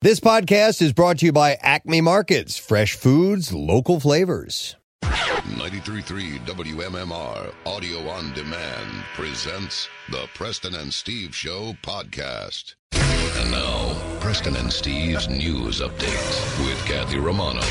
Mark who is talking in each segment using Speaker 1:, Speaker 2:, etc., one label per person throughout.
Speaker 1: This podcast is brought to you by Acme Markets, fresh foods, local flavors.
Speaker 2: 933 WMMR Audio on Demand presents the Preston and Steve Show podcast. And now, Preston and Steve's news update with Kathy Romano.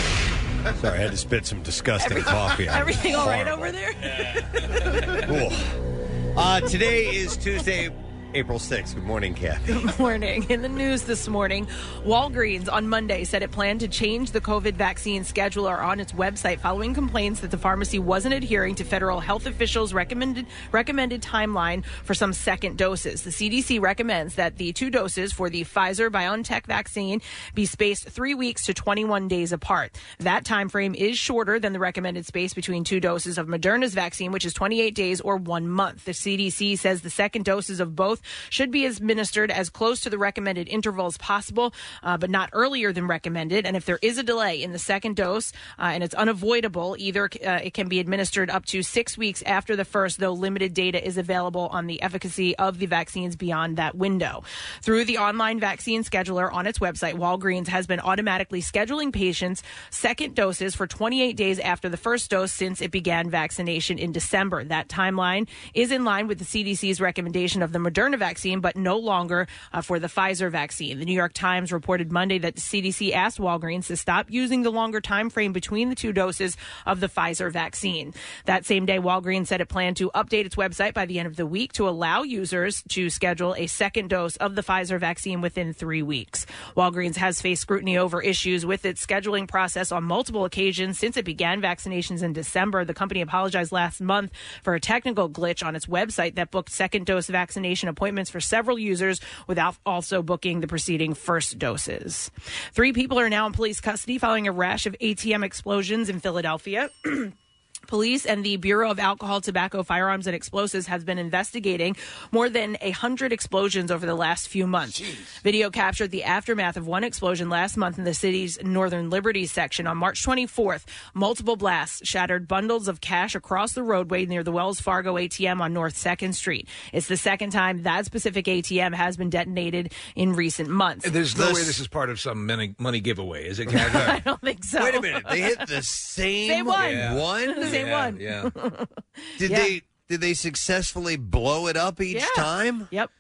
Speaker 3: Sorry, I had to spit some disgusting
Speaker 4: Every-
Speaker 3: coffee. out.
Speaker 4: Everything all right
Speaker 3: Horrible.
Speaker 4: over there?
Speaker 3: Cool. Uh, today is Tuesday, April 6th. Good morning, Kathy.
Speaker 4: Good morning. In the news this morning, Walgreens on Monday said it planned to change the COVID vaccine scheduler on its website following complaints that the pharmacy wasn't adhering to federal health officials' recommended recommended timeline for some second doses. The CDC recommends that the two doses for the Pfizer BioNTech vaccine be spaced 3 weeks to 21 days apart. That time frame is shorter than the recommended space between two doses of Moderna's vaccine, which is 28 days or 1 month. The CDC says the second doses of both should be administered as close to the recommended interval as possible, uh, but not earlier than recommended. And if there is a delay in the second dose uh, and it's unavoidable, either uh, it can be administered up to six weeks after the first, though limited data is available on the efficacy of the vaccines beyond that window. Through the online vaccine scheduler on its website, Walgreens has been automatically scheduling patients second doses for 28 days after the first dose since it began vaccination in December. That timeline is in line with the CDC's recommendation of the Moderna vaccine, but no longer uh, for the Pfizer vaccine. The New York Times reported Monday that the CDC asked Walgreens to stop using the longer time frame between the two doses of the Pfizer vaccine. That same day, Walgreens said it planned to update its website by the end of the week to allow users to schedule a second dose of the Pfizer vaccine within three weeks. Walgreens has faced scrutiny over issues with its scheduling process on multiple occasions since it began vaccinations in December. The company apologized last month for a technical glitch on its website that booked second dose vaccination appointments for several users without also booking the preceding first doses. Three people are now in police custody following a rash of ATM explosions in Philadelphia. Police and the Bureau of Alcohol, Tobacco, Firearms, and Explosives have been investigating more than a hundred explosions over the last few months. Video captured the aftermath of one explosion last month in the city's northern Liberty section on March 24th. Multiple blasts shattered bundles of cash across the roadway near the Wells Fargo ATM on North Second Street. It's the second time that specific ATM has been detonated in recent months.
Speaker 5: There's no way this is part of some money, money giveaway, is it? Kathy?
Speaker 4: I don't think so.
Speaker 3: Wait a minute. They hit the same,
Speaker 4: Same one. Yeah.
Speaker 3: one?
Speaker 5: yeah,
Speaker 4: The same one.
Speaker 5: Yeah.
Speaker 3: Did
Speaker 4: Yeah.
Speaker 3: they did they successfully blow it up each
Speaker 4: Yeah.
Speaker 3: time?
Speaker 4: Yep.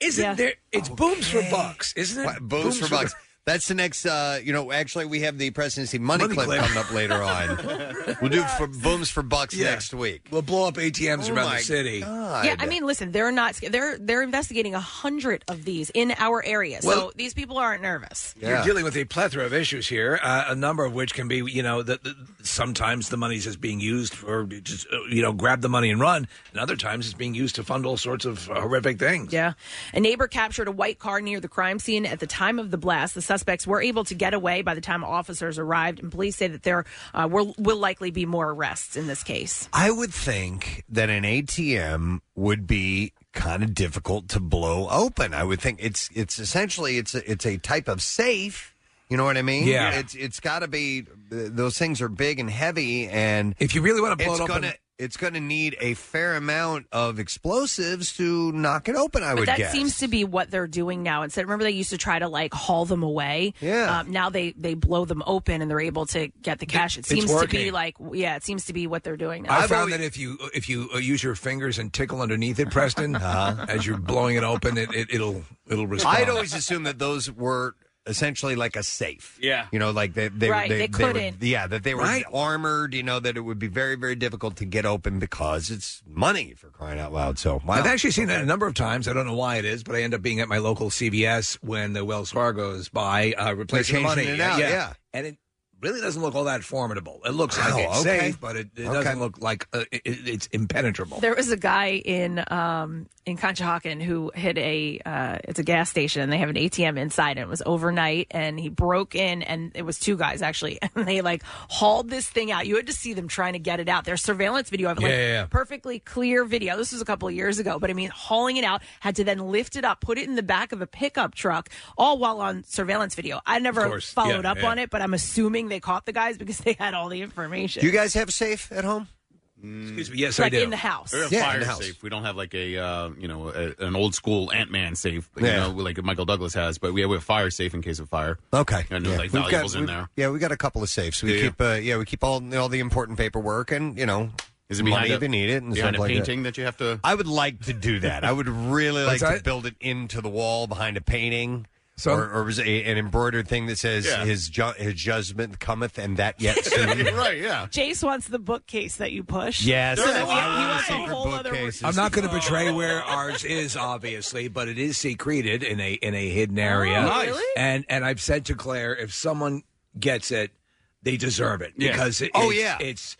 Speaker 5: Isn't
Speaker 4: Yeah.
Speaker 5: there? It's booms for bucks, isn't it?
Speaker 3: What, Booze for bucks. That's the next, uh, you know, actually, we have the presidency money,
Speaker 5: Money
Speaker 3: clip,
Speaker 5: clip.
Speaker 3: coming up later on. we'll do for booms for bucks
Speaker 5: Yeah.
Speaker 3: next week.
Speaker 5: We'll blow up ATMs
Speaker 3: Oh
Speaker 5: around
Speaker 3: my
Speaker 5: the city.
Speaker 3: God.
Speaker 4: Yeah, I mean, listen, they're not. sca- They're they're investigating a hundred of these in our area,
Speaker 5: Well-
Speaker 4: so these people aren't nervous.
Speaker 3: Yeah.
Speaker 5: You're dealing with a plethora of issues here, uh, a number of which can be, you know, that that sometimes the money's just being used for just, uh, you know, grab the money and run, and other times it's being used to fund all sorts of uh, horrific things.
Speaker 4: Yeah, a neighbor captured a white car near the crime scene at the time of the blast. The suspects were able to get away by the time officers arrived, and police say that there uh, will will likely be more arrests in this case.
Speaker 3: I would think that an ATM would be kind of difficult to blow open. I would think it's it's essentially it's a, it's a type of safe. You know what I mean?
Speaker 5: Yeah.
Speaker 3: It's it's got to be those things are big and heavy, and
Speaker 5: If you really want to blow
Speaker 3: it's
Speaker 5: it up,
Speaker 3: gonna it's gonna need a fair amount of explosives to knock it open. I
Speaker 4: But
Speaker 3: would
Speaker 4: that
Speaker 3: guess.
Speaker 4: seems to be what they're doing now. Instead, remember they used to try to like haul them away.
Speaker 3: Yeah.
Speaker 4: Um, now they they blow them open and they're able to get the cash. It
Speaker 5: It's
Speaker 4: seems to
Speaker 5: working.
Speaker 4: be like yeah, it seems to be what they're doing now.
Speaker 5: I
Speaker 3: I've
Speaker 5: found
Speaker 3: always-
Speaker 5: that if you if you uh, use your fingers and tickle underneath it, Preston, as you're blowing it open, it, it it'll it'll respond.
Speaker 3: Uh-huh. I'd always assumed that those were essentially like a safe.
Speaker 6: Yeah.
Speaker 3: You know, like they they
Speaker 4: Right, they
Speaker 3: were-
Speaker 4: couldn't.
Speaker 3: yeah, that they were
Speaker 5: Right.
Speaker 3: armored. You know, that it would be very very difficult to get open because it's money for crying out loud. So wow.
Speaker 5: I've actually seen that a number of times. I don't know why it is, but I end up being at my local CVS when the Wells Fargo is by uh, replacing the
Speaker 3: They're
Speaker 5: money.
Speaker 3: changing it out, yeah.
Speaker 5: and it really doesn't look all that formidable. It looks
Speaker 3: Wow,
Speaker 5: like it's
Speaker 3: okay.
Speaker 5: safe, but it, it
Speaker 3: Okay.
Speaker 5: doesn't look like uh, it, it- it's impenetrable.
Speaker 4: There was a guy in um, in Conshohocken who hit a uh, it's a gas station and they have an ATM inside and it was overnight and he broke in and it was two guys actually and they like hauled this thing out. You had to see them trying to get it out. There's surveillance video of it, like
Speaker 5: Yeah, yeah, yeah.
Speaker 4: perfectly clear video. This was a couple of years ago, but I mean hauling it out had to then lift it up, put it in the back of a pickup truck, all while on surveillance video. I never
Speaker 5: course.
Speaker 4: followed
Speaker 5: Yeah,
Speaker 4: up
Speaker 5: yeah.
Speaker 4: on it, but I'm assuming they caught the guys because they had all the information.
Speaker 3: Do you guys have a safe at home?
Speaker 7: Mm,
Speaker 5: Excuse me. Yes, I
Speaker 4: like
Speaker 5: do.
Speaker 4: in the house.
Speaker 7: Or a
Speaker 3: Yeah, in
Speaker 7: fire
Speaker 3: the house.
Speaker 7: safe. We don't have like a uh, you know a, an old school Ant Man safe, you
Speaker 3: Yeah.
Speaker 7: know, like Michael Douglas has. But we have, we have a fire safe in case of fire.
Speaker 3: Okay.
Speaker 7: And there's, like, valuables in
Speaker 3: we-
Speaker 7: there.
Speaker 3: Yeah, we got a couple of safes. We
Speaker 7: Yeah.
Speaker 3: keep uh, yeah, we keep all all the important paperwork and you know
Speaker 7: Is it
Speaker 3: money
Speaker 7: behind a,
Speaker 3: if you need it and
Speaker 7: behind
Speaker 3: stuff
Speaker 7: a
Speaker 3: like that.
Speaker 7: painting that. you have to?
Speaker 3: I would like to do that. I would really like
Speaker 5: What's
Speaker 3: to
Speaker 5: that?
Speaker 3: build it into the wall behind a painting.
Speaker 5: So-
Speaker 3: or, or is a, an embroidered thing that says
Speaker 7: Yeah.
Speaker 3: his ju- his judgment cometh and that yet soon.
Speaker 7: right. Yeah.
Speaker 4: Jace wants the bookcase that you push.
Speaker 3: yes,
Speaker 4: So
Speaker 3: I
Speaker 4: that we-
Speaker 3: want
Speaker 4: you
Speaker 3: the
Speaker 4: have a
Speaker 3: secret
Speaker 4: whole other-
Speaker 3: bookcases.
Speaker 5: I'm not going to betray where ours is, obviously, but it is secreted in a in a hidden
Speaker 3: Oh,
Speaker 5: area.
Speaker 4: Nice. really?
Speaker 5: And and I've said to Claire, if someone gets it, they deserve it
Speaker 7: Yeah.
Speaker 5: because it,
Speaker 3: Oh,
Speaker 5: it's,
Speaker 3: yeah.
Speaker 5: it's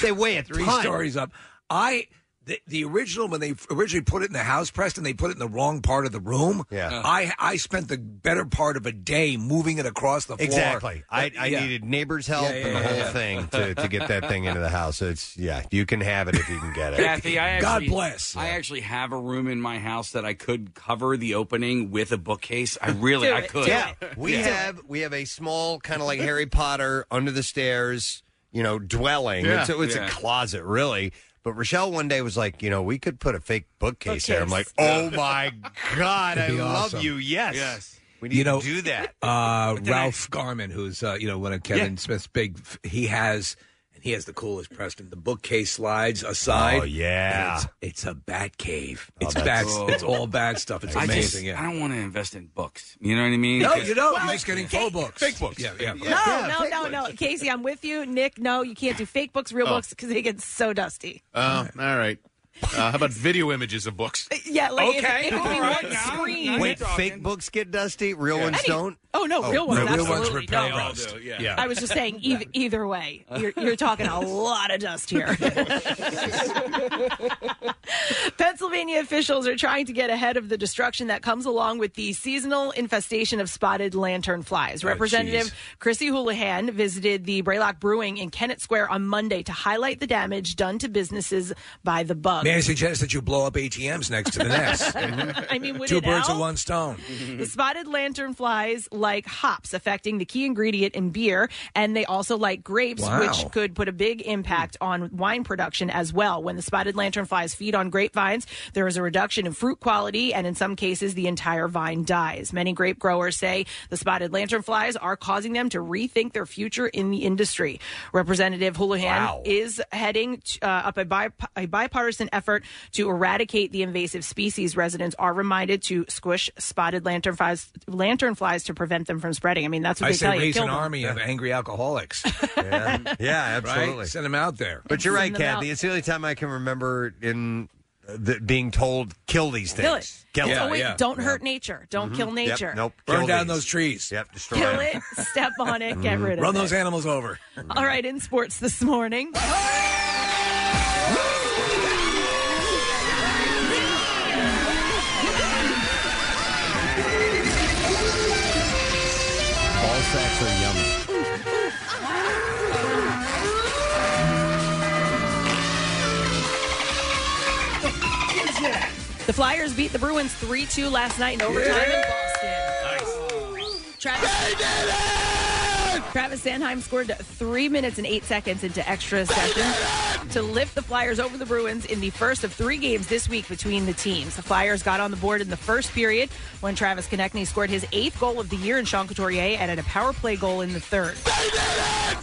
Speaker 3: They weigh a
Speaker 5: three
Speaker 3: ton.
Speaker 5: stories up. I. The, the original when they originally put it in the house, Preston, they put it in the wrong part of the room.
Speaker 3: Yeah.
Speaker 5: I I spent the better part of a day moving it across the floor.
Speaker 3: Exactly. I, I
Speaker 5: Yeah.
Speaker 3: needed neighbors' help
Speaker 5: Yeah, yeah,
Speaker 3: and the
Speaker 5: yeah,
Speaker 3: whole
Speaker 5: yeah.
Speaker 3: thing to, to get that thing into the house. It's yeah, you can have it if you can get it.
Speaker 8: Kathy, I
Speaker 5: God
Speaker 8: actually,
Speaker 5: bless.
Speaker 8: I actually have a room in my house that I could cover the opening with a bookcase. I really,
Speaker 4: Do
Speaker 8: I
Speaker 4: it,
Speaker 8: could.
Speaker 4: do
Speaker 3: Yeah, we have we have a small kind of like Harry Potter under the stairs, you know, dwelling.
Speaker 7: Yeah,
Speaker 3: it's it's
Speaker 8: yeah.
Speaker 3: a closet really. But Rochelle one day was like, you know, we could put a fake bookcase there. I'm like,
Speaker 4: Bookcase.
Speaker 3: oh my god, I
Speaker 5: That'd be
Speaker 3: love
Speaker 5: awesome.
Speaker 3: you. Yes,
Speaker 8: Yes.
Speaker 3: we need
Speaker 5: You know-
Speaker 3: to do that.
Speaker 5: uh, Ralph Garman, who's uh, you know one of Kevin Smith's big, he has and he has the coolest Preston. The bookcase slides aside.
Speaker 3: Oh, yeah. Oh,
Speaker 5: And it's, it's a bat cave. It's bat.
Speaker 3: that's-
Speaker 5: It's all bad stuff. It's
Speaker 8: I
Speaker 5: amazing.
Speaker 8: just,
Speaker 5: yeah.
Speaker 8: I don't want to invest in books. You know what I mean?
Speaker 5: no,
Speaker 8: Because-
Speaker 5: you don't. You're just getting full books. Fake books. Yeah, yeah.
Speaker 4: No, no, no, no. Casey, I'm with you. Nick, no, you can't do fake books, real books, because they get so dusty.
Speaker 7: Uh, all right. Uh, how about video images of books?
Speaker 4: Yeah, like
Speaker 8: Okay.
Speaker 4: if, if it
Speaker 8: All
Speaker 4: would
Speaker 8: right,
Speaker 4: be one
Speaker 8: now-
Speaker 4: screen.
Speaker 8: now you're
Speaker 3: Wait,
Speaker 8: talking.
Speaker 3: fake books get dusty, real ones
Speaker 4: Any-
Speaker 3: don't.
Speaker 4: Oh no, real ones.
Speaker 5: no, real ones
Speaker 4: absolutely.
Speaker 5: repel
Speaker 4: no.
Speaker 5: rust.
Speaker 8: Yeah.
Speaker 4: I was just saying, eith- either way, you're, you're talking a lot of dust here. Pennsylvania officials are trying to get ahead of the destruction that comes along with the seasonal infestation of spotted lantern flies.
Speaker 5: Oh,
Speaker 4: Representative Chrissy Houlihan visited the Braylock Brewing in Kennett Square on Monday to highlight the damage done to businesses by the bug.
Speaker 5: May I suggest that you blow up ATMs next to the nest?
Speaker 4: I mean, would
Speaker 5: Two
Speaker 4: it
Speaker 5: birds with
Speaker 4: help?
Speaker 5: one stone.
Speaker 4: The spotted lantern flies like hops, affecting the key ingredient in beer, and they also like grapes,
Speaker 5: Wow.
Speaker 4: which could put a big impact
Speaker 5: Hmm.
Speaker 4: on wine production as well. When the spotted lantern flies feed on grapevines, there is a reduction in fruit quality, and in some cases, the entire vine dies. Many grape growers say the spotted lantern flies are causing them to rethink their future in the industry. Representative Houlihan
Speaker 3: Wow.
Speaker 4: is heading uh, up a, bi- a bipartisan effort to eradicate the invasive species. Residents are reminded to squish spotted lantern flies, lantern flies to prevent them from spreading. I mean, that's what
Speaker 5: I
Speaker 4: they tell
Speaker 5: say
Speaker 4: you.
Speaker 5: raise
Speaker 4: Kill
Speaker 5: an
Speaker 4: them.
Speaker 5: army of angry alcoholics.
Speaker 3: Yeah,
Speaker 5: Right? Send them out there.
Speaker 3: But you're right,
Speaker 4: Send them
Speaker 3: Kathy.
Speaker 4: out.
Speaker 3: It's the only time I can remember in uh, the, being told kill these things.
Speaker 4: Kill it.
Speaker 3: Kill
Speaker 4: It's
Speaker 5: Yeah,
Speaker 3: it. Mm-hmm.
Speaker 4: always-
Speaker 5: yeah.
Speaker 4: Don't hurt nature. Don't kill
Speaker 3: Yep,
Speaker 4: nature.
Speaker 3: nope.
Speaker 5: Burn
Speaker 3: kill
Speaker 5: down
Speaker 3: these.
Speaker 5: those trees.
Speaker 3: Yep. Destroy
Speaker 4: Kill
Speaker 3: them.
Speaker 4: it, step on it, get rid of
Speaker 5: Mm-hmm. Run
Speaker 4: it.
Speaker 5: those animals over.
Speaker 4: All right, in sports this morning.
Speaker 3: Ball sacks are yummy.
Speaker 4: The Flyers beat the Bruins 3 2 last night in overtime in Boston. Travis, Travis Sanheim scored three minutes and eight seconds into extra session to lift the Flyers over the Bruins in the first of three games this week between the teams. The Flyers got on the board in the first period when Travis Konechny scored his eighth goal of the year in Sean Couturier added a power play goal in the third.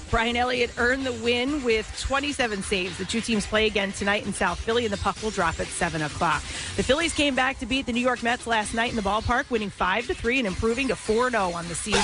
Speaker 4: Brian Elliott earned the win with 27 saves. The two teams play again tonight in South Philly, and the puck will drop at 7 o'clock. The Phillies came back to beat the New York Mets last night in the ballpark, winning 5 to 3 and improving to 4 0 on the season.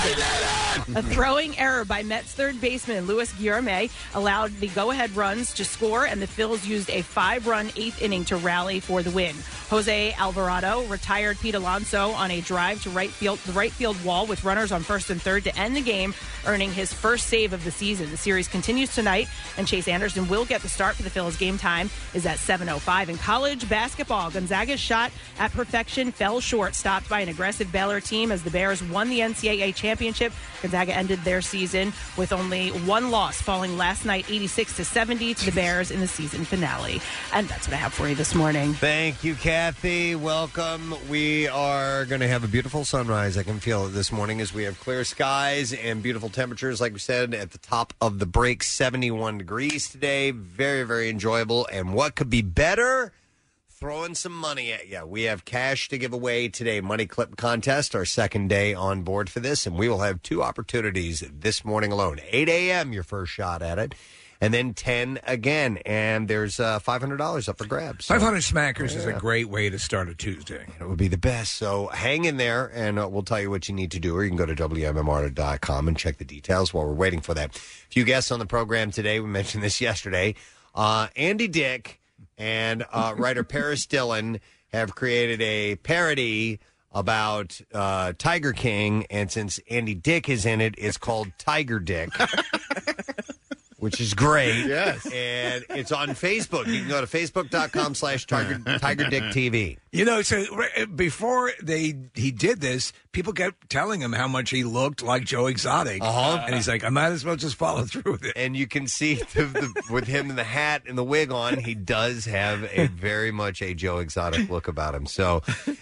Speaker 4: A throwing error by Mets third baseman Luis Guillorme allowed the go-ahead runs to score, and the Phils used a five-run eighth inning to rally for the win. Jose Alvarado retired Pete Alonso on a drive to right field, the right field wall with runners on first and third to end the game, earning his first save of the season. The series continues tonight, and Chase Anderson will get the start for the Phils. Game time is at 7:05. In college basketball, Gonzaga's shot at perfection fell short, stopped by an aggressive Baylor team as the Bears won the NCAA championship. Gonzaga ended their
Speaker 9: season with only one loss, falling last night 86 to 70 to the Bears in the season finale. And that's what I have for you this morning.
Speaker 3: Thank you, Kathy. Welcome. We are going to have a beautiful sunrise. I can feel it this morning as we have clear skies and beautiful temperatures. Like we said at the top of the break, 71 degrees today. Very, very enjoyable. And what could be better? Throwing some money at you. We have cash to give away today. Money clip contest, our second day on board for this. And we will have two opportunities this morning alone 8 a.m., your first shot at it. And then 10 again. And there's uh, $500 up for grabs. So-
Speaker 5: 500 Smackers is a
Speaker 3: Yeah.
Speaker 5: great way to start a Tuesday.
Speaker 3: it would be the best. So hang in there, and uh, we'll tell you what you need to do, or you can go to WMMR.com and check the details while we're waiting for that. A few guests on the program today. We mentioned this yesterday. Uh, Andy Dick and uh, writer Paris Dillon have created a parody about uh, Tiger King, and since Andy Dick is in it, it's called Tiger Dick. Which is great. Yes. And it's on Facebook. You can go to facebook.com slash Tiger Tiger Dick TV.
Speaker 5: You know, so re- before they he did this, people kept telling him how much he looked like Joe Exotic,
Speaker 3: Uh-huh.
Speaker 5: and he's like, "I might as well just follow through with it."
Speaker 3: and you can see the, the, with him in the hat and the wig on, he does have a very much a Joe Exotic look about him. So,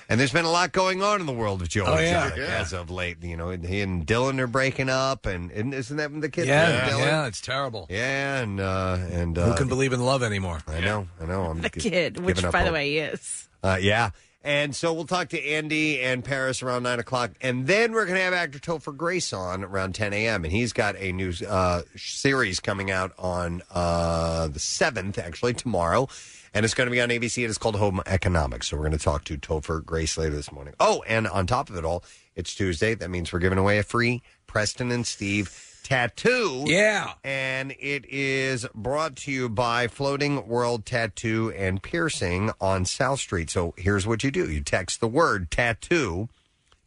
Speaker 3: and there's been a lot going on in the world of Joe
Speaker 5: Oh, yeah.
Speaker 3: Exotic
Speaker 5: Yeah.
Speaker 3: as of late. You know, and he and Dylan are breaking up, and, and isn't that the kid?
Speaker 5: yeah,
Speaker 3: Dylan?
Speaker 5: yeah, it's terrible.
Speaker 3: yeah, and uh, and uh,
Speaker 5: Who can believe in love anymore?
Speaker 3: I know, I know. I'm
Speaker 9: The
Speaker 3: gi-
Speaker 9: kid, which,
Speaker 3: giving up
Speaker 9: by the
Speaker 3: hope.
Speaker 9: way, he is.
Speaker 3: Uh, yeah. And so we'll talk to Andy and Paris around 9 o'clock. And then we're going to have actor Topher Grace on around 10 a.m. And he's got a new uh, series coming out on uh, the 7th, actually, tomorrow. And it's going to be on ABC. It is called Home Economics. So we're going to talk to Topher Grace later this morning. Oh, and on top of it all, it's Tuesday. That means we're giving away a free Preston and Steve tattoo.
Speaker 5: Yeah.
Speaker 3: And it is brought to you by Floating World Tattoo and Piercing on South Street. So here's what you do you text the word tattoo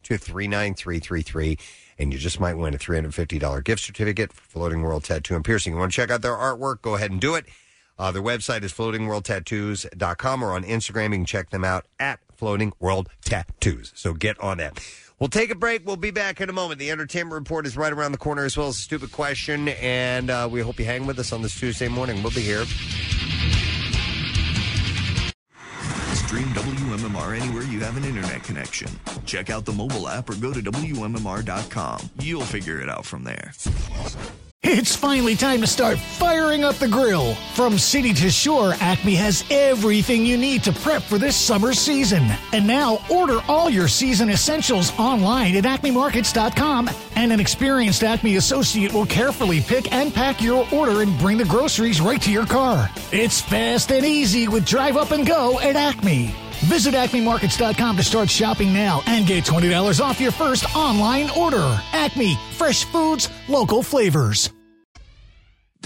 Speaker 3: to 39333, and you just might win a $350 gift certificate for Floating World Tattoo and Piercing. You want to check out their artwork? Go ahead and do it. Uh, their website is floatingworldtattoos.com or on Instagram. You can check them out at Floating World Tattoos. So get on that. We'll take a break. We'll be back in a moment. The entertainment report is right around the corner, as well as a stupid question. And uh, we hope you hang with us on this Tuesday morning. We'll be here.
Speaker 10: Stream WMMR anywhere you have an internet connection. Check out the mobile app or go to WMMR.com. You'll figure it out from there.
Speaker 11: It's finally time to start firing up the grill. From city to shore, Acme has everything you need to prep for this summer season. And now order all your season essentials online at acmemarkets.com, and an experienced Acme associate will carefully pick and pack your order and bring the groceries right to your car. It's fast and easy with Drive Up and Go at Acme. Visit acmemarkets.com to start shopping now and get $20 off your first online order. Acme, fresh foods, local flavors.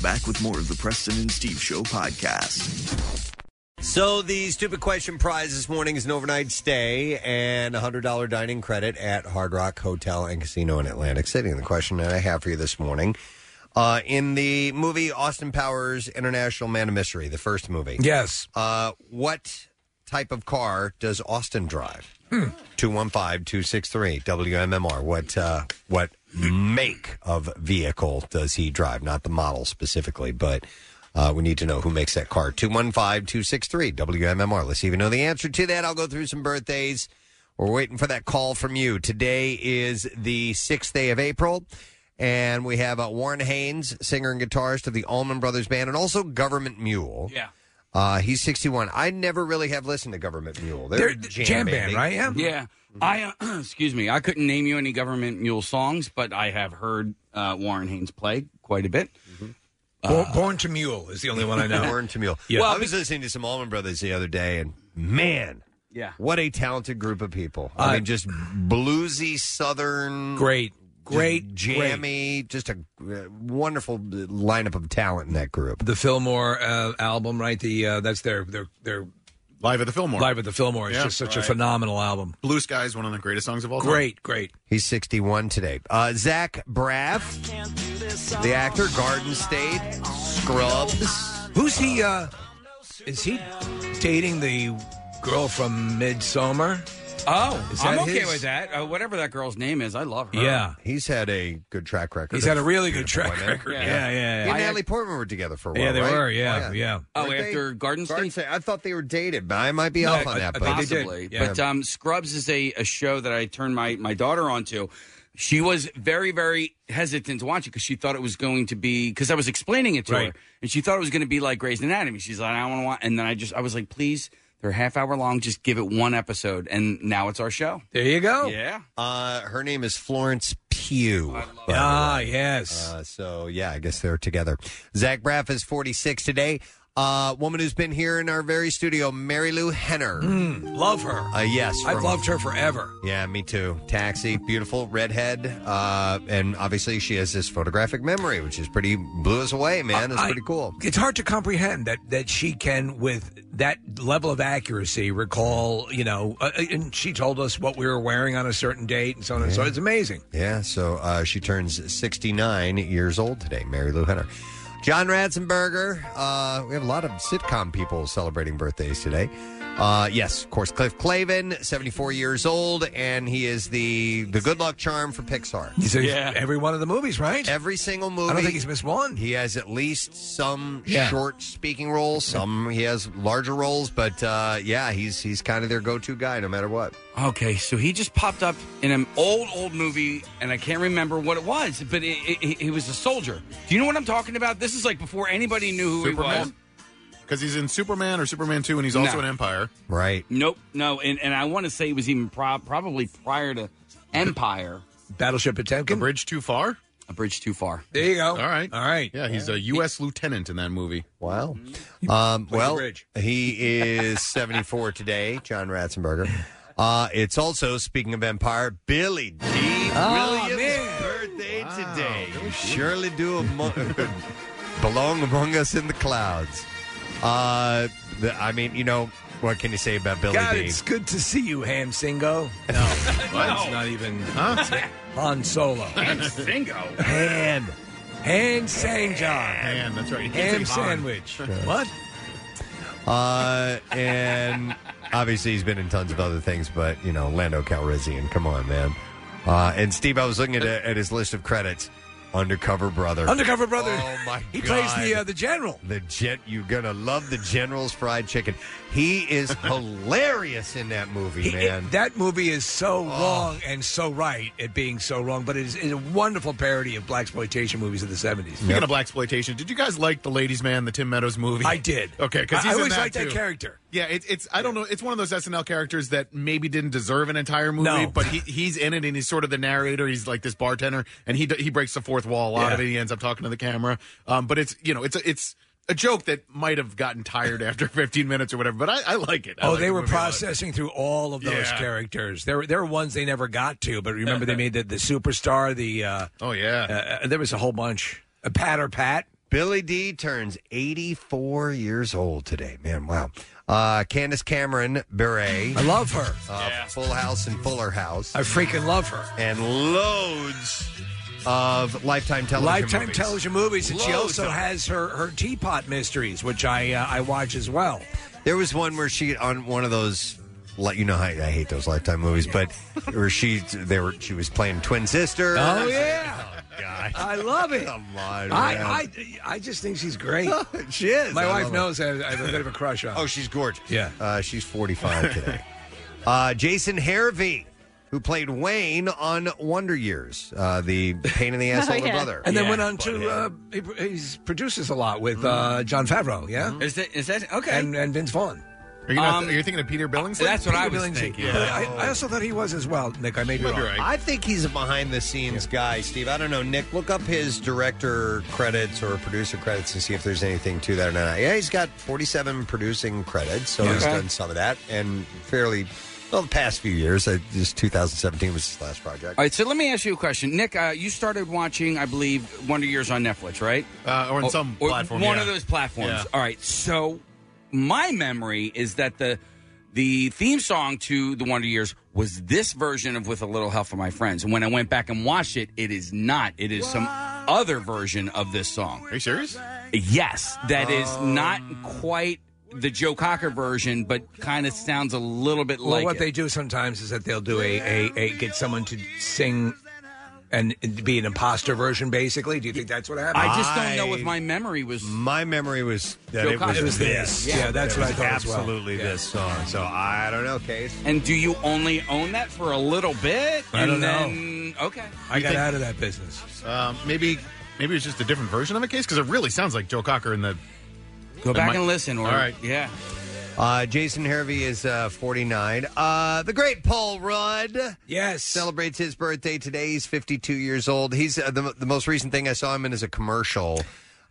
Speaker 10: Back with more of the Preston and Steve Show podcast.
Speaker 3: So the stupid question prize this morning is an overnight stay and a hundred dollar dining credit at Hard Rock Hotel and Casino in Atlantic City. And the question that I have for you this morning, uh, in the movie Austin Powers International Man of Mystery, the first movie,
Speaker 5: Yes.
Speaker 3: uh, what type of car does Austin drive? Two one five two six three WMMR. What uh, what make of vehicle does he drive? Not the model specifically, but uh, we need to know who makes that car. Two one five two six three WMMR. Let's even know the answer to that. I'll go through some birthdays. We're waiting for that call from you. Today is the sixth day of April. And we have uh, Warren Haynes, singer and guitarist of the Allman Brothers Band, and also Government Mule.
Speaker 8: Yeah.
Speaker 3: Uh, he's 61. I never really have listened to Government Mule. They're,
Speaker 5: They're- Mm-hmm.
Speaker 3: jam,
Speaker 5: jam band,
Speaker 3: Andy.
Speaker 5: right? Yeah.
Speaker 8: Yeah. I uh, excuse me. I couldn't name you any government mule songs, but I have heard uh, Warren Haynes play quite a bit.
Speaker 5: Born, Born to Mule is the only one I know.
Speaker 3: Warren uh, to Mule.
Speaker 5: Yeah.
Speaker 3: Well, I was listening to some Allman Brothers the other day, and man,
Speaker 8: Yeah.
Speaker 3: what a talented group of people.
Speaker 8: Uh,
Speaker 3: I mean, just bluesy Southern,
Speaker 5: Great,
Speaker 3: just
Speaker 5: great, great.
Speaker 3: jammy, just a uh, wonderful lineup of talent in that group.
Speaker 5: The Fillmore uh, album, right? The uh, that's their their their
Speaker 7: Live at the Fillmore.
Speaker 5: live at the Fillmore. It's
Speaker 7: Yeah,
Speaker 5: just such a
Speaker 7: right.
Speaker 5: phenomenal album.
Speaker 7: Blue Sky is one of the greatest songs of all time.
Speaker 5: Great, great.
Speaker 3: He's 61 today. Uh, Zach Braff, the actor, Garden State, Scrubs.
Speaker 5: Who's he? uh Is he dating the girl from Midsummer?
Speaker 8: Oh,
Speaker 3: Is
Speaker 8: I'm
Speaker 3: that
Speaker 8: okay
Speaker 3: his?
Speaker 8: with that. Uh, whatever that girl's name is, I love her.
Speaker 3: He's had a good track record.
Speaker 8: He's had
Speaker 3: of
Speaker 8: a really good
Speaker 3: beautiful
Speaker 8: track
Speaker 3: women.
Speaker 8: record. Yeah, yeah, yeah.
Speaker 3: He and
Speaker 8: I
Speaker 3: Natalie
Speaker 8: act-
Speaker 3: Portman were together for a while.
Speaker 8: Yeah, they
Speaker 3: right?
Speaker 8: were, yeah, yeah. Oh,
Speaker 3: Weren't they?
Speaker 8: after uh, Garden State?
Speaker 3: I thought they were dated, but I might be off on that. but
Speaker 8: possibly. But um, Scrubs is a, a show that I turned my, my daughter onto. She was very, very hesitant to watch it because she thought it was going to be because I was explaining it to
Speaker 4: Right.
Speaker 8: her and she thought it was going to be like Grey's Anatomy. She's like, I don't want to watch. And then I just, I was like, please, they're half hour long. Just give it one episode. And now it's our show.
Speaker 5: There you go.
Speaker 8: Yeah.
Speaker 3: Uh, her name is Florence Pugh.
Speaker 5: Ah, yes.
Speaker 3: Uh, so, yeah, I guess they're together. Zach Braff is 46 today. Uh, woman who's been here in our very studio, Mary Lou Henner.
Speaker 5: Love her.
Speaker 3: Uh, yes,
Speaker 5: I've
Speaker 3: from-
Speaker 5: loved her forever.
Speaker 3: Yeah, me too. Taxi, beautiful redhead, uh, and obviously she has this photographic memory, which is pretty blew us away, man. It's
Speaker 5: I-
Speaker 3: pretty cool.
Speaker 5: It's hard to comprehend that that she can, with that level of accuracy, recall. You know, uh, and she told us what we were wearing on a certain date and so on. and So
Speaker 3: Yeah.
Speaker 5: it's amazing.
Speaker 3: Yeah, so uh, she turns 69 years old today, Mary Lou Henner. John Ratzenberger. Uh, we have a lot of sitcom people celebrating birthdays today. Uh, yes, of course, Cliff Clavin, 74 years old, and he is the the good luck charm for Pixar.
Speaker 5: He's in every one of the movies, right?
Speaker 3: Every single movie.
Speaker 5: I don't think he's missed one.
Speaker 3: He has at least some
Speaker 5: Yeah.
Speaker 3: short speaking roles. Some he has larger roles, but uh, yeah, he's he's kind of their go to guy no matter what.
Speaker 8: Okay, so he just popped up in an old, old movie, and I can't remember what it was, but it, it, it- he was a soldier. Do you know what I'm talking about? This is like before anybody knew who he was.
Speaker 7: Superman. Because he's in Superman or Superman 2, and he's also
Speaker 8: No.
Speaker 7: in Empire.
Speaker 3: Right.
Speaker 8: Nope, no, and, and I want to say it was even pro- probably prior to Empire.
Speaker 5: Battleship Potemkin?
Speaker 7: A Bridge Too Far?
Speaker 8: A Bridge Too Far.
Speaker 5: There you go.
Speaker 7: All right. All
Speaker 5: right.
Speaker 7: Yeah, he's a U.S. lieutenant in that movie.
Speaker 3: Wow.
Speaker 5: Mm-hmm.
Speaker 3: Um, well,
Speaker 7: bridge.
Speaker 3: he is 74 today, John Ratzenberger. Uh, it's also, speaking of Empire, Billy D.
Speaker 5: Oh,
Speaker 3: Williams' birthday today. You surely do among, belong among us in the clouds. Uh, the, I mean, you know, what can you say about Billy
Speaker 5: God,
Speaker 3: D?
Speaker 5: it's good to see you, Ham Singo. No, it's not even Han Solo.
Speaker 7: Ham Singo.
Speaker 5: Ham, Ham Sang
Speaker 7: Man, that's right. You can't
Speaker 5: Ham
Speaker 7: say Han.
Speaker 5: sandwich. What?
Speaker 3: Uh, and obviously, he's been in tons of other things, but you know, Lando Calrissian, come on, man. Uh, and Steve, I was looking at, at his list of credits: Undercover Brother,
Speaker 5: Uh, Undercover brother.
Speaker 3: Oh my
Speaker 5: He
Speaker 3: God.
Speaker 5: plays the uh, the general.
Speaker 3: the gent. You're gonna love the General's Fried Chicken. He is hilarious in that movie,
Speaker 5: He-
Speaker 3: man.
Speaker 5: it- that movie is so
Speaker 7: Oh.
Speaker 5: wrong and so right at being so wrong, but it is, is a wonderful parody of black exploitation movies of the seventies.
Speaker 7: Speaking of black exploitation, did you guys like the Ladies Man, the Tim Meadows movie?
Speaker 5: I did.
Speaker 7: Okay, because
Speaker 5: I- I
Speaker 7: he's in
Speaker 5: always
Speaker 7: that
Speaker 5: liked that
Speaker 7: too.
Speaker 5: character.
Speaker 7: Yeah, it, it's I don't know. It's one of those SNL characters that maybe didn't deserve an entire movie,
Speaker 5: No.
Speaker 7: but he, he's in it and he's sort of the narrator. He's like this bartender, and he d- he breaks the fourth wall a lot of
Speaker 5: Yeah.
Speaker 7: it. He ends up talking to the camera. Um, but it's you know it's a, it's a joke that might have gotten tired after 15 minutes or whatever. But I, I like it. I
Speaker 5: oh,
Speaker 7: like
Speaker 5: they
Speaker 7: the
Speaker 5: were
Speaker 7: movie a lot.
Speaker 5: processing through all of those
Speaker 7: Yeah.
Speaker 5: characters. There, were- there were ones they never got to, but remember they made the, the superstar. The uh,
Speaker 7: Oh yeah,
Speaker 5: uh, there was a whole bunch. A pat or pat.
Speaker 3: Billy D turns 84 years old today. Man, wow. Uh, Candace Cameron Bure.
Speaker 5: I love her.
Speaker 3: Uh, Full House and Fuller House.
Speaker 5: I freaking love her.
Speaker 3: and loads of Lifetime television.
Speaker 5: Lifetime
Speaker 3: movies.
Speaker 5: television movies, and she
Speaker 3: Loads
Speaker 5: also
Speaker 3: of-
Speaker 5: has her her teapot mysteries, which I uh, I watch as well.
Speaker 3: There was one where she on one of those. Let you know how I hate those Lifetime movies, but where she they were she was playing twin sister.
Speaker 5: Oh yeah,
Speaker 3: God.
Speaker 5: I love it.
Speaker 3: Come on, man.
Speaker 5: I, I I just think she's great.
Speaker 3: she is.
Speaker 5: My
Speaker 3: I
Speaker 5: wife
Speaker 3: love her.
Speaker 5: knows I have, I have a bit of a crush on. her.
Speaker 3: Oh, she's gorgeous.
Speaker 5: Yeah.
Speaker 3: uh, she's forty five today. uh, Jason Hervey, who played Wayne on Wonder Years, uh, the pain in the ass
Speaker 9: Oh,
Speaker 3: older
Speaker 9: yeah.
Speaker 3: brother,
Speaker 5: and then went on to uh, he, he produces a lot with uh, John Favreau, yeah,
Speaker 8: Mm-hmm. Is that, is that okay?
Speaker 5: and and Vince Vaughn.
Speaker 7: Are you, not,
Speaker 8: Um,
Speaker 7: are you thinking of Peter Billingsley?
Speaker 8: that's what I
Speaker 5: Peter
Speaker 8: was
Speaker 5: Billingsley.
Speaker 8: thinking.
Speaker 5: But I, I also thought he was as well. Nick, I may be
Speaker 7: Might
Speaker 5: wrong.
Speaker 7: be right.
Speaker 3: I think he's a behind the scenes guy, Steve. I don't know, Nick. Look up his director credits or producer credits and see if there's anything to that or not. Yeah, he's got 47 producing credits, so he's
Speaker 5: Okay.
Speaker 3: done some of that, and fairly well the past few years. Uh, This 2017 was his last project.
Speaker 8: All right, so let me ask you a question, Nick. Uh, you started watching, I believe, Wonder Years on Netflix, right? Oh,
Speaker 7: uh, or on some
Speaker 8: or
Speaker 7: platform.
Speaker 8: One
Speaker 7: yeah.
Speaker 8: of those platforms.
Speaker 7: Yeah.
Speaker 8: All right. So my memory is that the the theme song to the Wonder Years was this version of "With a Little Help from My Friends," and when I went back and watched it, it is not. It is some other version of this song.
Speaker 7: Are you serious?
Speaker 8: Yes, that is not quite the Joe Cocker version, but kind of sounds a little bit
Speaker 5: Well,
Speaker 8: like
Speaker 5: what
Speaker 8: it.
Speaker 5: they do sometimes is that they'll do a, a, a get someone to sing and be an imposter version, basically. Do you think that's what happened?
Speaker 8: I just don't know if my memory was.
Speaker 3: My memory was that
Speaker 8: Joe
Speaker 3: it was,
Speaker 8: Cocker. It was
Speaker 3: this.
Speaker 8: this. Yeah, that's
Speaker 3: it
Speaker 8: what I
Speaker 3: was
Speaker 8: thought as well.
Speaker 3: Absolutely this song. So I don't know, Case.
Speaker 8: And do you only own that for a little bit?
Speaker 5: I
Speaker 8: and
Speaker 5: don't know.
Speaker 8: then, know. Okay.
Speaker 5: I got out of that business.
Speaker 7: Um, maybe maybe it's just a different version of a case because it really sounds like Joe Cocker in the.
Speaker 8: Go
Speaker 7: It
Speaker 8: back
Speaker 7: might-
Speaker 8: and listen. Or,
Speaker 7: All right.
Speaker 8: Yeah.
Speaker 3: Uh, Jason Hervey is uh, 49. Uh, the great Paul Rudd.
Speaker 5: Yes.
Speaker 3: Celebrates his birthday today. He's 52 years old. He's uh, the, the most recent thing I saw him in is a commercial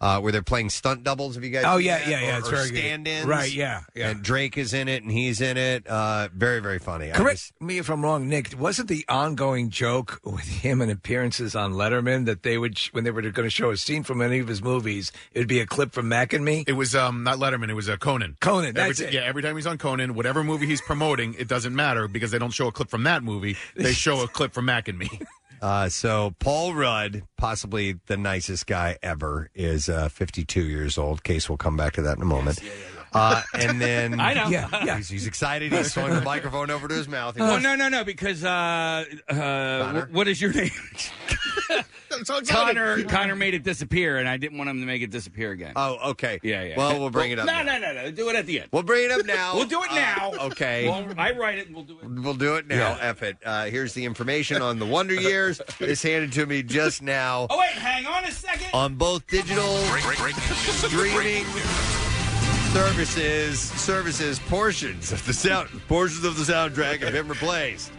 Speaker 3: uh, where they're playing stunt doubles. Have you guys?
Speaker 5: Oh,
Speaker 3: seen
Speaker 5: yeah,
Speaker 3: that?
Speaker 5: yeah, yeah,
Speaker 3: Or-
Speaker 5: it's
Speaker 3: or
Speaker 5: very good.
Speaker 3: stand-ins.
Speaker 5: Right, yeah, yeah.
Speaker 3: And Drake is in it, and he's in it. Uh, very, very funny. I
Speaker 5: Correct me if I'm wrong, Nick. Wasn't the ongoing joke with him and appearances on Letterman that they would, sh- when they were going to show a scene from any of his movies, it would be a clip from Mac and Me?
Speaker 7: It was um, not Letterman. It was uh, Conan.
Speaker 5: Conan, that's
Speaker 7: every,
Speaker 5: it.
Speaker 7: Yeah, every time he's on Conan, whatever movie he's promoting, it doesn't matter because they don't show a clip from that movie. They show a clip from Mac and Me.
Speaker 3: Uh, so Paul Rudd, possibly the nicest guy ever, is uh, 52 years old. Case will come back to that in a moment. Uh, and then
Speaker 8: I know.
Speaker 5: Yeah, yeah.
Speaker 3: he's, he's excited. He's throwing the microphone over to his mouth. He
Speaker 8: Oh,
Speaker 3: wants-
Speaker 8: no, no, no, because uh, uh, wh- what is your name?
Speaker 7: I'm so excited.
Speaker 8: Connor. Connor made it disappear, and I didn't want him to make it disappear again.
Speaker 3: Oh, okay.
Speaker 8: yeah, yeah.
Speaker 3: Well, we'll bring it up.
Speaker 8: No,
Speaker 3: now.
Speaker 8: no, no, no. Do it at the end.
Speaker 3: We'll bring it up now.
Speaker 8: We'll do it
Speaker 3: Uh,
Speaker 8: now.
Speaker 3: okay.
Speaker 8: Well, I write it and we'll do it.
Speaker 3: We'll do it now. F it. Uh, here's the information on the Wonder Years. It's handed to me just now
Speaker 8: Oh, wait, hang on a second.
Speaker 3: on both digital
Speaker 2: Break, break,
Speaker 3: streaming services services portions of the sound portions of the soundtrack have been replaced.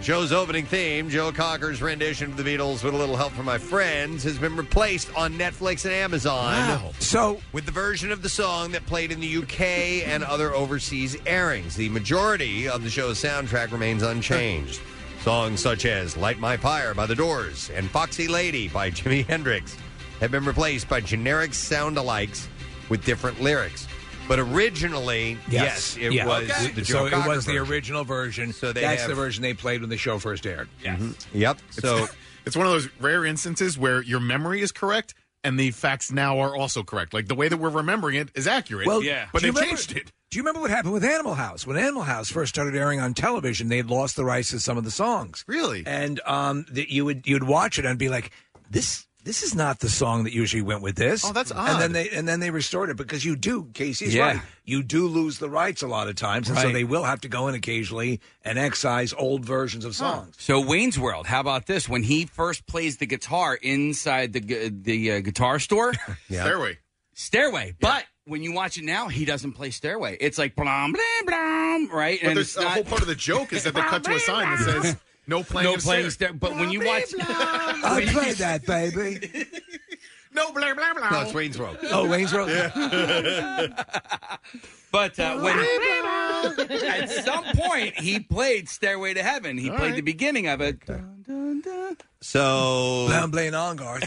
Speaker 3: Show's opening theme, Joe Cocker's rendition of the Beatles with a little help from my friends, has been replaced on Netflix and Amazon
Speaker 5: So
Speaker 3: with the version of the song that played in the UK and other overseas airings. The majority of the show's soundtrack remains unchanged. Songs such as Light My Fire by The Doors and Foxy Lady by Jimi Hendrix have been replaced by generic sound-alikes with different lyrics. But originally, yes, it
Speaker 5: Yeah.
Speaker 3: was the Joe
Speaker 5: so
Speaker 3: Cocker
Speaker 5: it was the
Speaker 3: version.
Speaker 5: original version.
Speaker 3: So they
Speaker 5: that's
Speaker 3: have-
Speaker 5: the version they played when the show first aired. Yeah.
Speaker 8: Mm-hmm.
Speaker 3: Yep. So
Speaker 7: It's one of those rare instances where your memory is correct and the facts now are also correct. Like the way that we're remembering it is accurate.
Speaker 5: Well,
Speaker 8: Yeah.
Speaker 7: but they
Speaker 5: do you remember-
Speaker 7: changed it.
Speaker 5: Do you remember what happened with Animal House? When Animal House first started airing on television, they had lost the rights to some of the songs.
Speaker 7: Really?
Speaker 5: And um, that you would you'd watch it and be like, this this is not the song that usually went with this.
Speaker 7: Oh, that's
Speaker 5: And then
Speaker 7: odd.
Speaker 5: they and then they restored it because you do. Casey's
Speaker 8: Yeah.
Speaker 5: right. You do lose the rights a lot of times, and so
Speaker 8: Right.
Speaker 5: they will have to go in occasionally and excise old versions of songs.
Speaker 8: So Wayne's World, how about this? When he first plays the guitar inside the gu- the uh, guitar store,
Speaker 7: Stairway.
Speaker 8: Stairway. But when you watch it now, he doesn't play Stairway. It's like blom blom blom, right?
Speaker 7: But
Speaker 8: it's
Speaker 7: there's a whole part of the joke is that they cut to a sign that says no playing.
Speaker 8: no
Speaker 7: of
Speaker 8: playing
Speaker 7: stair-
Speaker 8: Stairway. But when you watch,
Speaker 5: I play
Speaker 8: Uh,
Speaker 5: that, baby.
Speaker 7: No blah blah blah.
Speaker 3: no, it's Wayne's World.
Speaker 5: Oh, Wayne's World.
Speaker 8: but uh, when at some point he played Stairway to Heaven, he played the beginning of it. Dun, dun, dun.
Speaker 3: So
Speaker 5: I'm playing Ongar.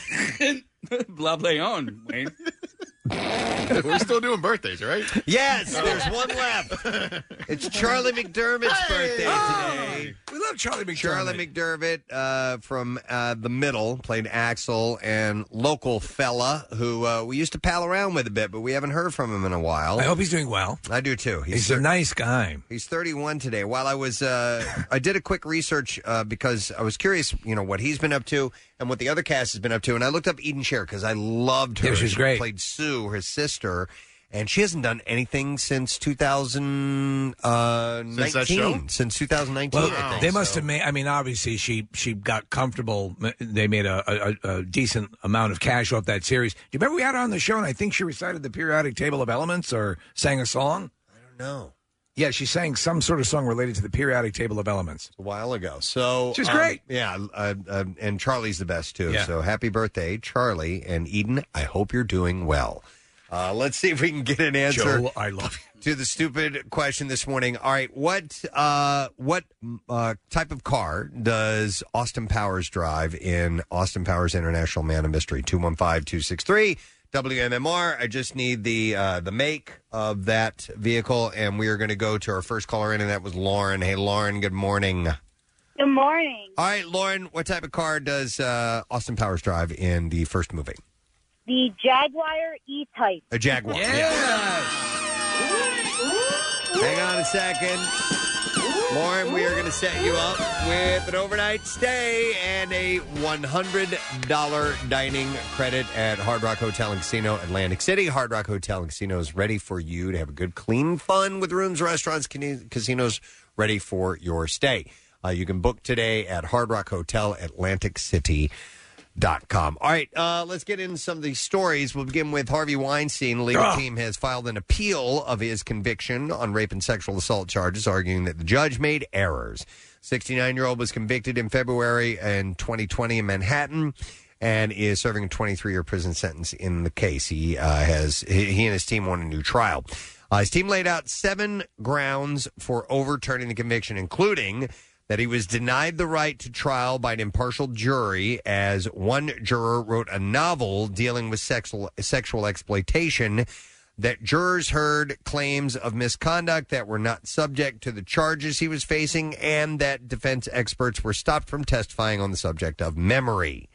Speaker 8: Blah blah on Wayne.
Speaker 7: We're still doing birthdays, right? Oh.
Speaker 3: yes, there's one left. It's Charlie McDermott's birthday
Speaker 7: Oh.
Speaker 3: today.
Speaker 5: We love Charlie McDermott.
Speaker 3: Charlie McDermott uh, from uh, the middle played Axel and local fella who uh, we used to pal around with a bit, but we haven't heard from him in a while.
Speaker 5: I
Speaker 3: I,
Speaker 5: hope he's doing well.
Speaker 3: do too. He's
Speaker 5: He's
Speaker 3: thir-
Speaker 5: a nice guy.
Speaker 3: He's 31 today. While I was, uh, I did a quick research uh, because I was curious, you know, what he's been up to and what the other cast has been up to. And I looked up Eden Scher because I loved her.
Speaker 5: Yeah, she's great.
Speaker 3: Played Sue, her sister, and she hasn't done anything since 2019.
Speaker 7: Since that show?
Speaker 3: Since 2019,
Speaker 5: Well,
Speaker 3: I think.
Speaker 5: they must
Speaker 3: so.
Speaker 5: have made. I mean, obviously, she she got comfortable. They made a, a, a decent amount of cash off that series. Do you remember we had her on the show, and I think she recited the periodic table of elements or sang a song.
Speaker 3: No.
Speaker 5: Yeah, she sang some sort of song related to the periodic table of elements.
Speaker 3: a while ago. So
Speaker 5: She's
Speaker 3: um,
Speaker 5: great.
Speaker 3: yeah, uh, um, and Charlie's the best too.
Speaker 5: Yeah.
Speaker 3: So happy birthday, Charlie and Eden. I hope you're doing well. Uh, let's see if we can get an answer
Speaker 5: Joe, I love you.
Speaker 3: to the stupid question this morning. All right, what uh, what uh, type of car does Austin Powers drive in Austin Powers International Man of Mystery? 215-263 WMMR. I just need the uh, the make of that vehicle, and we are going to go to our first caller in, and that was Lauren. Hey, Lauren, good morning.
Speaker 4: Good morning.
Speaker 3: All right, Lauren, what type of car does uh, Austin Powers drive in the first movie?
Speaker 4: The Jaguar E-Type.
Speaker 3: A Jaguar.
Speaker 8: Yes.
Speaker 3: Hang on a second. Lauren, we are going to set you up with an overnight stay and a $100 dining credit at Hard Rock Hotel and Casino, Atlantic City. Hard Rock Hotel and Casino is ready for you to have a good, clean fun with rooms, restaurants, cani- casinos ready for your stay. Uh, you can book today at Hard Rock Hotel, Atlantic City. Dot com. All right, uh, let's get into some of these stories. We'll begin with Harvey Weinstein. Legal
Speaker 5: Ah,
Speaker 4: Ugh.
Speaker 3: team has filed an appeal of his conviction on rape and sexual assault charges, arguing that the judge made errors. 69 year old was convicted in February in 2020 in Manhattan and is serving a 23 year prison sentence in the case. He uh, has he he and his team won a new trial. Uh, his team laid out seven grounds for overturning the conviction, including that he was denied the right to trial by an impartial jury as one juror wrote a novel dealing with sexual sexual exploitation that jurors heard claims of misconduct that were not subject to the charges he was facing and that defense experts were stopped from testifying on the subject of memory.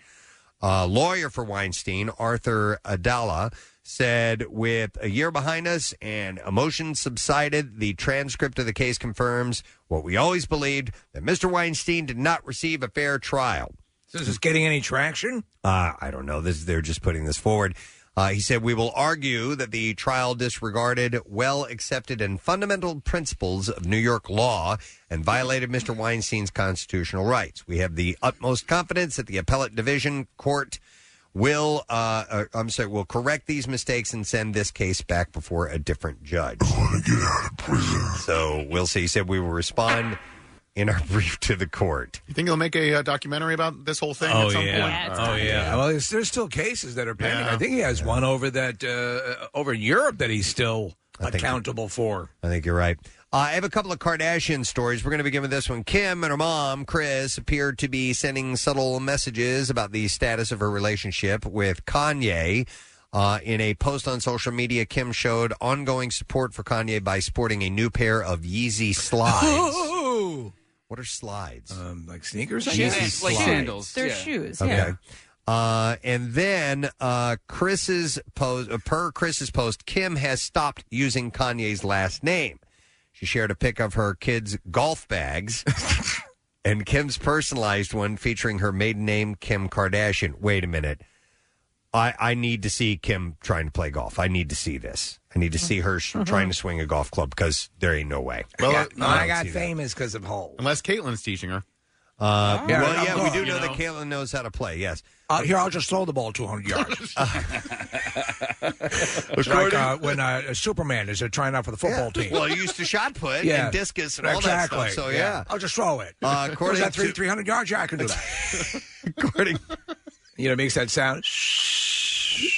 Speaker 3: A Uh, lawyer for Weinstein, Arthur Adala, said, With a year behind us and emotions subsided, the transcript of the case confirms what we always believed that Mr. Weinstein did not receive a fair trial.
Speaker 5: So is this getting any traction?
Speaker 3: Uh, I don't know. This they're just putting this forward. Uh, he said, "We will argue that the trial disregarded well accepted and fundamental principles of New York law and violated Mr. Weinstein's constitutional rights. We have the utmost confidence that the appellate division court will, uh, uh, I'm sorry, will correct these mistakes and send this case back before a different judge." So we'll see. He said, "We will respond in our brief to the court."
Speaker 7: You think he'll make a uh, documentary about this whole thing?
Speaker 5: Oh
Speaker 7: at some
Speaker 5: yeah.
Speaker 7: Point?
Speaker 5: oh yeah. Well, there's, there's still cases that are pending. I think he has one over that uh, over in Europe that he's still accountable for.
Speaker 3: I think you're right. Uh, I have a couple of Kardashian stories. We're going to begin with this one. Kim and her mom, Chris, appeared to be sending subtle messages about the status of her relationship with Kanye. Uh, in a post on social media, Kim showed ongoing support for Kanye by sporting a new pair of Yeezy slides.
Speaker 5: Oh,
Speaker 3: what are slides?
Speaker 5: Um, like sneakers? I
Speaker 3: Yeezy
Speaker 5: guess?
Speaker 3: slides.
Speaker 9: They're shoes.
Speaker 3: Okay.
Speaker 9: Yeah.
Speaker 3: Uh, and then uh, Chris's post, uh, per Chris's post, Kim has stopped using Kanye's last name. She shared a pic of her kids' golf bags and Kim's personalized one featuring her maiden name, Kim Kardashian. Wait a minute. I, I need to see Kim trying to play golf. I need to see this. I need to see her sh-
Speaker 9: Mm-hmm.
Speaker 3: trying to swing a golf club because there ain't no way.
Speaker 5: Well, uh, I got,
Speaker 3: no,
Speaker 5: I
Speaker 3: don't
Speaker 5: got
Speaker 3: see that.
Speaker 5: famous because of Hole.
Speaker 7: Unless Caitlin's teaching her.
Speaker 3: Uh,
Speaker 5: Yeah,
Speaker 3: well,
Speaker 5: I'm
Speaker 3: yeah, we
Speaker 5: going,
Speaker 3: do
Speaker 5: you
Speaker 3: know, that
Speaker 5: know.
Speaker 3: Caitlin knows how to play. Yes.
Speaker 5: Uh, here, I'll just throw the ball 200 yards. it's like
Speaker 3: According-
Speaker 5: uh, when uh, Superman is uh, trying out for the football team.
Speaker 3: Well, he used to shot put
Speaker 5: Yeah.
Speaker 3: and discus and all that
Speaker 5: exactly.
Speaker 3: stuff. So yeah.
Speaker 5: I'll just throw it.
Speaker 3: Uh,
Speaker 5: Uh,
Speaker 3: according
Speaker 5: according that three,
Speaker 3: to-
Speaker 5: 300 yards? Yeah, I can do that.
Speaker 3: according,
Speaker 5: you know, it makes that sound.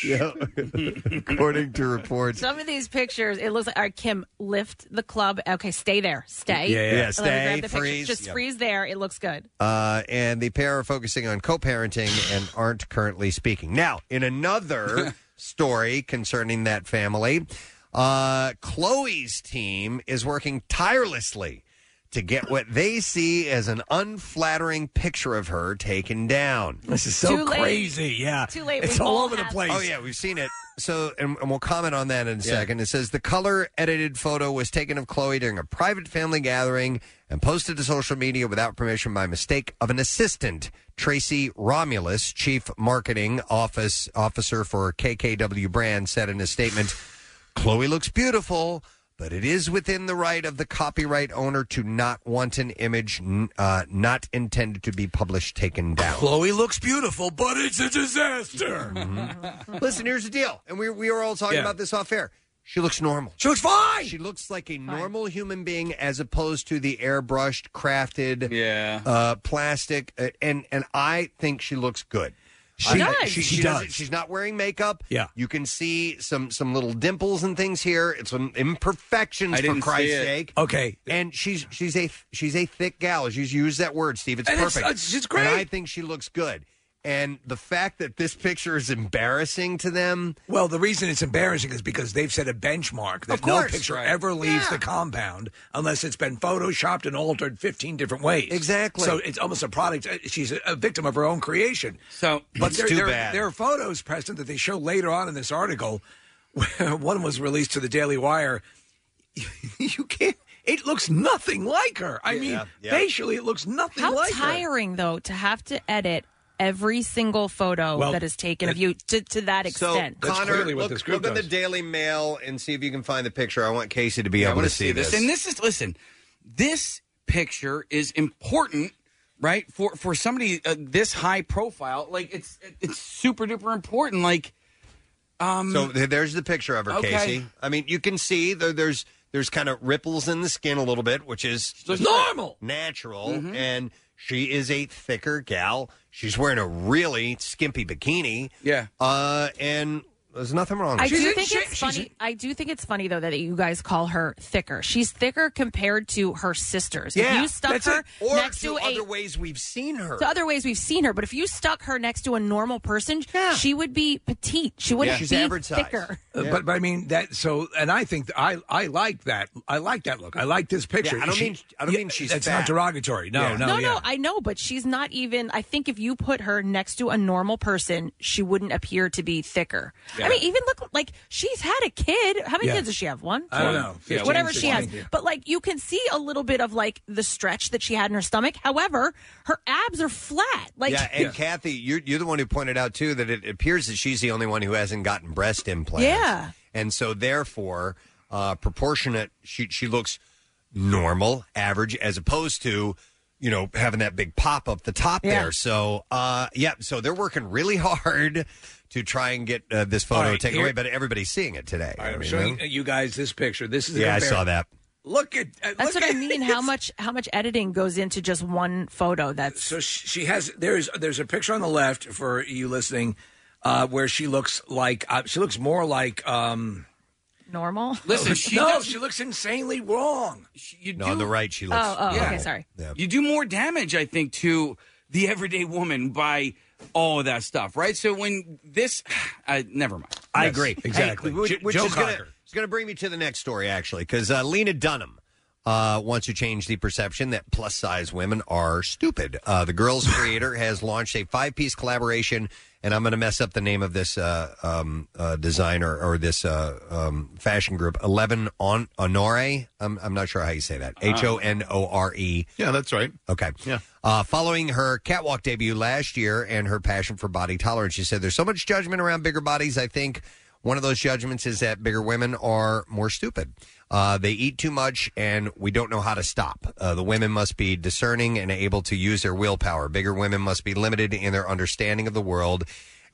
Speaker 3: according to reports.
Speaker 9: Some of these pictures, it looks like, all right, Kim, lift the club. Okay, stay there. Stay.
Speaker 3: Yeah, yeah. Yeah,
Speaker 9: Let me grab
Speaker 3: stay,
Speaker 9: the pictures.
Speaker 3: freeze.
Speaker 9: Just
Speaker 3: Yeah.
Speaker 9: freeze there. It looks good.
Speaker 3: Uh, and the pair are focusing on co-parenting and aren't currently speaking. Now, in another story concerning that family, uh, Chloe's team is working tirelessly to get what they see as an unflattering picture of her taken down.
Speaker 5: This is so Too late. crazy, yeah. Too late, It's we all all over the have place.
Speaker 3: Oh yeah, we've seen it. So, and, and we'll comment on that in a second. It says the color edited photo was taken of Chloe during a private family gathering and posted to social media without permission by mistake of an assistant, Tracy Romulus, chief marketing office officer for KKW brand, said in a statement. Chloe looks beautiful, but it is within the right of the copyright owner to not want an image n- uh, not intended to be published taken down.
Speaker 5: Chloe looks beautiful, but it's a disaster.
Speaker 3: Listen, here's the deal, and we we were all talking
Speaker 5: Yeah.
Speaker 3: Mm-hmm. about this off air. She looks normal.
Speaker 5: She looks fine.
Speaker 3: She looks like a normal human being, as opposed to the airbrushed, crafted,
Speaker 8: yeah,
Speaker 3: uh, plastic. Uh, and and I think she looks good.
Speaker 5: She
Speaker 3: I-
Speaker 5: does.
Speaker 3: She,
Speaker 5: She
Speaker 3: doesn't-
Speaker 5: does.
Speaker 3: She's not wearing makeup.
Speaker 5: Yeah.
Speaker 3: you can see some some little dimples and things here. It's some imperfections
Speaker 5: I
Speaker 3: for
Speaker 5: didn't see
Speaker 3: Christ's
Speaker 5: it.
Speaker 3: sake.
Speaker 5: Okay.
Speaker 3: and she's she's a she's a thick gal. She's used that word, Steve. It's
Speaker 5: And it's-
Speaker 3: perfect.
Speaker 5: it's- she's great.
Speaker 3: And I think she looks good. And the fact that this picture is embarrassing to them.
Speaker 5: Well, the reason it's embarrassing is because they've set a benchmark that
Speaker 3: Of
Speaker 5: no
Speaker 3: course.
Speaker 5: picture ever leaves the compound unless it's been photoshopped and altered 15 different ways.
Speaker 3: Exactly.
Speaker 5: So it's almost a product. uh, She's a- a victim of her own creation.
Speaker 8: So,
Speaker 5: but
Speaker 8: It's
Speaker 5: there,
Speaker 8: too
Speaker 5: there,
Speaker 8: bad.
Speaker 5: there are photos, Preston, that they show later on in this article. Where one was released to the Daily Wire. you can't. It looks nothing like her. I mean,
Speaker 4: yeah.
Speaker 5: facially, it looks nothing
Speaker 4: How
Speaker 5: like her.
Speaker 4: tiring though to have to edit every single photo
Speaker 5: Well,
Speaker 4: that is taken of you to, to that extent.
Speaker 3: So, Connor, look, look at the Daily Mail and see if you can find the picture. I want Casey to be
Speaker 8: Yeah, I
Speaker 3: able
Speaker 8: wanna
Speaker 3: to see this.
Speaker 8: And this is listen, this picture is important, right? For for somebody uh, this high profile, like it's it's super duper important. Like, um,
Speaker 3: so th- there's the picture of her,
Speaker 8: Okay.
Speaker 3: Casey. I mean, you can see there, there's there's kind of ripples in the skin a little bit, which is
Speaker 5: normal,
Speaker 3: natural,
Speaker 8: Mm-hmm.
Speaker 3: and she is a thicker gal. She's wearing a really skimpy bikini.
Speaker 8: Yeah,
Speaker 3: uh, and there's nothing wrong.
Speaker 4: I
Speaker 3: with
Speaker 4: do
Speaker 3: it.
Speaker 4: think it's funny. I do think it's funny though that you guys call her thicker. She's thicker compared to her sisters. if you stuck
Speaker 3: that's
Speaker 4: her
Speaker 3: it. or
Speaker 4: next
Speaker 3: to
Speaker 4: to, a
Speaker 3: other ways we've seen her.
Speaker 4: to other ways we've seen her, but if you stuck her next to a normal person, she would be petite. She wouldn't be thicker.
Speaker 5: Uh, But, but I mean that. So, and I think that I I like that. I like that look. I like this picture.
Speaker 3: Yeah, I don't
Speaker 5: She-
Speaker 3: mean- I don't
Speaker 5: yeah,
Speaker 3: mean she's
Speaker 5: That's
Speaker 3: fat.
Speaker 5: not derogatory. No,
Speaker 3: Yeah.
Speaker 5: no,
Speaker 4: no,
Speaker 5: yeah.
Speaker 4: no, I know, but she's not even. I think if you put her next to a normal person, she wouldn't appear to be thicker.
Speaker 5: Yeah.
Speaker 4: I mean, even look like she's had a kid. How many
Speaker 5: Yeah.
Speaker 4: kids does she have? One,
Speaker 5: I don't
Speaker 4: Two?
Speaker 5: know. Yeah,
Speaker 4: whatever
Speaker 5: one,
Speaker 4: she has.
Speaker 5: sixteen.
Speaker 4: But like, you can see a little bit of like the stretch that she had in her stomach. However, her abs are flat. Like,
Speaker 3: yeah, and Kathy, you're, you're the one who pointed out too that it appears that she's the only one who hasn't gotten breast implants.
Speaker 4: Yeah.
Speaker 3: and so therefore, uh, proportionate. She she looks normal, average, as opposed to you know having that big pop up the top
Speaker 4: Yeah.
Speaker 3: there. So uh, yeah, so they're working really hard to try and get uh, this
Speaker 5: All
Speaker 3: photo
Speaker 5: right,
Speaker 3: taken
Speaker 5: here-
Speaker 3: away, but everybody's seeing it today. I
Speaker 5: I'm
Speaker 3: mean,
Speaker 5: showing you guys this picture. This is a
Speaker 3: yeah, I
Speaker 5: compar-
Speaker 3: saw that.
Speaker 5: Look at uh,
Speaker 4: that's
Speaker 5: look
Speaker 4: what I
Speaker 5: at
Speaker 4: mean. How much? How much editing goes into just one photo? That's
Speaker 5: so sh- she has there's there's a picture on the left for you listening uh where she looks like uh, she looks more like um
Speaker 4: normal.
Speaker 8: listen, she
Speaker 5: no
Speaker 8: does-
Speaker 5: she looks insanely wrong
Speaker 8: she- you
Speaker 3: No,
Speaker 8: do,
Speaker 3: on the right she looks.
Speaker 4: Oh, oh,
Speaker 8: Yeah.
Speaker 4: okay, sorry.
Speaker 8: You do more damage, I think, to the everyday woman by all of that stuff, right? So when this, I never mind.
Speaker 3: I
Speaker 5: Yes,
Speaker 3: agree
Speaker 5: exactly.
Speaker 3: Hey, which
Speaker 5: Jo-
Speaker 3: which
Speaker 5: Joe
Speaker 3: is going
Speaker 5: Cocker.
Speaker 3: to bring me to the next story actually, because uh, Lena Dunham uh, wants to change the perception that plus size women are stupid. Uh, the girls creator has launched a five piece collaboration, and I'm going to mess up the name of this uh, um, uh, designer or this uh, um, fashion group. Eleven on Honore. I'm I'm not sure how you say that.
Speaker 5: Uh-huh.
Speaker 3: H O N O R E.
Speaker 7: Yeah, that's right.
Speaker 3: Okay.
Speaker 7: Yeah.
Speaker 3: Uh, following her catwalk debut last year and her passion for body tolerance, she said, There's so much judgment around bigger bodies. I think one of those judgments is that bigger women are more stupid. Uh, they eat too much, and we don't know how to stop. Uh, the women must be discerning and able to use their willpower. Bigger women must be limited in their understanding of the world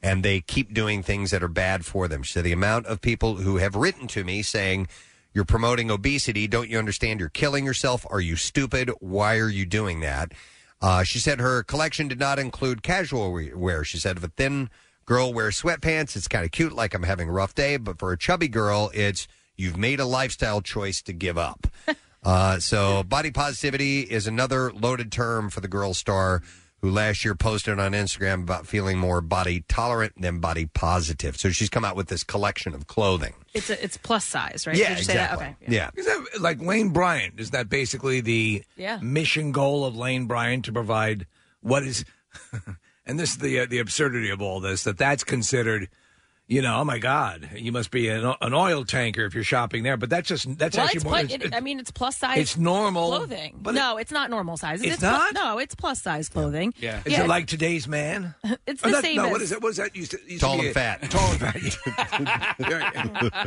Speaker 3: and they keep doing things that are bad for them. So the amount of people who have written to me saying, "You're promoting obesity. Don't you understand? You're killing yourself. Are you stupid? Why are you doing that?" Uh, she said her collection did not include casual we- wear. She said if a thin girl wears sweatpants, it's kind of cute, like I'm having a rough day. But for a chubby girl, it's you've made a lifestyle choice to give up. Uh, so, body positivity is another loaded term for the girl star who last year posted on Instagram about feeling more body tolerant than body positive. So, she's come out with this collection of clothing.
Speaker 4: It's a, it's plus size, right? Did you say that? Okay.
Speaker 3: Yeah.
Speaker 5: is that like lane bryant is that basically the
Speaker 4: Yeah.
Speaker 5: mission goal of lane bryant to provide what is and this is the uh, the absurdity of all this that that's considered you know, oh my God! You must be an, o- an oil tanker if you're shopping there. But that's just that's
Speaker 4: Well,
Speaker 5: actually
Speaker 4: it's
Speaker 5: more.
Speaker 4: plus,
Speaker 5: it's-
Speaker 4: it, uh, I mean, it's plus size.
Speaker 5: it's normal,
Speaker 4: clothing.
Speaker 5: but
Speaker 4: no, it's not normal sizes.
Speaker 5: It's
Speaker 4: plu-
Speaker 5: not?
Speaker 4: no, it's plus size clothing.
Speaker 8: Yeah.
Speaker 5: Is it like today's man?
Speaker 4: It's
Speaker 5: Oh,
Speaker 4: the
Speaker 5: not-
Speaker 4: same
Speaker 5: No,
Speaker 4: as-
Speaker 5: what is that? What was that? Used to, used
Speaker 3: Tall
Speaker 5: to be
Speaker 3: and
Speaker 5: a-
Speaker 3: fat.
Speaker 5: Tall and fat.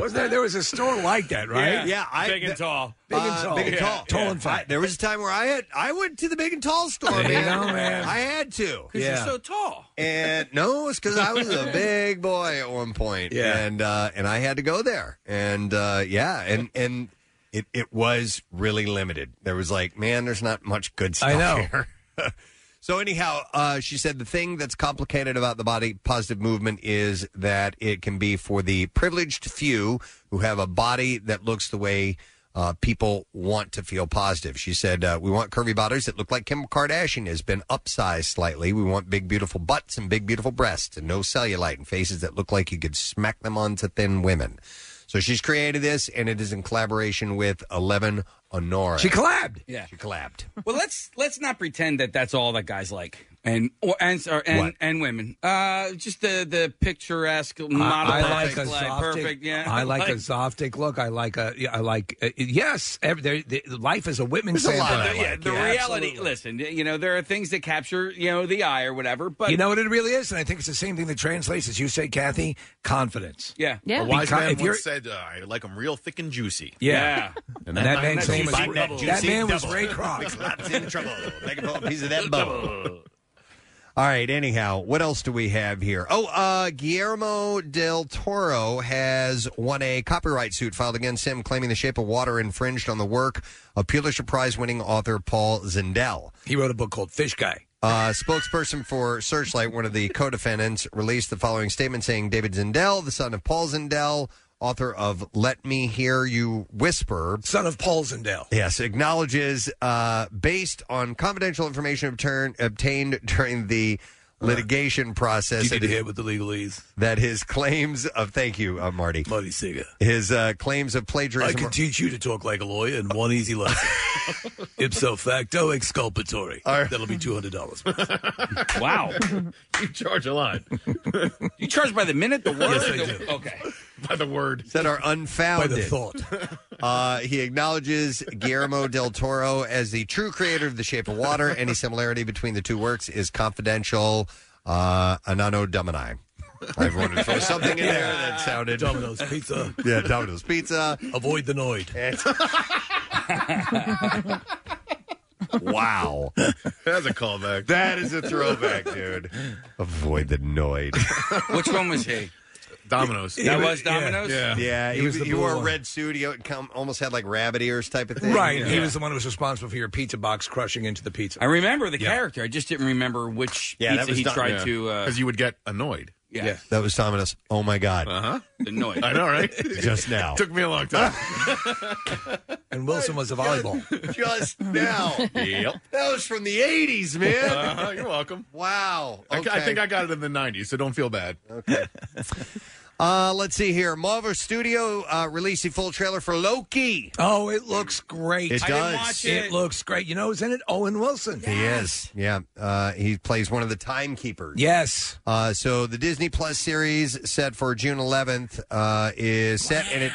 Speaker 5: was there? There was a store like that, right? Uh,
Speaker 3: Yeah, I-
Speaker 8: big and
Speaker 3: th- uh,
Speaker 8: tall.
Speaker 5: Big
Speaker 8: Uh,
Speaker 5: and tall.
Speaker 3: big and
Speaker 5: Yeah.
Speaker 3: tall.
Speaker 5: Tall and fat.
Speaker 3: I- there was a time where I had I went to the big and tall store,
Speaker 5: There you
Speaker 3: man.
Speaker 5: go, man.
Speaker 3: I had to.
Speaker 5: Yeah.
Speaker 8: You're so tall.
Speaker 3: And no, it's because I was a big boy at one point,
Speaker 5: Yeah.
Speaker 3: and uh, and I had to go there, and uh, yeah, and and it it was really limited. There was like, man, there's not much good stuff
Speaker 5: I know.
Speaker 3: here. so anyhow, uh, she said the thing that's complicated about the body positive movement is that it can be for the privileged few who have a body that looks the way. Uh, people want to feel positive. She said, uh, We want curvy bodies that look like Kim Kardashian has been upsized slightly. We want big, beautiful butts and big, beautiful breasts and no cellulite and faces that look like you could smack them onto thin women. So she's created this, and it is in collaboration with Eleven Honora.
Speaker 5: She collabed.
Speaker 8: Yeah.
Speaker 3: She collabed.
Speaker 8: Well, let's let's not pretend that that's all that guys like. and or, and or, and,
Speaker 5: What?
Speaker 8: and women. Uh, just the the picturesque model.
Speaker 5: I, I like a
Speaker 8: perfect life,
Speaker 5: soft
Speaker 8: perfect. Yeah,
Speaker 5: I like, a softic look. I like a. yeah, I like. Uh, yes, every, there, the, life is a Whitman
Speaker 8: There's a
Speaker 5: sample.
Speaker 8: lot of- yeah, the reality. Listen, you know there are things that capture you know the eye or whatever, but
Speaker 5: you know what it really is, and I think it's the same thing that translates, as you say, Kathy, confidence.
Speaker 8: Yeah,
Speaker 7: A wise
Speaker 5: Because
Speaker 7: man
Speaker 5: if you're-
Speaker 7: once said, uh, "I like them real thick and juicy."
Speaker 5: Yeah.
Speaker 7: and
Speaker 5: And
Speaker 7: that,
Speaker 5: that man's
Speaker 7: name
Speaker 5: name
Speaker 7: was
Speaker 5: was- that man was Ray Kroc.
Speaker 7: Lots in trouble. Make
Speaker 3: a piece of that bone. All right. Anyhow, what else do we have here? Oh, uh, Guillermo del Toro has won a copyright suit filed against him, claiming The Shape of Water infringed on the work of Pulitzer Prize-winning author Paul Zindel.
Speaker 5: He wrote a book called Fish Guy.
Speaker 3: Uh, spokesperson for Searchlight, one of the co-defendants, released the following statement saying David Zindel, the son of Paul Zindel, author of Let Me Hear You Whisper,
Speaker 5: son of Paul Zindel.
Speaker 3: Yes, acknowledges uh, based on confidential information obtern- obtained during the litigation process.
Speaker 5: You need
Speaker 3: that
Speaker 5: to
Speaker 3: his-
Speaker 5: hit with the legalese.
Speaker 3: That his claims of thank you, uh, Marty,
Speaker 5: Marty Singer,
Speaker 3: his uh, claims of plagiarism.
Speaker 5: I can teach you to talk like a lawyer in one easy lesson. Ipso facto exculpatory. That'll be two hundred dollars.
Speaker 8: wow,
Speaker 7: you charge a lot.
Speaker 8: you charge by the minute, the word.
Speaker 5: Yes, I
Speaker 8: the- Okay,
Speaker 7: by the word
Speaker 3: that are unfounded.
Speaker 7: By the
Speaker 5: thought.
Speaker 3: Uh, he acknowledges Guillermo del Toro as the true creator of The Shape of Water. Any similarity between the two works is confidential. Uh, Anano Domini. I've wanted to throw something in there that sounded
Speaker 5: Domino's pizza. Uh,
Speaker 3: Yeah, Domino's pizza.
Speaker 5: Avoid the noid.
Speaker 3: wow,
Speaker 7: that's a callback.
Speaker 3: That is a throwback, dude. Avoid the noid.
Speaker 8: which one was he?
Speaker 7: Domino's.
Speaker 8: That was Domino's.
Speaker 3: Yeah,
Speaker 5: He
Speaker 3: he,
Speaker 5: was the
Speaker 3: he
Speaker 5: blue
Speaker 3: wore a
Speaker 5: one.
Speaker 3: red suit. He come, almost had like rabbit ears type of thing.
Speaker 5: Right. He was the one who was responsible for your pizza box crushing into the pizza.
Speaker 8: I remember the
Speaker 5: Yeah.
Speaker 8: character. I just didn't remember which pizza he tried to. Uh,
Speaker 7: because you would get annoyed.
Speaker 8: yeah,
Speaker 3: That was Domino's. Oh my god!
Speaker 7: Uh
Speaker 8: the noise.
Speaker 7: huh. I know, right?
Speaker 3: Just now.
Speaker 7: Took me a long time.
Speaker 5: And Wilson was a volleyball.
Speaker 3: Just now.
Speaker 7: yep.
Speaker 3: That was from the '80s, man.
Speaker 7: Uh-huh, you're welcome.
Speaker 3: Wow.
Speaker 7: I, I think I got it in the '90s, so don't feel bad.
Speaker 3: Uh, let's see here. Marvel Studio uh, released a full trailer for Loki.
Speaker 5: Oh, it looks great.
Speaker 3: It I didn't does. watch
Speaker 5: it.
Speaker 8: it.
Speaker 5: looks great. You know who's in it? Owen Wilson.
Speaker 3: He is. Yeah. Uh, he plays one of the timekeepers.
Speaker 5: Yes.
Speaker 3: Uh, so the Disney Plus series set for June 11th uh, is set, and it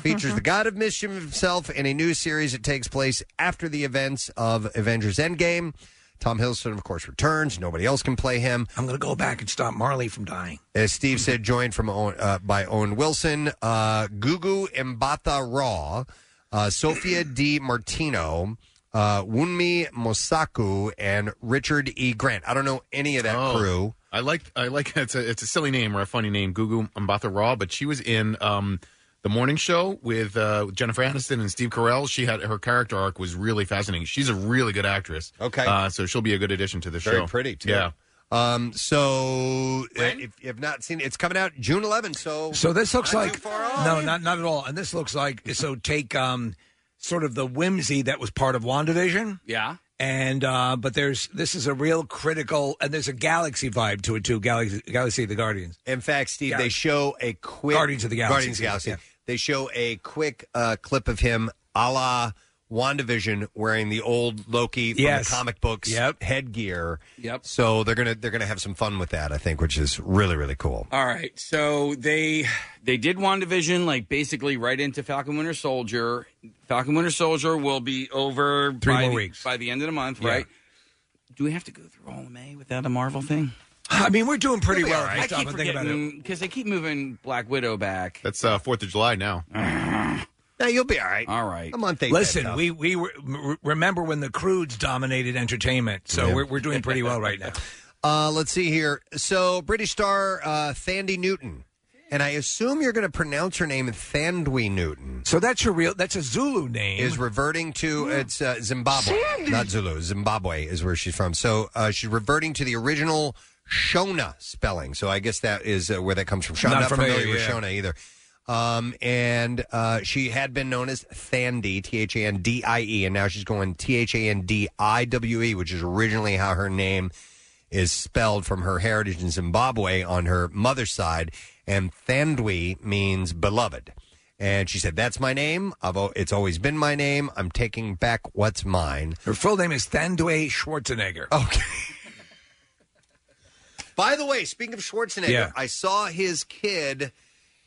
Speaker 3: features the God of Mischief himself in a new series that takes place after the events of Avengers Endgame. Tom Hiddleston, of course, returns. Nobody else can play him.
Speaker 5: I'm going to go back and stop Marley from dying.
Speaker 3: As Steve said, joined from Owen, uh, by Owen Wilson, uh, Gugu Mbatha Raw, uh, Sophia D. Martino, uh, Wunmi Mosaku, and Richard E. Grant. I don't know any of that
Speaker 7: Oh.
Speaker 3: crew.
Speaker 7: I like I like it's a it's a silly name or a funny name, Gugu Mbatha Raw, but she was in um the morning show with uh, Jennifer Aniston and Steve Carell. She had her character arc was really fascinating. She's a really good actress.
Speaker 3: Okay.
Speaker 7: uh, so she'll be a good addition to the show.
Speaker 3: Very pretty, too.
Speaker 7: Yeah,
Speaker 3: Um, so uh, if you have not seen it, it's coming out June 11th. So,
Speaker 5: So this looks
Speaker 3: Not too
Speaker 5: like
Speaker 3: far off.
Speaker 5: no, not not at all. And this looks like so take um sort of the whimsy that was part of Wandavision.
Speaker 8: Yeah.
Speaker 5: And uh but there's this is a real critical and there's a galaxy vibe to it too. Galaxy Galaxy of the Guardians.
Speaker 3: in fact, Steve,
Speaker 5: Yeah.
Speaker 3: they show a quick
Speaker 5: Guardians of the Galaxy.
Speaker 3: Guardians of the Galaxy.
Speaker 5: Yeah.
Speaker 3: They show a quick uh, clip of him, a la WandaVision, wearing the old Loki from
Speaker 5: Yes.
Speaker 3: the comic books
Speaker 5: Yep.
Speaker 3: headgear.
Speaker 8: Yep.
Speaker 3: So they're gonna they're gonna have some fun with that, I think, which is really really cool.
Speaker 8: All right, so they they did WandaVision like basically right into Falcon Winter Soldier. Falcon Winter Soldier will be over
Speaker 5: Three
Speaker 8: by
Speaker 5: more
Speaker 8: the,
Speaker 5: weeks.
Speaker 8: by the end of the month,
Speaker 5: Yeah.
Speaker 8: right? Do we have to go through all of May without a Marvel thing?
Speaker 5: I mean, we're doing pretty
Speaker 3: It'll be
Speaker 5: well.
Speaker 3: all right.
Speaker 5: if you stop and think about it.
Speaker 8: because they keep moving Black Widow back.
Speaker 7: that's uh, Fourth of July now.
Speaker 3: Now you'll be all right.
Speaker 8: All right,
Speaker 3: A month. ain't that
Speaker 5: Listen,
Speaker 3: tough.
Speaker 5: we we were, m- remember when the Crudes dominated entertainment, so we're we're doing pretty well right now.
Speaker 3: Uh, let's see here. So, British star uh, Thandi Newton, and I assume you're going to pronounce her name Thandwe Newton,
Speaker 5: So that's a real that's a Zulu name.
Speaker 3: is reverting to it's uh, Zimbabwe, not Zulu. Zimbabwe is where she's from. So uh, she's reverting to the original Shona spelling. So I guess that is uh, where that comes from. Shona.
Speaker 5: Not
Speaker 3: I'm not familiar,
Speaker 5: familiar,
Speaker 3: with
Speaker 5: yeah.
Speaker 3: Shona either. Um, and uh, she had been known as Thandi, T H A N D I E, and now she's going T H A N D I W E, which is originally how her name is spelled from her heritage in Zimbabwe on her mother's side, and Thandwi means beloved. And she said, "That's my name. I've, al- it's always been my name. I'm taking back what's mine."
Speaker 5: Her full name is Thandwe Schwarzenegger.
Speaker 3: Okay. By the way, speaking of Schwarzenegger,
Speaker 5: Yeah.
Speaker 3: I saw his kid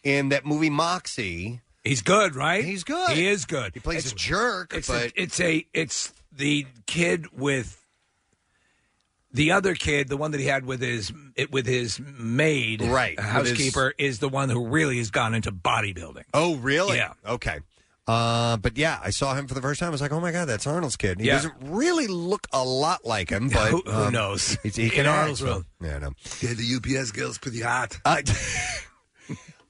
Speaker 3: in that movie Moxie.
Speaker 5: He's good, right?
Speaker 3: He's good.
Speaker 5: He is good.
Speaker 3: He plays a jerk,
Speaker 5: It's
Speaker 3: but
Speaker 5: a, it's a it's the kid with the other kid, the one that he had with his it, with his maid,
Speaker 3: Right,
Speaker 5: a
Speaker 3: with
Speaker 5: housekeeper, is the one who really has gone into bodybuilding.
Speaker 3: Oh, really?
Speaker 5: Yeah.
Speaker 3: Okay. Uh, but yeah, I saw him for the first time. I was like, "Oh my god, that's Arnold's kid." He
Speaker 5: Yeah.
Speaker 3: doesn't really look a lot like him, but um,
Speaker 5: Who- who knows?
Speaker 3: He, he
Speaker 5: In
Speaker 3: can
Speaker 5: Arnold's
Speaker 3: act.
Speaker 5: world.
Speaker 3: Yeah, no.
Speaker 5: Yeah, the UPS girl's pretty hot.
Speaker 3: Uh,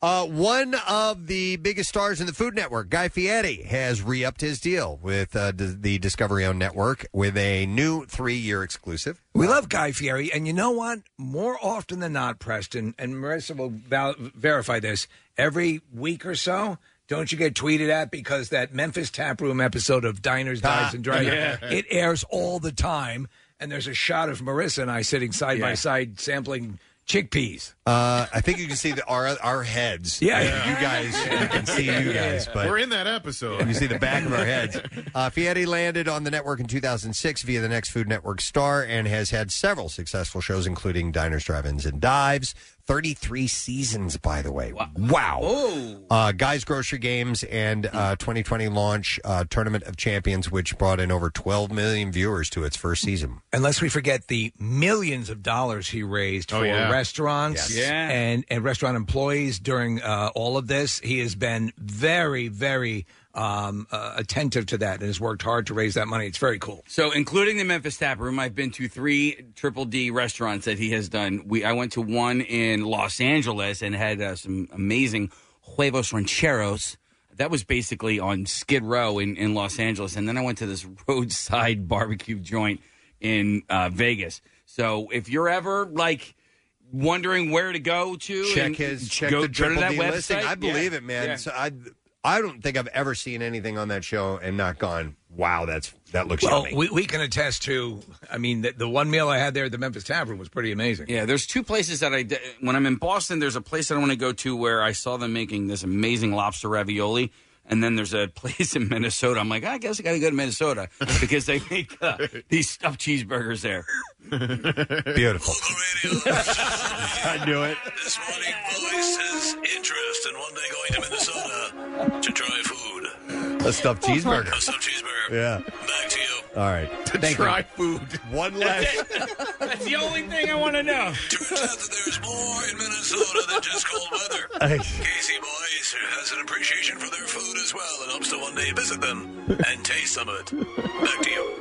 Speaker 3: uh, one of the biggest stars in the Food Network, Guy Fieri, has re-upped his deal with uh, d- the Discovery Own Network with a new three-year exclusive.
Speaker 5: We love Guy Fieri, and you know what? More often than not, Preston and Marissa will val- verify this. Every week or so, don't you get tweeted at because that Memphis Tap Room episode of Diners, Dives, and Drive
Speaker 12: yeah.
Speaker 5: it airs all the time, and there's a shot of Marissa and I sitting side by
Speaker 3: Yeah.
Speaker 5: side sampling chickpeas.
Speaker 3: Uh, I think you can see the, our our heads.
Speaker 5: Yeah.
Speaker 3: you, you guys, we can see you guys. But
Speaker 7: We're in that episode.
Speaker 3: You see the back of our heads. Uh, Fieri landed on the network in 2006 via the Next Food Network star and has had several successful shows, including Diners, Drive-Ins, and Dives. 33 seasons, by the way. Wow. Uh, Guys Grocery Games and uh, 2020 launch uh, Tournament of Champions, which brought in over 12 million viewers to its first season.
Speaker 5: Unless we forget the millions of dollars he raised
Speaker 3: Oh,
Speaker 5: for
Speaker 3: yeah.
Speaker 5: restaurants
Speaker 3: Yes. Yeah.
Speaker 5: and, and restaurant employees during uh, all of this. He has been very, very um, uh, attentive to that and has worked hard to raise that money. It's very cool.
Speaker 8: So, including the Memphis Tap Room, I've been to three Triple D restaurants that he has done. We I went to one in Los Angeles and had uh, some amazing huevos rancheros. That was basically on Skid Row in, in Los Angeles, and then I went to this roadside barbecue joint in uh, Vegas. So, if you're ever like wondering where to go to,
Speaker 3: Check
Speaker 8: and
Speaker 3: his check
Speaker 8: go,
Speaker 3: the
Speaker 8: go to
Speaker 3: triple
Speaker 8: that
Speaker 3: D
Speaker 8: website.
Speaker 3: listing. I believe
Speaker 8: Yeah.
Speaker 3: it, man.
Speaker 8: Yeah.
Speaker 3: So I I don't think I've ever seen anything on that show and not gone. Wow, that's that looks
Speaker 5: Well,
Speaker 3: yummy.
Speaker 5: we, we can attest to, I mean, the, the one meal I had there at the Memphis Tavern was pretty amazing.
Speaker 8: Yeah, there's two places that I d- when I'm in Boston, there's a place that I want to go to where I saw them making this amazing lobster ravioli. And then there's a place in Minnesota. I'm like, I guess I got to go to Minnesota because they make uh, these stuffed cheeseburgers there.
Speaker 3: Beautiful.
Speaker 12: I
Speaker 3: knew it.
Speaker 12: This morning, police has interest in one day going to Minnesota to try food.
Speaker 3: A stuffed cheeseburger.
Speaker 12: A stuffed cheeseburger.
Speaker 3: Yeah.
Speaker 12: Back to you.
Speaker 3: All right.
Speaker 12: To
Speaker 3: Thank
Speaker 12: try
Speaker 3: you.
Speaker 7: food.
Speaker 3: One
Speaker 12: That's
Speaker 3: last.
Speaker 8: That's the only thing I want to know.
Speaker 12: Turns out that there's more in Minnesota than just cold weather. Casey Boys has an appreciation for their food as well and hopes to one day visit them and taste some of it. Back to you.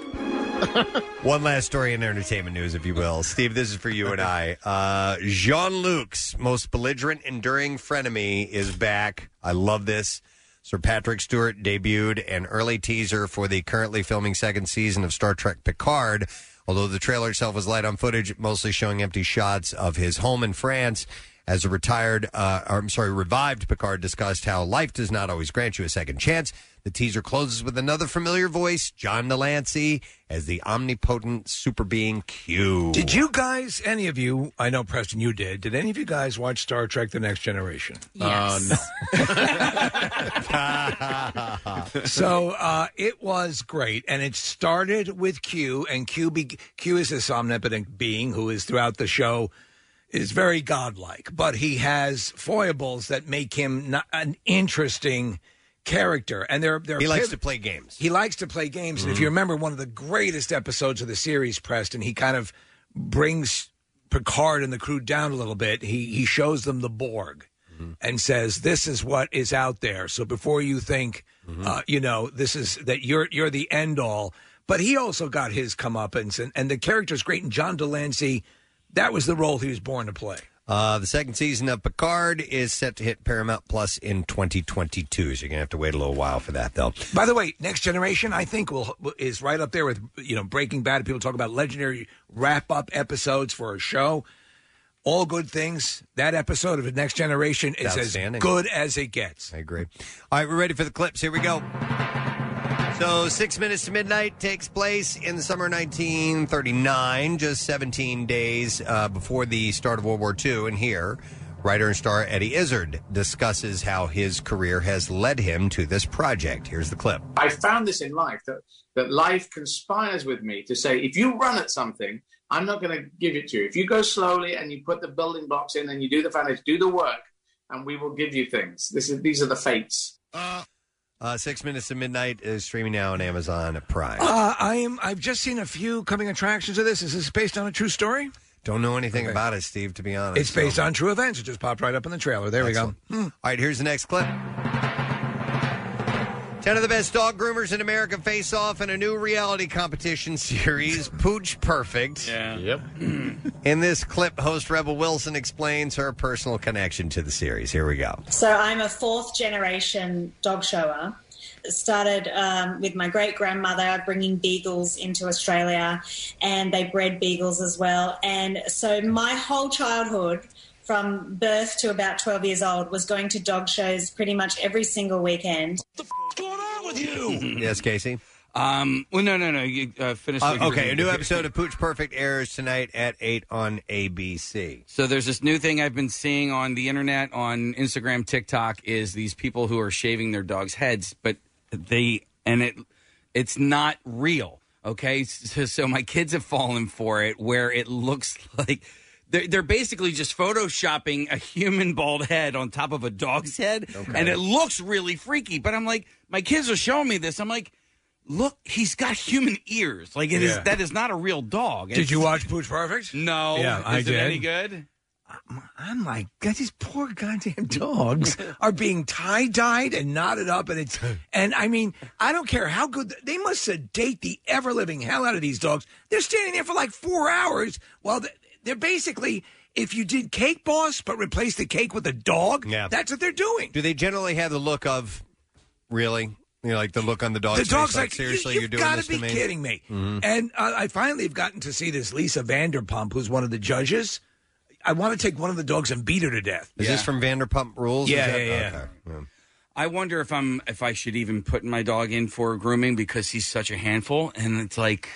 Speaker 3: One last story in entertainment news, if you will. Steve, this is for you and I. Uh, Jean Luc's most belligerent, enduring frenemy is back. I love this. Sir Patrick Stewart debuted an early teaser for the currently filming second season of Star Trek Picard. Although the trailer itself was light on footage, mostly showing empty shots of his home in France. As a retired, uh, or I'm sorry, revived Picard discussed how life does not always grant you a second chance. The teaser closes with another familiar voice, John Delancey, as the omnipotent super being Q.
Speaker 5: Did you guys, any of you, I know Preston, you did, did any of you guys watch Star Trek The Next Generation?
Speaker 12: Yes.
Speaker 5: so uh, it was great, and it started with Q, and Q be- Q is this omnipotent being who is throughout the show is very godlike, but he has foibles that make him not an interesting character, and they're they're
Speaker 3: He likes
Speaker 5: piv-
Speaker 3: to play games.
Speaker 5: He likes to play games, and if
Speaker 3: Mhm.
Speaker 5: you remember one of the greatest episodes of the series, Preston, he kind of brings Picard and the crew down a little bit. He he shows them the Borg and says, "This is what is out there." So before you think, uh, you know, this is that you're you're the end all. But he also got his comeuppance, and and the character's great. And John Delancey, that was the role he was born to play.
Speaker 3: Uh, the second season of Picard is set to hit Paramount Plus in 2022, so you're gonna have to wait a little while for that, though.
Speaker 5: By the way, Next Generation, I think will is right up there with you know Breaking Bad. People talk about legendary wrap up episodes for a show. All good things. That episode of Next Generation is as
Speaker 3: Outstanding.
Speaker 5: good as it gets.
Speaker 3: I agree. All right, we're ready for the clips. Here we go. So, Six Minutes to Midnight takes place in the summer of 1939, just 17 days uh, before the start of World War II. And here, writer and star Eddie Izzard discusses how his career has led him to this project. Here's the clip.
Speaker 13: I found this in life that, that life conspires with me to say, if you run at something, I'm not going to give it to you. If you go slowly and you put the building blocks in and you do the foundation, do the work, and we will give you things. This is these are the fates.
Speaker 3: Uh, Six Minutes to Midnight is streaming now on Amazon Prime.
Speaker 5: Uh, I am. I've just seen a few coming attractions of this. Is this based on a true story?
Speaker 3: Don't know anything about it, Steve, to be honest.
Speaker 5: It's based on true events. It just popped right up in the trailer. There we go. Hmm.
Speaker 3: All right, here's the next clip. Ten of the best dog groomers in America face off in a new reality competition series, Pooch Perfect. Yeah.
Speaker 7: Yep.
Speaker 3: in this clip, host Rebel Wilson explains her personal connection to the series. Here we go.
Speaker 14: So I'm a fourth generation dog shower. It Started um, with my great grandmother bringing beagles into Australia, and they bred beagles as well. And so my whole childhood, from birth to about 12 years old, was going to dog shows pretty much every single weekend.
Speaker 12: with you.
Speaker 3: yes, Casey.
Speaker 8: Um. Well, no, no, no. You uh, finish.
Speaker 3: Uh,
Speaker 8: what you were
Speaker 3: okay, a
Speaker 8: doing.
Speaker 3: new episode of Pooch Perfect airs tonight at 8 on ABC.
Speaker 8: So there's this new thing I've been seeing on the internet, on Instagram, TikTok, is these people who are shaving their dogs' heads, but they and it it's not real. Okay, so, so my kids have fallen for it, where it looks like they're, they're basically just photoshopping a human bald head on top of a dog's head, and it looks really freaky. But I'm like, my kids are showing me this. I'm like, look, he's got human ears. Like it is
Speaker 5: Yeah.
Speaker 8: that is not a real dog.
Speaker 5: Did you watch Pooch Perfect?
Speaker 8: No.
Speaker 5: Yeah,
Speaker 8: is
Speaker 5: I
Speaker 8: it
Speaker 5: did.
Speaker 8: Any good?
Speaker 5: I'm like, God, these poor goddamn dogs are being tie dyed and knotted up, and it's and I mean, I don't care how good they must sedate the ever living hell out of these dogs. They're standing there for like four hours while they- they're basically if you did Cake Boss but replace the cake with a dog,
Speaker 3: Yeah.
Speaker 5: that's what they're doing.
Speaker 3: Do they generally have the look of, really? You know, like the look on the dog's
Speaker 5: the dog's
Speaker 3: face,
Speaker 5: like,
Speaker 3: seriously,
Speaker 5: you,
Speaker 3: are
Speaker 5: have
Speaker 3: doing
Speaker 5: got
Speaker 3: this
Speaker 5: to be
Speaker 3: to me?
Speaker 5: kidding me.
Speaker 3: Mhm.
Speaker 5: And uh, I finally have gotten to see this Lisa Vanderpump, who's one of the judges. I want to take one of the dogs and beat her to death.
Speaker 3: Is this from Vanderpump Rules?
Speaker 5: Yeah,
Speaker 3: Is that-
Speaker 5: yeah, yeah.
Speaker 3: okay.
Speaker 8: I wonder if I'm if I should even put my dog in for grooming because he's such a handful, and it's like,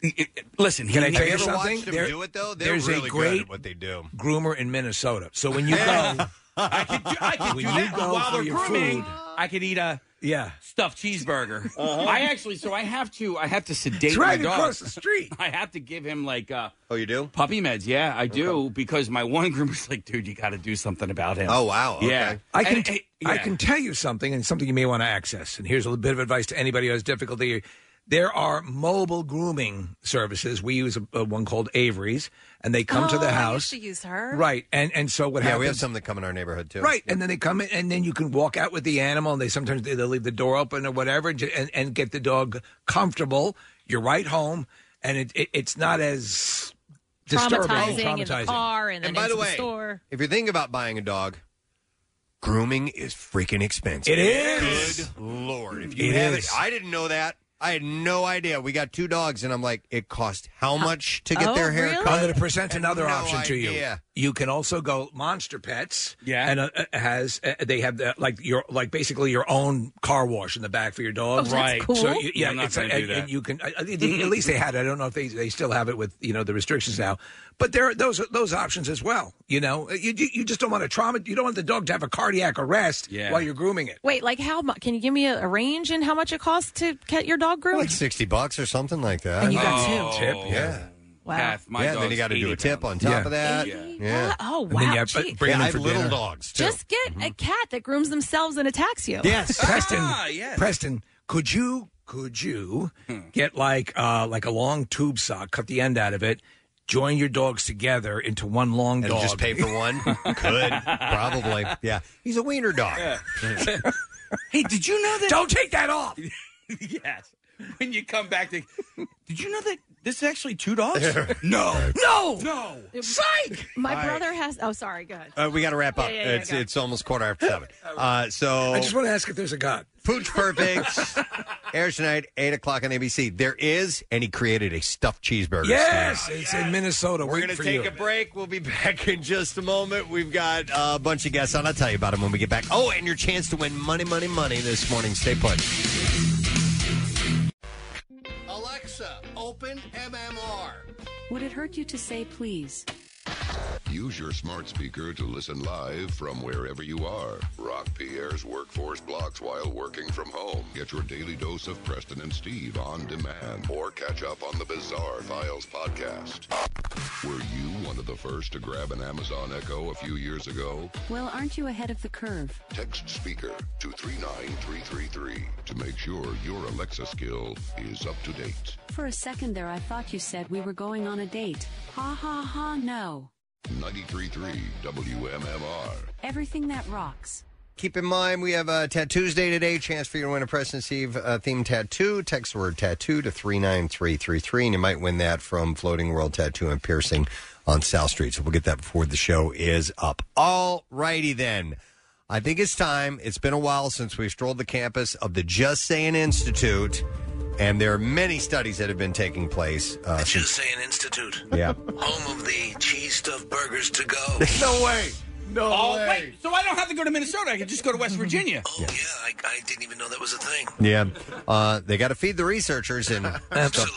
Speaker 8: it- it- listen,
Speaker 5: Can
Speaker 8: he-
Speaker 5: I tell you
Speaker 8: Have ever watched
Speaker 5: something?
Speaker 8: him
Speaker 5: There-
Speaker 8: do it, though? They're
Speaker 5: there's
Speaker 8: really
Speaker 5: a
Speaker 8: good at
Speaker 5: great
Speaker 8: what
Speaker 3: they do.
Speaker 5: groomer in Minnesota. So when you go,
Speaker 8: I could do, I
Speaker 5: When
Speaker 8: could do
Speaker 5: you
Speaker 8: that
Speaker 5: go
Speaker 8: while
Speaker 5: for
Speaker 8: they're
Speaker 5: your
Speaker 8: grooming.
Speaker 5: food.
Speaker 8: I could eat a
Speaker 5: yeah
Speaker 8: stuffed cheeseburger.
Speaker 5: Uh-huh.
Speaker 8: I actually, so I have to, I have to sedate
Speaker 5: It's right
Speaker 8: my dog.
Speaker 5: across the street.
Speaker 8: I have to give him like. Uh,
Speaker 3: oh, you do
Speaker 8: puppy meds? Yeah, I do because my one groomer's like, dude, you got to do something about him.
Speaker 5: Oh,
Speaker 8: Yeah,
Speaker 5: I can
Speaker 8: And- and-
Speaker 5: I
Speaker 8: yeah.
Speaker 5: can tell you something and something you may want to access. And here's a little bit of advice to anybody who has difficulty. There are mobile grooming services. We use a, a one called Avery's, and they come to
Speaker 4: Oh,
Speaker 5: the
Speaker 4: I
Speaker 5: house.
Speaker 4: used to use her.
Speaker 5: Right, and and so what
Speaker 3: yeah,
Speaker 5: happens?
Speaker 3: we have some that come in our neighborhood too.
Speaker 5: Right, and then they come in, and then you can walk out with the animal. And they sometimes they, they'll leave the door open or whatever, and, and and get the dog comfortable. You're right home, and it, it it's not as disturbing,
Speaker 4: Traumatizing in the car and then
Speaker 3: And by
Speaker 4: into
Speaker 3: the
Speaker 4: the
Speaker 3: way-
Speaker 4: store.
Speaker 3: If you're thinking about buying a dog, grooming is freaking expensive.
Speaker 5: It is.
Speaker 3: Good lord! If you
Speaker 5: It
Speaker 3: have
Speaker 5: is.
Speaker 3: it, I didn't know that. I had no idea. We got two dogs, and I'm like, it cost how much to get their hair cut?
Speaker 5: I'm going to present another
Speaker 3: no
Speaker 5: option to you.
Speaker 3: idea.
Speaker 5: You can also go Monster Pets. Yeah, and uh, uh, has uh, they have the, like your like basically your own car wash in the back for your
Speaker 8: Oh,
Speaker 5: dogs.
Speaker 8: that's Right. cool.
Speaker 5: So you, yeah,
Speaker 8: I'm not
Speaker 5: it's, uh,
Speaker 8: gonna
Speaker 5: and,
Speaker 8: do that.
Speaker 5: and you can I- I think they- at least they had. it. I don't know if they, they still have it with you know the restrictions now, but there are those those options as well. You know, you you you just don't want a trauma. You don't want the dog to have a cardiac arrest while you're grooming it.
Speaker 4: Wait, like how much? Can you give me a, a range and how much it costs to get your dog groomed?
Speaker 3: like sixty bucks or something like that.
Speaker 4: And you got
Speaker 3: oh,
Speaker 4: two.
Speaker 3: tip, yeah.
Speaker 4: Wow.
Speaker 8: Half. My
Speaker 3: yeah, then
Speaker 8: dog's
Speaker 3: you got to do a
Speaker 8: 80
Speaker 3: tip on
Speaker 8: pounds.
Speaker 3: top
Speaker 8: Yeah.
Speaker 3: of that.
Speaker 8: Yeah.
Speaker 3: Yeah.
Speaker 4: Oh, wow.
Speaker 3: yeah,
Speaker 4: Gee.
Speaker 5: bring them
Speaker 3: I have
Speaker 5: for
Speaker 3: little
Speaker 5: dinner.
Speaker 3: dogs too.
Speaker 4: Just get a cat that grooms themselves and attacks you.
Speaker 5: Mm-hmm. Yes, Preston.
Speaker 3: Ah,
Speaker 4: yes.
Speaker 5: Preston, could you could you
Speaker 3: Hmm.
Speaker 5: get like uh like a long tube sock, cut the end out of it, join your dogs together into one long
Speaker 3: And
Speaker 5: dog,
Speaker 3: just pay for one? Could probably, yeah. He's a wiener dog.
Speaker 8: Hey, did you know that?
Speaker 5: Don't take that off.
Speaker 8: yes. When you come back, they, did you know that this is actually two dogs? no.
Speaker 5: No,
Speaker 8: no,
Speaker 5: psych.
Speaker 4: My
Speaker 3: All right.
Speaker 4: brother has. Oh, sorry. Go ahead.
Speaker 3: Uh, we got to wrap
Speaker 4: Yeah,
Speaker 3: up.
Speaker 4: yeah, yeah,
Speaker 3: it's
Speaker 4: go.
Speaker 3: it's almost quarter after seven. Uh, so
Speaker 5: I just want to ask if there's a god.
Speaker 3: Pooch Perfect airs tonight, eight o'clock on ABC. There is, and he created a stuffed cheeseburger.
Speaker 5: Yes, it's in Minnesota.
Speaker 3: We're
Speaker 5: going
Speaker 3: gonna take a break. We'll be back in just a moment. We've got uh, a bunch of guests on. I'll tell you about them when we get back. Oh, and your chance to win money, money, money this morning. Stay put.
Speaker 2: Alexa, open MMR.
Speaker 15: Would it hurt you to say please?
Speaker 2: Use your smart speaker to listen live from wherever you are. Rock Pierre's workforce blocks while working from home. Get your daily dose of Preston and Steve on demand or catch up on the Bizarre Files podcast. Were you one of the first to grab an Amazon Echo a few years ago?
Speaker 15: Well, aren't you ahead of the curve?
Speaker 2: Text speaker to 39333 to make sure your Alexa skill is up to date.
Speaker 15: For a second there, I thought you said we were going on a date. Ha ha ha, no.
Speaker 2: 933 WMMR.
Speaker 15: Everything that rocks.
Speaker 3: Keep in mind, we have a Tattoos Day today. Chance for you to win a Preston Steve uh, themed tattoo. Text the word tattoo to 39333, and you might win that from Floating World Tattoo and Piercing on South Street. So we'll get that before the show is up. All righty then. I think it's time. It's been a while since we've strolled the campus of the Just Saying Institute, and there are many studies that have been taking place. Uh,
Speaker 12: The
Speaker 3: since-
Speaker 12: Just Saying Institute.
Speaker 3: Yeah.
Speaker 12: Home of the cheese stuffed burgers to go.
Speaker 3: no way. No
Speaker 8: oh,
Speaker 12: way.
Speaker 8: Wait, so I don't have to go to Minnesota. I can just go to West Virginia.
Speaker 12: Oh, yeah, I, I didn't even know that was a thing.
Speaker 3: Yeah, uh, they got to feed the researchers and
Speaker 12: Absolutely.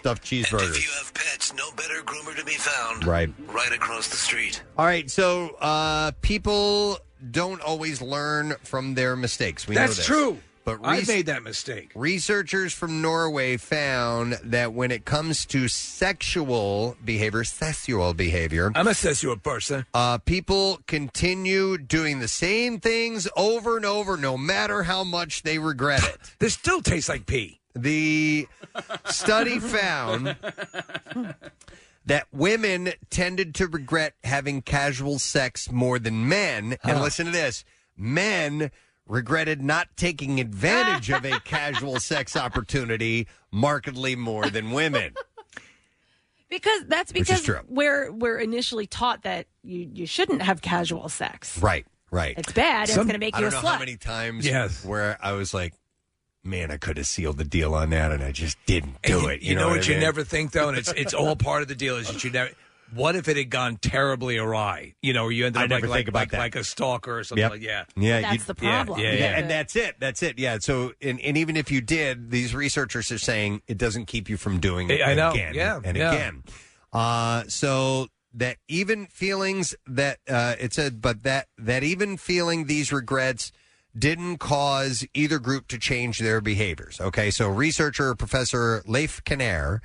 Speaker 3: stuffed, stuffed
Speaker 12: And if you
Speaker 3: cheeseburgers.
Speaker 12: have pets, no better groomer to be found.
Speaker 3: Right.
Speaker 12: Right across the street.
Speaker 3: All right, so uh, people don't always learn from their mistakes. We know
Speaker 5: That's
Speaker 3: this.
Speaker 5: true.
Speaker 3: But
Speaker 5: I
Speaker 3: res-
Speaker 5: made that mistake.
Speaker 3: Researchers from Norway found that when it comes to sexual behavior, sexual behavior,
Speaker 5: I'm a sexual person.
Speaker 3: uh, people continue doing the same things over and over, no matter how much they regret it.
Speaker 5: This still tastes like pee.
Speaker 3: The study found that women tended to regret having casual sex more than men. And listen to this men regretted not taking advantage of a casual sex opportunity markedly more than women.
Speaker 9: Because that's
Speaker 3: Which is
Speaker 9: because
Speaker 3: true.
Speaker 9: we're we're initially taught that you, you shouldn't have casual sex.
Speaker 3: Right, right.
Speaker 9: It's bad. and it's going to make
Speaker 3: I
Speaker 9: you a
Speaker 3: don't know how
Speaker 9: slut.
Speaker 3: many times where I was like, man, I could have sealed the deal on that and I just didn't do it.
Speaker 5: You, know, what,
Speaker 3: I
Speaker 5: you
Speaker 3: mean?
Speaker 5: never think though, and it's it's all part of the deal. Is that you never. What if it had gone terribly awry? You know, or you ended
Speaker 3: I
Speaker 5: up
Speaker 3: never
Speaker 5: like like,
Speaker 3: think about
Speaker 5: like,
Speaker 3: that.
Speaker 5: like a stalker or something.
Speaker 3: Yep.
Speaker 5: like Yeah,
Speaker 3: Yeah, you-
Speaker 5: Yeah, yeah, yeah.
Speaker 3: and that's it. That's it. Yeah. So, and, and even if you did, these researchers are saying it doesn't keep you from doing it
Speaker 5: I know.
Speaker 3: again
Speaker 5: Yeah,
Speaker 3: and
Speaker 5: yeah.
Speaker 3: again. Uh, so that even feelings that uh, it said, but that that even feeling these regrets didn't cause either group to change their behaviors. Okay, so researcher Professor Leif Kinnair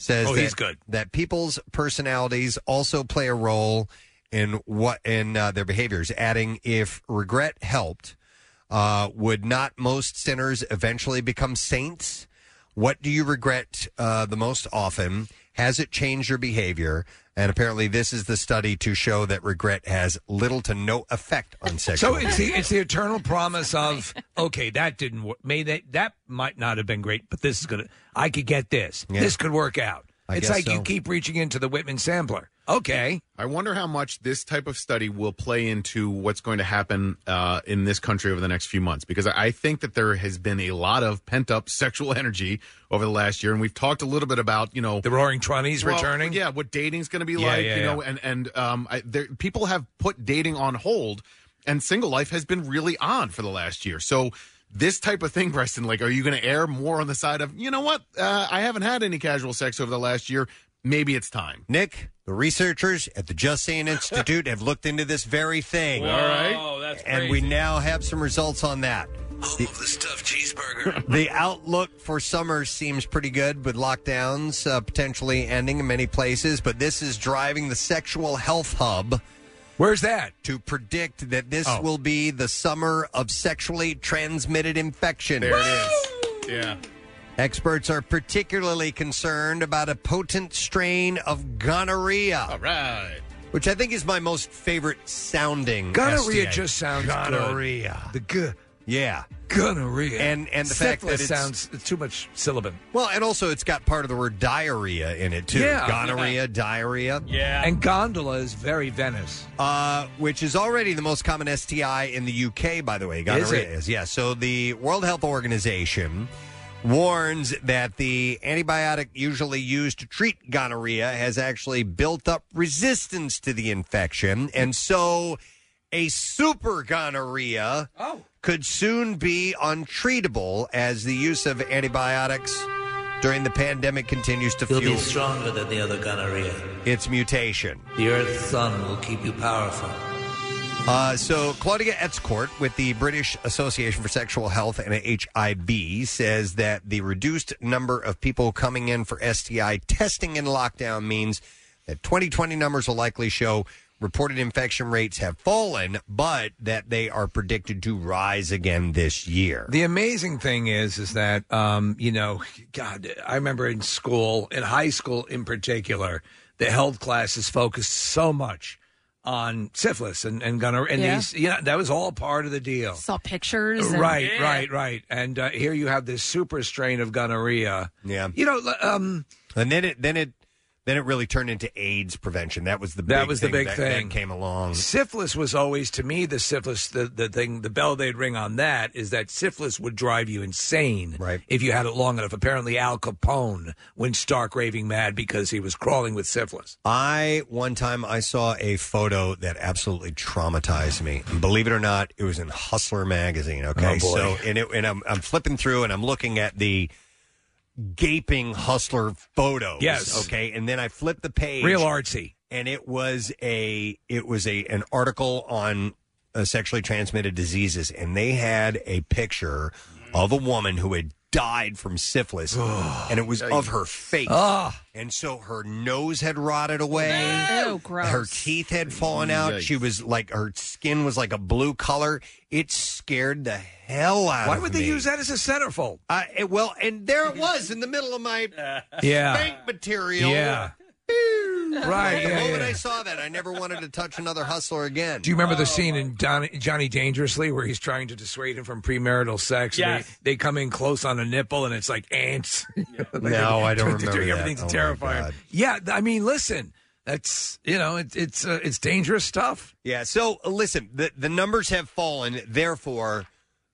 Speaker 3: says
Speaker 5: Oh,
Speaker 3: that,
Speaker 5: he's good.
Speaker 3: that people's personalities also play a role in what in uh, their behaviors. Adding, if regret helped, uh, would not most sinners eventually become saints? What do you regret uh, the most often? Has it changed your behavior? And apparently, this is the study to show that regret has little to no effect on
Speaker 5: So
Speaker 3: sexual.
Speaker 5: it's the it's the eternal promise of okay, that didn't work. May that that might not have been great, but this is gonna. I could get this.
Speaker 7: Yeah.
Speaker 5: This could work out.
Speaker 7: I
Speaker 5: it's
Speaker 7: guess
Speaker 5: like you
Speaker 7: so.
Speaker 5: keep reaching into the Whitman sampler. Okay.
Speaker 7: I wonder how much this type of study will play into what's going to happen uh, in this country over the next few months, because I think that there has been a lot of pent up sexual energy over the last year, and we've talked a little bit about you know the
Speaker 5: roaring twenties returning.
Speaker 7: yeah, what dating's going to be
Speaker 5: Yeah,
Speaker 7: like,
Speaker 5: yeah,
Speaker 7: you know,
Speaker 5: yeah.
Speaker 7: and and um, I, there, people have put dating on hold, and single life has been really on for the last year, so. This type of thing, Preston, like, are you going to err more on the side of, you know what? Uh, I haven't had any casual sex over the last year. Maybe it's time.
Speaker 3: Nick, the researchers at the Just Saying Institute have looked into this very thing.
Speaker 7: All right. Whoa,
Speaker 3: that's and we now have some results on that. Home of the
Speaker 12: stuffed cheeseburger.
Speaker 3: the outlook for summer seems pretty good with lockdowns uh, potentially ending in many places, but this is driving the sexual health hub.
Speaker 5: Where's that?
Speaker 3: To predict that this
Speaker 7: Oh.
Speaker 3: will be the summer of sexually transmitted infection.
Speaker 7: There it is. Yeah.
Speaker 3: Experts are particularly concerned about a potent strain of gonorrhea. All
Speaker 7: right.
Speaker 3: Which I think is my most favorite sounding. STI.
Speaker 5: Gonorrhea just sounds good.
Speaker 3: gonorrhea.
Speaker 5: The good
Speaker 3: yeah
Speaker 5: gonorrhea
Speaker 3: and and the fact that
Speaker 5: Syphilis
Speaker 3: it's,
Speaker 5: sounds it's too much syllabin.
Speaker 3: well, and also it's got part of the word diarrhea in it too.
Speaker 5: Yeah.
Speaker 3: Gonorrhea, diarrhea.
Speaker 5: Yeah. And gondola is very Venice.
Speaker 3: Uh, which is already the most common STI in the UK, by the way. Gonorrhea
Speaker 5: it?
Speaker 3: is, yeah. So the World Health Organization warns that the antibiotic usually used to treat gonorrhea has actually built up resistance to the infection, and so a super gonorrhea could soon be untreatable as the use of antibiotics during the pandemic continues to
Speaker 16: You'll
Speaker 3: fuel
Speaker 16: be stronger than the other gonorrhea.
Speaker 3: its mutation.
Speaker 16: The Earth's sun will keep you powerful.
Speaker 3: Uh, so, Claudia Etzcourt with the British Association for Sexual Health and HIV says that the reduced number of people coming in for STI testing in lockdown means that 2020 numbers will likely show reported infection rates have fallen, but that they are predicted to rise again this year.
Speaker 5: The amazing thing is, is that um, you know, God, I remember in school, in high school in particular, the health classes focused so much on syphilis and and gonorrhea, and
Speaker 4: Yeah.
Speaker 5: these, you know, that was all part of the deal.
Speaker 4: Saw pictures. and-
Speaker 5: Right, right, right. And uh, here you have this super strain of gonorrhea.
Speaker 3: Yeah,
Speaker 5: you know, um,
Speaker 3: and then it then it then it really turned into AIDS prevention. That was the
Speaker 5: that
Speaker 3: big
Speaker 5: was
Speaker 3: thing
Speaker 5: the big
Speaker 3: that- that
Speaker 5: thing
Speaker 3: came along.
Speaker 5: Syphilis was always to me the syphilis the, the thing the bell they'd ring on that is that syphilis would drive you insane right. if you had it long enough. Apparently, Al Capone went stark raving mad because he was crawling with syphilis.
Speaker 3: I one time I saw a photo that absolutely traumatized me. And believe it or not, it was in Hustler magazine. Okay,
Speaker 17: Oh, boy.
Speaker 3: so and it, and I'm I'm flipping through and I'm looking at the gaping Hustler photos.
Speaker 5: Yes.
Speaker 3: okay, and then I flip the page,
Speaker 5: Real artsy.
Speaker 3: and it was a it was a an article on uh, sexually transmitted diseases, and they had a picture of a woman who had died from syphilis, and it was of her face,
Speaker 5: Ugh.
Speaker 3: and so her nose had rotted away.
Speaker 4: Oh, gross.
Speaker 3: Her teeth had fallen out. She was like her skin was like a blue color. It scared the hell out
Speaker 5: Why
Speaker 3: of
Speaker 5: would they
Speaker 3: me.
Speaker 5: use that as a centerfold?
Speaker 3: Uh, it- well, and there it was in the middle of my
Speaker 5: Yeah.
Speaker 3: spank material.
Speaker 5: Yeah. Right,
Speaker 3: The
Speaker 5: yeah,
Speaker 3: moment
Speaker 5: yeah.
Speaker 3: I saw that, I never wanted to touch another hustler again.
Speaker 5: Do you remember the scene in Don, Johnny Dangerously where he's trying to dissuade him from premarital sex? and
Speaker 3: Yes.
Speaker 5: They, they come in close on a nipple and it's like ants. Like,
Speaker 3: No, I don't
Speaker 5: they're
Speaker 3: remember
Speaker 5: Doing
Speaker 3: that.
Speaker 5: everything
Speaker 3: Oh, my
Speaker 5: to terrify him.
Speaker 3: God.
Speaker 5: Yeah, th- I mean, listen, that's you know, it, it's uh, it's dangerous stuff.
Speaker 3: Yeah. So uh, listen, the the numbers have fallen. Therefore,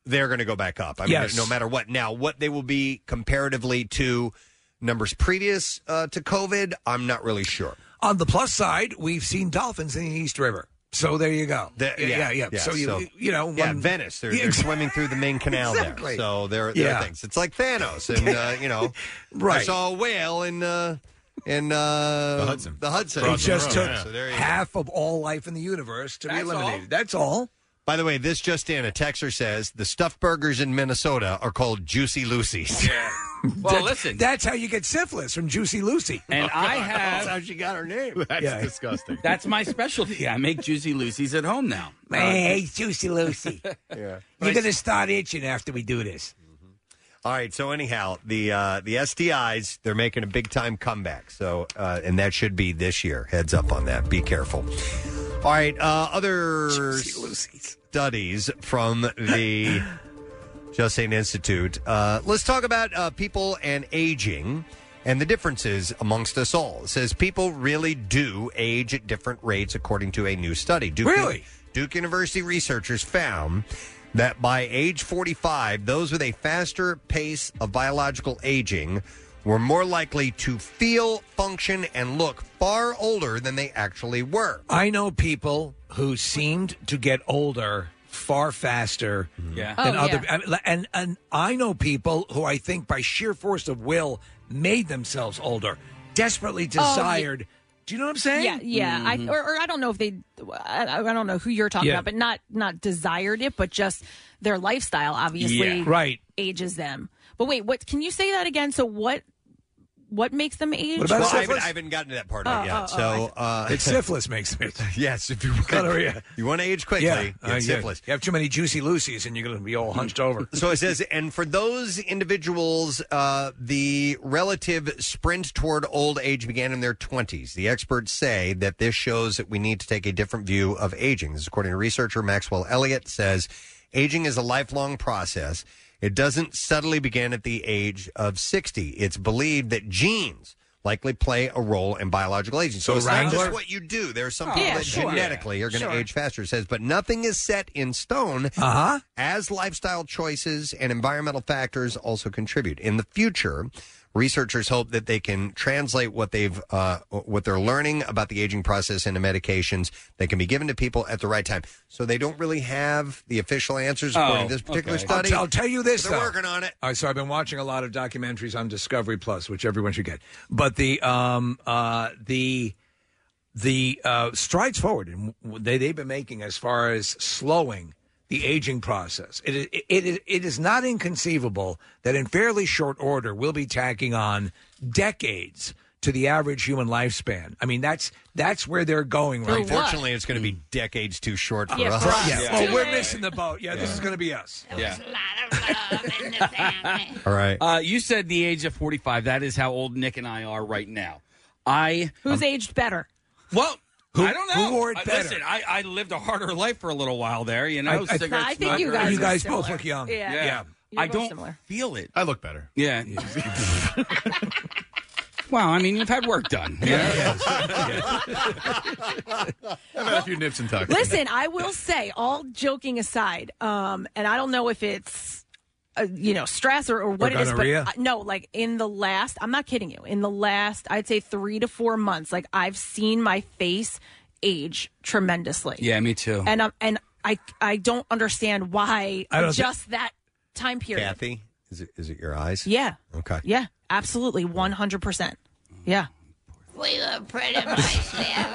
Speaker 3: they're going to go back up. I mean,
Speaker 5: Yes.
Speaker 3: no matter what. Now, what they will be comparatively to numbers previous uh, to COVID, I'm not really sure.
Speaker 5: On the plus side, we've seen dolphins in the East River. So there you go.
Speaker 3: The-
Speaker 5: yeah, yeah, yeah. So you you know,
Speaker 3: yeah,
Speaker 5: one-
Speaker 3: Venice. They're,
Speaker 5: Yeah,
Speaker 3: they're swimming through the main canal
Speaker 5: Exactly.
Speaker 3: there. So there, there
Speaker 5: Yeah.
Speaker 3: are things. It's like Thanos, and uh, you know, I
Speaker 5: Right.
Speaker 3: saw a whale in uh, in uh,
Speaker 5: The Hudson.
Speaker 3: The Hudson.
Speaker 5: It just took
Speaker 3: So there you go.
Speaker 5: half of all life in the universe to be
Speaker 3: That's
Speaker 5: eliminated. That's all.
Speaker 3: By the way, this just in, a texter says the stuffed burgers in Minnesota are called Juicy Lucy's.
Speaker 8: Yeah. Well, listen.
Speaker 5: That's how you get syphilis from Juicy Lucy.
Speaker 3: Oh,
Speaker 8: And I have.
Speaker 3: how she got her name.
Speaker 8: That's
Speaker 7: disgusting.
Speaker 8: That's my specialty. I make Juicy Lucy's at home now.
Speaker 5: Hey, Juicy Lucy. Uh, yeah. You're going to start itching after we do this.
Speaker 3: All right. So anyhow, the uh, the STIs they're making a big time comeback. So uh, and that should be this year. Heads up on that. Be careful. All right. Uh, other studies from the Just Saying Institute. Uh, let's talk about uh, people and aging and the differences amongst us all. It says people really do age at different rates, according to a new study. Duke really? Duke University researchers found that by age 45, those with a faster pace of biological aging were more likely to feel, function, and look far older than they actually were.
Speaker 5: I know people who seemed to get older far faster
Speaker 3: Mm-hmm.
Speaker 8: Yeah.
Speaker 5: than
Speaker 8: Oh,
Speaker 5: other
Speaker 8: yeah.
Speaker 5: I mean, and and I know people who I think by sheer force of will made themselves older, desperately
Speaker 4: Oh, yeah.
Speaker 5: desired. Do you know what I'm saying?
Speaker 4: Yeah, yeah. I, or, or I don't know if they, I, I don't know who you're talking
Speaker 5: Yeah.
Speaker 4: about, but not not desired it, but just their lifestyle obviously
Speaker 5: Yeah. Right.
Speaker 4: ages them. But wait, what? Can you say that again? So what? What makes them age?
Speaker 3: well, I, haven't, I haven't gotten to that part of it
Speaker 4: Oh,
Speaker 3: yet.
Speaker 4: oh, oh,
Speaker 3: so uh,
Speaker 5: It's syphilis makes it.
Speaker 3: yes, if you
Speaker 5: Gonorrhea.
Speaker 3: you want to age quickly,
Speaker 5: Yeah,
Speaker 3: get
Speaker 5: uh, yeah.
Speaker 3: syphilis.
Speaker 5: You have too many juicy lucies, and you're going to be all hunched over.
Speaker 3: So it says, and for those individuals, uh, the relative sprint toward old age began in their 20s. The experts say that this shows that we need to take a different view of aging. This is according to researcher Maxwell Elliott says, aging is a lifelong process. It doesn't suddenly begin at the age of 60. It's believed that genes likely play a role in biological aging. So,
Speaker 5: So
Speaker 3: it's not
Speaker 5: Wrangler?
Speaker 3: just what you do. There are some people
Speaker 5: Oh. Yeah,
Speaker 3: that
Speaker 5: sure.
Speaker 3: genetically are going to
Speaker 5: Sure.
Speaker 3: age faster. It says, but nothing is set in stone
Speaker 5: Uh-huh.
Speaker 3: as lifestyle choices and environmental factors also contribute. In the future, Researchers hope that they can translate what they've uh, what they're learning about the aging process into medications that can be given to people at the right time. So they don't really have the official answers according to this particular
Speaker 5: Oh, okay.
Speaker 3: study.
Speaker 5: I'll, I'll tell you this,
Speaker 3: They're
Speaker 5: though.
Speaker 3: working on it.
Speaker 5: All right, so I've been watching a lot of documentaries on Discovery Plus, which everyone should get. But the um uh the the uh, strides forward and they they've been making as far as slowing the aging process. It is it is it is not inconceivable that in fairly short order we'll be tacking on decades to the average human lifespan. I mean that's that's where they're going right. now.
Speaker 18: Unfortunately,
Speaker 3: it's going to be decades too short
Speaker 18: for
Speaker 5: Yeah,
Speaker 18: us.
Speaker 5: for us. Yeah. Oh, we're missing the boat. Yeah, this is going to be us.
Speaker 8: Yeah.
Speaker 3: All right.
Speaker 8: Uh, you said the age of 45. That is how old Nick and I are right now. I
Speaker 4: Who's aged better?
Speaker 8: Well, I don't know.
Speaker 4: who wore it
Speaker 8: I-
Speaker 4: better?
Speaker 8: Listen, I, I lived a harder life for a little while there. You know,
Speaker 5: I- I-
Speaker 8: cigarette
Speaker 5: No, I think you
Speaker 8: smoker.
Speaker 5: guys You are guys both similar. look young. Yeah. Yeah. You're
Speaker 8: I
Speaker 5: both
Speaker 8: don't
Speaker 5: similar.
Speaker 8: feel it.
Speaker 7: I look better.
Speaker 8: Yeah. well, I mean, you've had work done.
Speaker 7: I've had a few nips and tucks.
Speaker 9: Listen,
Speaker 4: I will say, all joking aside, um, and I don't know if it's uh, you know stress or, or what it is, but
Speaker 9: gonorrhea?
Speaker 4: uh, no, like in the last, I'm not kidding you. In the last, I'd say three to four months, like I've seen my face age tremendously.
Speaker 8: Yeah, me too.
Speaker 4: and um, and I I don't understand why
Speaker 3: I don't thi-
Speaker 4: just that time period.
Speaker 3: Kathy, is it is it your eyes?
Speaker 4: Yeah,
Speaker 3: Okay.
Speaker 4: yeah, absolutely, one hundred percent. Yeah.
Speaker 17: We look pretty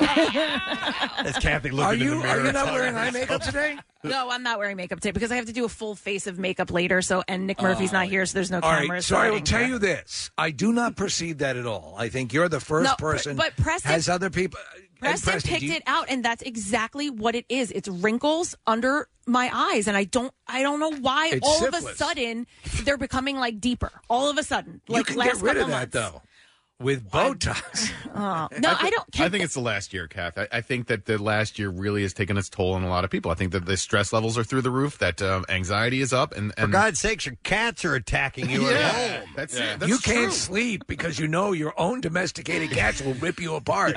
Speaker 3: That's Kathy
Speaker 4: looking
Speaker 5: are
Speaker 4: in the
Speaker 5: you, Are
Speaker 4: mirror
Speaker 5: you not
Speaker 4: telling
Speaker 5: wearing eye
Speaker 4: herself.
Speaker 5: makeup today?
Speaker 4: No, I'm not wearing makeup today because I have to do a full face of makeup later. So, and Nick Murphy's not here, so there's no
Speaker 5: Oh. all
Speaker 4: cameras.
Speaker 5: right, so I will tell you this: I do not perceive that at all. I think you're the first
Speaker 4: No, but-
Speaker 5: person.
Speaker 4: but Preston-
Speaker 5: has other people. uh, and
Speaker 4: Preston,
Speaker 5: Preston,
Speaker 4: picked
Speaker 5: do you-
Speaker 4: it out, and that's exactly what it is. It's wrinkles under my eyes, and I don't, I don't know why.
Speaker 5: It's
Speaker 4: all of a
Speaker 5: syphilis.
Speaker 4: sudden, they're becoming like deeper. All of a sudden,
Speaker 5: You
Speaker 4: like
Speaker 5: can
Speaker 4: last
Speaker 5: get rid
Speaker 4: couple
Speaker 5: of that though, with Botox.
Speaker 4: months. Oh. No, I,
Speaker 7: thi-
Speaker 4: don't.
Speaker 7: I think it's the last year, Kath. I, I think that the last year really has taken its toll on a lot of people. I think that the stress levels are through the roof. That um, anxiety is up, and, and
Speaker 3: For God's sakes, your cats are attacking you at
Speaker 7: Yeah,
Speaker 3: home.
Speaker 7: that's it. That's
Speaker 5: you can't
Speaker 7: true.
Speaker 5: sleep because you know your own domesticated cats will rip you apart.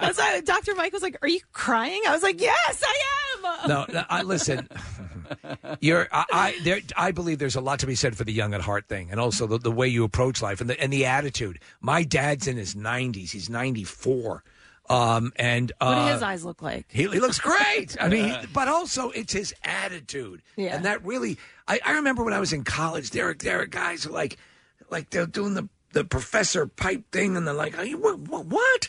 Speaker 4: That's why Dr. Mike was like, "Are you crying?" I was like, "Yes, I am."
Speaker 5: no, no, I, listen. You're, I, I, there, I believe there's a lot to be said for the young at heart thing, and also the, the way you approach life and the and the attitude. My dad's in his 90s; he's 94, um, and uh,
Speaker 4: what do his eyes look like?
Speaker 5: He, he looks great. I mean, he- but also it's his attitude,
Speaker 4: Yeah.
Speaker 5: and that really. I, I remember when I was in college, Derek. There are guys who like, like they're doing the the professor pipe thing, and they're like, "Are you what? what?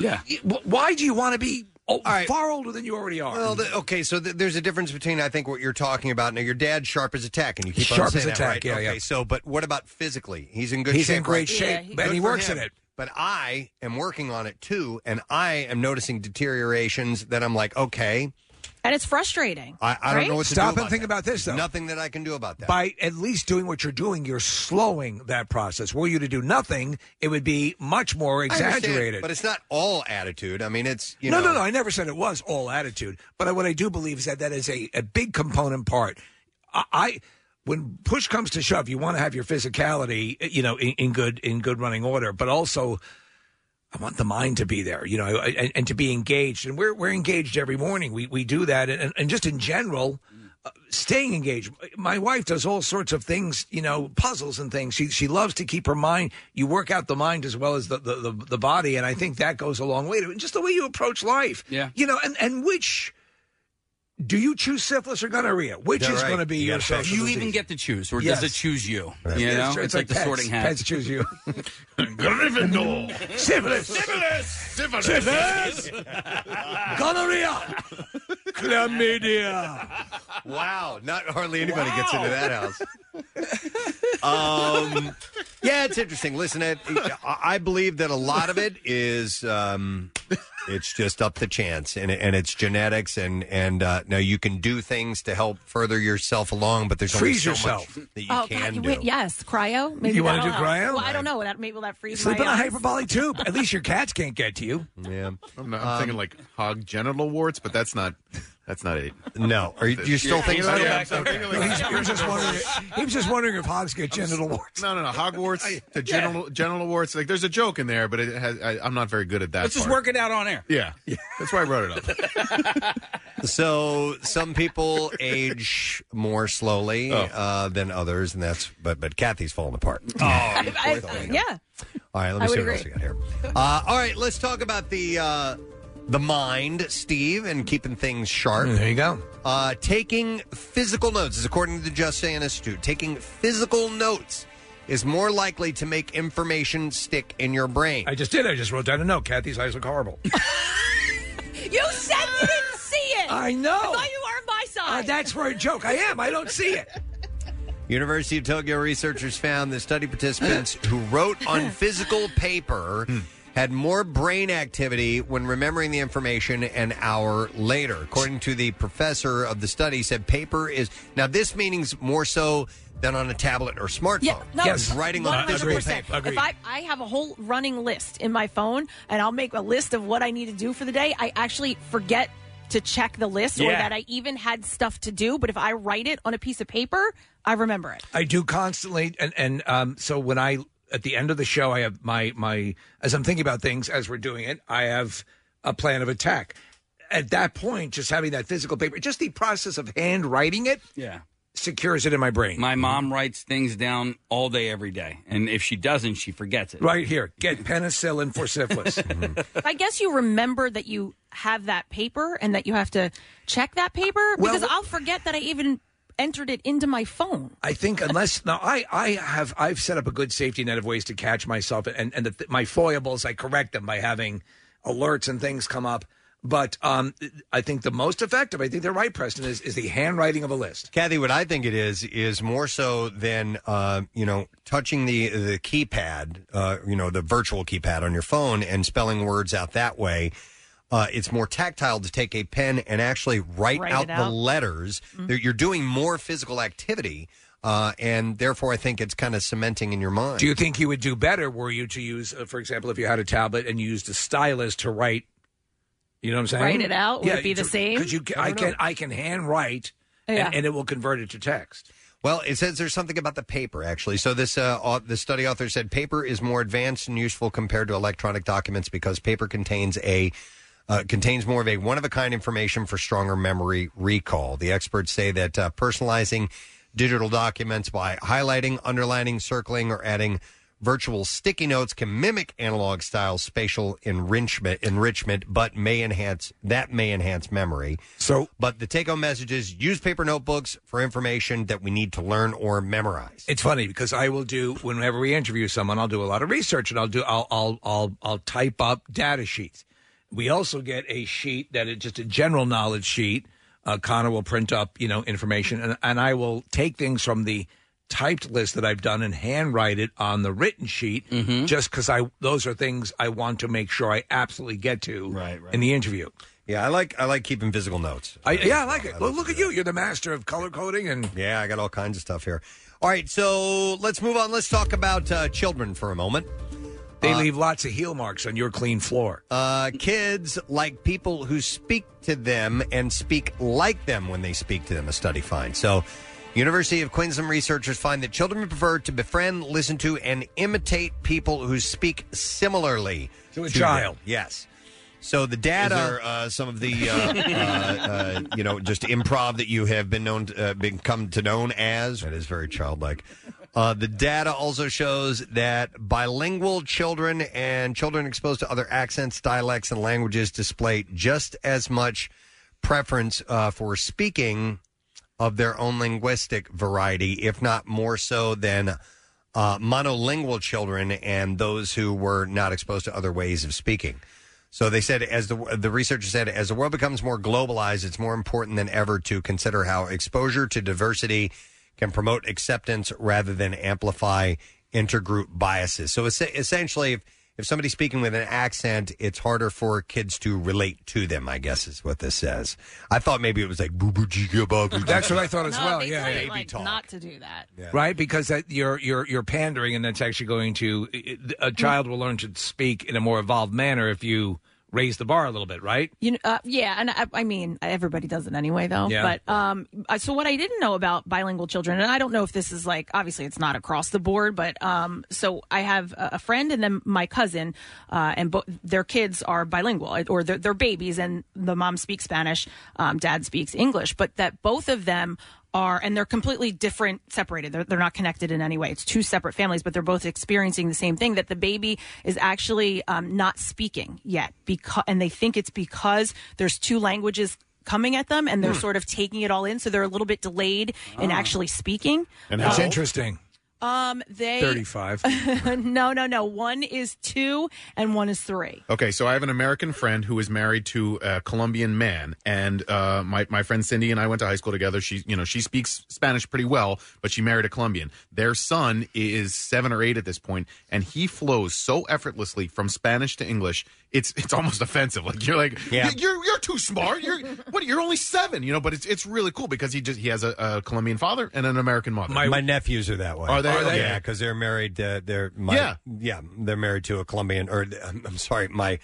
Speaker 5: Yeah. Why do you want to be oh, far older than you already are?
Speaker 3: Well, th- okay, so th- there's a difference between I think what you're talking about. Now, your dad's sharp as a tack, and you keep on
Speaker 5: Sharp
Speaker 3: saying
Speaker 5: as a
Speaker 3: that,
Speaker 5: tack,
Speaker 3: right?
Speaker 5: yeah,
Speaker 3: okay,
Speaker 5: yeah.
Speaker 3: so but what about physically? He's in good
Speaker 5: He's
Speaker 3: shape.
Speaker 5: in great
Speaker 3: right?
Speaker 5: shape, Yeah, he- and
Speaker 3: Good
Speaker 5: he
Speaker 3: for
Speaker 5: works
Speaker 3: him.
Speaker 5: at it.
Speaker 3: But I am working on it too, and I am noticing deteriorations that I'm like, okay,
Speaker 4: And it's frustrating.
Speaker 3: I, I
Speaker 4: right?
Speaker 3: don't know what to
Speaker 5: Stop
Speaker 3: do
Speaker 5: and
Speaker 3: about
Speaker 5: think
Speaker 3: that.
Speaker 5: about this, though.
Speaker 3: Nothing that I can do about that.
Speaker 5: By at least doing what you're doing, you're slowing that process. Were you to do nothing, it would be much more
Speaker 3: I understand,
Speaker 5: exaggerated.
Speaker 3: but it's not all attitude. I mean, it's you
Speaker 5: no,
Speaker 3: know,
Speaker 5: no, no. I never said it was all attitude. But I, what I do believe is that that is a, a big component part. I, I, when push comes to shove, you want to have your physicality, you know, in, in good in good running order, but also. I want the mind to be there, you know, and, and to be engaged. And we're we're engaged every morning. We we do that, and and just in general, uh, staying engaged. My wife does all sorts of things, you know, puzzles and things. She she loves to keep her mind. You work out the mind as well as the the, the, the body, and I think that goes a long way to it. Just the way you approach life,
Speaker 8: Yeah.
Speaker 5: you know, and and which. Do you choose syphilis or gonorrhea? Which
Speaker 8: Yeah,
Speaker 5: is
Speaker 8: right.
Speaker 5: going to be
Speaker 8: You
Speaker 5: your
Speaker 8: gotta pick.
Speaker 5: social
Speaker 8: You even
Speaker 5: disease?
Speaker 8: get to choose, or
Speaker 5: Yes.
Speaker 8: does it choose you?
Speaker 5: Right.
Speaker 8: You
Speaker 5: Yeah,
Speaker 8: know,
Speaker 5: it's- it's
Speaker 8: it's, like,
Speaker 5: like
Speaker 8: the
Speaker 5: pets.
Speaker 8: sorting hat.
Speaker 5: Pets choose you.
Speaker 7: Gryffindor.
Speaker 5: Syphilis.
Speaker 7: Syphilis.
Speaker 5: Syphilis. Gonorrhea. Chlamydia.
Speaker 3: Oh. Wow, not hardly anybody gets into that house. um, yeah, it's interesting. Listen, it, I I believe that a lot of it is um, it's just up to chance, and and it's genetics, and and uh, now you can do things to help further yourself along, but there's
Speaker 5: Freeze
Speaker 3: only so
Speaker 5: yourself.
Speaker 3: much that you
Speaker 4: oh
Speaker 3: can
Speaker 4: God! You
Speaker 3: do.
Speaker 4: wait, yes, cryo. Maybe
Speaker 5: You wanna
Speaker 4: I don't
Speaker 5: do
Speaker 4: know.
Speaker 5: cryo?
Speaker 4: Well, I don't know. That maybe will that freeze
Speaker 5: Sleep
Speaker 4: my
Speaker 5: in a
Speaker 4: eyes.
Speaker 5: hyperbolic tube. At least your cats can't get to you. Um,
Speaker 3: Yeah,
Speaker 7: I'm, not, I'm thinking like hog genital warts, but that's not. That's not it.
Speaker 3: No. Are you, do you still think so?
Speaker 5: He was just wondering. He was just wondering if hogs get genital warts.
Speaker 7: No, no, no. Hogwarts, the genital, genital warts. Like, there's a joke in there, but it has, I, I'm not very good at that.
Speaker 8: Let's just
Speaker 7: part.
Speaker 8: work it out on air.
Speaker 7: Yeah, that's why I brought it up.
Speaker 3: So some people age more slowly
Speaker 5: Oh.
Speaker 3: uh, than others, and that's but but Kathy's falling apart.
Speaker 5: Oh.
Speaker 9: I- I- yeah.
Speaker 3: All right, let me
Speaker 9: I
Speaker 3: see
Speaker 9: would
Speaker 3: what else we
Speaker 9: agree.
Speaker 3: got here. Uh, all right, let's talk about the uh, the mind, Steve, and keeping things sharp. There
Speaker 5: you go.
Speaker 3: Uh, taking physical notes is according to the Just Say Institute. Taking physical notes is more likely to make information stick in your brain.
Speaker 5: I just did. I just wrote down a note. Kathy's eyes look horrible.
Speaker 9: You said you didn't see it.
Speaker 5: I know.
Speaker 9: I thought you were on my
Speaker 5: Uh,
Speaker 9: side.
Speaker 5: that's for a joke. I am. I don't see it.
Speaker 3: University of Tokyo researchers found that study participants who wrote on physical paper had more brain activity when remembering the information an hour later. According to the professor of the study, said paper is now this meaning's more so than on a tablet or smartphone.
Speaker 9: Yeah, no,
Speaker 3: It's writing on physical
Speaker 9: 100%.
Speaker 3: paper.
Speaker 9: If I, I have a whole running list in my phone and I'll make a list of what I need to do for the day, I actually forget to check the list or
Speaker 5: Yeah.
Speaker 9: that I even had stuff to do. But if I write it on a piece of paper, I remember it.
Speaker 5: I do constantly, and and um, so when I at the end of the show, I have my my as I'm thinking about things as we're doing it, I have a plan of attack. At that point, just having that physical paper, just the process of handwriting it,
Speaker 8: yeah,
Speaker 5: secures it in my brain.
Speaker 8: My mom writes things down all day, every day, and if she doesn't, she forgets it.
Speaker 5: Right here, get penicillin for syphilis.
Speaker 9: I guess you remember that you have that paper and that you have to check that paper
Speaker 5: Well,
Speaker 9: because I'll forget that I even entered it into my phone.
Speaker 5: I think unless now I I have I've set up a good safety net of ways to catch myself and and the, my foibles I correct them by having alerts and things come up. But um, I think the most effective, I think they're right, Preston, is, is the handwriting of a list.
Speaker 3: Kathy, what I think it is is more so than uh, you know touching the the keypad, uh, you know the virtual keypad on your phone and spelling words out that way. Uh, it's more tactile to take a pen and actually write,
Speaker 19: Write
Speaker 3: out
Speaker 19: it
Speaker 3: the
Speaker 19: out.
Speaker 3: letters.
Speaker 19: Mhm.
Speaker 3: There- You're doing more physical activity, uh, and therefore I think it's kind of cementing in your mind.
Speaker 5: Do you think you would do better were you to use, uh, for example, if you had a tablet and you used a stylus to write? You know what I'm saying?
Speaker 9: Write it out? Would it be the
Speaker 5: to-
Speaker 9: same?
Speaker 5: Could you?
Speaker 9: I
Speaker 5: I,
Speaker 9: don't
Speaker 5: can.
Speaker 9: know.
Speaker 5: I can handwrite, and-
Speaker 9: Yeah.
Speaker 5: and, it will convert it to text.
Speaker 3: Well, it says there's something about the paper actually. So this uh, au- the study author said paper is more advanced and useful compared to electronic documents because paper contains a uh, contains more of a one of a kind information for stronger memory recall. The experts say that uh, personalizing digital documents by highlighting, underlining, circling, or adding virtual sticky notes can mimic analog style spatial enrichment enrichment but may enhance that may enhance memory
Speaker 5: so
Speaker 3: but the take home message is use paper notebooks for information that we need to learn or memorize
Speaker 5: It's funny because I will do whenever we interview someone, I'll do a lot of research and I'll do I'll I'll I'll, I'll type up data sheets. We also get a sheet that is just a general knowledge sheet. Uh, Connor will print up you know information and and I will take things from the typed list that I've done and handwrite it on the written sheet just because I those are things I want to make sure I absolutely get to right, in the interview.
Speaker 3: Yeah, I like I like keeping physical notes.
Speaker 5: I, yeah, I like it. Well, look at you. You're the master of color coding and
Speaker 3: yeah, I got all kinds of stuff here. All right, so let's move on. Let's talk about uh, children for a moment.
Speaker 5: They leave lots of heel marks on your clean floor.
Speaker 3: Uh, kids like people who speak to them and speak like them when they speak to them, a study finds. So, University of Queensland researchers find that children prefer to befriend, listen to, and imitate people who speak similarly
Speaker 5: To a
Speaker 3: them.
Speaker 5: child.
Speaker 3: Yes. So the data, uh, some of the uh, uh, uh, you know just improv that you have been known, to, uh, become to known as. That is very childlike. Uh, the data also shows that bilingual children and children exposed to other accents, dialects, and languages display just as much preference uh, for speaking of their own linguistic variety, if not more so than uh, monolingual children and those who were not exposed to other ways of speaking. So they said, as the the researchers said, as the world becomes more globalized, it's more important than ever to consider how exposure to diversity can promote acceptance rather than amplify intergroup biases. So es- essentially, if if somebody's speaking with an accent, it's harder for kids to relate to them. I guess is what this says. I thought maybe it was like boo boo jigga boo boo.
Speaker 5: That's what I thought as
Speaker 9: No,
Speaker 5: well.
Speaker 9: they
Speaker 5: yeah,
Speaker 9: tell you,
Speaker 5: yeah.
Speaker 9: like, not to do that.
Speaker 5: right? Because that you're you're you're pandering, and that's actually going to a child will learn to speak in a more evolved manner if you raise the bar a little bit, right?
Speaker 4: You know, uh, yeah, and I, I mean everybody does it anyway, though.
Speaker 5: Yeah.
Speaker 4: But um, uh, so what I didn't know about bilingual children, and I don't know if this is like obviously it's not across the board, but um, so I have a a friend and then my cousin, uh, and bo- their kids are bilingual uh, or they're, they're babies, and the mom speaks Spanish, um, dad speaks English, but that both of them are and they're completely different separated they're, they're not connected in any way it's two separate families but they're both experiencing the same thing that the baby is actually um, not speaking yet because and they think it's because there's two languages coming at them and they're
Speaker 5: Hmm.
Speaker 4: sort of taking it all in so they're a little bit delayed in
Speaker 5: Ah.
Speaker 4: actually speaking
Speaker 5: And that's
Speaker 4: Um,
Speaker 5: interesting.
Speaker 4: um they
Speaker 5: 35.
Speaker 4: no no no one is two and one is three
Speaker 7: Okay, so I have an American friend who is married to a Colombian man, and uh, my my friend Cindy and I went to high school together. She, you know, she speaks Spanish pretty well, but she married a Colombian. Their son is seven or eight at this point, and he flows so effortlessly from Spanish to English. It's it's almost offensive. Like you're like,
Speaker 18: Yeah.
Speaker 7: "You- you're you're too smart. You're what? You're only seven, you know. But it's it's really cool because he just he has a, a Colombian father and an American mother.
Speaker 5: My-
Speaker 7: my
Speaker 3: nephews are that way.
Speaker 7: Are they? Okay.
Speaker 3: Oh, Yeah, because they're married. Uh, they're my,
Speaker 7: Yeah.
Speaker 3: yeah. They're married to a Colombian, or I'm I'm sorry, my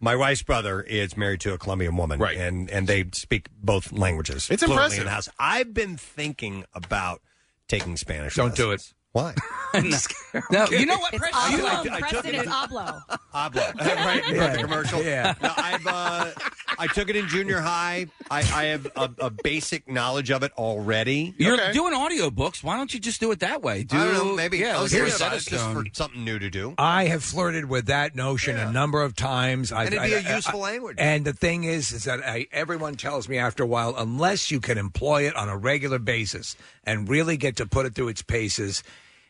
Speaker 3: my wife's brother is married to a Colombian woman, right? And and they speak both languages.
Speaker 7: It's
Speaker 3: fluently
Speaker 7: impressive.
Speaker 3: In the house. I've been thinking about taking Spanish.
Speaker 5: Don't do
Speaker 3: lessons. Why?
Speaker 8: No,
Speaker 3: Okay.
Speaker 8: you know what?
Speaker 3: It's
Speaker 8: Preston,
Speaker 3: awesome.
Speaker 8: you
Speaker 3: I- I took
Speaker 20: Preston
Speaker 3: it
Speaker 20: is
Speaker 3: in-
Speaker 20: Oblo.
Speaker 3: Oblo. right, you heard the commercial. Yeah. No, I've, uh, I took it in junior high. I, I have a, a basic knowledge of it already.
Speaker 8: You're doing audiobooks. Why don't you just do it that way? Do
Speaker 3: I don't know, maybe.
Speaker 8: yeah,
Speaker 3: I
Speaker 8: like
Speaker 3: was
Speaker 8: a
Speaker 3: hearing about it
Speaker 8: Rosetta
Speaker 3: just for
Speaker 8: Stone.
Speaker 3: something new to do.
Speaker 5: I have flirted with that notion a number of times. And
Speaker 3: it'd be a useful language.
Speaker 5: And the thing is, is that I, everyone tells me after a while, unless you can employ it on a regular basis and really get to put it through its paces,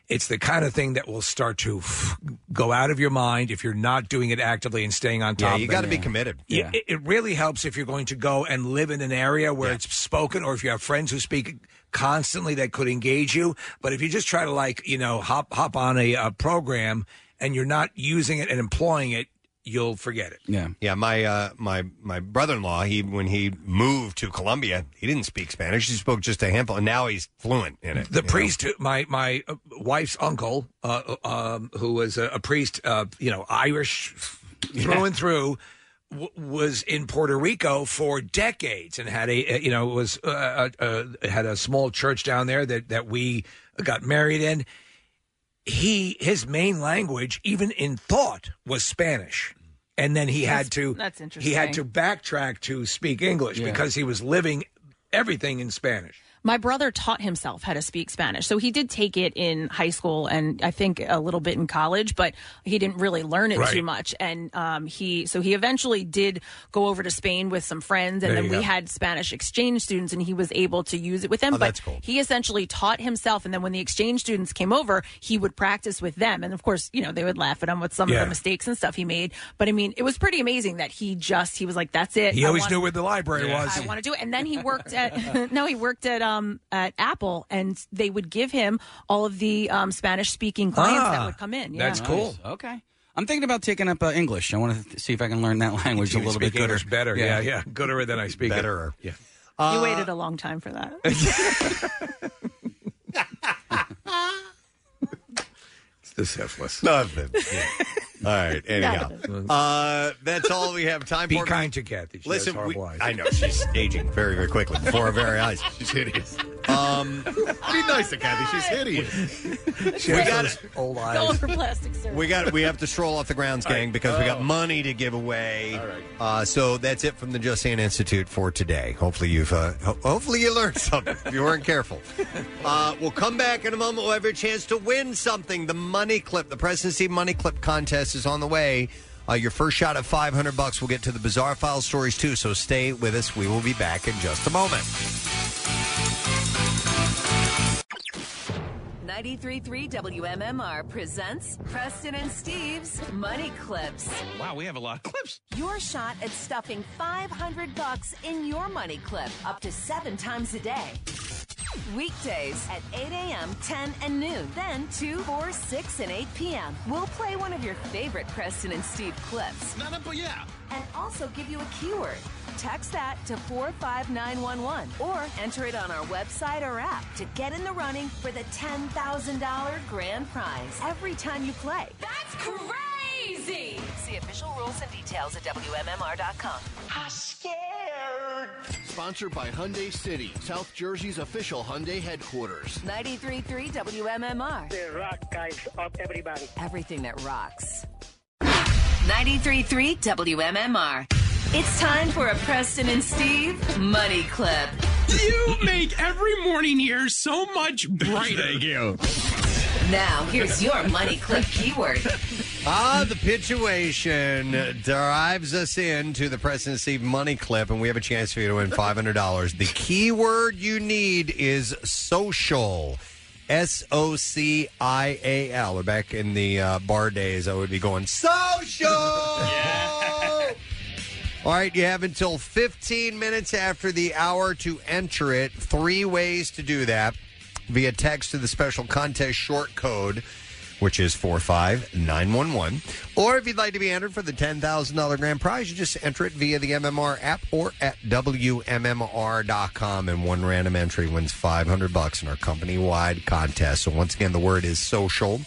Speaker 5: it's the kind of thing that will start to f- go out of your mind if you're not doing it actively and staying on
Speaker 3: Yeah,
Speaker 5: top.
Speaker 3: you
Speaker 5: got
Speaker 3: gotta be committed.
Speaker 5: Yeah. It, it really helps if you're going to go and live in an area where it's spoken or if you have friends who speak constantly that could engage you. But if you just try to like, you know, hop hop on a, uh program and you're not using it and employing it, you'll forget it.
Speaker 8: Yeah,
Speaker 3: yeah. My uh, my my brother-in-law, he when he moved to Colombia, he didn't speak Spanish. He spoke just a handful, and now he's fluent in it.
Speaker 5: The priest, who- my my uh, wife's uncle, uh, uh, um, who was a, a priest, uh, you know, Irish through and through, w- was in Puerto Rico for decades and had a, uh, you know was uh, uh, uh, had a small church down there that that we got married in. He his main language, even in thought, was Spanish, and then he
Speaker 4: That's-
Speaker 5: had to
Speaker 4: that's
Speaker 5: He had to
Speaker 4: interesting.
Speaker 5: backtrack to speak English
Speaker 4: Yeah.
Speaker 5: because he was living everything in Spanish.
Speaker 4: My brother taught himself how to speak Spanish. So he did take it in high school and I think a little bit in college, but he didn't really learn it
Speaker 21: Right.
Speaker 4: too much. And um, he, so he eventually did go over to Spain with some friends.
Speaker 21: There
Speaker 4: And then
Speaker 21: you
Speaker 4: we
Speaker 21: go.
Speaker 4: had Spanish exchange students and he was able to use it with them.
Speaker 21: Oh,
Speaker 4: but
Speaker 21: that's cool.
Speaker 4: he essentially taught himself. And then when the exchange students came over, he would practice with them. And of course, you know, they would laugh at him with some
Speaker 5: Yeah.
Speaker 4: of the mistakes and stuff he made. But I mean, it was pretty amazing that he just, he was like, that's it.
Speaker 5: He
Speaker 4: I
Speaker 5: always
Speaker 4: want-
Speaker 5: knew where the library was.
Speaker 4: I want to do it. And then he worked at no, he worked at um at Apple, and they would give him all of the um Spanish speaking clients that
Speaker 8: Ah,
Speaker 4: would come in.
Speaker 8: That's
Speaker 4: Yeah.
Speaker 8: cool. Okay. I'm thinking about taking up uh, English. I want to see if I can learn that language a
Speaker 5: Dude,
Speaker 8: little
Speaker 5: speak
Speaker 8: bit gooder.
Speaker 5: English better. Yeah. yeah, Gooder than I speak it.
Speaker 3: Betterer.
Speaker 5: Yeah.
Speaker 8: Uh,
Speaker 4: you waited a long time for that.
Speaker 5: It's this heftless.
Speaker 3: Nothing. All right. Anyhow, uh, that's all we have time
Speaker 5: Be
Speaker 3: for.
Speaker 5: kind to Kathy. She
Speaker 3: Listen,
Speaker 5: has horrible
Speaker 3: we-
Speaker 5: eyes.
Speaker 3: I know she's aging very, very quickly before our very eyes.
Speaker 7: She's hideous.
Speaker 3: Um,
Speaker 7: Be nice to Kathy. She's hideous.
Speaker 3: She has those
Speaker 5: old
Speaker 4: for plastic surgery.
Speaker 3: We got we have to stroll off the grounds, gang, because we got money to give away. Oh. All right. Uh, so that's it from the Just Saying Institute for today. Hopefully you've uh, ho- hopefully you learned something. if you weren't careful, uh, we'll come back in a moment. We'll have your chance to win something. The money clip, the presidency money clip contest is on the way. Uh, your first shot at five hundred bucks. We'll get to the bizarre file stories too. So stay with us. We will be back in just a moment.
Speaker 22: 93.3 WMMR presents Preston and Steve's Money Clips.
Speaker 8: Wow, we have a lot of clips.
Speaker 22: Your shot at stuffing 500 bucks in your money clip up to seven times a day. Weekdays at 8 a.m., 10, and noon. Then 2, 4, 6, and 8 p.m. We'll play one of your favorite Preston and Steve clips. And also give you a keyword. Text that to 45911 or enter it on our website or app to get in the running for the $10,000 grand prize every time you play. That's crazy! Easy. See official rules and details at WMMR.com. I'm scared.
Speaker 19: Sponsored by Hyundai City, South Jersey's official Hyundai headquarters.
Speaker 22: 93.3 WMMR. The rock guys of everybody. Everything that rocks. 93.3 WMMR. It's time for a Preston and Steve money clip.
Speaker 23: You make every morning here so much brighter. Thank you.
Speaker 22: Now, here's your money clip keyword.
Speaker 3: Ah, the pituation drives us into the President Steve money clip, and we have a chance for you to win $500. the key word you need is social. S O C I A L. Or back in the uh, bar days, I would be going, social! All right, you have until 15 minutes after the hour to enter it. Three ways to do that via text to the special contest short code, which is 45911. Or if you'd like to be entered for the $10,000 grand prize, you just enter it via the MMR app or at WMMR.com. And one random entry wins 500 bucks in our company wide contest. So once again, the word is social.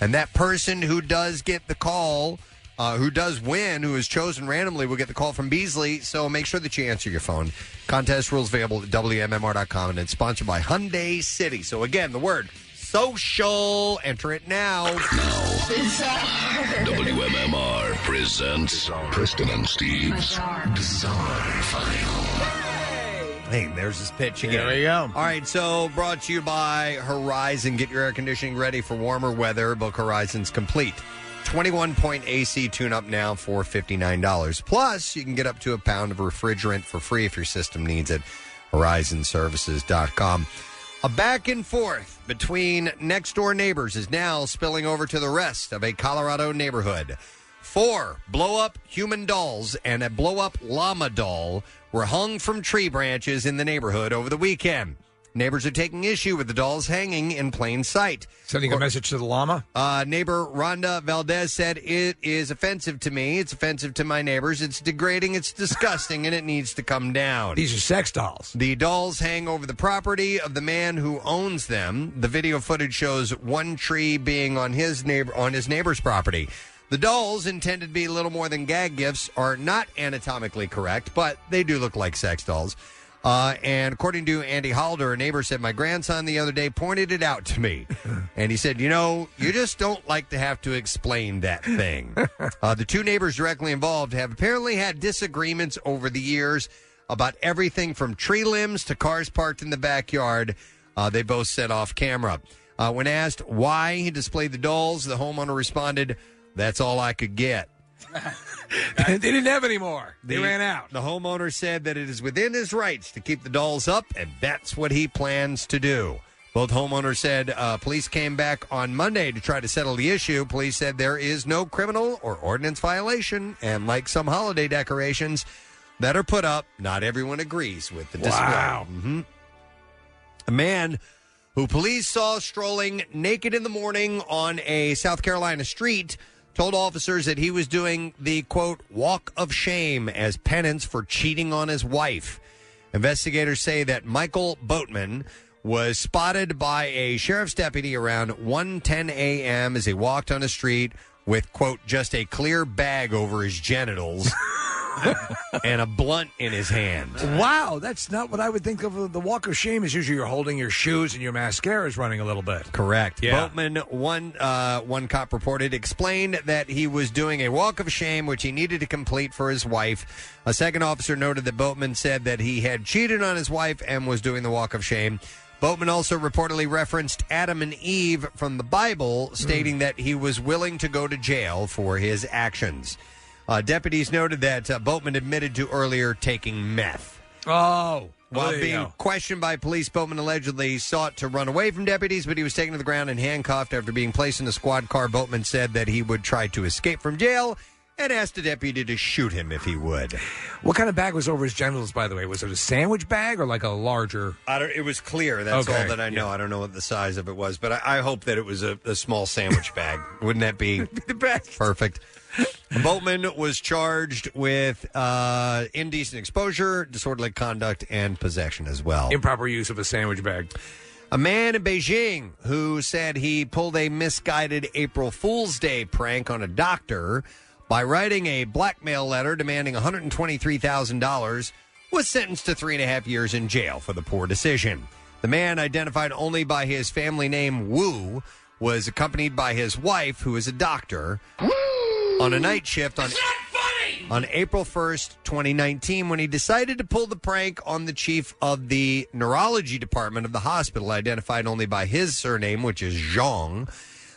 Speaker 3: And that person who does get the call uh, who does win, who is chosen randomly, will get the call from Beasley. So make sure that you answer your phone. Contest rules available at WMMR.com and it's sponsored by Hyundai City. So again, the word social. Enter it now.
Speaker 2: WMMR presents Preston and Steve's Bizarre Final.
Speaker 3: Hey, there's his pitch again.
Speaker 2: There we
Speaker 3: go. All right, so brought to you by Horizon. Get your air conditioning ready for warmer weather. Book Horizon's complete. 21 point AC tune up now for $59. Plus, you can get up to a pound of refrigerant for free if your system needs it. HorizonServices.com. A back and forth between next door neighbors is now spilling over to the rest of a Colorado neighborhood. Four blow up human dolls and a blow up llama doll were hung from tree branches in the neighborhood over the weekend. Neighbors are taking issue with the dolls hanging in plain sight.
Speaker 5: Sending a message to the llama?
Speaker 3: Uh, neighbor Rhonda Valdez said, It is offensive to me. It's offensive to my neighbors. It's degrading. It's disgusting, and it needs to come down.
Speaker 5: These are sex dolls.
Speaker 3: The dolls hang over the property of the man who owns them. The video footage shows one tree being on his neighbor on his neighbor's property. The dolls, intended to be little more than gag gifts, are not anatomically correct, but they do look like sex dolls. Uh, and according to Andy Halder, a neighbor said, My grandson the other day pointed it out to me. and he said, You know, you just don't like to have to explain that thing. Uh, the two neighbors directly involved have apparently had disagreements over the years about everything from tree limbs to cars parked in the backyard. Uh, they both said off camera. Uh, when asked why he displayed the dolls, the homeowner responded, That's all I could get.
Speaker 5: they didn't have any more. They
Speaker 3: The-
Speaker 5: ran out.
Speaker 3: The homeowner said that it is within his rights to keep the dolls up, and that's what he plans to do. Both homeowners said uh, police came back on Monday to try to settle the issue. Police said there is no criminal or ordinance violation, and like some holiday decorations that are put up, not everyone agrees with the display.
Speaker 5: Wow.
Speaker 3: Mhm. A man who police saw strolling naked in the morning on a South Carolina street told officers that he was doing the quote walk of shame as penance for cheating on his wife. Investigators say that Michael Boatman was spotted by a sheriff's deputy around 1:10 a.m. as he walked on a street with quote just a clear bag over his genitals and a blunt in his hand.
Speaker 5: Wow, that's not what I would think of. The walk of shame is usually you're holding your shoes and your mascara is running a little bit.
Speaker 3: Correct.
Speaker 5: Yeah.
Speaker 3: Boatman, one uh, one cop reported, explained that he was doing a walk of shame, which he needed to complete for his wife. A second officer noted that Boatman said that he had cheated on his wife and was doing the walk of shame. Boatman also reportedly referenced Adam and Eve from the Bible, stating that he was willing to go to jail for his actions. Uh, deputies noted that uh, Boatman admitted to earlier taking meth.
Speaker 5: Oh,
Speaker 3: While
Speaker 5: there you
Speaker 3: being
Speaker 5: go.
Speaker 3: questioned by police, Bowman allegedly sought to run away from deputies, but he was taken to the ground and handcuffed after being placed in a squad car. Boatman said that he would try to escape from jail and asked a deputy to shoot him if he would.
Speaker 5: What kind of bag was over his genitals, by the way? Was it a sandwich bag or like a larger?
Speaker 3: I don't, it was clear. That's
Speaker 5: Okay,
Speaker 3: all that I know. I don't know what the size of it was, but I, I hope that it was a, a small sandwich bag. Wouldn't that be, the best? Perfect. Boatman was charged with uh, indecent exposure, disorderly conduct, and possession as well.
Speaker 5: Improper use of a sandwich bag.
Speaker 3: A man in Beijing who said he pulled a misguided April Fool's Day prank on a doctor by writing a blackmail letter demanding $123,000 was sentenced to three and a half years in jail for the poor decision. The man, identified only by his family name Wu, was accompanied by his wife, who is a doctor, on a night shift on on April 1st, 2019, when he decided to pull the prank on the chief of the neurology department of the hospital, identified only by his surname, which is Zhang.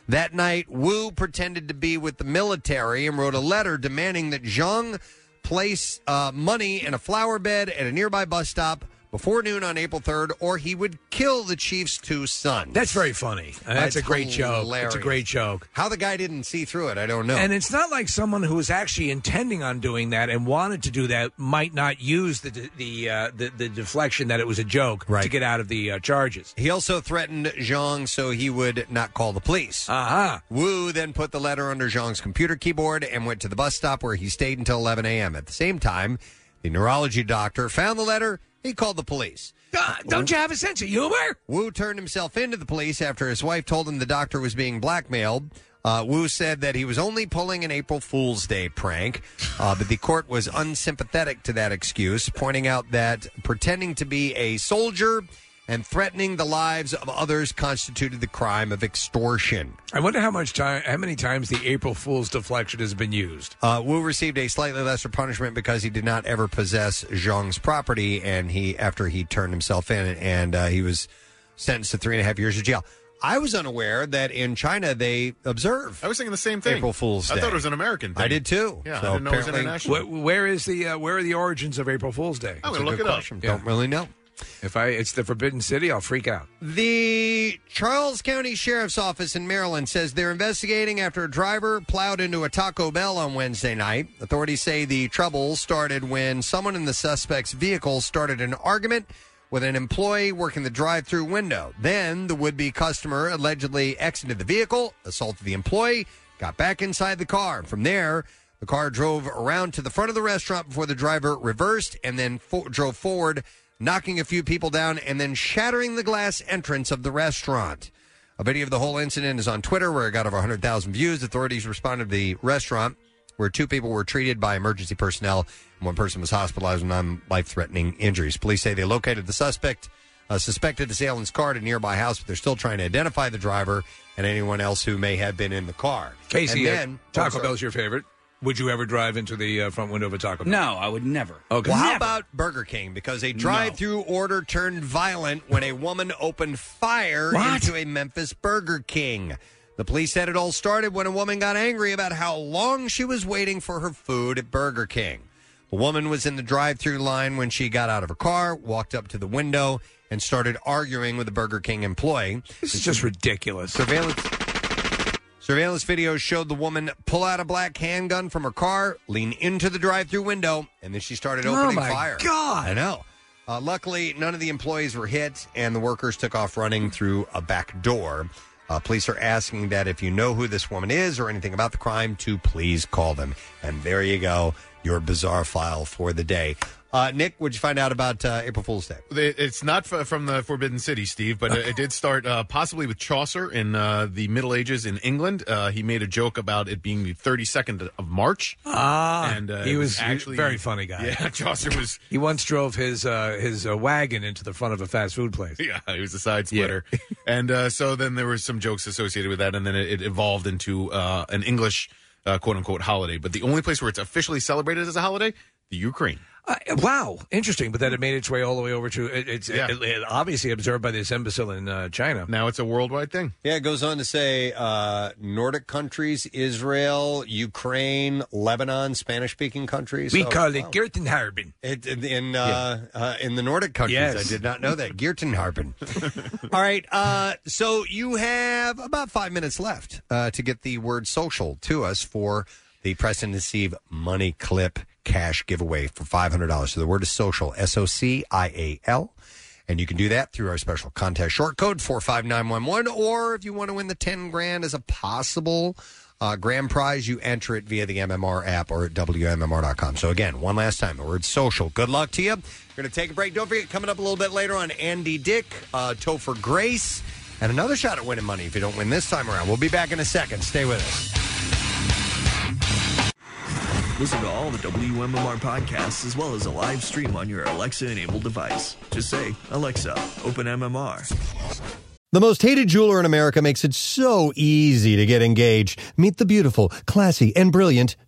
Speaker 3: That night, Wu pretended to be with the military and wrote a letter demanding that Zhang place uh, money in a flower bed at a nearby bus stop before noon on April 3rd, or he would kill the chief's two sons.
Speaker 5: That's very funny. Uh, That's, a great joke. It's a great joke.
Speaker 3: How the guy didn't see through it, I don't know.
Speaker 5: And it's not like someone who was actually intending on doing that and wanted to do that might not use the de- the uh, the, the deflection that it was a joke to get out of the uh, charges.
Speaker 3: He also threatened Zhang so he would not call the police. Uh
Speaker 5: huh.
Speaker 3: Wu then put the letter under Zhang's computer keyboard and went to the bus stop where he stayed until 11 a.m. At the same time, the neurology doctor found the letter. He called the police.
Speaker 5: Uh, don't you have a sense of humor?
Speaker 3: Wu turned himself into the police after his wife told him the doctor was being blackmailed. Uh, Wu said that he was only pulling an April Fool's Day prank, uh, but the court was unsympathetic to that excuse, pointing out that pretending to be a soldier and threatening the lives of others constituted the crime of extortion.
Speaker 5: I wonder how much time, how many times the April Fool's deflection has been used.
Speaker 3: Uh, Wu received a slightly lesser punishment because he did not ever possess Zhang's property, and he after he turned himself in, and uh, he was sentenced to three and a half years of jail. I was unaware that in China they observe.
Speaker 7: I was thinking the same thing.
Speaker 3: April Fool's
Speaker 7: I
Speaker 3: Day.
Speaker 7: thought it was an American thing.
Speaker 3: I did too.
Speaker 7: Yeah,
Speaker 3: So
Speaker 7: I didn't know it was
Speaker 3: apparently-
Speaker 7: international.
Speaker 5: Wh- where is the uh, where are the origins of April Fool's Day?
Speaker 7: I'm gonna look it up.
Speaker 3: Don't really know.
Speaker 5: If I it's the Forbidden City, I'll freak out.
Speaker 3: The Charles County Sheriff's Office in Maryland says they're investigating after a driver plowed into a Taco Bell on Wednesday night. Authorities say the trouble started when someone in the suspect's vehicle started an argument with an employee working the drive through window. Then the would be customer allegedly exited the vehicle, assaulted the employee, got back inside the car. From there, the car drove around to the front of the restaurant before the driver reversed and then fo- drove forward, knocking a few people down and then shattering the glass entrance of the restaurant. A video of the whole incident is on Twitter, where it got over 100,000 views. Authorities responded to the restaurant, where two people were treated by emergency personnel, and one person was hospitalized with non-life-threatening injuries. Police say they located the suspect, uh, suspected assailant's car at a nearby house, but they're still trying to identify the driver and anyone else who may have been in the car.
Speaker 5: Casey,
Speaker 3: and
Speaker 5: uh,
Speaker 3: then, oh,
Speaker 5: Taco
Speaker 3: sorry.
Speaker 5: Bell's your favorite. Would you ever drive into the uh, front window of a Taco Bell?
Speaker 8: No, I would never.
Speaker 5: Okay.
Speaker 3: Well, how about Burger King? Because a drive-through order turned violent when a woman opened fire into a Memphis Burger King. The police said it all started when a woman got angry about how long she was waiting for her food at Burger King. The woman was in the drive-through line when she got out of her car, walked up to the window, and started arguing with the Burger King employee.
Speaker 5: This is just ridiculous.
Speaker 3: Surveillance Surveillance video showed the woman pull out a black handgun from her car, lean into the drive-through window, and then she started
Speaker 5: Oh,
Speaker 3: opening
Speaker 5: my
Speaker 3: fire.
Speaker 5: God.
Speaker 3: I know. Uh, luckily, none of the employees were hit, and the workers took off running through a back door. Uh, police are asking that if you know who this woman is or anything about the crime, to please call them. And there you go, your bizarre file for the day. Uh, Nick, what'd you find out about uh, April Fool's Day?
Speaker 7: They- It's not f- from the Forbidden City, Steve, but uh, it did start uh, possibly with Chaucer in uh, the Middle Ages in England. Uh, he made a joke about it being the 32nd of March.
Speaker 5: Ah,
Speaker 7: uh,
Speaker 5: he
Speaker 7: it
Speaker 5: was, very funny guy.
Speaker 7: Yeah, Chaucer was.
Speaker 5: He once drove his uh, his uh, wagon into the front of a fast food place.
Speaker 7: Yeah, he was a side splitter, and uh, so then there were some jokes associated with that, and then it, it evolved into uh, an English uh, "quote unquote" holiday. But the only place where it's officially celebrated as a holiday, the Ukraine.
Speaker 5: Uh, wow, interesting. But then it made its way all the way over to it, it's it- it obviously observed by this imbecile in uh, China.
Speaker 7: Now it's a worldwide thing.
Speaker 3: Yeah, it goes on to say uh, Nordic countries, Israel, Ukraine, Lebanon, Spanish-speaking countries. Oh,
Speaker 5: We
Speaker 3: So-
Speaker 5: call it Gertenharben.
Speaker 3: It, in in, uh, uh, in the Nordic countries.
Speaker 5: Yes.
Speaker 3: I did not know that. Gertenharben. All right. Uh, so you have about five minutes left uh, to get the word social to us for the Preston and Steve money clip cash giveaway for $500. So the word is social, S O C I A L. And you can do that through our special contest short code 45911. Or if you want to win the 10 grand as a possible Uh, grand prize, you enter it via the MMR app or at WMMR.com. So, again, one last time, the word social. Good luck to you. We're going to take a break. Don't forget, coming up a little bit later on, Andy Dick, uh, Topher Grace, and another shot at winning money if you don't win this time around. We'll be back in a second. Stay with us.
Speaker 10: Listen to all the WMMR podcasts as well as a live stream on your Alexa enabled device. Just say, Alexa, open MMR.
Speaker 18: The most hated jeweler in America makes it so easy to get engaged. Meet the beautiful, classy, and brilliant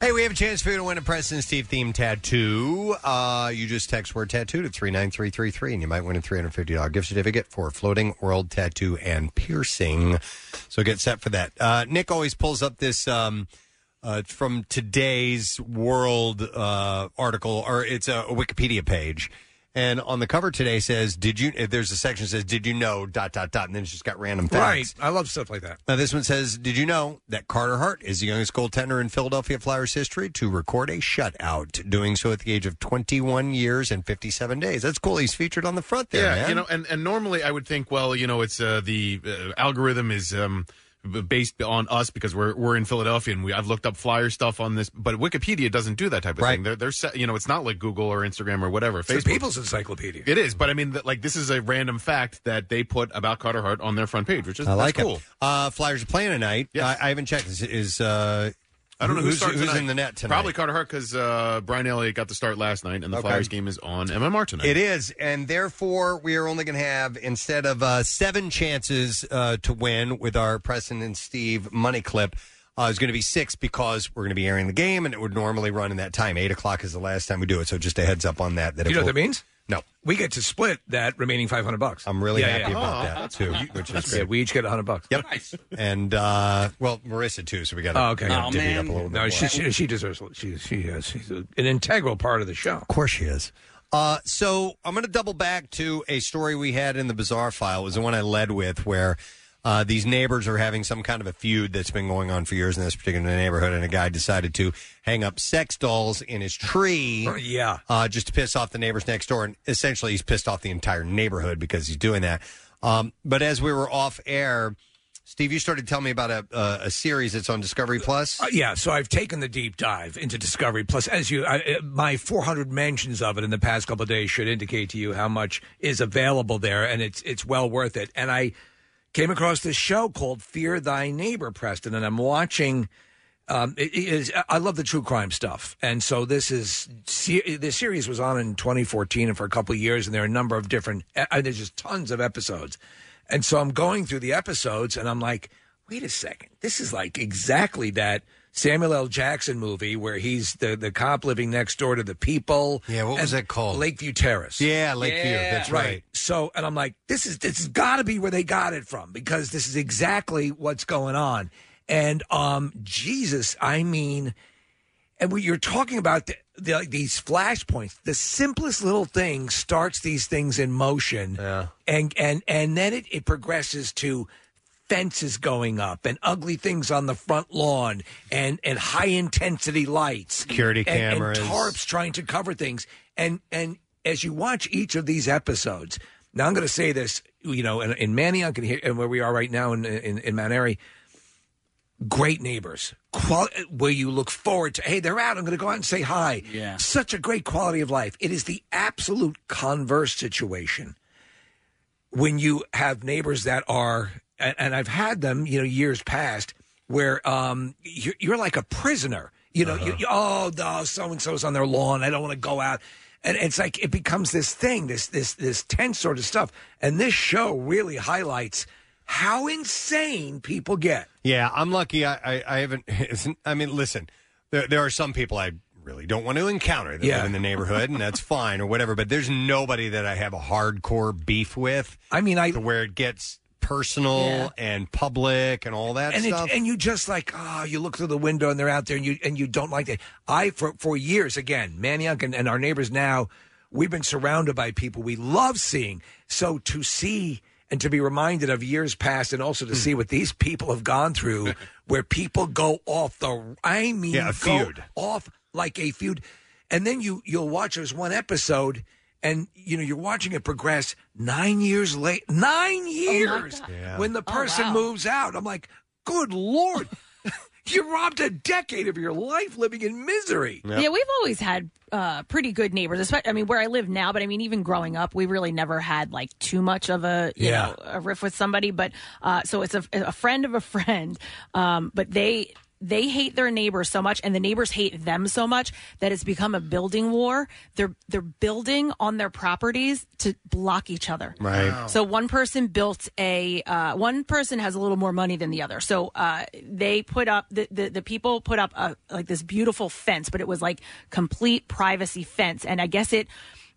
Speaker 3: Hey, we have a chance for you to win a Preston and Steve themed tattoo. Uh, you just text word tattoo to 39333 and you might win a $350 gift certificate for Floating World Tattoo and Piercing. So get set for that. Uh, Nick always pulls up this um, uh, from today's World uh, article, or it's a Wikipedia page. And on the cover today says, "Did you?" uh, There's a section that says, "Did you know?" Dot dot dot, and then it's just got random facts.
Speaker 5: Right. I love stuff like that.
Speaker 3: Now, this one says, Did you know that Carter Hart is the youngest goaltender in Philadelphia Flyers history to record a shutout, doing so at the age of 21 years and 57 days? That's cool. He's featured on the front there,
Speaker 7: yeah,
Speaker 3: man.
Speaker 7: you know, and, and normally I would think, well, you know, it's uh, the uh, algorithm is um, b- based on us because we're we're in Philadelphia and we I've looked up flyer stuff on this, but Wikipedia doesn't do that type of
Speaker 5: Right.
Speaker 7: thing. They're, they're set, you know, it's not like Google or Instagram or whatever.
Speaker 5: It's a
Speaker 7: Facebook.
Speaker 5: people's encyclopedia.
Speaker 7: It is, but I mean, th- like this is a random fact that they put about Carter Hart on their front page, which is
Speaker 3: I like
Speaker 7: that's
Speaker 3: it.
Speaker 7: cool.
Speaker 3: Uh, Flyers are playing tonight. I, I haven't checked. Is, is uh,
Speaker 7: I don't know who
Speaker 3: who's,
Speaker 7: starts
Speaker 3: who's
Speaker 7: tonight.
Speaker 3: in the net tonight.
Speaker 7: Probably Carter Hart because uh, Brian Elliott got the start last night, and the
Speaker 3: Okay.
Speaker 7: Flyers game is on MMR tonight.
Speaker 3: It is, and therefore we are only going to have instead of uh, seven chances uh, to win with our Preston and Steve money clip. Uh, it's going to be six because we're going to be airing the game, and it would normally run in that time. Eight o'clock is the last time we do it, so just a heads up on that. That
Speaker 5: You
Speaker 3: it
Speaker 5: know what
Speaker 3: will-
Speaker 5: that means?
Speaker 3: No,
Speaker 5: we get to split that remaining five hundred bucks.
Speaker 3: I'm really happy about that too, which is
Speaker 5: yeah, we each get hundred bucks.
Speaker 3: Yep. And uh, well, Marissa too, so we got to
Speaker 5: Oh, okay.
Speaker 3: divvy it up a little bit.
Speaker 5: No,
Speaker 3: more.
Speaker 5: she, she she deserves it. She she is she's an integral part of the show. Of
Speaker 3: course she is. Uh, so I'm going to double back to a story we had in the bizarre file. It was the one I led with where uh, these neighbors are having some kind of a feud that's been going on for years in this particular neighborhood, and a guy decided to hang up sex dolls in his tree.
Speaker 5: Oh, Yeah.
Speaker 3: Uh, just to piss off the neighbors next door. And essentially, he's pissed off the entire neighborhood because he's doing that. Um, but as we were off air, Steve, you started telling me about a, a, a series that's on Discovery Plus.
Speaker 5: Uh, yeah, so I've taken the deep dive into Discovery Plus. As you, I, uh, my 400 mentions of it in the past couple of days should indicate to you how much is available there, and it's it's well worth it. And I came across this show called Fear Thy Neighbor, Preston, and I'm watching. Um, it, it is, I love the true crime stuff, and so this is se- this series was on in 2014 and for a couple of years, and there are a number of different. uh, And there's just tons of episodes, and so I'm going through the episodes, and I'm like, wait a second, this is like exactly that Samuel L. Jackson movie where he's the the cop living next door to the people. Yeah,
Speaker 3: what was that called?
Speaker 5: Lakeview Terrace.
Speaker 3: Yeah, Lakeview, Yeah. that's right.
Speaker 5: So, and I'm like, this is this has got to be where they got it from because this is exactly what's going on. And um, Jesus, I mean, and when you're talking about the, the, like these flashpoints, the simplest little thing starts these things in motion, and and and then it, it progresses to fences going up and ugly things on the front lawn and and high intensity lights
Speaker 3: Security
Speaker 5: and- and
Speaker 3: cameras.
Speaker 5: tarps trying to cover things and and as you watch each of these episodes now i'm going to say this you know in, in manioc and, here, and where we are right now in in, in mount airy great neighbors qual- where you look forward to hey they're out i'm going to go out and say hi yeah. such a great quality of life it is the absolute converse situation when you have neighbors that are and, and I've had them, you know, years past where um, you're, you're like a prisoner. You know, you, you, oh, no, so and so's on their lawn. I don't want to go out. And it's like it becomes this thing, this this this tense sort of stuff. And this show really highlights how insane people get.
Speaker 18: Yeah, I'm lucky. I, I, I haven't. it's- I mean, listen, there, there are some people I really don't want to encounter that
Speaker 5: Yeah.
Speaker 18: live in the neighborhood, and that's fine or whatever. But there's nobody that I have a hardcore beef with.
Speaker 5: I mean, I
Speaker 18: to where it gets personal
Speaker 5: Yeah.
Speaker 18: and public and all that
Speaker 5: and
Speaker 18: stuff.
Speaker 5: and you just like ah, you look through the window and they're out there and you and you don't like that. I for for years again, Maniac and, and our neighbors now, we've been surrounded by people we love seeing. So to see and to be reminded of years past, and also to
Speaker 18: Hmm.
Speaker 5: see what these people have gone through, where people go off the I mean,
Speaker 18: Yeah, a
Speaker 5: go
Speaker 18: feud.
Speaker 5: off like a feud, and then you you'll watch there's one episode. And you know you're watching it progress nine years late. Nine years
Speaker 18: God. Yeah.
Speaker 5: when the
Speaker 18: Oh,
Speaker 5: person
Speaker 18: wow.
Speaker 5: moves out. I'm like, good lord, you robbed a decade of your life living in misery.
Speaker 4: Yeah, we've always had uh, pretty good neighbors. Especially, I mean, where I live now, but I mean, even growing up, we really never had like too much of a you
Speaker 5: Yeah.
Speaker 4: know a riff with somebody. But uh, so it's a, a friend of a friend, um, but they they hate their neighbors so much, and the neighbors hate them so much that it's become a building war. They're they're building on their properties to block each other.
Speaker 18: Right. Wow.
Speaker 4: So one person built a uh, one person has a little more money than the other. So uh, they put up the, the the people put up a, like this beautiful fence, but it was like complete privacy fence, and I guess it.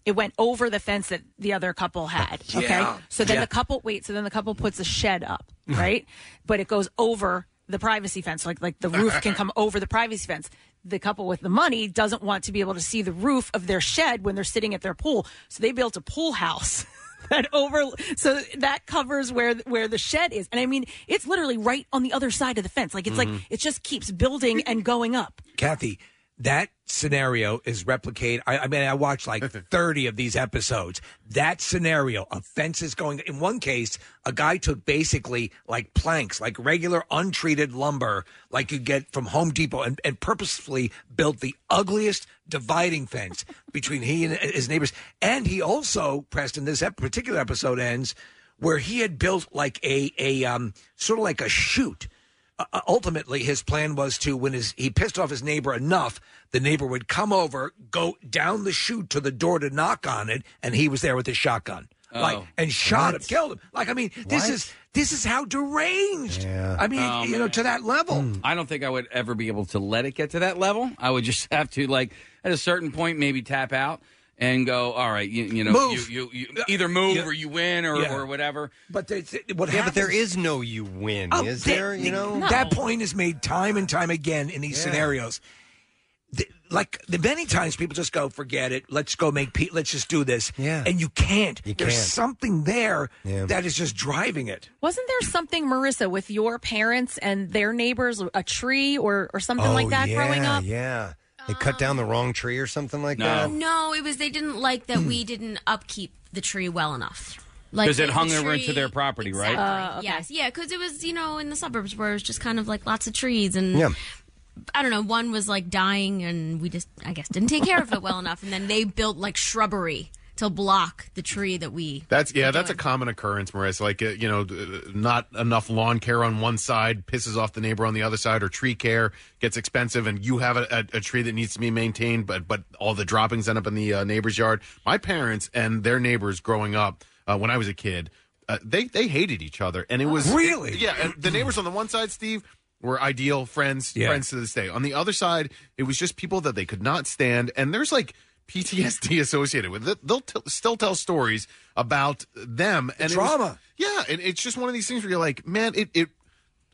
Speaker 4: It went over the fence that the other couple had. Okay.
Speaker 24: Yeah.
Speaker 4: So then
Speaker 24: Yeah.
Speaker 4: the couple wait, so then the couple puts a shed up, right? but it goes over the privacy fence. Like like the roof can come over the privacy fence. The couple with the money doesn't want to be able to see the roof of their shed when they're sitting at their pool. So they built a pool house. That over, so that covers where where the shed is, and I mean it's literally right on the other side of the fence. Like it's
Speaker 5: Mhm.
Speaker 4: like it just keeps building and going up.
Speaker 5: Kathy, that scenario is replicated. I, I mean, I watched like 30 of these episodes. That scenario, a fence is going. In one case, a guy took basically like planks, like regular untreated lumber, like you get from Home Depot, and, and purposefully built the ugliest dividing fence between he and his neighbors. And he also, Preston, this ep- particular episode ends where he had built like a, a um, sort of like a chute uh, ultimately his plan was to when his he pissed off his neighbor enough the neighbor would come over go down the chute to the door to knock on it and he was there with his shotgun like
Speaker 8: Oh.
Speaker 5: and shot
Speaker 8: What?
Speaker 5: him killed him like i mean this
Speaker 8: What?
Speaker 5: is this is how deranged i mean
Speaker 8: Oh,
Speaker 5: you know to that level
Speaker 8: Hmm. I don't think I would ever be able to let it get to that level. I would just have to, like, at a certain point, maybe tap out and go, all right, you, you know,
Speaker 5: Move.
Speaker 8: You, you, you either move
Speaker 5: Yeah.
Speaker 8: or you win or,
Speaker 5: Yeah.
Speaker 8: or whatever.
Speaker 5: But they, Uh, what
Speaker 8: Yeah, but there
Speaker 18: is no you win,
Speaker 5: Oh, that- that point is made time and time again in these
Speaker 8: Yeah.
Speaker 5: scenarios. Th- like the many times people just go, forget it. Let's go make. Pe- let's just do this. Yeah, and you can't.
Speaker 18: You
Speaker 5: There's
Speaker 18: can't.
Speaker 5: something there that is just driving it.
Speaker 4: Wasn't there something, Marissa, with your parents and their neighbors, a tree or or something
Speaker 18: oh,
Speaker 4: like that
Speaker 18: yeah,
Speaker 4: growing up?
Speaker 18: Yeah. They cut down the wrong tree or something like that.
Speaker 24: No, it was they didn't like that we didn't upkeep the tree well enough. Like
Speaker 8: Because it
Speaker 24: the-
Speaker 8: hung
Speaker 24: the
Speaker 8: over into
Speaker 24: tree-
Speaker 8: their property, right?
Speaker 24: Exactly, Yes, yeah, because it was you know in the suburbs where it was just kind of like lots of trees and
Speaker 8: Yeah.
Speaker 24: I don't know. One was like dying, and we just I guess didn't take care of it well enough, and then they built like shrubbery to block the tree that we.
Speaker 7: That's yeah, that's a common occurrence, Marissa. Like uh, you know, d- not enough lawn care on one side pisses off the neighbor on the other side, or tree care gets expensive, and you have a, a, a tree that needs to be maintained, but but all the droppings end up in the uh, neighbor's yard. My parents and their neighbors growing up uh, when I was a kid, uh, they they hated each other, and it was
Speaker 5: Really?
Speaker 7: yeah. And the neighbors on the one side, Steve. Were ideal friends,
Speaker 5: Yeah.
Speaker 7: friends to this day. On the other side, it was just people that they could not stand, and there's like PTSD associated with it. They'll t- still tell stories about them and it was-
Speaker 5: trauma.
Speaker 7: yeah, and it's just one of these things where you're like, man, it. it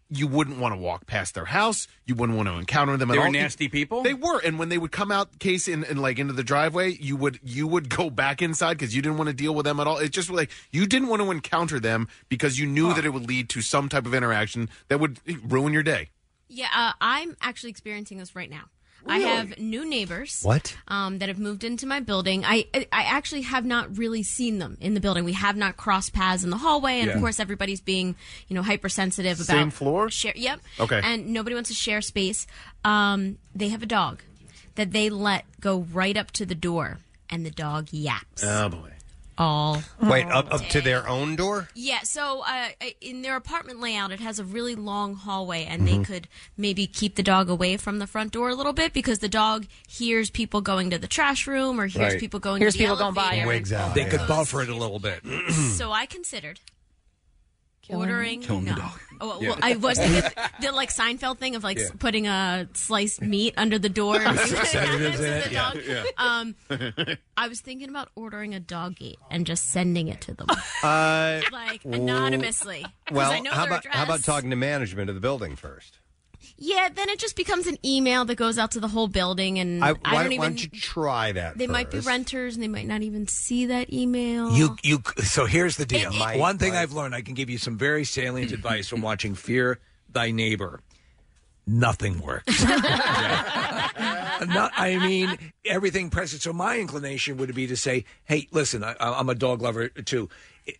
Speaker 7: you wouldn't want to walk past their house. You wouldn't want to encounter them.
Speaker 8: They
Speaker 7: at
Speaker 8: were
Speaker 7: all.
Speaker 8: nasty people.
Speaker 7: They were, and when they would come out, case in and like into the driveway, you would you would go back inside because you didn't want to deal with them at all. It's just like you didn't want to encounter them because you knew that it would lead to some type of interaction that would ruin your day.
Speaker 24: Yeah, uh, I'm actually experiencing this right now. I have new neighbors.
Speaker 7: What?
Speaker 24: Um, that have moved into my building. I I actually have not really seen them in the building. We have not crossed paths in the hallway, and
Speaker 7: Yeah.
Speaker 24: of course, everybody's being you know hypersensitive about
Speaker 7: Same floor?
Speaker 24: Share, yep.
Speaker 7: Okay.
Speaker 24: And nobody wants to share space. Um, they have a dog that they let go right up to the door, and the dog yaps.
Speaker 7: Oh boy.
Speaker 24: all.
Speaker 3: Wait, up, up to their own door?
Speaker 24: Yeah, so uh, in their apartment layout, it has a really long hallway, and
Speaker 5: Mm-hmm.
Speaker 3: Mhm.
Speaker 24: they could maybe keep the dog away from the front door a little bit because the dog hears people going to the trash room or hears
Speaker 5: Right.
Speaker 24: people going
Speaker 19: Hears
Speaker 24: to the
Speaker 19: people going by
Speaker 24: elevator.
Speaker 19: Wigs out,
Speaker 5: They
Speaker 19: yeah.
Speaker 5: could buffer it a little bit.
Speaker 24: so I considered ordering.
Speaker 5: Killing the
Speaker 24: no.
Speaker 5: dog.
Speaker 24: Oh, well,
Speaker 5: Yeah.
Speaker 24: I was thinking the like Seinfeld thing of like s
Speaker 5: Yeah.
Speaker 24: putting a sliced meat under the door.
Speaker 5: Sedatives in it, yeah,
Speaker 24: Um, I was thinking about ordering a dog gate and just sending it to them
Speaker 3: Uh,
Speaker 24: like anonymously. 'Cause
Speaker 3: Well,
Speaker 24: I know
Speaker 3: how
Speaker 24: their
Speaker 3: about how about
Speaker 24: address.
Speaker 3: talking to management of the building first?
Speaker 24: Yeah, then it just becomes an email that goes out to the whole building, and I,
Speaker 3: I, why, why
Speaker 24: don't
Speaker 3: don't
Speaker 24: even.
Speaker 3: you try that?
Speaker 24: they might be
Speaker 3: first?
Speaker 24: renters, and they might not even see that email.
Speaker 5: You you so here's the deal.
Speaker 24: It- it-
Speaker 5: One thing I've learned, I can give you some very salient advice from watching Fear Thy Neighbor. Nothing works. Not, I mean, everything presses. So my inclination would be to say, "Hey, listen, I, I'm a dog lover too.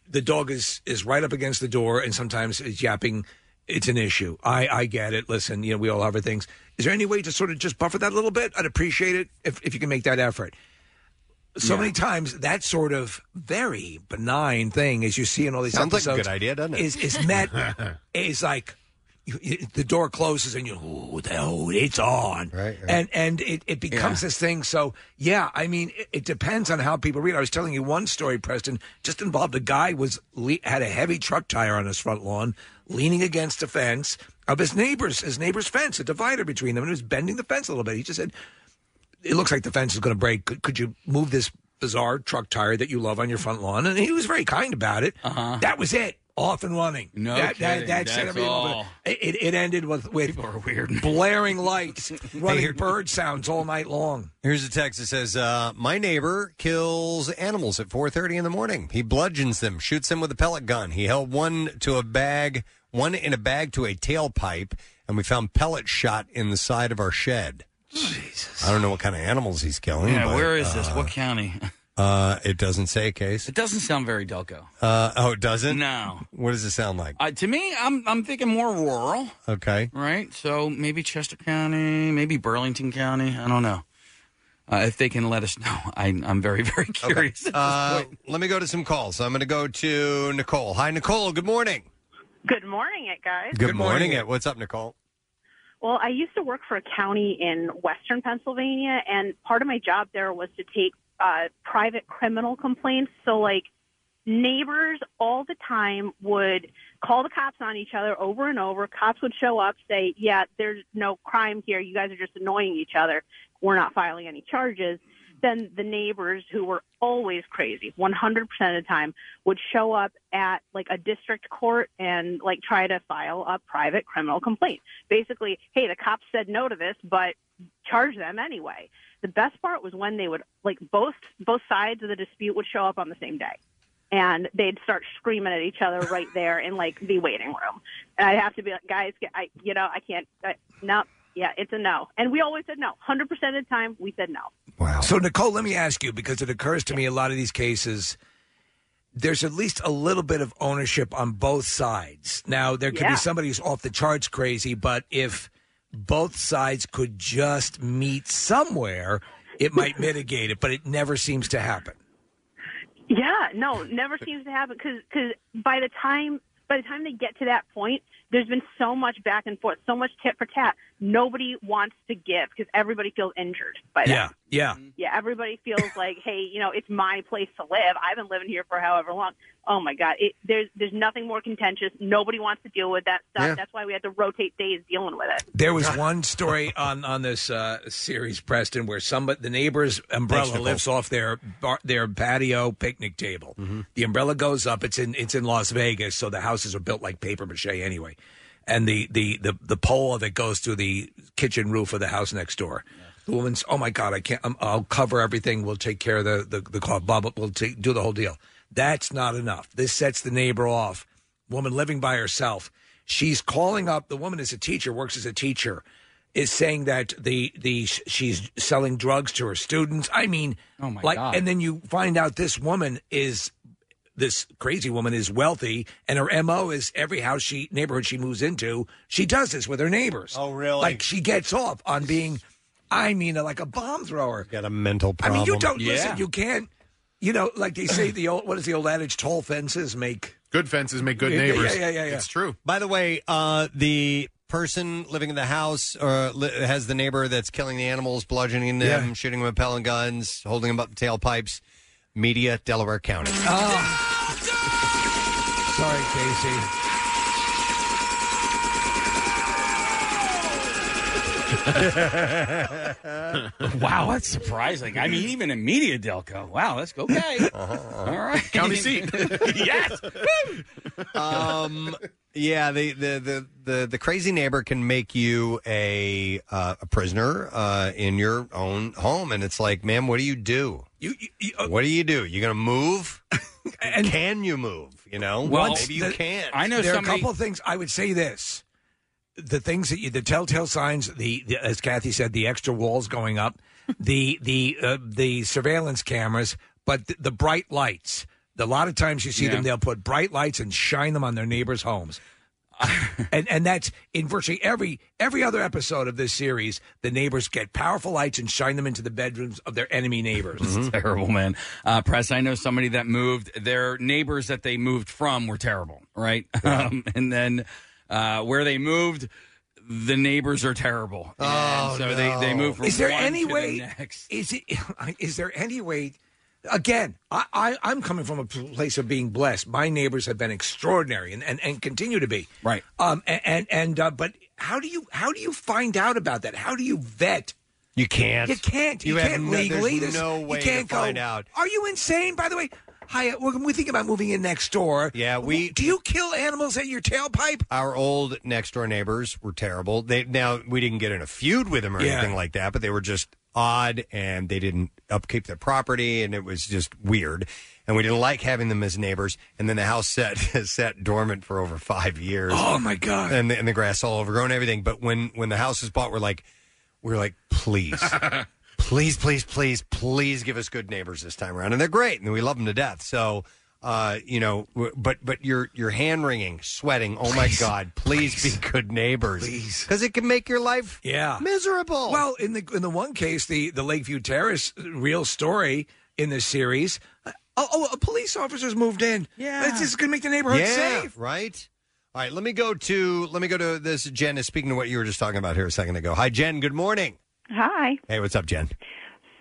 Speaker 5: The dog is is right up against the door, and sometimes it's yapping. It's an issue. I I get it. Listen, you know, we all have our things. Is there any way to sort of just buffer that a little bit? I'd appreciate it if if you can make that effort." So many times, that sort of very benign thing, as you see in all these
Speaker 3: Sounds like a
Speaker 5: episodes,
Speaker 3: good idea, doesn't it?
Speaker 5: Is is met is like you, you- the door closes and you, oh, the- oh, it's on, right? And and it, it becomes this thing. So yeah, I mean, it, it depends on how people read. it. I was telling you one story, Preston, just involved a guy was le- had a heavy truck tire on his front lawn, leaning against a fence of his neighbor's his neighbor's fence, a divider between them, and he was bending the fence a little bit. He just said, it looks like the fence is going to break. Could, could you move this bizarre truck tire that you love on your front lawn? And he was very kind about it. Uh-huh. That was it. Off and running.
Speaker 8: No
Speaker 5: that, that,
Speaker 8: kidding.
Speaker 5: that set
Speaker 8: That's
Speaker 5: everything off.
Speaker 8: all.
Speaker 5: It, it ended with, with People are weird. blaring lights, running bird sounds all night long.
Speaker 3: Here's a text that says, uh, "My neighbor kills animals at 4:30 in the morning. He bludgeons them, shoots them with a pellet gun. He held one to a bag, one in a bag to a tailpipe, and we found pellet shot in the side of our shed. Jesus, I don't know what kind of animals he's
Speaker 18: Oh
Speaker 3: killing.
Speaker 8: Yeah,
Speaker 3: but,
Speaker 8: where is this?
Speaker 3: uh,
Speaker 8: What county?
Speaker 3: Uh, it doesn't say, Case.
Speaker 8: It doesn't sound very Delco.
Speaker 3: Uh, oh, it doesn't.
Speaker 8: No.
Speaker 3: What does it sound like?
Speaker 8: Uh, to me, I'm I'm thinking more rural,
Speaker 3: Okay.
Speaker 8: right? So maybe Chester County, maybe Burlington County. I don't know. Uh, if they can let us know, I, I'm very very curious.
Speaker 3: Uh, let me go to some calls. I'm going to go to Nicole. Hi, Nicole. Good morning.
Speaker 23: Good morning, it guys.
Speaker 3: morning. It. What's up, Nicole?
Speaker 23: Well, I used to work for a county in western Pennsylvania, and part of my job there was to take uh, private criminal complaints. So, like, neighbors all the time would call the cops on each other over and over. Cops would show up, say, Yeah, there's no crime here. You guys are just annoying each other. We're not filing any charges. Then the neighbors who were always crazy, 100% of the time, would show up at like a district court and like try to file a private criminal complaint. Basically, hey, the cops said no to this, but charge them anyway. The best part was when they would like both both sides of the dispute would show up on the same day and they'd start screaming at each other right there in like the waiting room. And I'd have to be like, guys, I, you know, I can't, I, no, yeah, it's a no. And we always said no. 100% of the time, we said no.
Speaker 5: So, Nicole, let me ask you because it occurs to me a lot of these cases, there's at least a little bit of ownership on both sides. Now, there could
Speaker 23: Yeah.
Speaker 5: be somebody who's off the charts crazy, but if both sides could just meet somewhere, it might mitigate it, but it never seems to happen.
Speaker 23: Yeah, no, never seems to happen because by the time by the time they get to that point, there's been so much back and forth, so much tit for tat. Nobody wants to give because everybody feels injured by that.
Speaker 5: Yeah, yeah.
Speaker 23: Yeah, everybody feels like, hey, you know, it's my place to live. I've been living here for however long. Oh my God, it, there's there's nothing more contentious. Nobody wants to deal with that stuff.
Speaker 5: Yeah.
Speaker 23: That's why we had to rotate days dealing with it.
Speaker 5: There was one story on on this uh, series, Preston, where some the neighbor's umbrella
Speaker 25: Nicole.
Speaker 5: lifts off their bar, their patio picnic table. The umbrella goes up. It's in it's in Las Vegas, so the houses are built like paper mache anyway. And the the the, the pole that goes through the kitchen roof of the house next door. The woman's, oh my God, I can't. i I'll cover everything. We'll take care of the the, the car. Blah blah. We'll take, do the whole deal. That's not enough. This sets the neighbor off. Woman living by herself. She's calling up. The woman is a teacher. Works as a teacher. Is saying that the the she's selling drugs to her students. I mean, oh my like,
Speaker 8: God.
Speaker 5: and then you find out this woman is this crazy woman is wealthy, and her mo is every house she neighborhood she moves into, she does this with her neighbors. Oh, really? Like she gets off on being, I mean, like a bomb thrower.
Speaker 3: Got a mental
Speaker 5: I mean, you
Speaker 3: problem.
Speaker 5: don't
Speaker 3: Yeah.
Speaker 5: listen. You can't. You know, like they say, the old what is the old adage? Tall fences make
Speaker 18: good fences make
Speaker 5: Yeah, yeah, Yeah, yeah, yeah.
Speaker 18: true.
Speaker 3: By the way, uh, the person living in the house uh, li- has the neighbor that's killing the animals, bludgeoning them, shooting them with pellet guns, holding them up with tailpipes. Media, Delaware County.
Speaker 5: Oh. Sorry, Casey.
Speaker 8: wow, that's surprising. I mean, even in media, Delco. Wow, that's okay. All right,
Speaker 18: Uh-huh, County seat.
Speaker 8: yes.
Speaker 3: um, yeah, the, the, the, the, the crazy neighbor can make you a, uh, a prisoner uh, in your own home. And it's like, man, what do you do?
Speaker 5: You, uh
Speaker 3: what do you do? You going to move? can you move? You know,
Speaker 5: Once
Speaker 3: maybe you
Speaker 5: the-
Speaker 3: can't.
Speaker 5: There are a couple of things I would say. This, the things that you, the telltale signs, the, the as Kathy said, the extra walls going up, the the uh, the surveillance cameras, but the, the bright lights. A lot of times you see
Speaker 8: Yeah.
Speaker 5: them; they'll put bright lights and shine them on their neighbors' homes. and and that's in virtually every every other episode of this series. The neighbors get powerful lights and shine them into the bedrooms of their enemy neighbors.
Speaker 8: It's terrible, man. Uh, Press, I know somebody that moved. Their neighbors that they moved from were terrible, right? Um, and then uh, where they moved, the neighbors are terrible.
Speaker 5: Oh,
Speaker 8: and so they, they moved from
Speaker 5: Is there
Speaker 8: one
Speaker 5: any
Speaker 8: to the
Speaker 5: way?
Speaker 8: next.
Speaker 5: Is it? Is there any way? Again, I, I I'm coming from a place of being blessed. My neighbors have been extraordinary and and, and continue to be.
Speaker 8: Right.
Speaker 5: Um. And and, and uh, but how do you how do you find out about that? How do you vet?
Speaker 3: You can't.
Speaker 5: You can't. You,
Speaker 3: You have
Speaker 5: can't
Speaker 3: no- there's
Speaker 5: legally.
Speaker 3: no way
Speaker 5: you
Speaker 3: to
Speaker 5: can't go,
Speaker 3: find out.
Speaker 5: Are you insane? By the way, hi. We're, we thinking about moving in next door.
Speaker 3: Yeah, we-
Speaker 5: Do you kill animals at your tailpipe?
Speaker 3: our old next door neighbors were terrible. They now we didn't get in a feud with them or
Speaker 5: Yeah.
Speaker 3: anything like that, but they were just odd and they didn't upkeep their property and it was just weird. And we didn't like having them as neighbors. And then the house sat sat dormant for over five years.
Speaker 5: Oh, my God.
Speaker 3: And the, and the grass all overgrown, and everything. But when when the house was bought, we're like, we're like, please, please, please, please, please give us good neighbors this time around, and they're great, and we love them to death. So, uh, you know, w- but but you're you're hand wringing, sweating. Oh my God, please, be good neighbors, please, because it can make your life
Speaker 5: Yeah.
Speaker 3: miserable.
Speaker 5: Well, in the in the one case, the the Lakeview Terrace uh, real story in this series. uh, Oh, oh, a police officer's moved in. Yeah, this is gonna make the neighborhood
Speaker 3: yeah,
Speaker 5: safe.
Speaker 3: right. All right, let me go to let me go to this. Jen is speaking to what you were just talking about here a second ago. Hi, Jen. Good morning.
Speaker 11: Hi.
Speaker 3: Hey, what's up, Jen?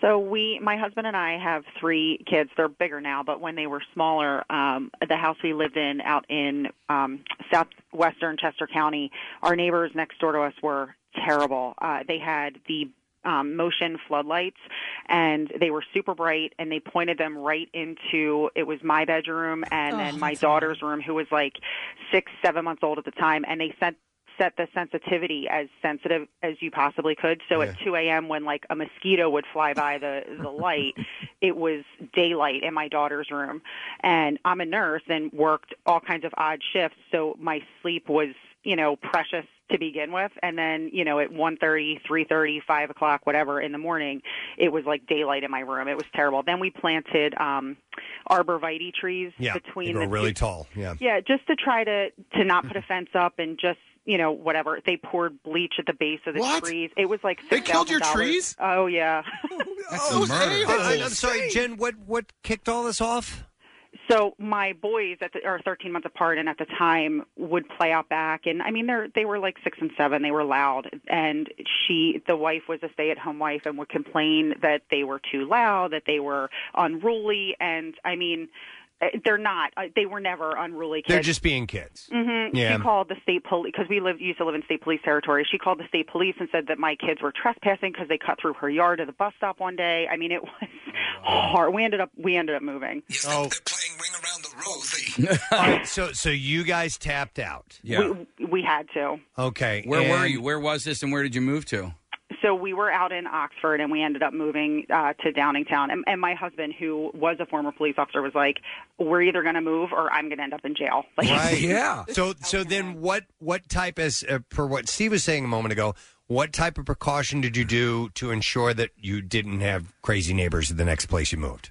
Speaker 11: So we, my husband and I, have three kids. They're bigger now, but when they were smaller, um, the house we lived in out in um, southwestern Chester County, our neighbors next door to us were terrible. Uh, they had the um, motion floodlights, and they were super bright, and they pointed them right into it was my bedroom and
Speaker 21: Oh,
Speaker 11: then my
Speaker 21: that's
Speaker 11: daughter's room, who was like six, seven months old at the time, and they sent set the sensitivity as sensitive as you possibly could. So at 2 a.m., when like a mosquito would fly by the the light, it was daylight in my daughter's room, and I'm a nurse and worked all kinds of odd shifts, so my sleep was you know precious to begin with and then you know at 1.30 3.30 5 o'clock whatever in the morning it was like daylight in my room it was terrible then we planted um arborvitae trees
Speaker 3: Yeah,
Speaker 11: between
Speaker 3: they grow
Speaker 11: the
Speaker 3: really
Speaker 11: two-
Speaker 3: tall. Yeah.
Speaker 11: yeah, just to try to to not put a fence up and just you know whatever they poured bleach at the base of the
Speaker 3: What?
Speaker 11: trees. It was like
Speaker 3: They killed your
Speaker 11: $6,000.
Speaker 3: trees?
Speaker 11: Oh yeah.
Speaker 3: Oh, I- I'm sorry, Jen. What what kicked all this off?
Speaker 11: So my boys at the, are 13 months apart, and at the time would play out back, and I mean they are they were like six and seven. They were loud, and she the wife was a stay at home wife and would complain that they were too loud, that they were unruly, and I mean. eh, They're not. eh, They were never unruly kids.
Speaker 3: They're just being kids.
Speaker 11: hmm
Speaker 3: Yeah.
Speaker 11: She called the state police because we live used to live in state police territory. She called the state police and said that my kids were trespassing because they cut through her yard at the bus stop one day. I mean, it was hard. We ended up we ended up moving.
Speaker 3: Oh. All right, so so you guys tapped out.
Speaker 8: Yeah.
Speaker 11: We, we had to.
Speaker 3: Okay.
Speaker 8: Where were
Speaker 3: and-
Speaker 8: you? Where was this, and where did you move to?
Speaker 11: So we were out in Oxford, and we ended up moving uh, to Downingtown. And, and my husband, who was a former police officer, was like, "We're either going to move, or I'm going to end up in jail." Like,
Speaker 3: Right. So so then what what type as uh, per what Steve was saying a moment ago, what type of precaution did you do to ensure that you didn't have crazy neighbors at the next place you moved?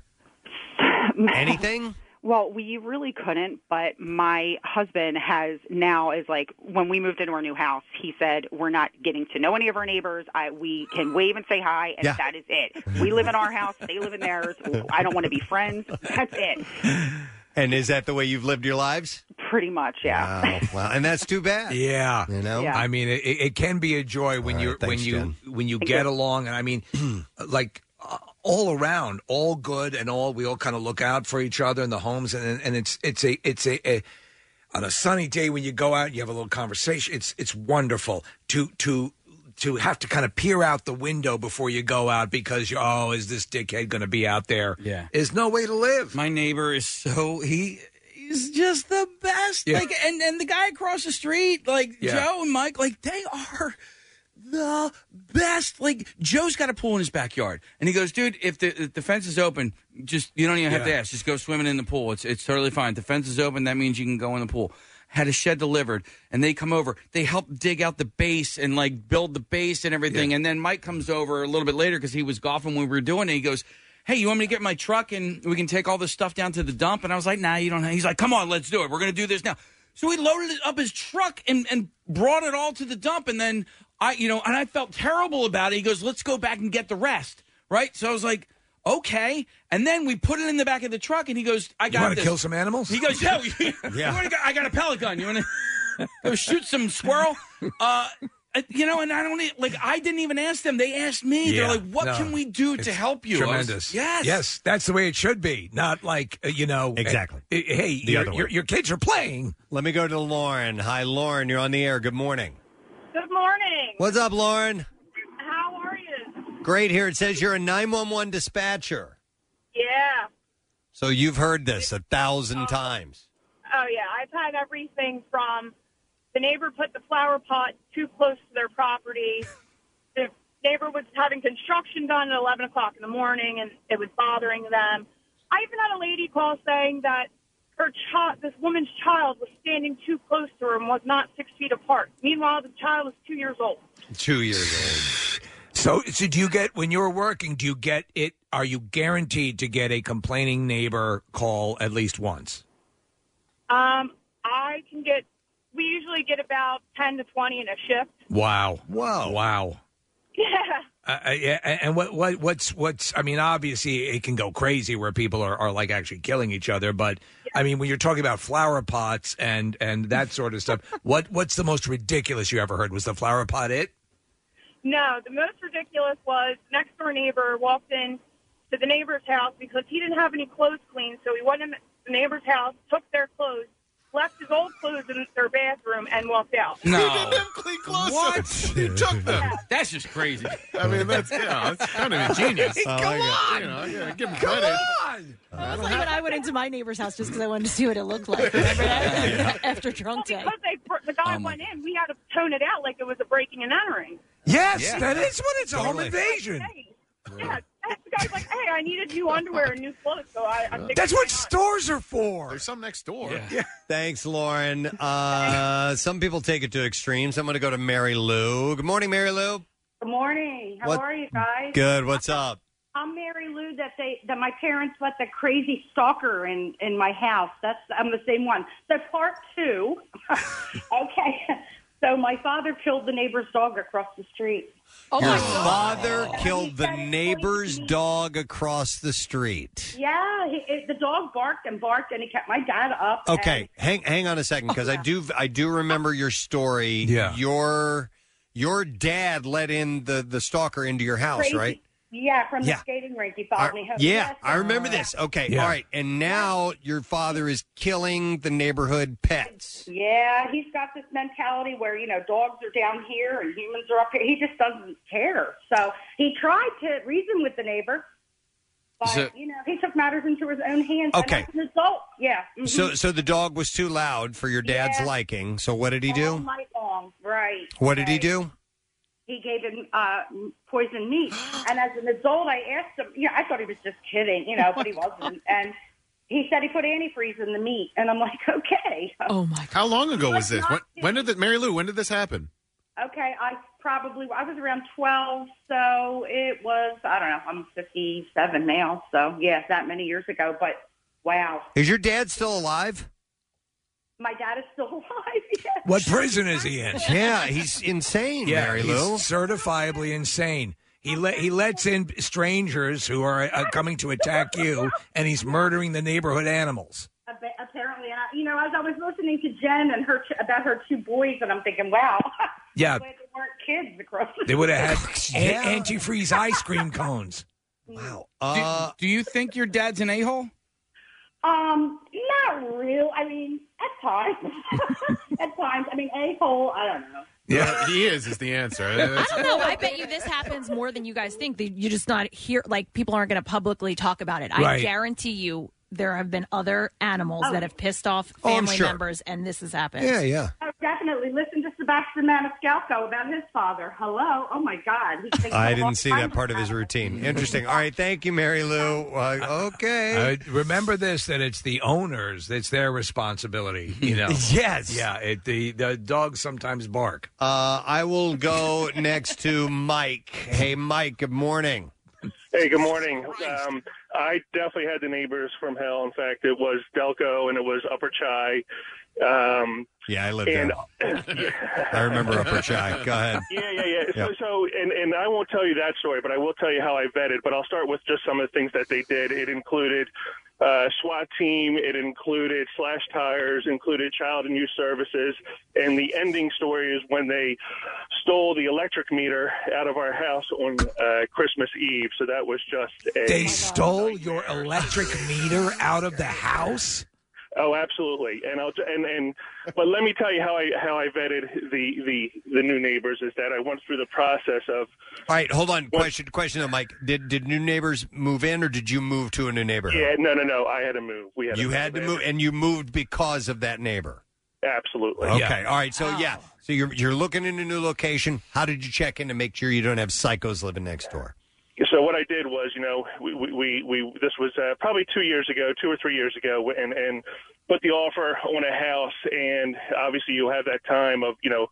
Speaker 3: Anything?
Speaker 11: Well, we really couldn't, but my husband has now is like when we moved into our new house, he said we're not getting to know any of our neighbors. I we can wave and say hi, and
Speaker 13: Yeah.
Speaker 11: that is it. We live in our house, they live in theirs. I don't want to be friends. That's it,
Speaker 3: And is that the way you've lived your lives?
Speaker 11: pretty much. Yeah.
Speaker 3: Wow, wow. and that's too bad.
Speaker 5: Yeah,
Speaker 3: you know.
Speaker 11: Yeah.
Speaker 5: I mean, it, it it can be a joy when you when
Speaker 3: thanks,
Speaker 5: you
Speaker 3: Jen.
Speaker 5: when you
Speaker 3: Thank
Speaker 5: get
Speaker 3: you.
Speaker 5: along, and I mean, like uh, all around, all good and all. We all kind of look out for each other in the homes, and and it's it's a it's a. a on a sunny day when you go out, you have a little conversation. It's it's wonderful to to to have to kind of peer out the window before you go out because you oh is this dickhead going to be out there? Yeah, is no way to live.
Speaker 8: My neighbor is so he he's just the best.
Speaker 5: Yeah.
Speaker 8: Like, and and the guy across the street, like
Speaker 5: Yeah.
Speaker 8: Joe and Mike, like they are the best. Like Joe's got a pool in his backyard, and he goes, "Dude, if the, if the fence is open, just you don't even have to
Speaker 5: Yeah.
Speaker 8: ask. Just go swimming in the pool. It's it's totally fine. If the fence is open. That means you can go in the pool." Had a shed delivered, and they come over. They help dig out the base and like build the base and everything. And then Mike comes over a little bit later because he was golfing when we were doing it. He goes. Hey, you want me to get my truck and we can take all this stuff down to the dump? And I was like, nah, you don't. Have. He's like, come on, let's do it. We're going to do this now. So he loaded it up his truck and, and brought it all to the dump. And then I, you know, and I felt terrible about it. He goes, let's go back and get the rest. Right. So I was like, okay. And then we put it in the back of the truck and he goes, I got
Speaker 5: wanna
Speaker 8: this.
Speaker 5: kill some animals?
Speaker 8: He goes, yeah. we- you wanna go- I got a pellet gun. You want to go shoot some squirrel? Uh, you know, and I don't e- like. I didn't even ask them. They asked me. They're
Speaker 5: Yeah.
Speaker 8: like, "What
Speaker 5: No.
Speaker 8: can we do to
Speaker 5: It's
Speaker 8: help you?" I was-
Speaker 5: Tremendous.
Speaker 8: yes.
Speaker 5: Yes. That's the way it should be. Not like, uh, you know.
Speaker 3: Exactly.
Speaker 5: eh, eh, Hey,
Speaker 3: The
Speaker 5: your,
Speaker 3: other way.
Speaker 5: your, your kids are playing.
Speaker 3: Let me go to Lauren. Hi, Lauren. You're on the air. Good morning.
Speaker 21: Good morning.
Speaker 3: What's up, Lauren?
Speaker 21: How are you?
Speaker 3: Great. Here it says you're a 911 dispatcher.
Speaker 21: Yeah.
Speaker 3: So you've heard this a thousand times.
Speaker 21: Oh, yeah. I've had everything from the neighbor put the flower pot too close to their property. The neighbor was having construction done at 11 o'clock in the morning, and it was bothering them. I even had a lady call saying that her child, this woman's child, was standing too close to her and was not six feet apart. Meanwhile, the child was two years old.
Speaker 5: Two years old. So, so do you get, when you're working, do you get it? Are you guaranteed to get a complaining neighbor call at least once?
Speaker 21: Um, I can get, we usually get about 10 to 20 in a shift.
Speaker 5: Wow. Wow. Wow.
Speaker 21: Yeah.
Speaker 5: Uh, uh, yeah, and and what what what's what's I mean, obviously it can go crazy where people are, are like actually killing each other. But I mean, when you're talking about flower pots and and that sort of stuff, what what's the most ridiculous you ever heard? Was the flower pot it?
Speaker 21: No, the most ridiculous was next door neighbor walked in to the neighbor's house because he didn't have any clothes clean, so he went in the neighbor's house, took their clothes, left his old clothes in their bathroom, and walked out.
Speaker 8: No.
Speaker 21: clean
Speaker 8: What?
Speaker 7: He took them.
Speaker 8: That's just crazy.
Speaker 7: I mean, that's yeah, it's kind of ingenious.
Speaker 8: Come I
Speaker 7: on, you know, yeah, give him credit.
Speaker 4: That was like when I went into my neighbor's house just because I wanted to see what it looked like. Remember that? After drunk day.
Speaker 21: Because they, br- the
Speaker 8: Oh
Speaker 21: guy went in, we had to tone it out like it was a breaking and entering.
Speaker 5: Yes, that is what it's a home
Speaker 21: Totally.
Speaker 5: invasion.
Speaker 21: Yeah, the guy's like, hey, I needed new underwear and new clothes, so I, I'm taking
Speaker 5: That's what stores are for.
Speaker 7: There's some next door.
Speaker 3: Thanks, Lauren. Uh, some people take it to extremes. I'm going to go to Mary Lou. Good morning, Mary Lou.
Speaker 26: Good morning. How
Speaker 3: What-
Speaker 26: are you guys?
Speaker 3: Good. What's
Speaker 26: Oh,
Speaker 3: up?
Speaker 26: I'm Mary Lou. That they that my parents let the crazy stalker in in my house. That's I'm the same one. So part two. okay. So my father killed the neighbor's dog across the street.
Speaker 3: Your father killed the neighbor's dog across the street.
Speaker 26: Yeah, he, it, the dog barked and barked, and it kept my dad up.
Speaker 3: Okay, hang hang on a second because I do I do remember your story. Yeah, your your dad let in the the stalker into your house,
Speaker 26: Crazy-
Speaker 3: right?
Speaker 26: Yeah, from
Speaker 3: Yeah.
Speaker 26: the skating rink, he followed me home.
Speaker 3: Yeah,
Speaker 26: Yes.
Speaker 3: I remember this. Okay,
Speaker 26: Yeah.
Speaker 3: all right, and now your father is killing the neighborhood pets.
Speaker 26: Yeah, he's got this mentality where, you know, dogs are down here and humans are up here. He just doesn't care. So he tried to reason with the neighbor, but,
Speaker 3: So-
Speaker 26: you know, he took matters into his own hands.
Speaker 3: Okay.
Speaker 26: And as an adult, yeah. mhm.
Speaker 3: So so the dog was too loud for your dad's
Speaker 26: Yeah. Oh,
Speaker 3: liking. So what did he
Speaker 26: All
Speaker 3: do?
Speaker 26: night long, right.
Speaker 3: What did he do?
Speaker 26: He gave him uh, poisoned meat. and as an adult, I asked him, you know, I thought he was just kidding, you know, but
Speaker 3: Oh
Speaker 26: he wasn't. And he said he put antifreeze in the meat. And I'm like, okay.
Speaker 4: Oh my!
Speaker 7: How long ago was this? When, when did the Mary Lou? When did this happen?
Speaker 26: Okay, I probably I was around twelve, so it was I don't know. I'm fifty seven now, so yeah, that many years ago. But Wow.
Speaker 3: Is your dad still alive?
Speaker 26: My dad is still alive.
Speaker 5: What prison is he in?
Speaker 3: Yeah, he's insane,
Speaker 5: yeah,
Speaker 3: Mary
Speaker 5: he's
Speaker 3: Lou.
Speaker 5: certifiably insane. He let he lets in strangers who are uh, coming to attack you, and he's murdering the neighborhood animals.
Speaker 26: Ab- Apparently, and I, you know, as I was listening to Jen and her t- about her two boys, and I'm thinking, wow,
Speaker 5: Yeah,
Speaker 26: they weren't kids across. the-
Speaker 5: they would have had an- antifreeze ice cream cones.
Speaker 3: Wow.
Speaker 8: do, do you think your dad's an a hole?
Speaker 26: Um, not real. I mean, at times, at times. I mean, a hole. I don't know.
Speaker 7: Yeah, he is. Is the answer?
Speaker 4: I don't know. I bet you this happens more than you guys think. You just not hear like people aren't going to publicly talk about it. I
Speaker 7: Right.
Speaker 4: guarantee you, there have been other animals that have pissed off
Speaker 26: Oh, I'm
Speaker 4: family
Speaker 26: sure.
Speaker 4: members, and this has happened.
Speaker 26: Oh, definitely. Listen to Sebastian Maniscalco about his father. Hello. Oh my God. He thinks
Speaker 3: I
Speaker 26: a long
Speaker 3: didn't see that
Speaker 26: time
Speaker 3: part of his routine. Interesting. All right, thank you, Mary Lou. Uh, okay.
Speaker 5: Uh, remember this: that it's the owners; it's their responsibility. You know.
Speaker 3: Yes.
Speaker 5: Yeah. It, the the dogs sometimes bark.
Speaker 3: Uh, I will go next to Mike. Hey, Mike. Good morning.
Speaker 13: Hey, good morning. Um, I definitely had the neighbors from hell. In fact, it was Delco and it was Upper Chai. Um,
Speaker 3: Yeah, I live
Speaker 13: and
Speaker 3: there. I remember Upper Chai. Go ahead.
Speaker 13: yeah, yeah, yeah.
Speaker 3: Yeah.
Speaker 13: So, so and, and I won't tell you that story, but I will tell you how I vetted. But I'll start with just some of the things that they did. It included uh, SWAT team. It included slash tires. Included child and youth services. And the ending story is when they stole the electric meter out of our house on uh, Christmas Eve. So that was just a
Speaker 5: They stole your electric meter out of the house.
Speaker 13: Oh, absolutely. And I'll and and but let me tell you how I how I vetted the the the new neighbors is that I went through the process of
Speaker 3: All right, hold on. Question, question, though, Mike. Did did new neighbors move in, or did you move to a new neighborhood?
Speaker 13: yeah no no no I had to move we had
Speaker 3: you
Speaker 13: to
Speaker 3: had to move, and you moved because of that neighbor.
Speaker 13: absolutely
Speaker 3: Okay. All right. So yeah. So you're you're looking in a new location. How did you check in to make sure you don't have psychos living next door?
Speaker 13: So what I did was, you know, we we, we, we this was uh, probably two years ago, two or three years ago, and and put the offer on a house, and obviously you have that time of, you know,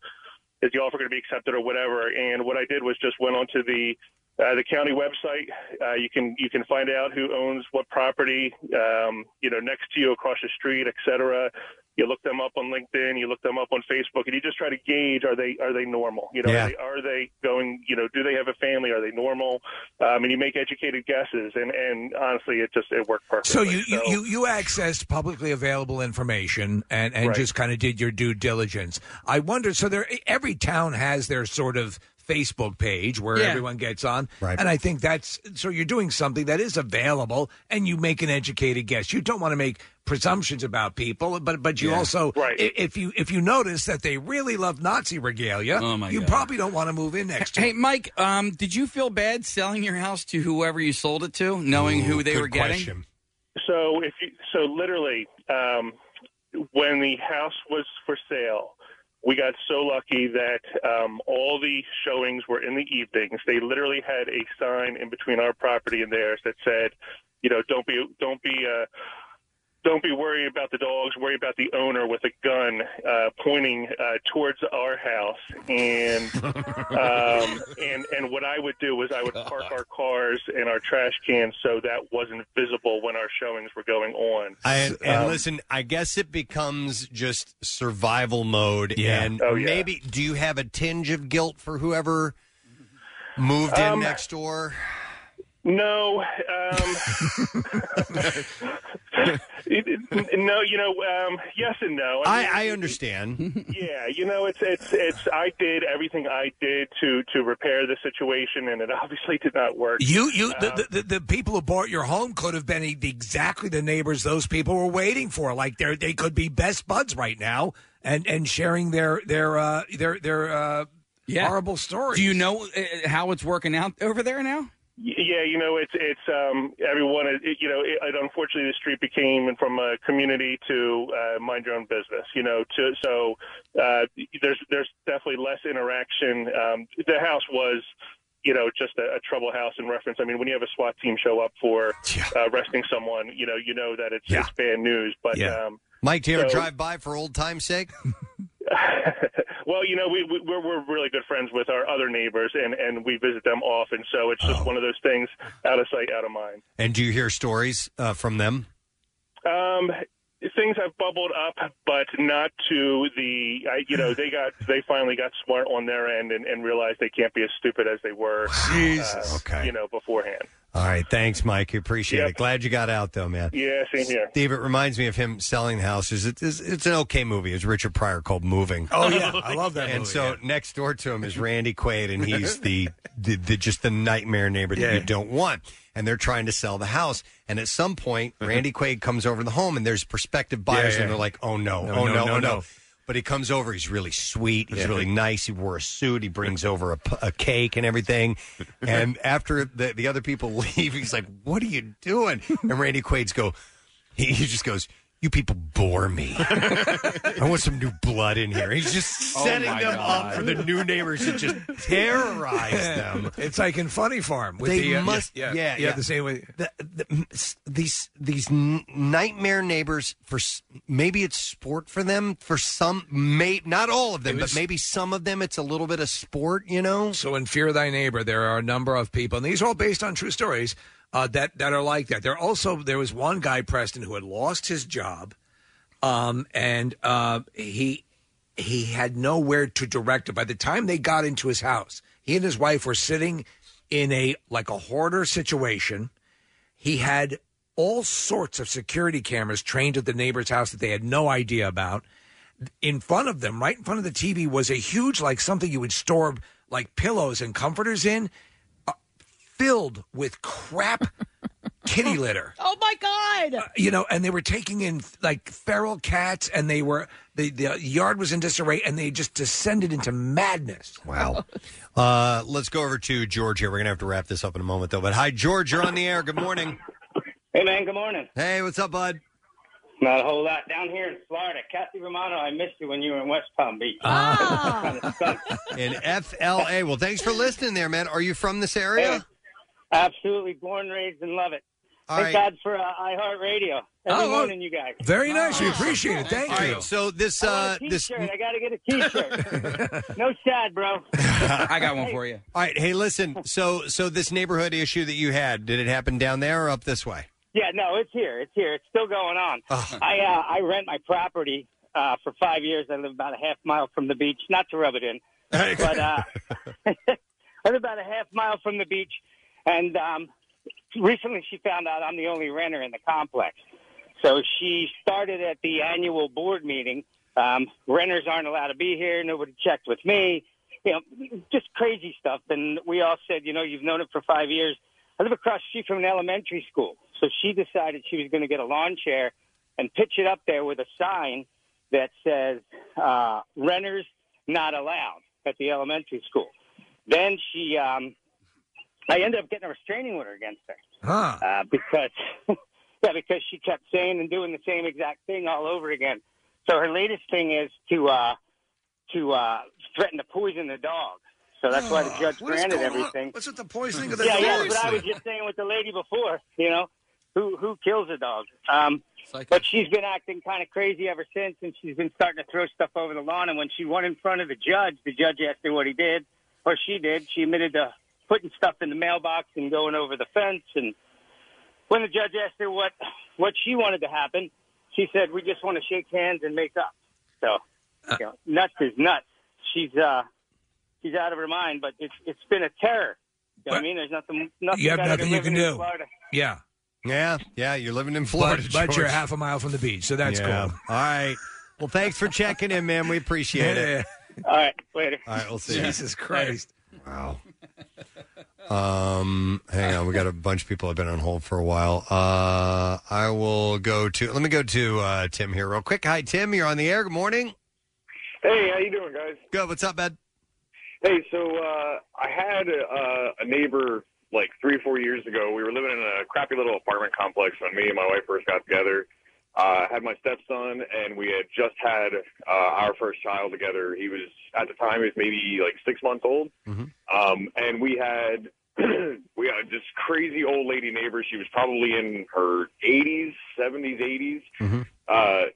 Speaker 13: is the offer going to be accepted or whatever. And what I did was just went onto the uh, the county website. Uh, you can you can find out who owns what property, um, you know, next to you, across the street, et cetera. You look them up on LinkedIn, you look them up on Facebook, and you just try to gauge are they are they normal? You know,
Speaker 14: Yeah.
Speaker 13: are, they, are they going? You know, do they have a family? Are they normal? Um, and you make educated guesses, and and honestly, it just it worked perfectly.
Speaker 5: So you, you, you, you accessed publicly available information and, and
Speaker 13: Right.
Speaker 5: just kind of did your due diligence. I wonder. So there, every town has their sort of Facebook page where
Speaker 13: Yeah.
Speaker 5: everyone gets on, right. and I think that's so you're doing something that is available, and you make an educated guess. You don't want to make presumptions about people, but but you
Speaker 13: Yeah.
Speaker 5: also i- if you if you notice that they really love Nazi regalia,
Speaker 8: Oh, my
Speaker 5: you
Speaker 8: God.
Speaker 5: probably don't want to move in next.
Speaker 8: Hey, Mike, um, did you feel bad selling your house to whoever you sold it to, knowing who they were getting?
Speaker 13: So if you, so literally, um, when the house was for sale, we got so lucky that um, all the showings were in the evenings. They literally had a sign in between our property and theirs that said, you know, don't be don't be uh, don't be worried about the dogs. Worry about the owner with a gun uh, pointing uh, towards our house. And um, and and what I would do was I would park our cars and our trash cans so that wasn't visible when our showings were going on.
Speaker 3: I, and
Speaker 13: Um,
Speaker 3: listen, I guess it becomes just survival mode.
Speaker 13: Yeah.
Speaker 3: And
Speaker 13: Oh, yeah.
Speaker 3: maybe do you have a tinge of guilt for whoever moved in
Speaker 13: Um,
Speaker 3: next door?
Speaker 13: No, um, it- it- no, you know, um, yes and no.
Speaker 3: I, I understand.
Speaker 13: yeah, you know, it's it's it's. I did everything I did to to repair the situation, and it obviously did not work.
Speaker 5: You, you,
Speaker 13: Um,
Speaker 5: the, the, the people who bought your home could have been the- exactly the neighbors those people were waiting for. Like they are they could be best buds right now and and sharing their their uh, their their uh, horrible story.
Speaker 8: Do you know uh, how it's working out over there now?
Speaker 13: Y- Yeah, you know, it's it's um, everyone. It, it- you know, it, it, unfortunately, the street became from a community to uh, mind your own business. You know, to so uh, there's there's definitely less interaction. Um, the house was. You know, just a, a trouble house in reference. I mean, when you have a SWAT team show up for uh, arresting someone, you know, you know that it's, it's bad news. But um,
Speaker 3: Mike, do you ever
Speaker 13: so-
Speaker 3: drive by for old time's sake?
Speaker 13: well, you know, we, we we're we're really good friends with our other neighbors, and and we visit them often. Oh. So it's just one of those things, out of sight, out of mind.
Speaker 3: And do you hear stories uh, from them?
Speaker 13: Um, things have bubbled up, but not to the. I, you know, they got they finally got smart on their end and, and realized they can't be as stupid as they were. Jesus. okay. You know, beforehand.
Speaker 3: All right, thanks, Mike. Appreciate it. Glad you got out though, man.
Speaker 13: Yeah, same here.
Speaker 3: Steve, it reminds me of him selling houses. It's, it's, it's an okay movie. It's Richard Pryor called Moving.
Speaker 5: Oh, yeah. I love that
Speaker 3: And
Speaker 5: movie,
Speaker 3: so next door to him is Randy Quaid, and he's the, the, the just the nightmare neighbor that
Speaker 5: Yeah.
Speaker 3: you don't want. And they're trying to sell the house. And at some point, Randy Quaid comes over to the home, and there's prospective buyers,
Speaker 5: Uh-huh. yeah.
Speaker 3: and they're like, "Oh no,
Speaker 5: No,
Speaker 3: oh no,
Speaker 5: no, no,
Speaker 3: oh no."
Speaker 5: no.
Speaker 3: But he comes over. He's really sweet. He's
Speaker 5: Yeah.
Speaker 3: really nice. He wore a suit. He brings over a, p- a cake and everything. And after the, the other people leave, he's like, "What are you doing?" And Randy Quaid's go. He, he just goes, "You people bore me. I want some new blood in here." He's just
Speaker 5: Oh,
Speaker 3: setting
Speaker 5: my
Speaker 3: them
Speaker 5: God.
Speaker 3: up Uh, for the new neighbors to just terrorize them.
Speaker 5: It's like in Funny Farm. With
Speaker 3: they
Speaker 5: the, uh,
Speaker 3: must,
Speaker 5: yeah,
Speaker 3: yeah, yeah,
Speaker 5: The same way.
Speaker 3: The- the- m- s- these these n- nightmare neighbors for s- maybe it's sport for them for some may not all of them
Speaker 5: It was-
Speaker 3: but maybe some of them it's a little bit of sport you know
Speaker 5: So in Fear Thy Neighbor, there are a number of people, and these are all based on true stories uh, that that are like that. There also there was one guy Preston who had lost his job, um, and uh, he he had nowhere to direct it. By the time they got into his house, he and his wife were sitting in a like a hoarder situation. He had all sorts of security cameras trained at the neighbor's house that they had no idea about in front of them, right in front of the TV, was a huge, like something you would store like pillows and comforters in, uh, filled with crap kitty litter.
Speaker 4: Oh my God!
Speaker 5: You know, and they were taking in like feral cats, and they were the, the yard was in disarray, and they just descended into madness.
Speaker 3: Wow. uh let's go over to george here we're gonna have to wrap this up in a moment though but hi george you're on the air good morning
Speaker 14: Hey man, good morning.
Speaker 3: hey what's up bud
Speaker 14: Not a whole lot down here in Florida. Kathy Romano, I missed you when you were in West Palm Beach.
Speaker 5: Ah.
Speaker 3: in fla well thanks for listening there man are you from this area
Speaker 14: Absolutely born, raised, and love it.
Speaker 3: All
Speaker 14: Thank
Speaker 3: right.
Speaker 14: God for uh, iHeartRadio.
Speaker 3: Oh,
Speaker 14: Every
Speaker 3: oh.
Speaker 14: morning, you guys. Oh.
Speaker 5: Very nice. We appreciate it. Thank
Speaker 3: All
Speaker 5: you.
Speaker 3: right, so this uh this
Speaker 14: T-shirt. I gotta get a T-shirt. no sad, bro.
Speaker 27: I got one for you.
Speaker 3: all right hey listen so so this neighborhood issue that you had did it happen down there or up this way
Speaker 14: Yeah, no, it's here. It's here. It's still going on.
Speaker 3: Oh.
Speaker 14: I uh, I rent my property uh, for five years. I live about a half mile from the beach. Not to rub it in, but uh, I live about a half mile from the beach. And um, recently, she found out I'm the only renter in the complex. So she started at the annual board meeting. Um, renters aren't allowed to be here. Nobody checked with me. You know, just crazy stuff. And we all said, you know, you've known it for five years. I live across the street from an elementary school. So she decided she was going to get a lawn chair and pitch it up there with a sign that says, uh, renters not allowed at the elementary school. Then she, um, I ended up getting a restraining order against her
Speaker 5: Huh.
Speaker 14: uh, because yeah, because she kept saying and doing the same exact thing all over again. So her latest thing is to uh, to uh, threaten to poison the dog. So that's why the judge
Speaker 5: What is
Speaker 14: granted
Speaker 5: going on?
Speaker 14: everything.
Speaker 5: What's with the poisoning of the
Speaker 14: yeah,
Speaker 5: dog?
Speaker 14: yeah. But I was just saying with the lady before, you know, who who kills a dog? Um, but she's been acting kind of crazy ever since, and she's been starting to throw stuff over the lawn. And when she went in front of the judge, the judge asked her what he did, or she did. She admitted to putting stuff in the mailbox and going over the fence. And when the judge asked her what what she wanted to happen, she said, "We just want to shake hands and make up." So,
Speaker 5: uh,
Speaker 14: you know, nuts is nuts. She's uh, she's out of her mind, but it's it's been a terror. You know what I mean, there's nothing nothing
Speaker 5: You have
Speaker 14: better
Speaker 5: nothing
Speaker 14: than
Speaker 5: you can
Speaker 14: living in
Speaker 5: do.
Speaker 14: Florida.
Speaker 5: Yeah.
Speaker 3: Yeah, yeah, you're living in
Speaker 5: Florida,
Speaker 3: Florida,
Speaker 5: but, but you're
Speaker 3: George.
Speaker 5: half a mile from the beach, so that's
Speaker 3: Yeah.
Speaker 5: cool.
Speaker 3: All right. Well, thanks for checking in, man. We appreciate it.
Speaker 14: All right, later.
Speaker 3: All right, we'll see. ya.
Speaker 5: Jesus Christ.
Speaker 3: Wow. Um, hang on, we got a bunch of people have been on hold for a while. Uh, I will go to. Let me go to uh, Tim here real quick. Hi, Tim. You're on the air. Good morning.
Speaker 15: Hey, how you doing, guys?
Speaker 3: Good. What's up, bud?
Speaker 15: Hey, so uh, I had uh, a, a neighbor like three or four years ago. We were living in a crappy little apartment complex when me and my wife first got together. Uh, I had my stepson, and we had just had uh, our first child together. He was at the time he was maybe like six months old, um, and we had we had this crazy old lady neighbor. She was probably in her 80s, 70s, 80s. Uh,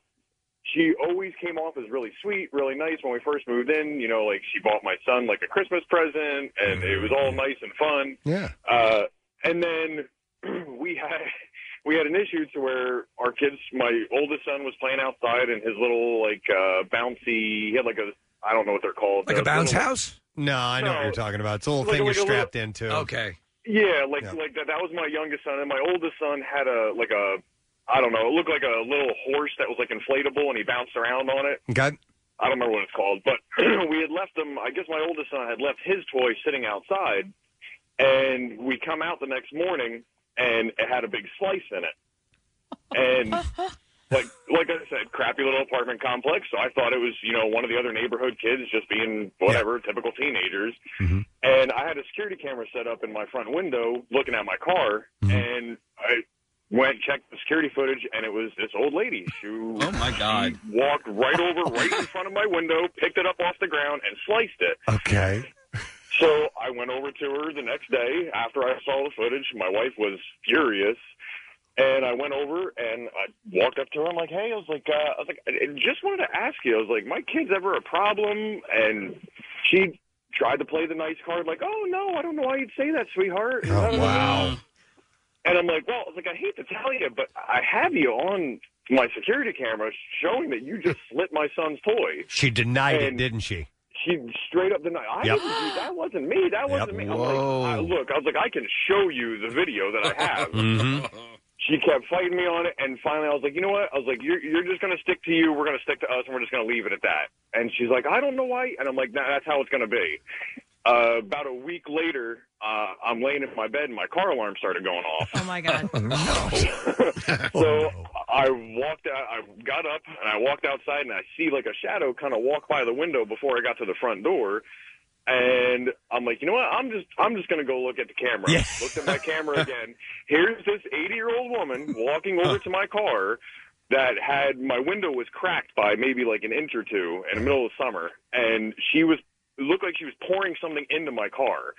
Speaker 15: she always came off as really sweet, really nice when we first moved in. You know, like she bought my son like a Christmas present, and it was all nice and fun.
Speaker 3: Yeah.
Speaker 15: Uh, and then we had we had an issue to where our kids, my oldest son was playing outside and his little like uh, bouncy, he had like a, I don't know what they're called,
Speaker 3: Like a
Speaker 15: those
Speaker 3: bounce
Speaker 15: little-
Speaker 3: house? No, I know what you're talking about. It's a little
Speaker 15: Like-
Speaker 3: thing
Speaker 15: like
Speaker 3: you're
Speaker 15: a little-
Speaker 3: strapped into.
Speaker 5: Okay.
Speaker 15: Yeah, like like that. That was my youngest son, and my oldest son had a like a, I don't know, it looked like a little horse that was like inflatable, and he bounced around on it.
Speaker 18: Okay.
Speaker 15: I don't remember what it's called, but we had left him. I guess my oldest son had left his toy sitting outside, and we come out the next morning, and it had a big slice in it. And like like I said, crappy little apartment complex. So I thought it was you know one of the other neighborhood kids just being whatever typical teenagers. And I had a security camera set up in my front window, looking at my car, and I went checked the security footage, and it was this old lady who oh
Speaker 8: my god
Speaker 15: walked right over right in front of my window, picked it up off the ground, and sliced it.
Speaker 18: Okay.
Speaker 15: So I went over to her the next day after I saw the footage. My wife was furious. And I went over and I walked up to her. I'm like, "Hey," I was like, uh, "I was like, I I just wanted to ask you." I was like, "My kid's ever a problem?" And she tried to play the nice card, like, "Oh no, I don't know why you'd say that, sweetheart."
Speaker 18: Oh, wow.
Speaker 15: And I'm like, "Well, I was like, I hate to tell you, but I have you on my security camera showing that you just slit my son's toy."
Speaker 18: She denied it,
Speaker 15: And-
Speaker 18: didn't she?
Speaker 15: She straight up denied. I
Speaker 18: Yep.
Speaker 15: didn't do that. Wasn't me. That wasn't me. I'm
Speaker 18: Whoa.
Speaker 15: like, I, look, I was like, I can show you the video that I have.
Speaker 18: Mhm.
Speaker 15: She kept fighting me on it, and finally, I was like, you know what? I was like, you're you're just gonna stick to you. We're gonna stick to us, and we're just gonna leave it at that. And she's like, I don't know why. And I'm like, nah, that's how it's gonna be. Uh, about a week later, uh, I'm laying in my bed, and my car alarm started going off.
Speaker 9: Oh my god.
Speaker 15: so I walked out. I got up and I walked outside, and I see like a shadow kind of walk by the window before I got to the front door. And I'm like, you know what? I'm just I'm just gonna go look at the camera. Looked at my camera again. Here's this 80 year old woman walking over to my car that had my window was cracked by maybe like an inch or two in the middle of summer, and she was it looked like she was pouring something into my car.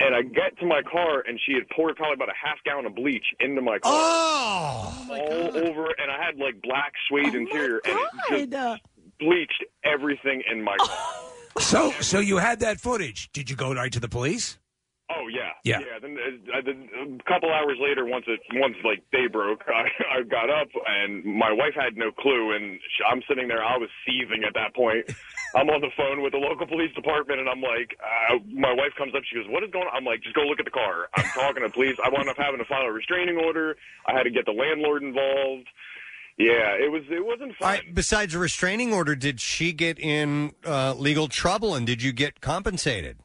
Speaker 15: And I get to my car, and she had poured probably about a half gallon of bleach into my car
Speaker 18: Oh,
Speaker 15: all over, and I had like black suede interior, and it
Speaker 9: just
Speaker 15: bleached everything in my car.
Speaker 5: So, so you had that footage. Did you go right to the police?
Speaker 15: Oh yeah,
Speaker 5: Yeah.
Speaker 15: Then, uh, then a couple hours later, once it once like day broke, I, I got up, and my wife had no clue, and sh I'm sitting there, I was seething at that point. I'm on the phone with the local police department, and I'm like, uh, my wife comes up, she goes, "What is going on?" I'm like, "Just go look at the car." I'm talking to police. I wound up having to file a restraining order. I had to get the landlord involved. Yeah, it was it wasn't fun.
Speaker 18: All right, besides a restraining order, did she get in uh, legal trouble and did you get compensated?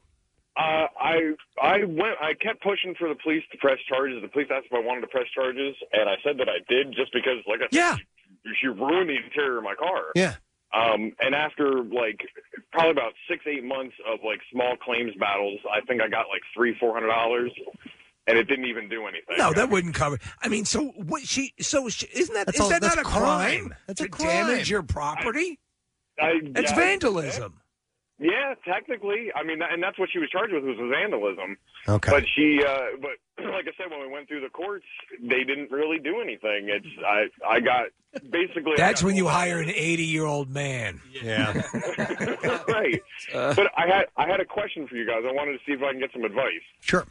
Speaker 15: Uh, I I went. I kept pushing for the police to press charges. The police asked if I wanted to press charges, and I said that I did just because, like I said,
Speaker 18: Yeah.
Speaker 15: she, she ruined the interior of my car.
Speaker 18: Yeah.
Speaker 15: Um, and after like probably about six eight months of like small claims battles, I think I got like three four hundred dollars, and it didn't even do anything.
Speaker 5: No, that wouldn't cover. I mean, so what? She so she, isn't that
Speaker 15: That's
Speaker 5: is
Speaker 15: all-
Speaker 5: that
Speaker 15: that's
Speaker 5: not a
Speaker 15: crime.
Speaker 5: crime?
Speaker 15: That's
Speaker 5: to
Speaker 15: a crime.
Speaker 5: damage your property.
Speaker 15: I, I,
Speaker 5: That's
Speaker 15: I-
Speaker 5: vandalism.
Speaker 15: Yeah, technically. I mean, and that's what she was charged with was vandalism.
Speaker 18: Okay.
Speaker 15: But she, uh, but like I said, when we went through the courts, they didn't really do anything. It's I, I got basically.
Speaker 5: That's
Speaker 15: I got,
Speaker 5: when you hire an eighty-year-old man.
Speaker 18: Yeah. Uh.
Speaker 15: right. but I had I had a question for you guys. I wanted to see if I can get some advice.
Speaker 18: Sure.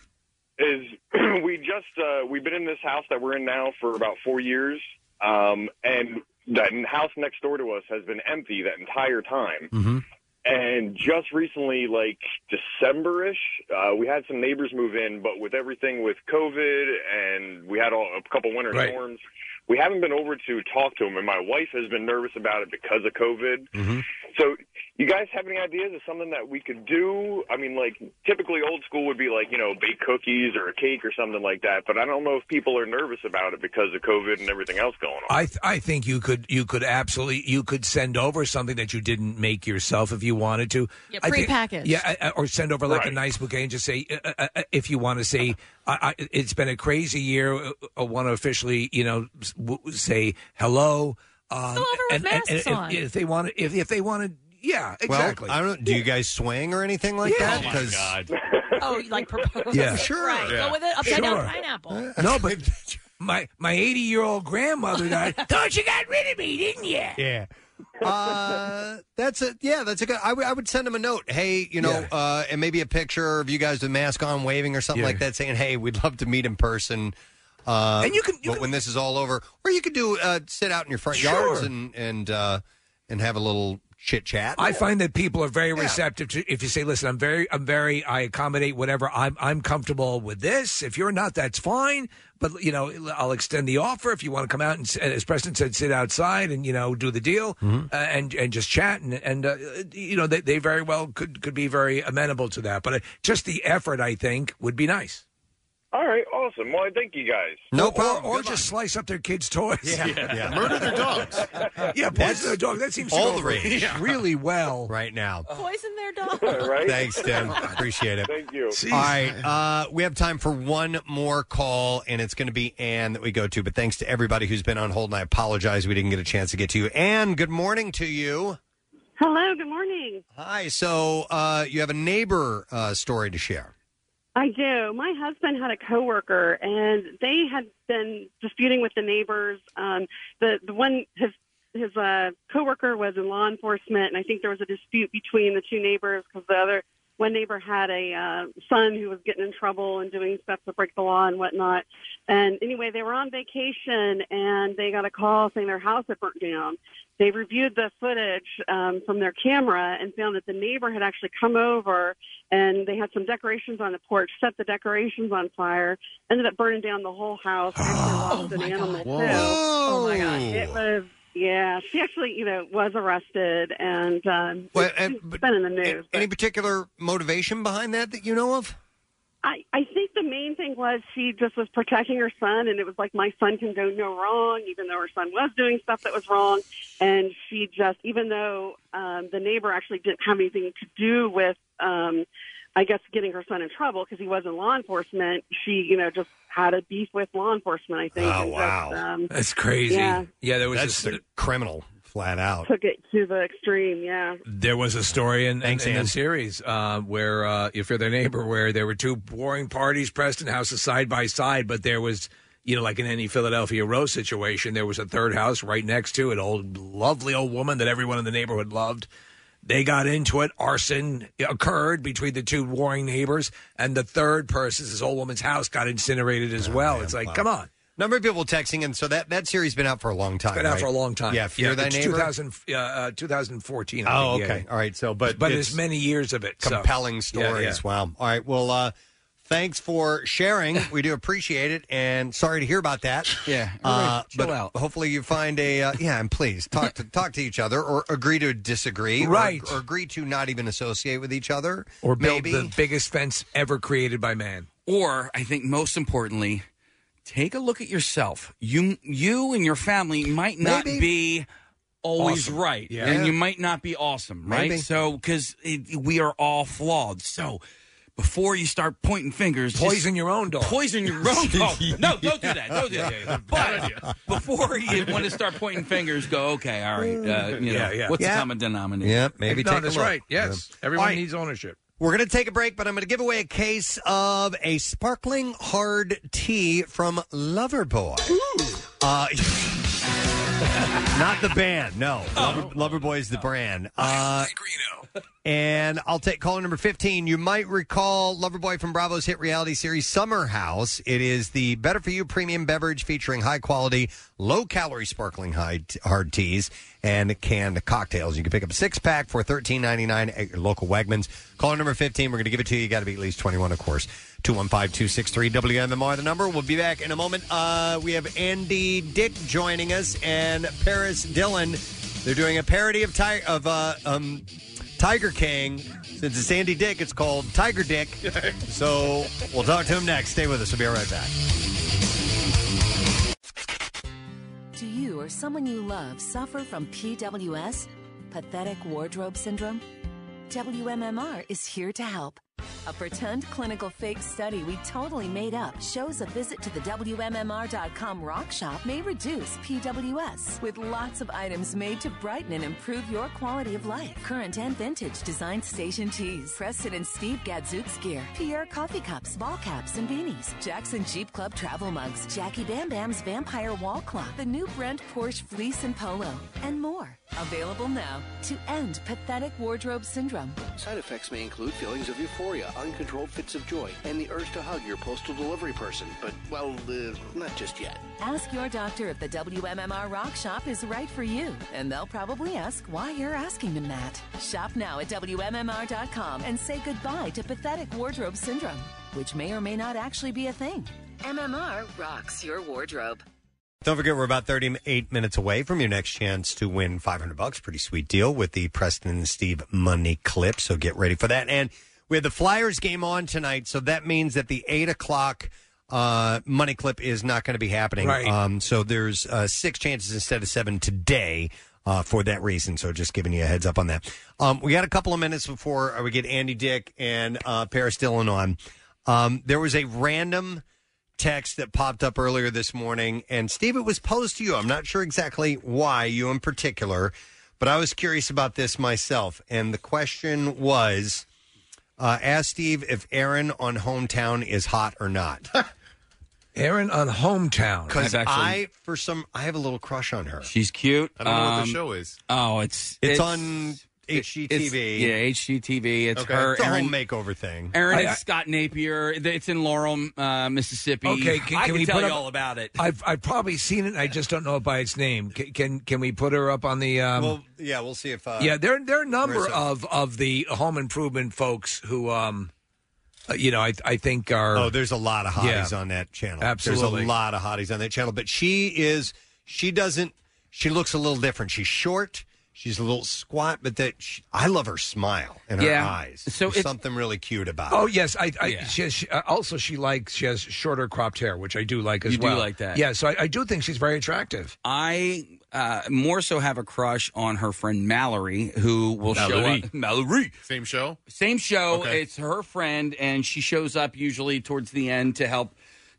Speaker 15: Is we just uh, we've been in this house that we're in now for about four years, um, and that house next door to us has been empty that entire time.
Speaker 18: Mm-hmm.
Speaker 15: And just recently, like December-ish, uh, we had some neighbors move in, but with everything with COVID and we had all, a couple winter
Speaker 12: Right.
Speaker 15: storms, we haven't been over to talk to them. And my wife has been nervous about it because of COVID. So, you guys have any ideas of something that we could do? I mean, like typically old school would be like you know bake cookies or a cake or something like that. But I don't know if people are nervous about it because of COVID and everything else going on.
Speaker 5: I th- I think you could you could absolutely you could send over something that you didn't make yourself if you wanted to.
Speaker 4: Yeah,
Speaker 5: I think-
Speaker 4: prepackaged.
Speaker 5: Yeah, I- I- or send over like
Speaker 4: Right.
Speaker 5: a nice bouquet and just say uh, uh, uh, if you want to say I, I, it's been a crazy year. uh, I want to officially you know s- w- say hello. Um, and, and- and
Speaker 18: masks on.
Speaker 5: if, if they want to, if, if they want to, yeah, exactly.
Speaker 18: Well, I don't. Do you guys swing or anything like
Speaker 5: Yeah.
Speaker 18: that?
Speaker 5: Oh, my
Speaker 4: Oh, you like propose?
Speaker 5: Yeah.
Speaker 18: Sure.
Speaker 4: Right.
Speaker 5: Yeah.
Speaker 4: Go with it upside down
Speaker 5: Sure.
Speaker 4: pineapple.
Speaker 5: no, but my my eighty year old grandmother died. Thought you got rid of me, didn't you?
Speaker 18: Yeah. uh, that's a yeah. That's a good. I would- I would send him a note. Hey, you know, uh, and maybe a picture of you guys with mask on, waving or something
Speaker 5: Yeah.
Speaker 18: like that, saying, "Hey, we'd love to meet in person."
Speaker 3: Uh, and you can, but when this is all over, or you could do uh, sit out in your front yards
Speaker 5: Sure.
Speaker 3: and and uh, and have a little chit chat.
Speaker 5: I find that people are very receptive to if you say, "Listen, I'm very, I'm very, I accommodate whatever I'm, I'm comfortable with this. If you're not, that's fine. But you know, I'll extend the offer if you want to come out and, s- as Preston said, sit outside and you know, do the deal
Speaker 12: Mhm.
Speaker 5: uh, and and just chat and and uh, you know, they, they very well could could be very amenable to that. But uh, just the effort, I think, would be nice.
Speaker 15: All right, awesome. Well, I thank you guys.
Speaker 5: No problem. Or, just slice up their kids' toys.
Speaker 15: Yeah, yeah.
Speaker 3: Murder their
Speaker 15: dogs.
Speaker 5: yeah, poison their dog. oh, That seems to
Speaker 3: all
Speaker 5: go
Speaker 3: the
Speaker 5: over
Speaker 3: rage.
Speaker 5: really well
Speaker 3: right now.
Speaker 4: Poison their dog.
Speaker 3: Thanks, Tim. Appreciate it. Thank
Speaker 15: you.
Speaker 3: All right. Uh, we have time for one more call, and it's going to be Ann that we go to. But thanks to everybody who's been on hold, and I apologize we didn't get a chance to get to you. Ann, good morning to you.
Speaker 16: Hello, good morning.
Speaker 3: Hi. So uh, you have a neighbor uh, story to share.
Speaker 16: I do. My husband had a coworker, and they had been disputing with the neighbors. Um, the the one his his uh, coworker was in law enforcement, and I think there was a dispute between the two neighbors because the other one neighbor had a uh, son who was getting in trouble and doing stuff to break the law and whatnot. And anyway, they were on vacation, and they got a call saying their house had burnt down. They reviewed the footage um, from their camera and found that the neighbor had actually come over and they had some decorations on the porch, set the decorations on fire, ended up burning down the whole house. Actually lost an animal too.
Speaker 3: Oh
Speaker 16: my god! It was yeah. She actually, you know, was arrested and um,
Speaker 3: Well,
Speaker 16: it's
Speaker 3: and-
Speaker 16: been in the news.
Speaker 3: Any particular motivation behind that that you know of?
Speaker 16: I, I think the main thing was she just was protecting her son, and it was like, my son can go no wrong, even though her son was doing stuff that was wrong. And she just, even though um, the neighbor actually didn't have anything to do with, um, I guess, getting her son in trouble because he was in law enforcement, she, you know, just had a beef with law enforcement, I think. and just, um,
Speaker 5: Oh, That's crazy.
Speaker 16: Yeah,
Speaker 5: Yeah, there was
Speaker 3: That's
Speaker 5: a,
Speaker 3: the criminal, flat out.
Speaker 16: took it to the extreme, yeah.
Speaker 5: There was a story in, in,
Speaker 16: Thanks,
Speaker 5: in
Speaker 16: Ann.
Speaker 5: the series uh, where, uh, if you're their neighbor, where there were two warring parties, Preston houses side by side, but there was, you know, like in any Philadelphia row situation, there was a third house right next to it, old, lovely old woman that everyone in the neighborhood loved. They got into it. Arson occurred between the two warring neighbors, and the third person's, this old woman's house, got incinerated
Speaker 3: Oh,
Speaker 5: as well. it's like, come on.
Speaker 3: Number of people texting, and so that, that series been out for a long time.
Speaker 5: been out
Speaker 3: right?
Speaker 5: for a long time.
Speaker 3: Yeah, fear thy
Speaker 5: it's
Speaker 3: neighbor.
Speaker 5: 2000, uh, uh, 2014. I
Speaker 3: Oh,
Speaker 5: think, yeah.
Speaker 3: okay. All right. So, but
Speaker 5: E but
Speaker 3: it's
Speaker 5: there's many years of it. so-
Speaker 3: compelling
Speaker 5: Yeah,
Speaker 3: stories.
Speaker 5: yeah.
Speaker 3: Wow. All right. Well, uh, thanks for sharing. We do appreciate it, and sorry to hear about that.
Speaker 8: Yeah.
Speaker 3: Uh,
Speaker 8: Alright, chill
Speaker 3: but hopefully you find a uh, yeah, and please talk to talk to each other or agree to disagree, or-
Speaker 5: Right.
Speaker 3: Or, agree to not even associate with each other,
Speaker 5: Or build
Speaker 3: maybe
Speaker 5: the biggest fence ever created by man.
Speaker 8: Or I think most importantly, take a look at yourself. You you and your family might not
Speaker 5: Maybe.
Speaker 8: be always
Speaker 5: Awesome.
Speaker 8: right,
Speaker 5: Yeah.
Speaker 8: and you
Speaker 5: Yeah.
Speaker 8: might not be awesome, right?
Speaker 5: Maybe.
Speaker 8: So because we are all flawed, so. Before you start pointing fingers, just
Speaker 5: Poison your own dog.
Speaker 8: Poison your own dog. No, don't do that. Don't do that.
Speaker 5: Yeah.
Speaker 8: But before you want to start pointing fingers, go okay, all right. Uh, you know,
Speaker 5: Yeah, yeah.
Speaker 8: What's
Speaker 5: Yeah.
Speaker 8: the common denominator?
Speaker 3: Yeah, maybe
Speaker 5: no,
Speaker 3: take a
Speaker 5: that's
Speaker 3: look.
Speaker 5: right. Yes,
Speaker 3: Yeah.
Speaker 5: everyone
Speaker 3: All right.
Speaker 5: needs ownership.
Speaker 3: We're going to take a break, but I'm going to give away a case of a sparkling hard tea from Loverboy. Uh, not the band, no. Lover, Loverboy is the brand. Uh, and I'll take caller number 15. You might recall Loverboy from Bravo's hit reality series Summer House. It is the better for you premium beverage featuring high quality, low calorie sparkling high hard teas and canned cocktails. You can pick up a six pack for $13.99 at your local Wegmans. Caller number 15, we're going to give it to you. You got to be at least 21, of course. 215 263 WMMR, the number. We'll be back in a moment. Uh, we have Andy Dick joining us and Paris Dillon. They're doing a parody of, ti- of uh, um, Tiger King. Since it's Andy Dick, it's called Tiger Dick. so we'll talk to him next. Stay with us. We'll be right back.
Speaker 22: Do you or someone you love suffer from PWS, pathetic wardrobe syndrome? WMMR is here to help. A pretend clinical fake study we totally made up shows a visit to the WMMR.com rock shop may reduce PWS with lots of items made to brighten and improve your quality of life. Current and vintage design station tees, Preston and Steve Gadzooks gear, Pierre coffee cups, ball caps, and beanies, Jackson Jeep Club travel mugs, Jackie Bam Bam's vampire wall clock, the new Brent Porsche fleece and polo, and more. Available now to end pathetic wardrobe syndrome.
Speaker 12: Side effects may include feelings of euphoria, uncontrolled fits of joy, and the urge to hug your postal delivery person. But, well, uh, not just yet.
Speaker 22: Ask your doctor if the WMMR Rock Shop is right for you, and they'll probably ask why you're asking them that. Shop now at WMMR.com and say goodbye to pathetic wardrobe syndrome, which may or may not actually be a thing. MMR rocks your wardrobe.
Speaker 3: Don't forget, we're about 38 minutes away from your next chance to win 500 bucks. Pretty sweet deal with the Preston and Steve money clip. So get ready for that. And we had the Flyers game on tonight. So that means that the 8 o'clock uh, money clip is not going to be happening.
Speaker 5: Right.
Speaker 3: Um, so there's uh, six chances instead of seven today. Uh, for that reason. So, just giving you a heads up on that. Um, we got a couple of minutes before uh, we get Andy Dick and uh, Paris Dillon on. Um, there was a random text that popped up earlier this morning. And Steve, it was posed to you. I'm not sure exactly why, you in particular, but I was curious about this myself. And the question was uh, ask Steve if Aaron on Hometown is hot or not.
Speaker 5: Aaron on Hometown.
Speaker 3: Because
Speaker 5: I've actually-
Speaker 3: I, for some, I have a little crush on her.
Speaker 8: She's cute.
Speaker 3: I don't know what the show
Speaker 7: is.
Speaker 8: Oh, it's
Speaker 3: It's on HGTV.
Speaker 8: It's, yeah, HGTV. It's
Speaker 3: Okay.
Speaker 8: her.
Speaker 3: It's a
Speaker 8: Aaron,
Speaker 3: home makeover thing.
Speaker 8: Aaron and
Speaker 5: I- I-
Speaker 8: Scott Napier. It's in Laurel, uh, Mississippi.
Speaker 5: Okay, can,
Speaker 8: I
Speaker 5: can
Speaker 8: can
Speaker 5: we
Speaker 8: tell
Speaker 5: put
Speaker 8: you
Speaker 5: up-
Speaker 8: all about it.
Speaker 5: I've I've probably seen it. I just don't know it by its name. Can can, can we put her up on the? Um,
Speaker 3: well, yeah, we'll see if. Uh,
Speaker 5: yeah, there there are a number
Speaker 3: Marissa-
Speaker 5: of of the home improvement folks who, um, uh, you know, I I think are.
Speaker 3: Oh, there's a lot of hotties
Speaker 5: Yeah.
Speaker 3: on that channel.
Speaker 5: Absolutely.
Speaker 3: There's a lot of hotties on that channel. But she is, she doesn't, she looks a little different. She's short. She's a little squat, but that she, I love her smile and her
Speaker 5: Yeah.
Speaker 3: eyes.
Speaker 5: So
Speaker 3: There's
Speaker 5: it's-
Speaker 3: something really cute about
Speaker 5: Oh
Speaker 3: it.
Speaker 5: yes, I. I she has, she, uh, also she likes she has shorter cropped hair, which I do like as
Speaker 8: You do
Speaker 5: well.
Speaker 8: like that.
Speaker 5: Yeah, so I, I do think she's very attractive.
Speaker 8: I uh, more so have a crush on her friend Mallory, who will
Speaker 7: Mallory.
Speaker 8: show up. Mallory.
Speaker 7: Same show?
Speaker 8: Same show.
Speaker 7: Okay.
Speaker 8: It's her friend, and she shows up usually towards the end to help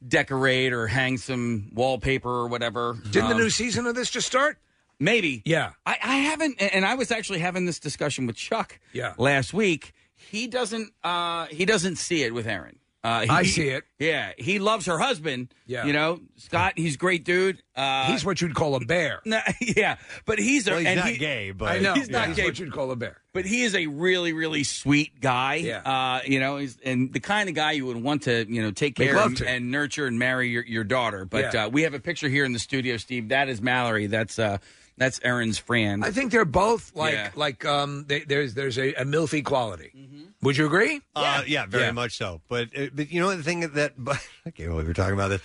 Speaker 8: decorate or hang some wallpaper or whatever.
Speaker 5: Didn't the
Speaker 8: Um,
Speaker 5: new season of this just start?
Speaker 8: Maybe.
Speaker 5: Yeah.
Speaker 8: I, I haven't, and and I was actually having this discussion with Chuck
Speaker 5: Yeah.
Speaker 8: last week. He doesn't. Uh, he doesn't see it with Aaron. Uh, he,
Speaker 5: I see it.
Speaker 8: Yeah, he loves her husband.
Speaker 5: Yeah.
Speaker 8: you know Scott. He's a great dude. Uh,
Speaker 5: he's what you'd call a bear.
Speaker 8: No, yeah, but he's a
Speaker 5: Well, he's
Speaker 8: and
Speaker 5: not
Speaker 8: he-
Speaker 5: gay, but- I know.
Speaker 8: he's not
Speaker 5: He's
Speaker 8: gay.
Speaker 5: what you'd call a bear.
Speaker 8: But he is a really, really sweet guy.
Speaker 5: Yeah.
Speaker 8: Uh, you know, he's, and the kind of guy you would want to, you know, take
Speaker 5: Make
Speaker 8: care
Speaker 5: love
Speaker 8: of
Speaker 5: to.
Speaker 8: and nurture and marry your, your daughter. But
Speaker 5: Yeah.
Speaker 8: uh, we have a picture here in the studio, Steve. That is Mallory. That's uh, that's Aaron's friend.
Speaker 5: I think they're both like
Speaker 8: Yeah.
Speaker 5: like um they, there's there's a, a milfy quality. Would you agree?
Speaker 3: Uh, yeah, very much so. But uh, but you know the thing that but I can't believe we're talking about this.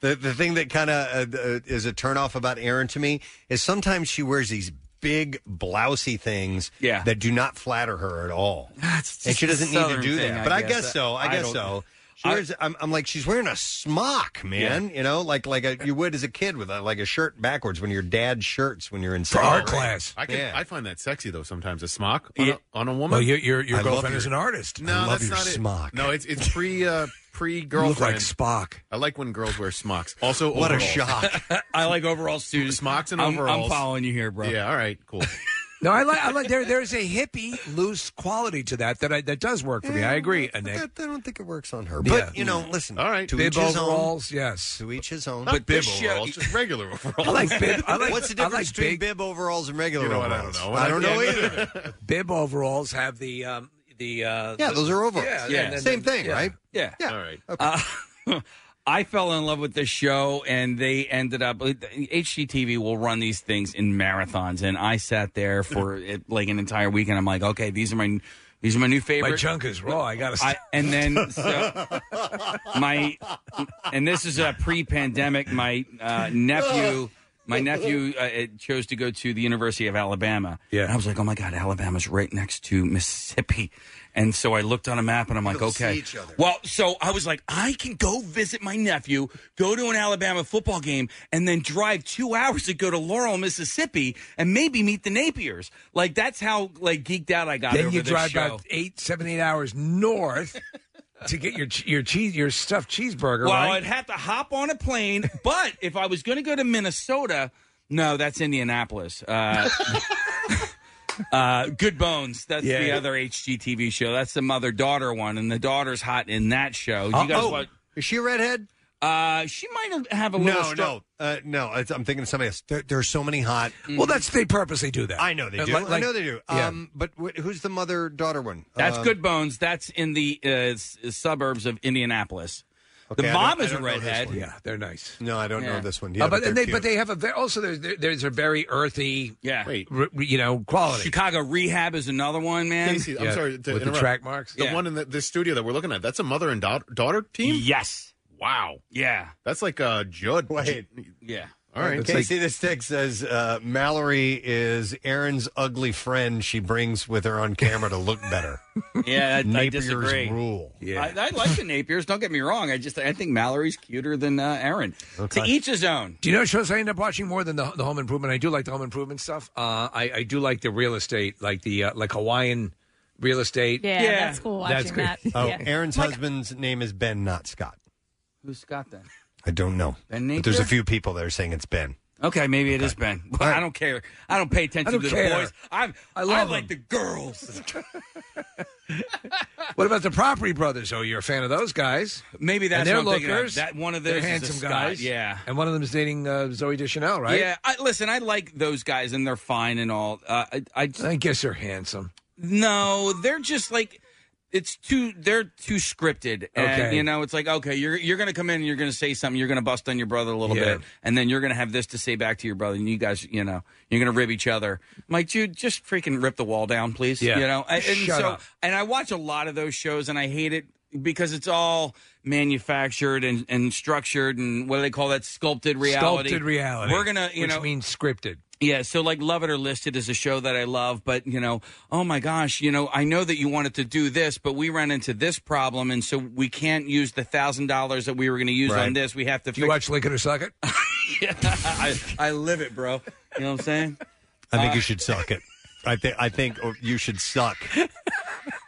Speaker 3: The the thing that kind of uh, uh, is a turnoff about Erin to me is sometimes she wears these big blousy things
Speaker 8: Yeah.
Speaker 3: that do not flatter her at all,
Speaker 8: That's
Speaker 3: and she
Speaker 8: just a
Speaker 3: doesn't need to
Speaker 8: Southern
Speaker 3: do
Speaker 8: thing,
Speaker 3: that.
Speaker 8: I
Speaker 3: But I
Speaker 8: guess.
Speaker 3: guess so. I,
Speaker 8: I
Speaker 3: guess
Speaker 8: don't-
Speaker 3: so. She wears, I'm, I'm like she's wearing a smock, man. You know, like like a, you would as a kid with a, like a shirt backwards when your dad's shirts when you're in second grade.
Speaker 7: I can.
Speaker 3: Yeah.
Speaker 7: I find that sexy though. Sometimes a smock on,
Speaker 3: Yeah.
Speaker 7: a, on a woman.
Speaker 5: Well, Oh, your- your- your
Speaker 7: I love
Speaker 5: girlfriend is an artist.
Speaker 7: No,
Speaker 5: I love
Speaker 7: that's
Speaker 5: your
Speaker 7: not it.
Speaker 5: smock.
Speaker 7: No, it's it's pre uh, pre girlfriend.
Speaker 5: look like Spock.
Speaker 7: I like when girls wear smocks. Also,
Speaker 5: What a
Speaker 7: overalls.
Speaker 5: shock.
Speaker 8: I like overalls too.
Speaker 7: Smocks and
Speaker 8: I'm- I'm
Speaker 7: overalls.
Speaker 8: following you here, bro.
Speaker 7: Yeah. All right. Cool.
Speaker 5: No, I like I like there there's a hippie loose quality to that that I, that does work for me. I agree, Nick.
Speaker 3: I don't think it works on her. But you know, listen.
Speaker 5: All right,
Speaker 3: to
Speaker 5: bib
Speaker 3: each his own.
Speaker 5: overalls, yes.
Speaker 3: To each his own.
Speaker 5: But this show-
Speaker 7: just regular overalls.
Speaker 5: I like bib. I like,
Speaker 3: What's the
Speaker 5: I
Speaker 3: difference
Speaker 5: like
Speaker 3: between
Speaker 5: big,
Speaker 3: bib overalls and regular
Speaker 5: You know what, I
Speaker 3: overalls?
Speaker 5: don't know.
Speaker 3: I don't know
Speaker 5: Yeah.
Speaker 3: either.
Speaker 5: bib overalls have the um the uh
Speaker 3: Yeah, those are overalls.
Speaker 5: Yeah,
Speaker 8: Yeah.
Speaker 5: and then-
Speaker 8: Same
Speaker 3: thing,
Speaker 5: yeah.
Speaker 3: right?
Speaker 8: Yeah.
Speaker 3: Yeah.
Speaker 7: All right.
Speaker 8: Uh, I fell in love with this show, and they ended up. uh, HGTV will run these things in marathons, and I sat there for eh, like an entire weekend. I'm like, okay, these are my these are my new favorite.
Speaker 5: My junk is raw. I gotta.
Speaker 8: I, and then so my and this is a pre-pandemic. My uh, nephew, my nephew uh, eh, chose to go to the University of Alabama. Yeah, and I was like, oh my god, Alabama's right next to Mississippi, and so I looked on a map and I'm like,
Speaker 17: You'll see
Speaker 8: okay,
Speaker 17: each other.
Speaker 8: well, so I was like, I can go visit my nephew, go to an Alabama football game, and then drive two hours to go to Laurel, Mississippi, and maybe meet the Napiers. Like that's how like geeked out I got.
Speaker 5: then
Speaker 8: over
Speaker 5: you
Speaker 8: this
Speaker 5: drive
Speaker 8: show.
Speaker 5: about eight, seven, eight hours north to get your che- your cheese your stuffed cheeseburger.
Speaker 8: Well,
Speaker 5: right?
Speaker 8: I'd have to hop on a plane, but if I was going to go to Minnesota, no, that's Indianapolis. Uh, uh, Good Bones, that's the
Speaker 5: Yeah.
Speaker 8: other HGTV show. That's the mother daughter one, and the daughter's hot in that show. Do you guys
Speaker 3: oh,
Speaker 8: watch?
Speaker 3: is she a redhead?
Speaker 8: Uh, she might have a little.
Speaker 3: No,
Speaker 8: stro-
Speaker 3: no, uh, no. it's- I'm thinking of somebody else. There, there are so many hot.
Speaker 5: Well, that's they purposely do that.
Speaker 3: I know they
Speaker 5: Uh,
Speaker 3: do.
Speaker 5: like-
Speaker 3: I know they do.
Speaker 5: Yeah.
Speaker 3: Um, but wh- who's the mother daughter one?
Speaker 8: That's
Speaker 3: Um,
Speaker 8: Good Bones. That's in the uh, s- suburbs of Indianapolis.
Speaker 3: Okay, I
Speaker 8: the
Speaker 3: don't-
Speaker 8: mom
Speaker 3: I
Speaker 8: is a
Speaker 3: don't know this
Speaker 8: redhead.
Speaker 3: one.
Speaker 5: Yeah, they're nice.
Speaker 3: No, I don't know
Speaker 5: Yeah.
Speaker 3: this one.
Speaker 5: Uh,
Speaker 3: Yeah,
Speaker 5: but
Speaker 3: they're
Speaker 5: and they
Speaker 3: cute.
Speaker 5: but they have a very, also there's there- there's a very earthy
Speaker 8: yeah
Speaker 5: r- you know quality.
Speaker 8: Chicago Rehab is another one, man.
Speaker 7: Casey, I'm sorry to
Speaker 8: With
Speaker 7: interrupt.
Speaker 8: the track marks.
Speaker 7: The one in the, this studio that we're looking at, that's a mother and daugh- daughter team?
Speaker 8: Yes.
Speaker 7: Wow.
Speaker 8: Yeah.
Speaker 7: That's like uh, Judd.
Speaker 3: Wait.
Speaker 8: Yeah.
Speaker 7: All right.
Speaker 3: Casey, this text says uh, Mallory is Aaron's ugly friend. She brings with her on camera to look better.
Speaker 8: Yeah, I, I
Speaker 3: Napier's
Speaker 8: disagree.
Speaker 3: rule.
Speaker 8: Yeah, I, I like the Napiers. Don't get me wrong. I just I think Mallory's cuter than uh, Aaron. To each his own.
Speaker 5: Do you know shows I end up watching more than the, the Home Improvement? I do like the Home Improvement stuff. Uh, I, I do like the real estate, like the uh, like Hawaiian real estate.
Speaker 4: Yeah, Yeah. that's cool watching
Speaker 5: great.
Speaker 4: that.
Speaker 3: Oh,
Speaker 4: Yeah.
Speaker 3: Aaron's
Speaker 4: My-
Speaker 3: husband's name is Ben, not Scott.
Speaker 8: Who's Scott then?
Speaker 3: I don't know.
Speaker 8: Ben
Speaker 3: But there's a
Speaker 8: Napier?
Speaker 3: few people that are saying it's Ben.
Speaker 8: Okay, maybe it is Ben. But I don't care. I don't pay attention
Speaker 5: I don't
Speaker 8: to
Speaker 5: care.
Speaker 8: the boys. I'm, I,
Speaker 5: love
Speaker 8: like the girls.
Speaker 5: What about the Property Brothers? Oh, you're a fan of those guys?
Speaker 8: Maybe
Speaker 5: and
Speaker 8: that's
Speaker 5: they're
Speaker 8: what I'm thinking of.
Speaker 5: lookers.
Speaker 8: That one of
Speaker 5: They're
Speaker 8: those is a
Speaker 5: handsome
Speaker 8: Scott,
Speaker 5: guys.
Speaker 8: yeah.
Speaker 5: and one of them is dating uh, Zoe Deschanel, right?
Speaker 8: Yeah. I, listen, I like those guys and they're fine and all. Uh, I, I, just,
Speaker 5: I guess they're handsome.
Speaker 8: No, they're just like it's too. They're too scripted, and
Speaker 5: Okay.
Speaker 8: you know it's like okay, you're you're gonna come in, and you're gonna say something, you're gonna bust on your brother a little
Speaker 5: Yeah.
Speaker 8: bit, and then you're gonna have this to say back to your brother, and you guys, you know, you're gonna rib each other. I'm like, dude, just freaking rip the wall down, please.
Speaker 5: Yeah.
Speaker 8: You know, and, and
Speaker 5: Shut
Speaker 8: so
Speaker 5: up.
Speaker 8: and I watch a lot of those shows, and I hate it because it's all manufactured and, and structured and what do they call that sculpted reality
Speaker 5: Sculpted reality.
Speaker 8: we're gonna you
Speaker 5: which
Speaker 8: know
Speaker 5: means scripted.
Speaker 8: yeah, so like Love It or Listed is a show that I love, but you know, oh my gosh, you know, I know that you wanted to do this, but we ran into this problem, and so we can't use the thousand dollars that we were going to use on
Speaker 5: Right.
Speaker 8: this. We have to.
Speaker 5: Do you watch Lincoln or Suck It?
Speaker 8: I, I live it, bro. You know what I'm saying?
Speaker 3: I think
Speaker 8: Uh,
Speaker 3: you should suck it. I think I think you should suck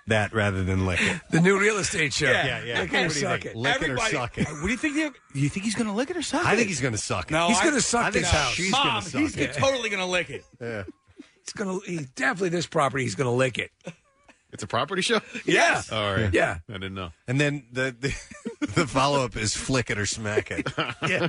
Speaker 3: that rather than lick it.
Speaker 5: The new real estate show.
Speaker 3: Yeah, yeah.
Speaker 5: Lick it
Speaker 3: What do
Speaker 5: or
Speaker 3: you
Speaker 5: suck
Speaker 3: think?
Speaker 5: it.
Speaker 3: Lick it or Everybody- suck it.
Speaker 8: What do you think? Do you think he's going to lick it or suck
Speaker 3: I think he's going to suck it.
Speaker 8: No,
Speaker 5: he's
Speaker 8: I-
Speaker 5: gonna suck
Speaker 8: I think
Speaker 5: this house.
Speaker 8: she's gonna Mom, suck he's it. totally gonna lick it.
Speaker 5: Yeah. He's gonna. He's definitely this property. He's gonna lick it.
Speaker 7: It's a property show?
Speaker 5: Yeah.
Speaker 7: All right.
Speaker 5: Yeah.
Speaker 7: I didn't know.
Speaker 3: And then the the, the follow up is flick it or smack it.
Speaker 8: Yeah.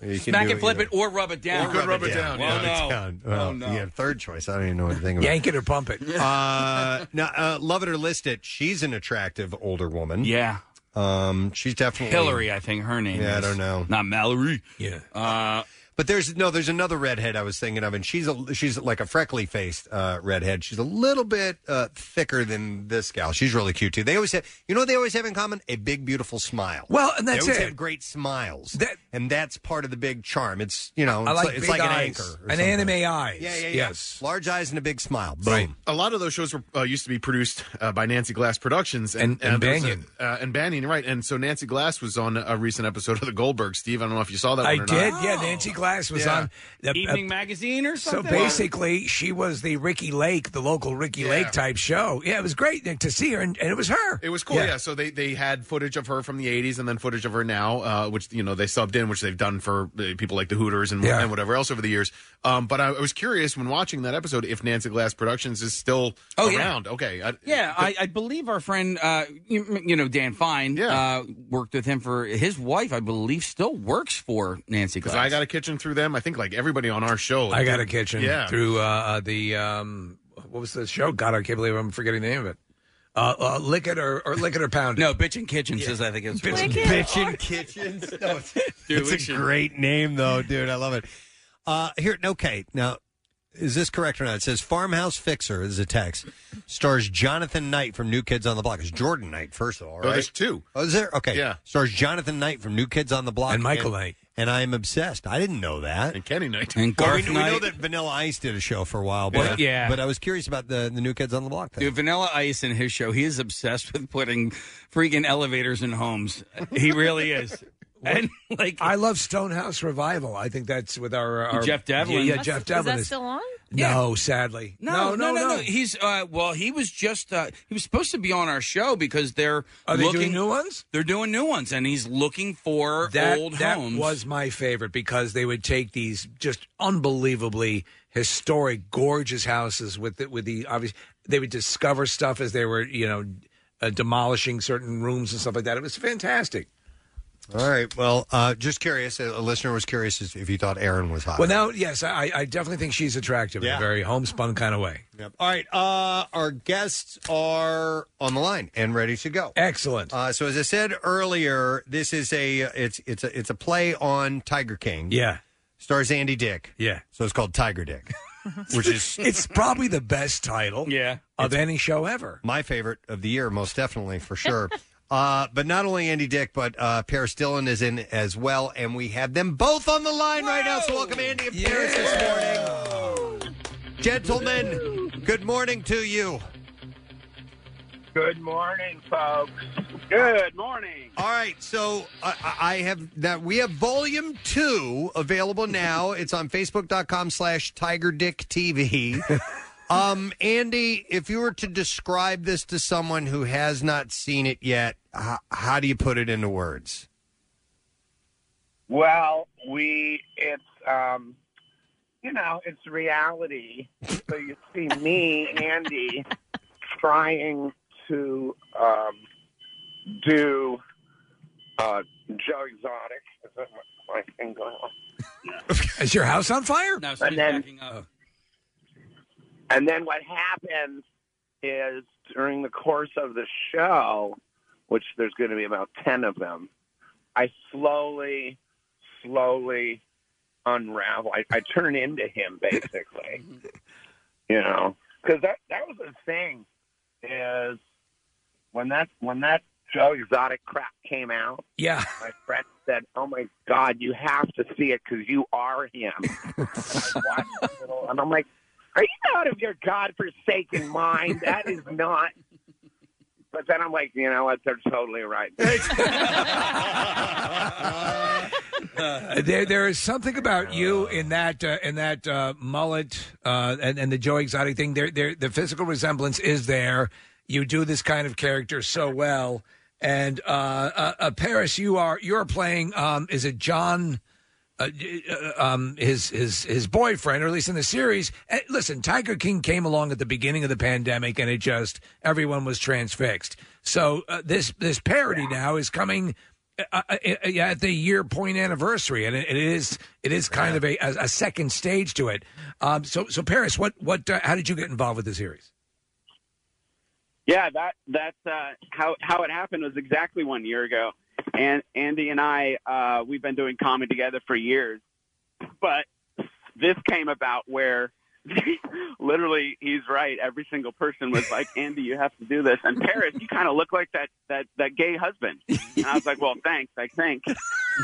Speaker 3: You can
Speaker 8: Smack
Speaker 3: do
Speaker 8: it, flip
Speaker 3: you
Speaker 8: it, or rub it down.
Speaker 3: know.
Speaker 8: Well, no.
Speaker 3: Well, yeah, third choice. I don't even know what to think about.
Speaker 5: Yank it or pump it.
Speaker 3: Uh, no, uh, love it or list it. She's an attractive older woman.
Speaker 8: Yeah.
Speaker 3: Um, she's definitely
Speaker 8: Hillary, I think her name.
Speaker 3: Yeah, I
Speaker 8: is.
Speaker 3: don't know.
Speaker 8: Not Mallory.
Speaker 5: Yeah.
Speaker 8: Uh,
Speaker 3: but there's no, there's another redhead I was thinking of, and she's a she's like a freckly faced uh, redhead. She's a little bit uh, thicker than this gal. She's really cute too. They always have, you know, what they always have in common a big, beautiful smile.
Speaker 5: Well, and that's
Speaker 3: they always
Speaker 5: it.
Speaker 3: Have great smiles, and that's part of the big charm. It's you know,
Speaker 5: I
Speaker 3: it's
Speaker 5: like
Speaker 3: like, it's
Speaker 5: big
Speaker 3: like an
Speaker 5: eyes.
Speaker 3: anchor, or
Speaker 5: An
Speaker 3: something.
Speaker 5: anime eyes.
Speaker 3: Yeah, yeah, yeah.
Speaker 5: Yes.
Speaker 3: Large eyes and a big smile. Boom.
Speaker 7: A lot of those shows were uh, used to be produced uh, by Nancy Glass Productions
Speaker 5: And- and
Speaker 7: uh, there was a-
Speaker 5: Banyan.
Speaker 7: uh, and Banyan, right? And so Nancy Glass was on a recent episode of The Goldberg. Steve, I don't know if you saw that.
Speaker 5: I
Speaker 7: one or
Speaker 5: did.
Speaker 7: Not.
Speaker 5: Yeah, Nancy Glass was
Speaker 7: Yeah.
Speaker 5: on the uh,
Speaker 8: Evening magazine or
Speaker 5: So
Speaker 8: something.
Speaker 5: basically, she was the Ricky Lake, the local Ricky
Speaker 7: Yeah.
Speaker 5: Lake type show. Yeah, it was great Nick, to see her, and, and it was her.
Speaker 7: It was cool, yeah. So they, they had footage of her from the '80s, and then footage of her now, uh, which you know they subbed in, which they've done for uh, people like the Hooters and,
Speaker 5: Yeah.
Speaker 7: and whatever else over the years. Um, but I, I was curious when watching that episode if Nancy Glass Productions is still
Speaker 8: Oh, yeah.
Speaker 7: around. Okay, I,
Speaker 8: Yeah, I, I believe our friend, uh, you, you know, Dan Fine, uh, worked with him for his wife. I believe still works for Nancy
Speaker 7: Because
Speaker 8: Glass.
Speaker 7: I got a kitchen through them. I think like everybody on our show.
Speaker 5: I got a kitchen
Speaker 7: Yeah.
Speaker 5: through uh, the um, what was the show? God, I can't believe I'm forgetting the name of it. Uh, uh, lick it or, or lick it or pound it.
Speaker 8: No, bitchin' kitchen says I think it's
Speaker 5: Bitchin'
Speaker 8: Lick
Speaker 3: Bitchin' kitchens. No, it's,
Speaker 8: Dude,
Speaker 3: it's
Speaker 8: we
Speaker 3: a
Speaker 8: should-
Speaker 3: great name, though, dude. I love it. Uh, here, okay, now is this correct or not? It says Farmhouse Fixer is a text. Stars Jonathan Knight from New Kids on the Block. It's Jordan Knight, first of all.
Speaker 7: Oh,
Speaker 3: Right?
Speaker 7: there's two.
Speaker 3: Oh, is there? Okay.
Speaker 7: Yeah.
Speaker 3: Stars Jonathan Knight from New Kids on the Block
Speaker 5: And Michael Knight.
Speaker 3: And I am obsessed. I didn't know that.
Speaker 7: And Kenny Knight.
Speaker 8: And
Speaker 3: Well, we,
Speaker 8: Garth
Speaker 3: we know
Speaker 8: Knight.
Speaker 3: that Vanilla Ice did a show for a while, but
Speaker 8: Yeah.
Speaker 3: But I was curious about the the New Kids on the Block thing.
Speaker 8: Dude, Vanilla Ice in his show, he is obsessed with putting freaking elevators in homes. He really is. and like,
Speaker 5: I love Stonehouse Revival. I think that's with our, our
Speaker 8: Jeff Devlin.
Speaker 5: Yeah, yeah
Speaker 8: That's-
Speaker 5: Jeff
Speaker 8: is that
Speaker 5: Devlin
Speaker 8: still on?
Speaker 5: No, sadly.
Speaker 8: No, no, no, no, He's uh, well, he was just uh, he was supposed to be on our show because they're
Speaker 5: Are they
Speaker 8: looking,
Speaker 5: doing new ones?
Speaker 8: They're doing new ones, and he's looking for
Speaker 5: That,
Speaker 8: old
Speaker 5: that
Speaker 8: homes.
Speaker 5: was my favorite because they would take these just unbelievably historic, gorgeous houses with the, with the obvious. They would discover stuff as they were, you know, uh, demolishing certain rooms and stuff like that. It was fantastic.
Speaker 3: All right. Well, uh, just curious. A a listener was curious as- if you thought Aaron was hot.
Speaker 5: Well, now, yes, I, I definitely think she's attractive in a very homespun kind of way.
Speaker 3: Yep. All right. Uh, our guests are on the line and ready to go.
Speaker 5: Excellent.
Speaker 3: Uh, so, as I said earlier, this is a it's it's a it's a play on Tiger King.
Speaker 5: Yeah.
Speaker 3: Stars Andy Dick.
Speaker 5: Yeah.
Speaker 3: So it's called Tiger Dick, which is
Speaker 5: it's probably the best title.
Speaker 8: Yeah.
Speaker 5: Of any show ever.
Speaker 3: My favorite of the year, most definitely for sure. Uh, but not only Andy Dick, but uh, Paris Dillon is in as well, and we have them both on the line right now. So welcome Andy and Paris this morning, gentlemen. Good morning to you.
Speaker 17: Good morning, folks. Good morning.
Speaker 3: All right, so uh, I, I I have that we have volume two available now. It's on facebook.com slash tiger dick TV. um, Andy, if you were to describe this to someone who has not seen it yet, how, how do you put it into words?
Speaker 17: Well, we it's um you know, it's reality. so you see me, Andy, trying to um do uh Joe Exotic. Is that my, my thing going on?
Speaker 5: Is your house on fire?
Speaker 8: No,
Speaker 17: and then, and then what happens is during the course of the show, which there's going to be about 10 of them, I slowly, slowly unravel. I, I turn into him, basically. you know, because that, that was the thing is when that, when that Joe Exotic crap came out,
Speaker 5: Yeah.
Speaker 17: my friend said, "Oh my God, you have to see it because you are him." and, I watched it all, and I'm like, "Are you out of your godforsaken mind? That is not." But then I'm like, you know what? They're totally right.
Speaker 5: there, there is something about you in that uh, in that uh, mullet uh, and and the Joe Exotic thing. There, there, the physical resemblance is there. You do this kind of character so well. And uh, uh, uh, Paris, you are you are playing. Um, is it John? Uh, uh, um, his his his boyfriend, or at least in the series. Uh, Listen, Tiger King came along at the beginning of the pandemic, and it just everyone was transfixed. So uh, this this parody now is coming uh, uh, uh, at the year point anniversary, and it, it is it is kind of a, a, a second stage to it. Um, so so Paris, what what uh, how did you get involved with the series?
Speaker 19: Yeah, that that's uh, how how it happened was exactly one year ago, and Andy and I uh, we've been doing comedy together for years, but this came about where literally he's right. Every single person was like, "Andy, you have to do this," and Paris, you kind of look like that that that gay husband. And I was like, "Well, thanks, I think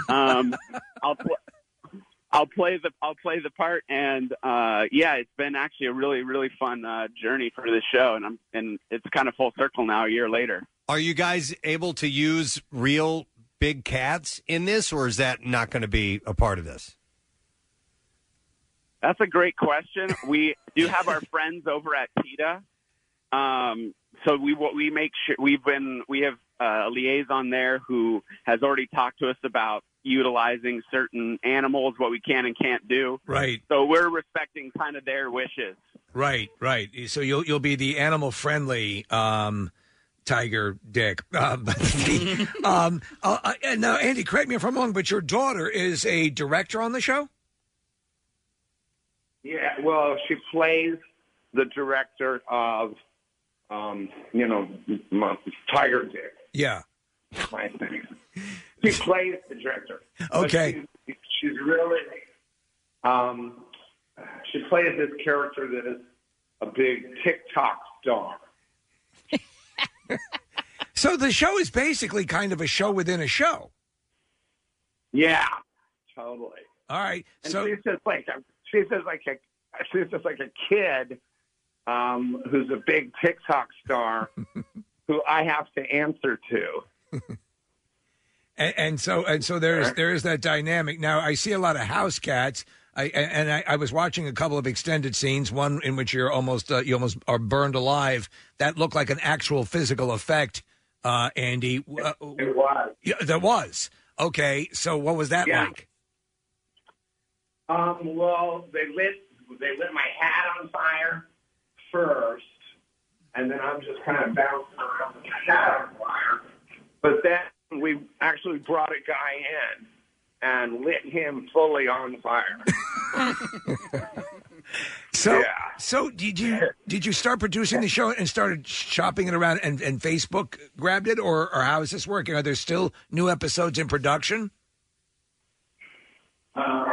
Speaker 19: um, I'll." Pl- I'll play the I'll play the part, and uh, yeah, it's been actually a really really fun uh, journey for the show, and I'm and it's kind of full circle now a year later.
Speaker 3: Are you guys able to use real big cats in this, or is that not going to be a part of this?
Speaker 19: That's a great question. We do have our friends over at PETA. Um, so we what we make sure we've been we have uh, a liaison there who has already talked to us about utilizing certain animals, what we can and can't do.
Speaker 5: Right.
Speaker 19: So we're respecting kind of their wishes.
Speaker 5: Right, right. So you'll you'll be the animal friendly um, tiger dick. Um, but the- um, uh, uh, and now, Andy, correct me if I'm wrong, but your daughter is a director on the show.
Speaker 17: yeah, well, she plays the director of, um, you know, my, Tiger Dick,
Speaker 5: Yeah.
Speaker 17: my thing. She plays the director.
Speaker 5: Okay.
Speaker 17: She's, she's really, um, she plays this character that is a big TikTok star.
Speaker 5: So the show is basically kind of a show within a show.
Speaker 17: Yeah, totally.
Speaker 5: All right.
Speaker 17: And
Speaker 5: so
Speaker 17: she's just like a, she's just like a she's just like a kid um, who's a big TikTok star who I have to answer to.
Speaker 5: And, and so and so there's there is that dynamic. Now I see a lot of house cats. I and and I, I was watching a couple of extended scenes. One in which you're almost uh, you almost are burned alive. That looked like an actual physical effect. Uh, Andy, uh, it
Speaker 17: was.
Speaker 5: Yeah, there was. Okay, so what was that
Speaker 17: Yeah.
Speaker 5: like?
Speaker 17: Um, well, they lit they lit my hat on fire first, and then I'm just kind of bouncing around with the hat on fire. But then we actually brought a guy in and lit him fully on fire.
Speaker 5: So, so did you did you start producing the show and started shopping it around, and, and Facebook grabbed it, or or how is this working? Are there still new episodes in production?
Speaker 17: Um,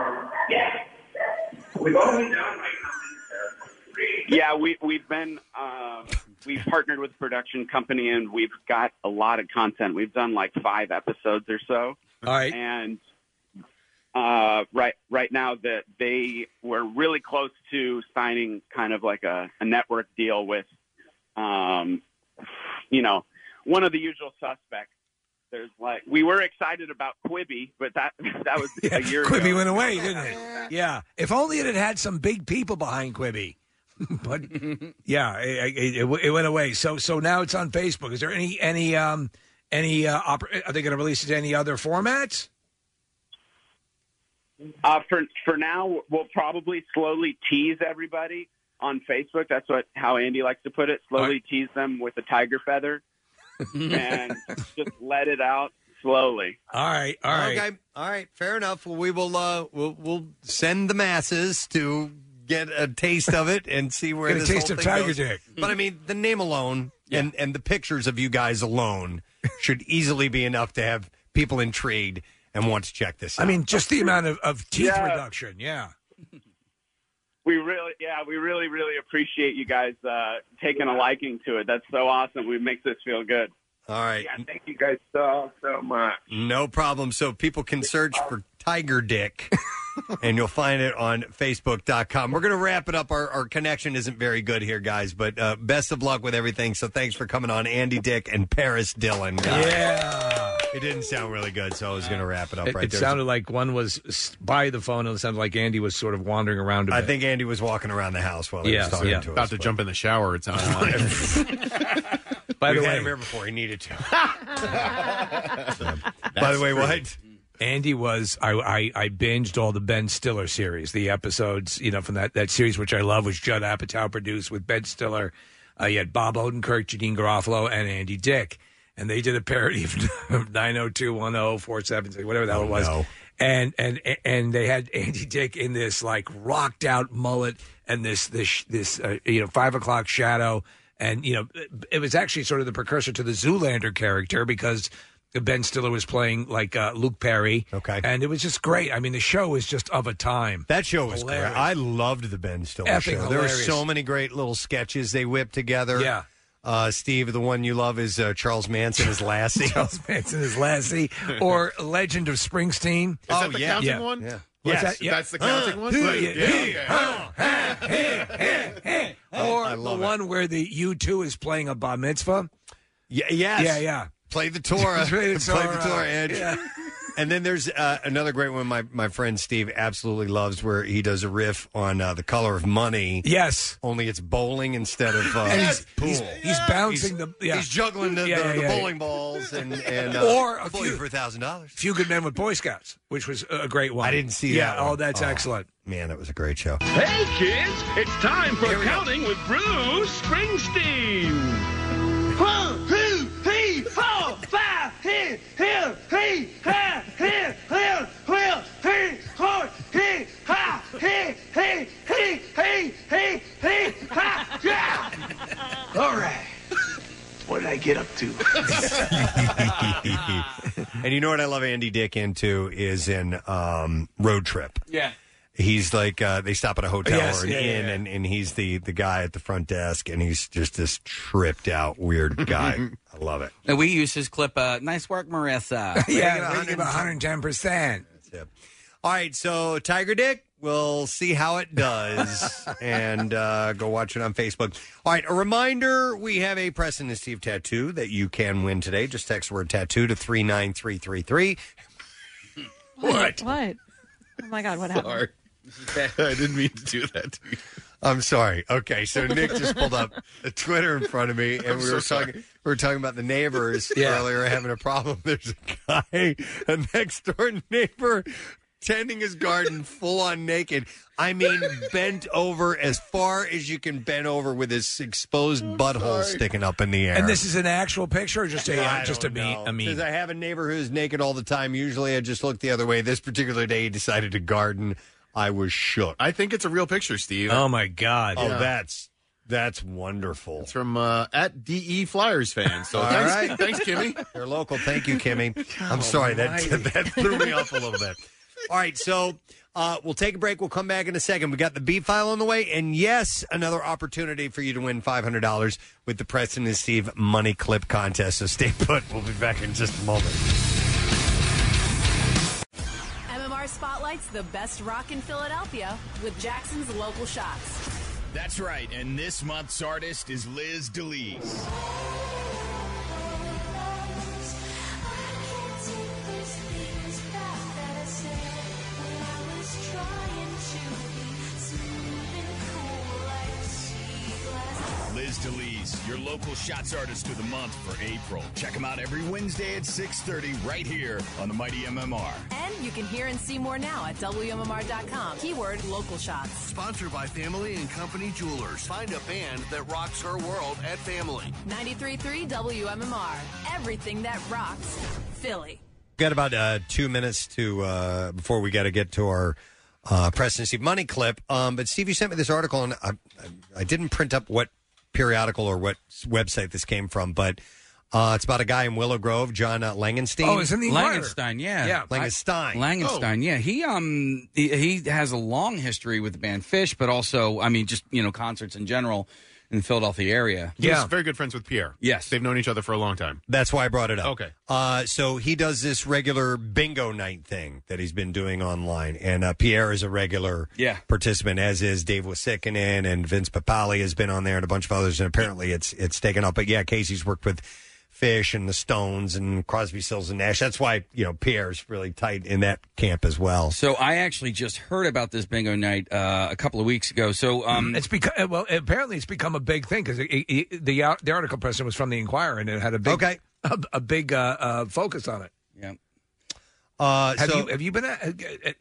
Speaker 17: We've only done like
Speaker 19: Yeah, we we've been uh, we've partnered with a production company and we've got a lot of content. We've done like five episodes or so.
Speaker 5: All right.
Speaker 19: And uh, right right now that they were really close to signing kind of like a, a network deal with um, you know, one of the usual suspects. There's like we were excited about Quibi, but that that was a year
Speaker 5: Quibi
Speaker 19: ago.
Speaker 5: went away, didn't it? Yeah. If only it had had some big people behind Quibi. but yeah, it, it, it- it went away. So so now it's on Facebook. Is there any any um any uh, oper- are they going to release it to any other formats?
Speaker 19: Uh, for for now, we'll probably slowly tease everybody on Facebook. That's what how Andy likes to put it. Slowly tease them with a tiger feather,
Speaker 3: Mm-hmm.
Speaker 19: and just let it out slowly.
Speaker 5: All right,
Speaker 19: all right.
Speaker 3: Okay, all right, fair enough. Well, we will uh, we'll, we'll send the masses to get a taste of it and see where
Speaker 5: Get a
Speaker 3: this
Speaker 5: taste
Speaker 3: whole
Speaker 5: of
Speaker 3: thing
Speaker 5: Tiger
Speaker 3: goes.
Speaker 5: Dick.
Speaker 3: But I mean, the name alone and and the pictures of you guys alone should easily be enough to have people intrigued and want to check this. out.
Speaker 5: I mean, just the amount of, of teeth
Speaker 19: Yeah.
Speaker 5: reduction. Yeah.
Speaker 19: We really, yeah, we really, really appreciate you guys uh, taking a liking to it. That's so awesome. It makes us feel good.
Speaker 3: All right.
Speaker 19: Yeah,
Speaker 17: thank you guys so so much.
Speaker 3: No problem. So people can search for Tiger Dick and you'll find it on Facebook.com. We're going to wrap it up. Our, our connection isn't very good here, guys, but uh, best of luck with everything. So thanks for coming on, Andy Dick and Paris Dillon. guys.
Speaker 5: Yeah.
Speaker 3: It didn't sound really good, so I was going to wrap it up
Speaker 5: It,
Speaker 3: right
Speaker 5: it
Speaker 3: there.
Speaker 5: sounded like one was s- by the phone, and it sounded like Andy was sort of wandering around. I
Speaker 3: I think Andy was walking around the house while he
Speaker 5: Yeah,
Speaker 3: was talking
Speaker 5: yeah.
Speaker 3: to us.
Speaker 5: About to
Speaker 3: jump
Speaker 7: in the shower, it sounds like.
Speaker 5: By
Speaker 3: We've
Speaker 5: the
Speaker 3: had
Speaker 5: way-
Speaker 3: him here before. He needed to. By the way, what?
Speaker 5: Andy was I, I I binged all the Ben Stiller series, the episodes you know from that that series which I love, which Judd Apatow produced with Ben Stiller. Uh, you had Bob Odenkirk, Janine Garofalo, and Andy Dick, and they did a parody of nine hundred two one zero four seven six whatever the
Speaker 3: Oh,
Speaker 5: hell it was. And and and they had Andy Dick in this like rocked out mullet and this this this uh, you know five o'clock shadow, and you know it was actually sort of the precursor to the Zoolander character because Ben Stiller was playing like uh, Luke Perry. Okay, and it was just great. I mean, the show was just of a time.
Speaker 3: That show was great. I loved the Ben Stiller
Speaker 5: Epic
Speaker 3: show. There were
Speaker 5: hilarious.
Speaker 3: so many great little sketches they whipped together.
Speaker 5: Yeah.
Speaker 3: Uh, Steve, the one you love is uh, Charles Manson as Lassie.
Speaker 5: Charles Manson as Lassie, or Legend of Springsteen. Is
Speaker 3: that the counting
Speaker 7: one?
Speaker 5: Yeah.
Speaker 7: Yes,
Speaker 5: What's that? Yeah.
Speaker 7: that's the counting one?
Speaker 5: Who-
Speaker 7: Right,
Speaker 5: yeah,
Speaker 7: yeah,
Speaker 5: he-
Speaker 7: okay.
Speaker 5: huh, huh, he- he- he.
Speaker 3: Oh,
Speaker 5: Or the one where the U two is playing a bar mitzvah.
Speaker 3: Yeah, yes.
Speaker 5: yeah, yeah.
Speaker 3: Play the Torah.
Speaker 5: Play the Torah.
Speaker 3: Edge.
Speaker 5: Yeah.
Speaker 3: And then there's uh, another great one my, my friend Steve absolutely loves where he does a riff on uh, The Color of Money.
Speaker 5: Yes.
Speaker 3: Only it's bowling instead of uh,
Speaker 5: And he's,
Speaker 3: pool.
Speaker 5: he's, he's bouncing
Speaker 3: He's-
Speaker 5: the. Yeah.
Speaker 3: He's juggling the,
Speaker 5: Yeah,
Speaker 3: the,
Speaker 5: yeah,
Speaker 3: the
Speaker 5: yeah.
Speaker 3: bowling balls and, and uh,
Speaker 5: or a
Speaker 3: Boy
Speaker 5: few,
Speaker 3: for a thousand dollars.
Speaker 5: Few good men with Boy Scouts, which was a great one. I didn't
Speaker 3: see
Speaker 5: yeah,
Speaker 3: that one.
Speaker 5: oh, that's
Speaker 3: Oh.
Speaker 5: excellent.
Speaker 3: Man, that was a great show.
Speaker 2: Hey, kids, it's time for Counting with Bruce Springsteen. One, two, three, four, five, here, here, he, ha, here, here, here, he, ho, he, ha, he, he, he, he, he, he, ha, yeah! All right.
Speaker 3: What did I get up to? and you know what I love Andy Dick into is in um, Road Trip.
Speaker 8: Yeah.
Speaker 3: He's like uh, they stop at a hotel
Speaker 8: Yes,
Speaker 3: or an
Speaker 8: yeah, yeah,
Speaker 3: inn,
Speaker 8: yeah.
Speaker 3: And, and he's the the guy at the front desk, and he's just this tripped out weird guy. I love it.
Speaker 8: And we use his clip. Uh, nice work, Marissa.
Speaker 5: Yeah, we give 110 percent.
Speaker 3: All right, so Tiger Dick, we'll see how it does, and uh, go watch it on Facebook. All right, a reminder: we have a Preston and Steve tattoo that you can win today. Just text word tattoo to three nine three three three.
Speaker 4: What? What? Oh my God! What happened?
Speaker 7: Sorry. I didn't mean to do that to you.
Speaker 3: I'm sorry. Okay, so Nick just pulled up a Twitter in front of me, and
Speaker 7: I'm
Speaker 3: we
Speaker 7: so
Speaker 3: were talking.
Speaker 7: sorry.
Speaker 3: We were talking about the neighbors
Speaker 7: Yeah.
Speaker 3: earlier having a problem. There's a guy, a next door neighbor, tending his garden full on naked. I mean, bent over as far as you can bend over with his exposed butthole sticking up in the air.
Speaker 5: And this is an actual picture, or just a uh,
Speaker 3: I
Speaker 5: just a
Speaker 3: don't
Speaker 5: meme?
Speaker 3: know.
Speaker 5: A meme?
Speaker 3: Because I have a neighbor who's naked all the time. Usually I just look the other way. This particular day he decided to garden. I was shook.
Speaker 7: I think it's a real picture, Steve.
Speaker 5: Oh, my God.
Speaker 3: Oh,
Speaker 7: Yeah.
Speaker 3: that's that's wonderful.
Speaker 7: It's from uh, at DE Flyers fan. So
Speaker 3: All
Speaker 7: thanks,
Speaker 3: right.
Speaker 7: thanks, Kimmy.
Speaker 3: They're local. Thank you, Kimmy. I'm sorry that
Speaker 7: Almighty.
Speaker 3: that threw me off a little bit. All right, so uh, we'll take a break. We'll come back in a second. We got the B file on the way, and yes, another opportunity for you to win five hundred dollars with the Preston and Steve Money Clip Contest. So stay put. We'll be back in just a moment.
Speaker 22: MMR spotlights the best rock in Philadelphia with Jackson's local shots.
Speaker 10: That's right, and this month's artist is Liz DeLees. Liz DeLees, your local shots artist of the month for April. Check him out every Wednesday at 6.30 right here on the Mighty MMR.
Speaker 22: And you can hear and see more now at WMMR.com. Keyword local shots.
Speaker 12: Sponsored by Family and Company Jewelers. Find a band that rocks her world at Family.
Speaker 22: 93.3 WMMR. Everything that rocks. Philly.
Speaker 3: Got about uh, two minutes to uh, before we got to get to our uh, Preston and Steve money clip. Um, but Steve, you sent me this article, and I, I, I didn't print up what periodical or what s- website this came from, but uh, it's about a guy in Willow Grove, John uh, Langenstein.
Speaker 8: Oh, Langenstein, yeah,
Speaker 3: Langenstein.
Speaker 8: I- Langenstein, yeah. He um he, he has a long history with the band Fish, but also I mean just you know concerts in general in the Philadelphia area.
Speaker 7: He was very good friends with Pierre.
Speaker 8: Yes.
Speaker 7: They've known each other for a long time.
Speaker 3: That's why I brought it up.
Speaker 7: Okay.
Speaker 3: Uh, so he does this regular bingo night thing that he's been doing online, and uh, Pierre is a regular
Speaker 8: Yeah.
Speaker 3: participant, as is Dave Wasikinen and Vince Papali has been on there and a bunch of others, and apparently it's it's taken off. But yeah, Casey's worked with Fish and the Stones and Crosby, Stills and Nash. That's why you know Pierre's really tight in that camp as well.
Speaker 8: So I actually just heard about this bingo night uh, a couple of weeks ago. So um,
Speaker 5: it's become well. Apparently, it's become a big thing because the ar- the article Preston was from the Inquirer and it had a big okay. a, a big uh, uh, focus on it.
Speaker 8: Yeah.
Speaker 3: Uh,
Speaker 5: have
Speaker 3: so-
Speaker 5: you have you been? At,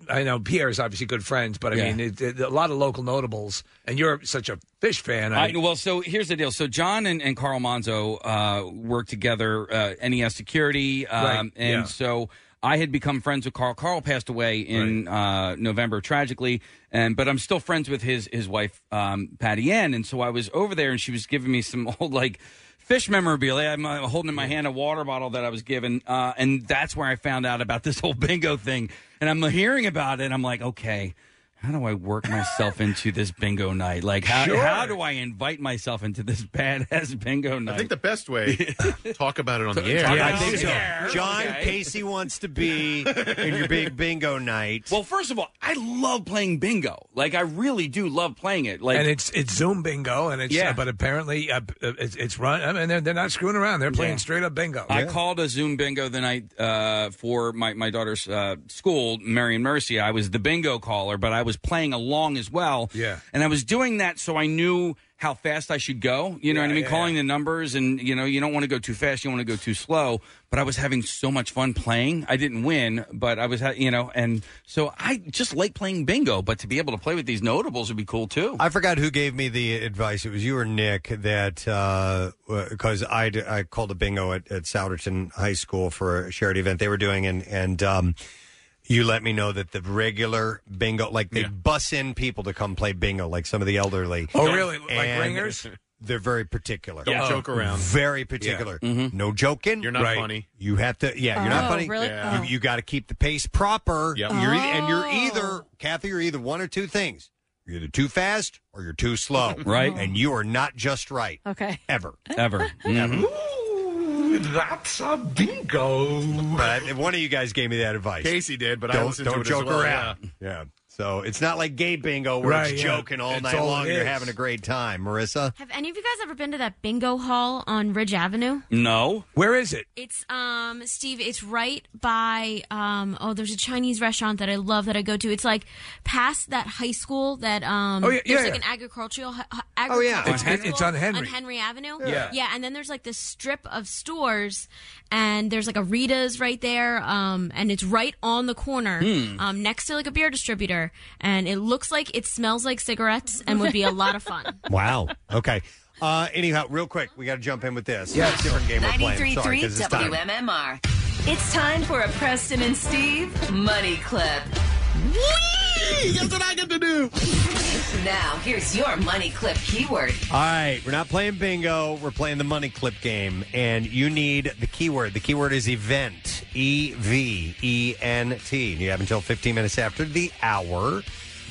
Speaker 5: I know Pierre's obviously good friends, but I
Speaker 8: Yeah.
Speaker 5: mean it, it- a lot of local notables, and you're such a fish fan.
Speaker 8: I- well, so here's the deal. So John and, and Carl Monzo uh, worked together, uh, NES Security, um,
Speaker 5: Right,
Speaker 8: and
Speaker 5: yeah.
Speaker 8: so I had become friends with Carl. Carl passed away in uh, November tragically, and but I'm still friends with his his wife um, Patty Ann, and so I was over there, and she was giving me some old like. Fish memorabilia. I'm uh, holding in my hand a water bottle that I was given, uh, and that's where I found out about this whole bingo thing. And I'm hearing about it, and I'm like, okay, how do I work myself into this bingo night? Like, how,
Speaker 7: Sure.
Speaker 8: how do I invite myself into this badass bingo night?
Speaker 7: I think the best way, talk about it on the
Speaker 8: Talk
Speaker 7: air.
Speaker 8: about it I think on the so.
Speaker 3: John Casey wants to be in your big bingo night.
Speaker 8: Well, first of all, I love playing bingo. Like, I really do love playing it. Like,
Speaker 5: and it's it's Zoom bingo, and it's
Speaker 8: Yeah.
Speaker 5: but apparently uh, it's, it's run. I mean, they're, they're not screwing around; they're playing
Speaker 8: Yeah.
Speaker 5: straight up bingo.
Speaker 8: I called a Zoom bingo the night uh, for my, my daughter's uh, school, Marion Mercy. I was the bingo caller, but I was playing along as well.
Speaker 5: Yeah.
Speaker 8: And I was doing that so I knew how fast I should go. You know what I mean? Calling the numbers, and you know, you don't want to go too fast, you don't want to go too slow. But I was having so much fun playing. I didn't win, but I was, ha- you know, and so I just like playing bingo. But to be able to play with these notables would be cool too.
Speaker 3: I forgot who gave me the advice. It was you or Nick that because I I called a bingo at, at Souderton High School for a charity event they were doing, and and um, you let me know that the regular bingo, like they bus in people to come play bingo, like some of the elderly.
Speaker 5: Oh, really? Like
Speaker 3: And
Speaker 5: ringers?
Speaker 3: They're very particular.
Speaker 7: Don't Yeah.
Speaker 8: Oh.
Speaker 7: joke around.
Speaker 3: Very particular.
Speaker 8: Mm-hmm.
Speaker 3: No joking. You're
Speaker 7: not funny.
Speaker 3: You have to. Yeah, you're not
Speaker 7: Oh, Oh.
Speaker 3: funny.
Speaker 7: really? Yeah.
Speaker 3: You, you got to keep the pace proper.
Speaker 7: Yep.
Speaker 3: You're, e, And you're either Kathy, you're either one or two things. You're either too fast or you're too slow.
Speaker 8: Right.
Speaker 3: And you are not just right.
Speaker 4: Okay.
Speaker 3: Ever.
Speaker 8: Ever. Mm-hmm.
Speaker 3: That's a bingo. But one of you guys gave me that advice.
Speaker 7: Casey did, but I
Speaker 3: don't,
Speaker 7: listened to
Speaker 3: don't
Speaker 7: it as
Speaker 3: joke
Speaker 7: well,
Speaker 3: around. Yeah. So it's not like gay bingo where
Speaker 2: Right,
Speaker 3: it's
Speaker 2: yeah.
Speaker 3: joking all
Speaker 2: It's
Speaker 3: night
Speaker 2: all
Speaker 3: long.
Speaker 2: it
Speaker 3: You're
Speaker 2: is.
Speaker 3: having a great time, Marissa.
Speaker 23: Have any of you guys ever been to that bingo hall on Ridge Avenue?
Speaker 8: No.
Speaker 5: Where is it?
Speaker 23: It's um Steve, it's right by um oh there's a Chinese restaurant that I love that I go to. It's like past that high school that um
Speaker 5: Oh, yeah,
Speaker 23: there's
Speaker 5: yeah,
Speaker 23: like
Speaker 5: yeah.
Speaker 23: an agricultural hi- hi-
Speaker 5: Oh, yeah.
Speaker 23: agricultural
Speaker 5: It's Hen-
Speaker 23: school
Speaker 5: it's on Henry.
Speaker 23: on Henry Avenue.
Speaker 5: Yeah.
Speaker 23: Yeah, and then there's like this strip of stores and there's like a Rita's right there um and it's right on the corner
Speaker 24: Hmm.
Speaker 23: um next to like a beer distributor and it looks like it smells like cigarettes and would be a lot of fun.
Speaker 3: Wow. Okay. Uh, anyhow, real quick, we got to jump in with this.
Speaker 23: Yes.
Speaker 3: Different game we're playing. Sorry,
Speaker 22: 93.3
Speaker 3: because it's time.
Speaker 22: WMMR. It's time for a Preston and Steve money clip. Whee! That's what I get to do. Now, here's your money clip keyword.
Speaker 3: All right, we're not playing bingo. We're playing the money clip game, and you need the keyword. The keyword is event. E V E N T. You have until 15 minutes after the hour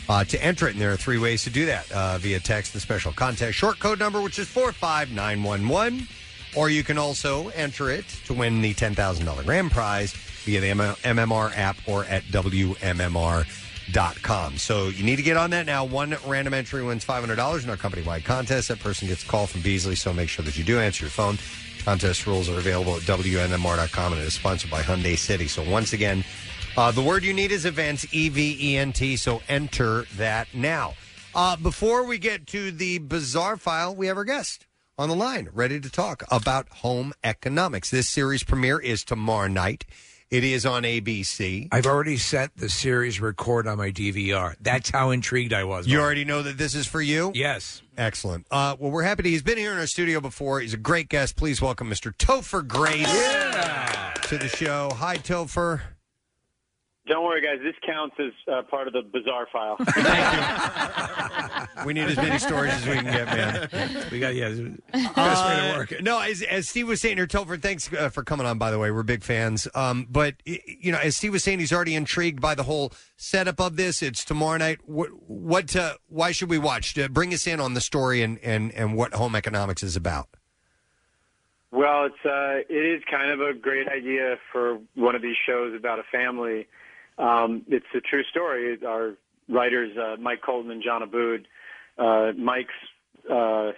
Speaker 3: uh, to enter it, and there are three ways to do that uh, via text, the special contact short code number, which is 45911, or you can also enter it to win the $10,000 grand prize via the M- MMR app or at WMMR com. So you need to get on that now. One random entry wins $500 in our company wide contest. That person gets a call from Beasley, so make sure that you do answer your phone. Contest rules are available at WNMR.com and it is sponsored by Hyundai City. So once again, uh, the word you need is event, E V E N T. So enter that now. Uh, before we get to the bizarre file, we have our guest on the line, ready to talk about home economics. This series premiere is tomorrow night. It is on ABC.
Speaker 5: I've already set the series record on my DVR. That's how intrigued I was.
Speaker 3: You already know that this is for you?
Speaker 5: Yes.
Speaker 3: Excellent. Uh, well, we're happy to. He's been here in our studio before. He's a great guest. Please welcome Mr. Topher Grace to the show. Hi, Topher.
Speaker 28: Don't worry, guys. This counts as uh, part of the bizarre file.
Speaker 3: We need as many stories as we can get, man.
Speaker 5: we got, yeah.
Speaker 3: Best way
Speaker 5: Uh,
Speaker 3: to work. No, as, as Steve was saying here, Topher, thanks uh, for coming on, by the way. We're big fans. Um, but, y- you know, as Steve was saying, he's already intrigued by the whole setup of this. It's tomorrow night. What, what uh, why should we watch? Uh, bring us in on the story and, and, and what home economics is about.
Speaker 28: Well, it's uh, it is kind of a great idea for one of these shows about a family. Um, it's a true story. Our writers, uh, Mike Colton and John Abood, uh, Mike's uh,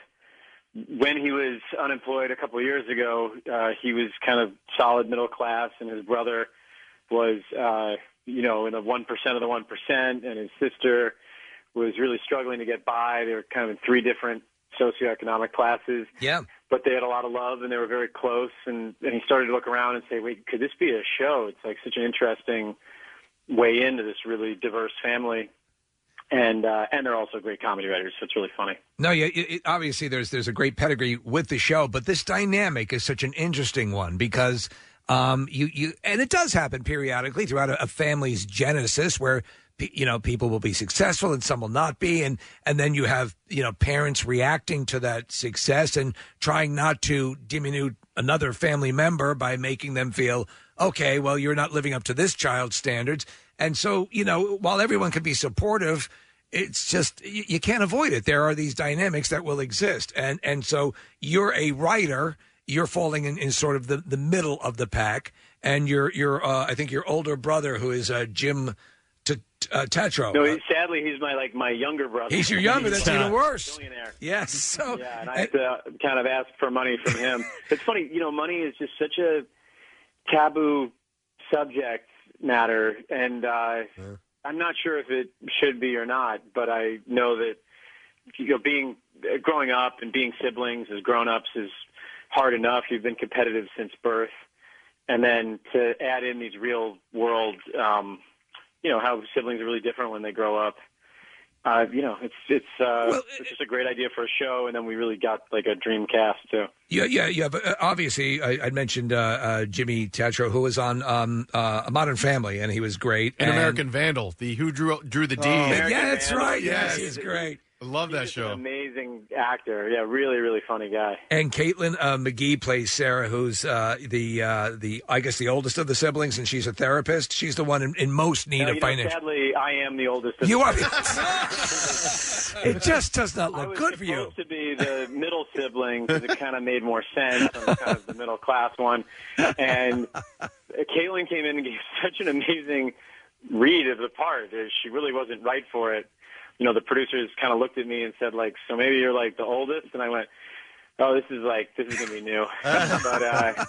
Speaker 28: when he was unemployed a couple of years ago, uh, he was kind of solid middle class, and his brother was uh, you know in the one percent of the one percent, and his sister was really struggling to get by. They were kind of in three different socioeconomic classes
Speaker 5: Yeah.
Speaker 28: but they had a lot of love and they were very close and, and he started to look around and say wait could this be a show it's like such an interesting way into this really diverse family and uh, and they're also great comedy writers so it's really funny
Speaker 5: No, yeah. It, it, obviously, there's there's a great pedigree with the show, but this dynamic is such an interesting one because um, you you and it does happen periodically throughout a, a family's genesis where pe- you know people will be successful and some will not be, and and then you have you know parents reacting to that success and trying not to diminu another family member by making them feel okay, well, you're not living up to this child's standards, and so you know while everyone can be supportive it's just you, you can't avoid it. There are these dynamics that will exist, and and so you're a writer. You're falling in, in sort of the, the middle of the pack, and your your uh, I think your older brother who is uh, Jim T- uh, Tetro.
Speaker 28: no
Speaker 5: uh,
Speaker 28: he, sadly he's my like my younger brother
Speaker 5: He's your younger, that's even worse.
Speaker 28: Billionaire.
Speaker 5: Yes. So
Speaker 28: yeah, and I have to uh, kind of ask for money from him. it's funny, you know, money is just such a taboo subject matter, and uh, I'm not sure if it should be or not, but I know that you know, being uh, growing up and being siblings as grown-ups is hard enough. You've been competitive since birth, and then to add in these real-world, um, you know, how siblings are really different when they grow up. Uh, you know, it's it's uh, it's just a great idea for a show, and then we really got like a dream cast too.
Speaker 5: Yeah, yeah, yeah. But uh, obviously, I, I mentioned uh, uh, Jimmy Tatro, who was on um, uh, Modern Family, and he was great.
Speaker 7: An
Speaker 5: and-
Speaker 7: American Vandal, the who drew drew
Speaker 28: Oh,
Speaker 7: the D.
Speaker 5: yeah, that's right. Yes,
Speaker 7: he's
Speaker 5: he's great.
Speaker 7: I love that show.
Speaker 28: Amazing actor, yeah, really really funny guy.
Speaker 5: And Caitlin uh, McGee plays Sarah, who's uh, the uh, the I guess the oldest of the siblings, and she's a therapist. She's the one in, in most need
Speaker 28: Now,
Speaker 5: of
Speaker 28: you know,
Speaker 5: financial.
Speaker 28: sadly, I am the oldest. Of
Speaker 5: You
Speaker 28: the
Speaker 5: are-
Speaker 28: it
Speaker 5: It just does not
Speaker 28: look good for you. To be the middle sibling because it kind of made more sense. I'm kind of the middle class one, and Caitlin came in and gave such an amazing read of the part. Uh, She really wasn't right for it. You know, the producers kind of looked at me and said, like, so maybe you're like the oldest. And I went, oh, this is like, this is going to be new. but uh,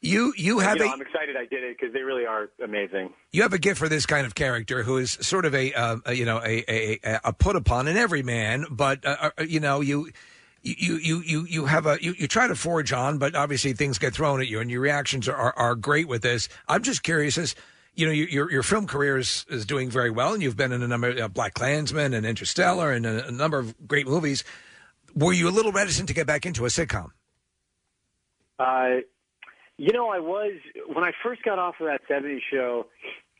Speaker 5: you you have
Speaker 28: know,
Speaker 5: a-
Speaker 28: I'm excited I did it because they really are amazing.
Speaker 5: You have a gift for this kind of character who is sort of a, uh, a, you know a a, a- a put upon in every man, but uh, uh, you know you. You, you you you have a you, you try to forge on, but obviously things get thrown at you, and your reactions are, are, are great with this. I'm just curious, as you know, your your, your film career is, is doing very well, and you've been in a number of uh, Black Klansman and Interstellar and a, a number of great movies. Were you a little reticent to get back into a sitcom?
Speaker 28: Uh, you know, I was when I first got off of that '70s show.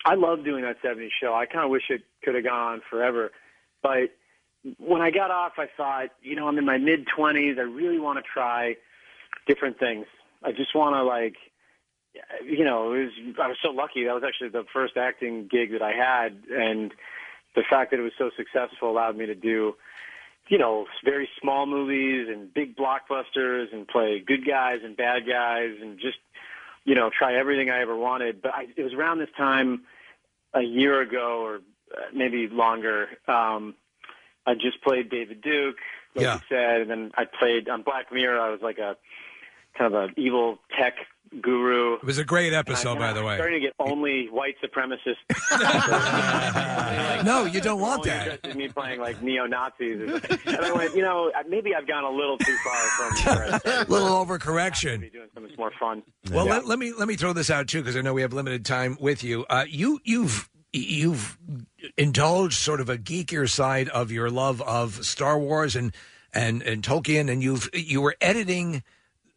Speaker 28: I loved doing that '70s show. I kind of wish it could have gone on forever, but when I got off, I thought, you know, I'm in my mid 20s. I really want to try different things. I just want to like, you know, it was, I was so lucky. That was actually the first acting gig that I had, and the fact that it was so successful allowed me to do you know, very small movies and big blockbusters and play good guys and bad guys and just, you know, try everything I ever wanted. But I, it was around this time a year ago or uh, maybe longer. Um, I just played David Duke, like
Speaker 11: Yeah.
Speaker 28: you said, and then I played on Black Mirror. I was like a kind of an evil tech guru.
Speaker 5: It was a great episode, by the way.
Speaker 28: Starting to get only white supremacists. "Oh,
Speaker 5: no, you don't want
Speaker 28: that. me playing like neo Nazis, and I went, you know, maybe I've gone a little too far from where I started.
Speaker 5: little overcorrection.
Speaker 28: Be doing something more fun.
Speaker 5: Well,
Speaker 28: Yeah.
Speaker 5: let, let me let me throw this out too because I know we have limited time with you. Uh, you you've you've indulged sort of a geekier side of your love of Star Wars and and and Tolkien, and you've you were editing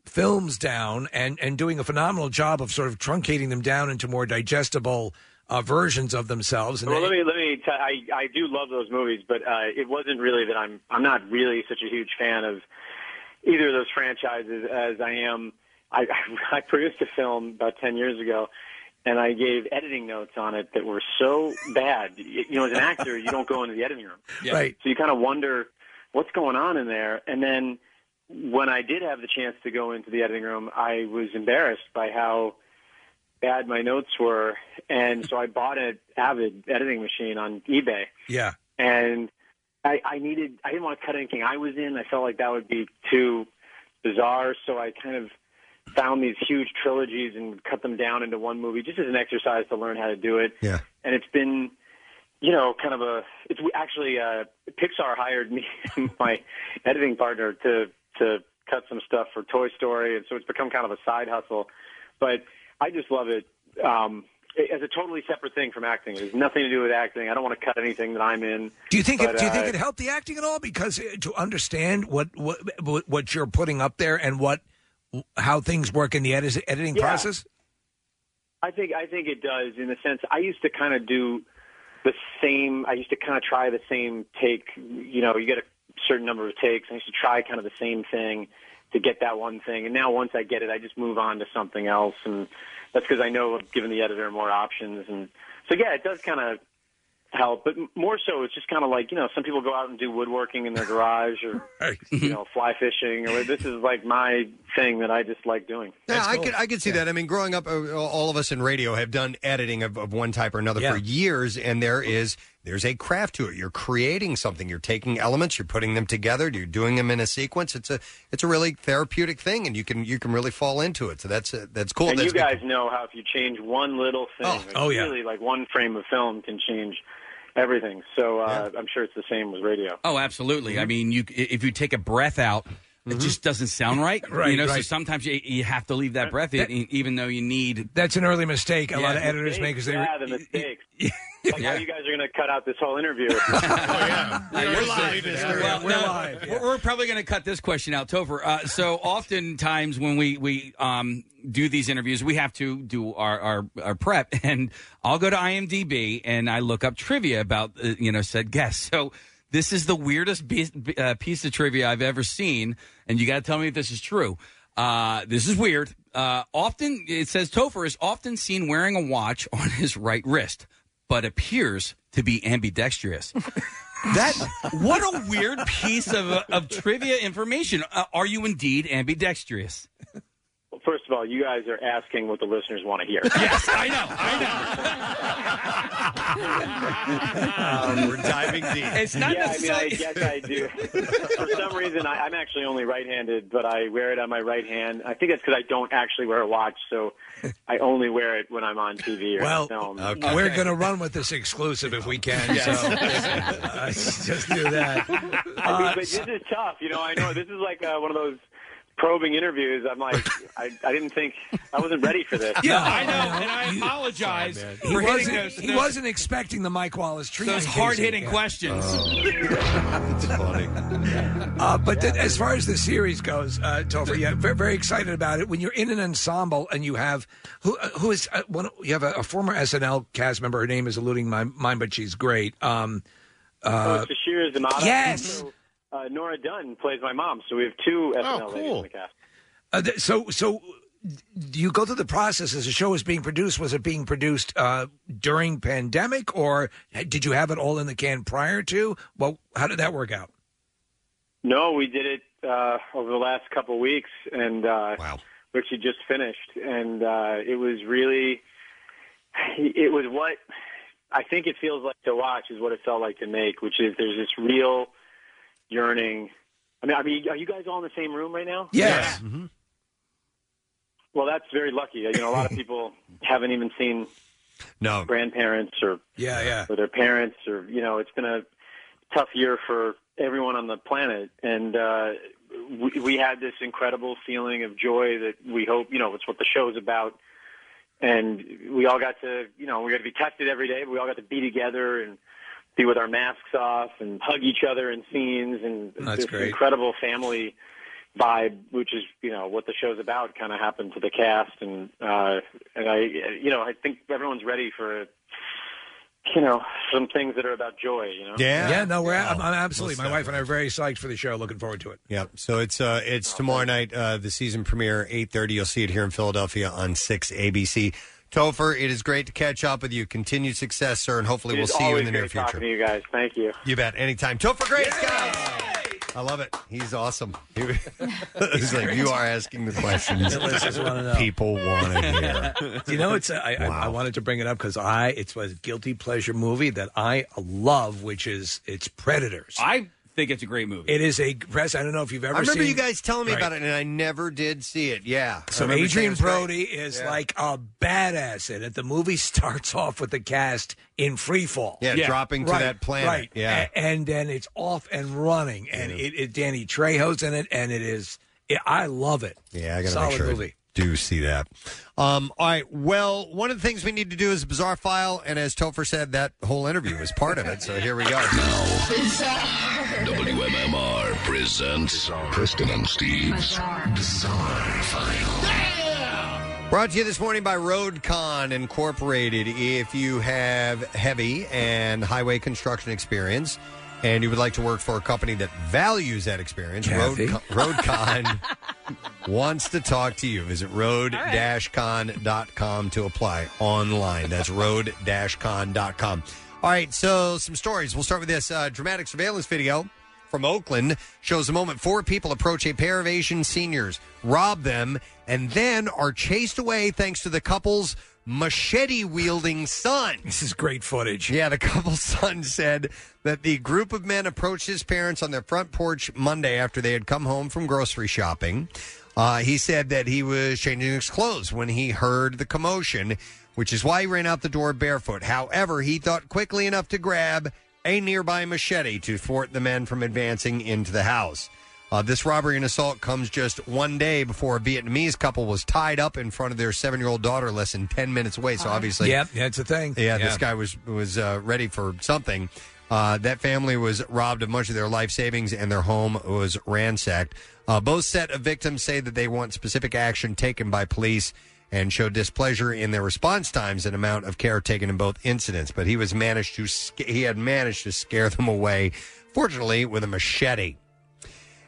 Speaker 5: films down and and doing a phenomenal job of sort of truncating them down into more digestible uh, versions of themselves. And
Speaker 28: well, let me let me. T- I I do love those movies, but uh, it wasn't really that I'm I'm not really such a huge fan of either of those franchises as I am. I I produced a film about ten years ago, and I gave editing notes on it that were so bad. You you know, as an actor, you don't go into the editing room,
Speaker 5: right?
Speaker 28: So you kind of wonder what's going on in there, and then when I did have the chance to go into the editing room, I was embarrassed by how bad my notes were, and so I bought an Avid editing machine on eBay,
Speaker 5: Yeah.
Speaker 28: and I, I needed I didn't want to cut anything I was in. I felt like that would be too bizarre, so I kind of found these huge trilogies and cut them down into one movie, just as an exercise to learn how to do it.
Speaker 18: Yeah.
Speaker 28: And it's been you know, kind of a. It's actually uh, Pixar hired me, and my editing partner, to to cut some stuff for Toy Story, and so it's become kind of a side hustle. But I just love it um, as a totally separate thing from acting. It has nothing to do with acting. I don't want to cut anything that I'm in.
Speaker 5: Do you think
Speaker 28: But,
Speaker 5: it, do you think
Speaker 28: uh,
Speaker 5: it helped the acting at all? Because uh, to understand what what what- what you're putting up there and what how things work in the edit, editing
Speaker 28: Yeah.
Speaker 5: process.
Speaker 28: I think I think it does in the sense I used to kind of do the same. I used to kind of try the same take. You know, you get a certain number of takes. I used to try kind of the same thing to get that one thing. And now once I get it, I just move on to something else. And that's because I know I've given the editor more options. And so yeah, it does kind of help. But m- more so, it's just kind of like you know, some people go out and do woodworking in their garage or you know, fly fishing. Or this is like my thing that I just like doing.
Speaker 18: Yeah, I could I could see that. I mean, growing up, uh, all of us in radio have done editing of, of one type or another for years, and there is there's a craft to it. You're creating something. You're taking elements, you're putting them together, you're doing them in a sequence. It's a it's a really therapeutic thing, and you can you can really fall into it. So that's uh, that's cool.
Speaker 28: And
Speaker 18: that's
Speaker 28: you guys know how if you change one little thing, like
Speaker 18: oh, yeah.
Speaker 28: really like one frame of film can change everything. So uh, I'm sure it's the same with radio.
Speaker 8: Oh, absolutely.
Speaker 5: Mm-hmm.
Speaker 8: I mean, you if you take a breath out, it just doesn't sound right.
Speaker 5: Right,
Speaker 8: You know, so
Speaker 5: right.
Speaker 8: sometimes you, you have to leave that breath in, e,
Speaker 5: That-
Speaker 8: even though you need.
Speaker 5: That's an early mistake. A lot of editors
Speaker 8: Mistake,
Speaker 5: make because they
Speaker 8: yeah,
Speaker 5: re-
Speaker 8: the
Speaker 28: mistakes. Like how you guys are going to cut out this whole interview.
Speaker 8: We're live. Well,
Speaker 28: We're
Speaker 8: no,
Speaker 28: live,
Speaker 8: We're, we're probably going to cut this question out, Topher. Uh, so, oftentimes when we we um, do these interviews, we have to do our, our our prep, and I'll go to IMDb and I look up trivia about uh, you know said guest. So. This is the weirdest piece, uh, piece of trivia I've ever seen, and you got to tell me if this is true. Uh, this is weird. Uh, often it says Topher is often seen wearing a watch on his right wrist, but appears to be ambidextrous. That what a weird piece of of trivia information. Uh, are you indeed ambidextrous?
Speaker 11: First of all, you guys are asking what the listeners want to hear.
Speaker 2: Yes,
Speaker 11: I know.
Speaker 3: We're diving deep.
Speaker 2: It's not
Speaker 11: yeah,
Speaker 2: necessarily-
Speaker 11: I, mean, I guess I do. For some reason, I, I'm actually only right-handed, but I wear it on my right hand. I think that's because I don't actually wear a watch, so I only wear it when I'm on TV or
Speaker 5: Well,
Speaker 11: film.
Speaker 5: we're going to run with this exclusive if we can. So uh, just do that.
Speaker 28: I mean, but this is tough. You know, I know this is like uh, one of those probing interviews. I'm like, I, I didn't think I wasn't ready for this.
Speaker 5: Yeah,
Speaker 28: I know,
Speaker 5: and
Speaker 28: I apologize
Speaker 5: He wasn't, he wasn't expecting the Mike Wallace trio.
Speaker 28: Those
Speaker 5: Casey.
Speaker 28: hard-hitting
Speaker 5: Yeah.
Speaker 28: questions.
Speaker 5: That's funny. Uh, but th- as far as the series goes, uh, Topher, yeah, very, very excited about it. When you're in an ensemble and you have who uh, who is uh, one, you have a, a former SNL cast member. Her name is eluding my mind, but she's great. Um,
Speaker 11: oh,
Speaker 5: uh,
Speaker 11: it's Tashira Zamata.
Speaker 5: Yes.
Speaker 11: Also, uh, Nora Dunn plays my mom, so we have two SNL ladies in
Speaker 5: cool.
Speaker 11: the cast.
Speaker 5: uh, th- so so do you go through the process as the show is being produced? Was it being produced uh, during pandemic, or did you have it all in the can prior to? Well, how did that work out?
Speaker 28: No, we did it uh, over the last couple of weeks, and uh,
Speaker 3: wow.
Speaker 28: which he just finished, and uh, it was really, it was what I think it feels like to watch is what it felt like to make, which is there's this real yearning. I mean, I mean, are you guys all in the same room right now?
Speaker 5: Yes.
Speaker 28: Well, that's very lucky. You know, a lot of people haven't even seen
Speaker 3: no
Speaker 28: grandparents or
Speaker 5: yeah, yeah,
Speaker 28: or their parents or you know, it's been a tough year for everyone on the planet, and uh, we, we had this incredible feeling of joy that we hope you know it's what the show's about. And we all got to, you know, we got to be tested every day. But we all got to be together and be with our masks off and hug each other in scenes and
Speaker 5: That's
Speaker 28: this
Speaker 5: great.
Speaker 28: incredible family vibe, which is you know what the show's about, kind of happened to the cast, and uh, and I you know I think everyone's ready for you know some things that are about joy, you know.
Speaker 5: yeah. No, we're I'm, I'm
Speaker 28: Most
Speaker 5: absolutely. My wife and I are very psyched for the show. Looking forward to it.
Speaker 3: Yep. So it's uh
Speaker 28: Oh,
Speaker 3: it's tomorrow night, uh the season premiere, eight thirty. You'll see it here in Philadelphia on six ABC. Topher, it is great to catch up with you. Continued success, sir, and hopefully
Speaker 28: It
Speaker 3: we'll
Speaker 28: is
Speaker 3: see you
Speaker 28: always
Speaker 3: in the near
Speaker 28: great
Speaker 3: future.
Speaker 28: Talking to you guys, thank you.
Speaker 3: You bet. Anytime. Topher Grace, guys. I love it. He's awesome. He- He's like, you are asking the questions
Speaker 5: The listeners wanna know.
Speaker 3: people want to hear.
Speaker 5: you know, it's uh, I, I, I wanted to bring it up because I it's a guilty pleasure movie that I love, which is it's Predators.
Speaker 8: I think it's a great movie.
Speaker 5: It is a press. I don't know if you've ever.
Speaker 3: I remember
Speaker 5: seen-
Speaker 3: you guys telling me
Speaker 5: Right.
Speaker 3: about it, and I never did see it. Yeah. I
Speaker 5: So
Speaker 3: remember saying it
Speaker 5: Adrian
Speaker 3: was great.
Speaker 5: Brody is
Speaker 3: Yeah.
Speaker 5: like a badass in it. The movie starts off with the cast in free fall.
Speaker 3: Yeah, dropping to
Speaker 5: Right,
Speaker 3: that planet.
Speaker 5: Right.
Speaker 3: Yeah.
Speaker 5: A- And, then it's off and running. And it, it Danny Trejo's in it, and it is it, I love it.
Speaker 3: Yeah, I got to
Speaker 5: Solid
Speaker 3: make sure
Speaker 5: movie.
Speaker 3: I do see that. Um, all right. Well, one of the things we need to do is a bizarre file, and as Topher said, that whole interview was part of it. So here we go.
Speaker 24: WMMR presents Preston and Steve's Bizarre
Speaker 3: Brought to you this morning by RoadCon Incorporated. If you have heavy and highway construction experience and you would like to work for a company that values that experience,
Speaker 2: Kathy?
Speaker 3: RoadCon, RoadCon wants to talk to you. Visit road-con.com to apply online. That's road-con.com. All right, so some stories. We'll start with this uh, dramatic surveillance video from Oakland shows the moment four people approach a pair of Asian seniors, rob them, and then are chased away thanks to the couple's machete wielding son.
Speaker 5: This is great footage.
Speaker 3: Yeah, the couple's son said that the group of men approached his parents on their front porch Monday after they had come home from grocery shopping. Uh, he said that he was changing his clothes when he heard the commotion, which is why he ran out the door barefoot. However, he thought quickly enough to grab a nearby machete to thwart the men from advancing into the house. Uh, this robbery and assault comes just one day before a Vietnamese couple was tied up in front of their seven year old daughter less than 10 minutes away.
Speaker 5: Uh-huh.
Speaker 3: So obviously,
Speaker 5: Yep, that's a thing.
Speaker 3: yeah,
Speaker 5: Yeah.
Speaker 3: this guy was was uh, ready for something. Uh, that family was robbed of much of their life savings, and their home was ransacked. Uh, both set of victims say that they want specific action taken by police and show displeasure in their response times and amount of care taken in both incidents. But he was managed to sca- he had managed to scare them away, fortunately with a machete.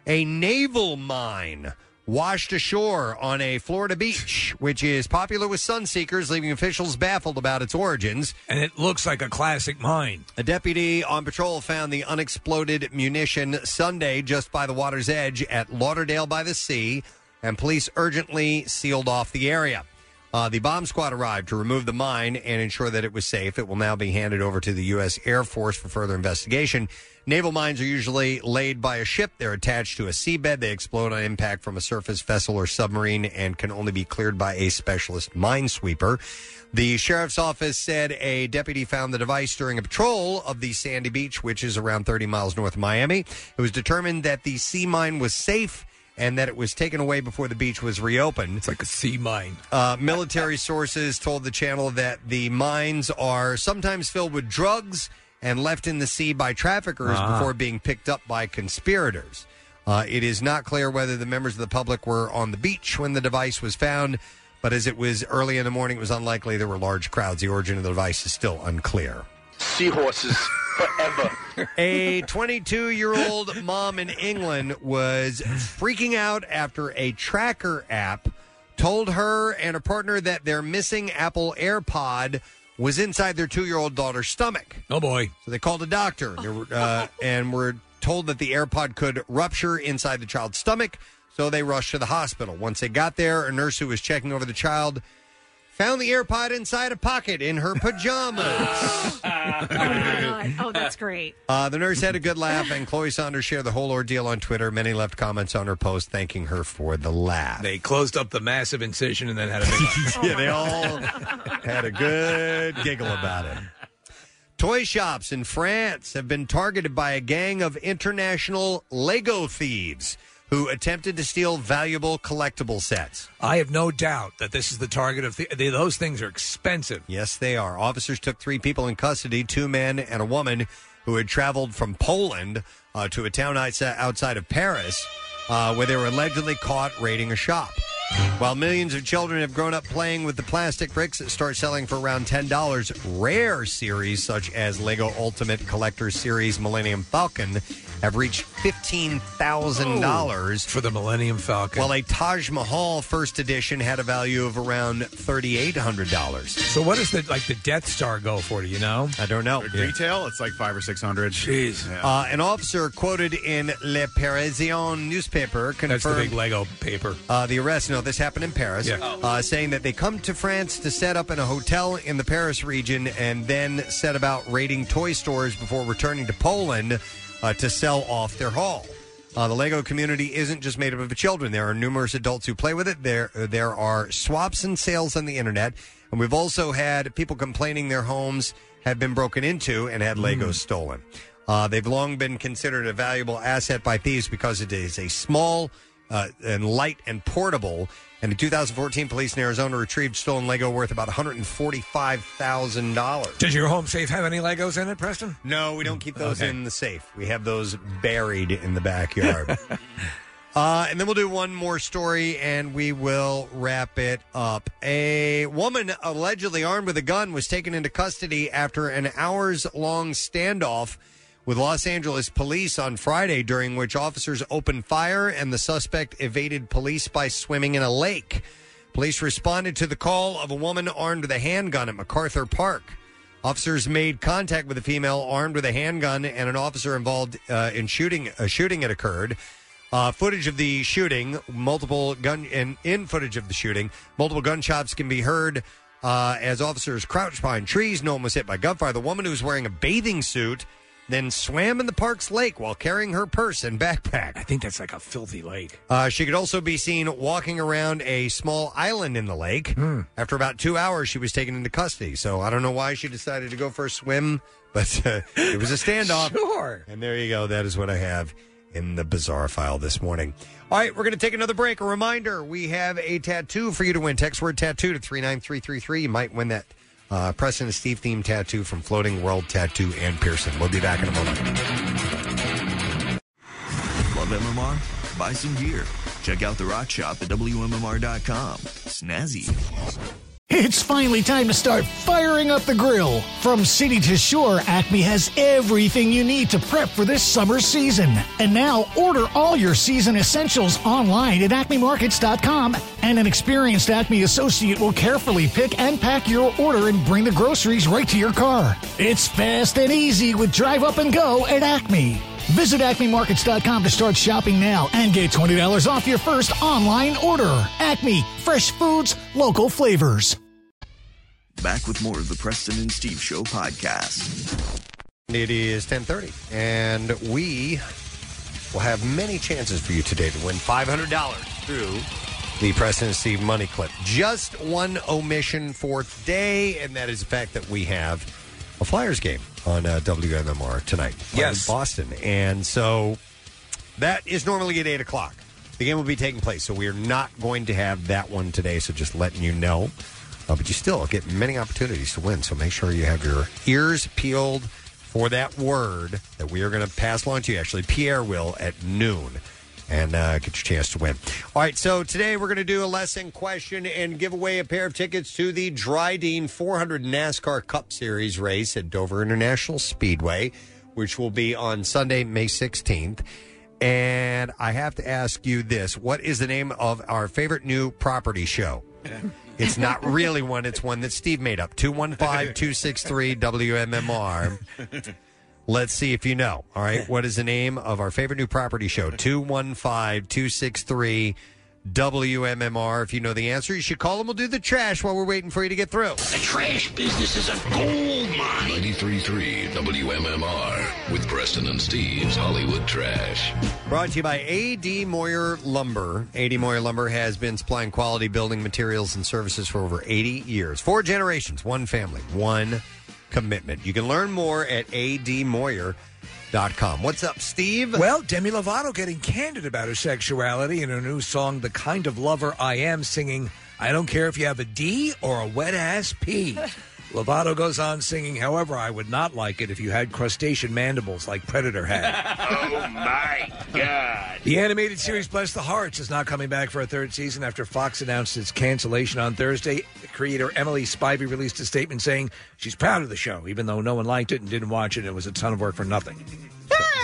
Speaker 3: A naval mine washed ashore on a Florida beach, which is popular with sun seekers, leaving officials baffled about its origins.
Speaker 5: And it looks like a classic mine.
Speaker 3: A deputy on patrol found the unexploded munition Sunday just by the water's edge at Lauderdale by the Sea. and police urgently sealed off the area. Uh, the bomb squad arrived to remove the mine and ensure that it was safe. It will now be handed over to the U.S. Air Force for further investigation. Naval mines are usually laid by a ship. They're attached to a seabed. They explode on impact from a surface vessel or submarine and can only be cleared by a specialist minesweeper. The sheriff's office said a deputy found the device during a patrol of the Sandy Beach, which is around 30 miles north of Miami. It was determined that the sea mine was safe and that it was taken away before the beach was reopened. It's
Speaker 5: like a sea mine.
Speaker 3: Uh, military sources told the channel that the mines are sometimes filled with drugs and left in the sea by traffickers
Speaker 13: Ah.
Speaker 3: before being picked up by conspirators. Uh, it is not clear whether the members of the public were on the beach when the device was found, but as it was early in the morning, it was unlikely there were large crowds. The origin of the device is still unclear.
Speaker 12: Seahorses forever.
Speaker 3: A 22 year old mom in England was freaking out after a tracker app told her and her partner that their missing Apple AirPod was inside their two year old daughter's stomach.
Speaker 5: Oh, boy.
Speaker 3: So they called a doctor and, they were, uh, and were told that the AirPod could rupture inside the child's stomach. So they rushed to the hospital. Once they got there, a nurse who was checking over the child found the AirPod inside a pocket in her pajamas.
Speaker 4: oh, that's great.
Speaker 3: Uh, the nurse had a good laugh, and Chloe Saunders shared the whole ordeal on Twitter. Many left comments on her post thanking her for the laugh.
Speaker 5: They closed up the massive incision and then had a big
Speaker 3: yeah, they all had a good giggle about it. Toy shops in France have been targeted by a gang of international Lego thieves who attempted to steal valuable collectible sets.
Speaker 5: I have no doubt that this is the target of the, they, those things are expensive.
Speaker 3: Yes, they are. Officers took three people in custody two men and a woman who had traveled from Poland uh, to a town outs- outside of Paris uh, where they were allegedly caught raiding a shop. While millions of children have grown up playing with the plastic bricks that start selling for around $10, rare series such as Lego Ultimate Collector Series Millennium Falcon have reached $15,000
Speaker 5: for the Millennium Falcon.
Speaker 3: While a Taj Mahal first edition had a value of around $3,800.
Speaker 5: So what does the like the Death Star go for? Do you know?
Speaker 3: I don't know.
Speaker 7: Retail, it's like five or six hundred.
Speaker 5: Jeez.
Speaker 3: Uh, an officer quoted in Le Parisien newspaper confirmed
Speaker 5: That's the big Lego paper.
Speaker 3: uh, the arrest. No, this happened in Paris.
Speaker 5: Yeah.
Speaker 3: Uh, saying that they come to France to set up in a hotel in the Paris region and then set about raiding toy stores before returning to Poland uh, to sell off their haul. Uh, the Lego community isn't just made up of children. There are numerous adults who play with it. There, uh, there are swaps and sales on the internet, and we've also had people complaining their homes have been broken into and had Legos stolen. Uh, they've long been considered a valuable asset by thieves because it is a small uh, and light and portable. And in 2014, police in Arizona retrieved stolen Lego worth about $145,000.
Speaker 5: Does your home safe have any Legos in it, Preston?
Speaker 3: No, we don't keep those in the safe. We have those buried in the backyard. Uh, and then we'll do one more story and we will wrap it up. A woman allegedly armed with a gun was taken into custody after an hours long standoff with Los Angeles police on Friday, during which officers opened fire and the suspect evaded police by swimming in a lake. Police responded to the call of a woman armed with a handgun at MacArthur Park. Officers made contact with a female armed with a handgun, and an officer involved uh, in shooting a shooting had occurred. Uh, footage of the shooting, multiple gun, and in footage of the shooting, multiple gunshots can be heard uh, as officers crouched behind trees. No one was hit by gunfire. The woman who was wearing a bathing suit then swam in the park's lake while carrying her purse and backpack.
Speaker 5: I think that's like a filthy lake.
Speaker 3: Uh, she could also be seen walking around a small island in the lake. After about two hours, she was taken into custody. So I don't know why she decided to go for a swim, but uh, it was a standoff.
Speaker 5: Sure.
Speaker 3: And there you go. That is what I have in the bizarre file this morning. All right, we're going to take another break. A reminder we have a tattoo for you to win. Text word tattoo to 39333. You might win that uh, Preston and Steve themed tattoo from Floating World Tattoo and Pearson. We'll be back in a moment.
Speaker 21: Love MMR? Buy some gear. Check out the rock shop at WMMR.com. Snazzy.
Speaker 26: It's finally time to start firing up the grill. From city to shore, Acme has everything you need to prep for this summer season. And now order all your season essentials online at acmemarkets.com, and an experienced Acme associate will carefully pick and pack your order and bring the groceries right to your car. It's fast and easy with Drive Up and Go at Acme. Visit acmemarkets.com to start shopping now and get $20 off your first online order. Acme, fresh foods, local flavors.
Speaker 21: Back with more of the Preston and Steve Show podcast.
Speaker 3: It is 10:30 and we will have many chances for you today to win $500 through the Preston and Steve money clip. Just one omission for today and that is the fact that we have a Flyers game on uh, WMMR tonight. Yes, Boston. And so that is normally at 8 o'clock. The game will be taking place, so we are not going to have that one today, so just letting you know. Uh, but you still get many opportunities to win, so make sure you have your ears peeled for that word that we are going to pass along to you. Actually, Pierre will at noon and uh, get your chance to win. All right, so today we're going to do a lesson question and give away a pair of tickets to the Dryden 400 NASCAR Cup Series race at Dover International Speedway, which will be on Sunday, May 16th. And I have to ask you this what is the name of our favorite new property show? It's not really one, it's one that Steve made up 215 263 WMMR. Let's see if you know. All right. What is the name of our favorite new property show? 215 263 WMMR. If you know the answer, you should call and we'll do the trash while we're waiting for you to get through.
Speaker 24: The trash business is a gold mine. 93.3 WMMR with Preston and Steve's Hollywood Trash.
Speaker 3: Brought to you by A.D. Moyer Lumber. A.D. Moyer Lumber has been supplying quality building materials and services for over 80 years. Four generations, one family, one commitment. You can learn more at admoyer.com. What's up, Steve?
Speaker 5: Well, Demi Lovato getting candid about her sexuality in her new song, The Kind of Lover I Am, singing, I don't care if you have a D or a wet ass P. Lovato goes on singing, however, I would not like it if you had crustacean mandibles like Predator had.
Speaker 2: Oh my God.
Speaker 5: the animated series Bless the Hearts is now coming back for a third season after Fox announced its cancellation on Thursday. Creator Emily Spivey released a statement saying she's proud of the show, even though no one liked it and didn't watch it. It was a ton of work for nothing.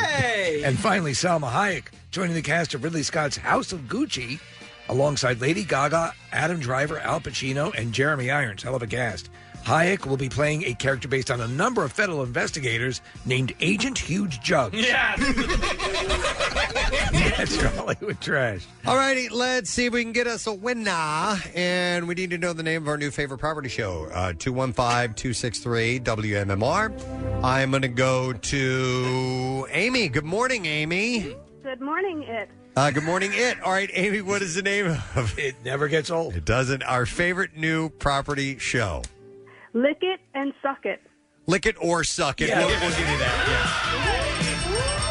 Speaker 5: Hey! and finally, Salma Hayek joining the cast of Ridley Scott's House of Gucci alongside Lady Gaga, Adam Driver, Al Pacino, and Jeremy Irons. Hell of a cast. Hayek will be playing a character based on a number of federal investigators named Agent Huge Jugs. That's your Hollywood trash.
Speaker 3: All righty, let's see if we can get us a winner. And we need to know the name of our new favorite property show Uh, 215 263 WMMR. I'm going to go to Amy. Good morning, Amy.
Speaker 16: Good morning, it.
Speaker 3: Uh, good morning, it. All right, Amy, what is the name of
Speaker 5: it? Never gets old.
Speaker 3: It doesn't. Our favorite new property show.
Speaker 16: Lick it and suck it.
Speaker 3: Lick it or suck it. We'll, we'll give you that. yeah.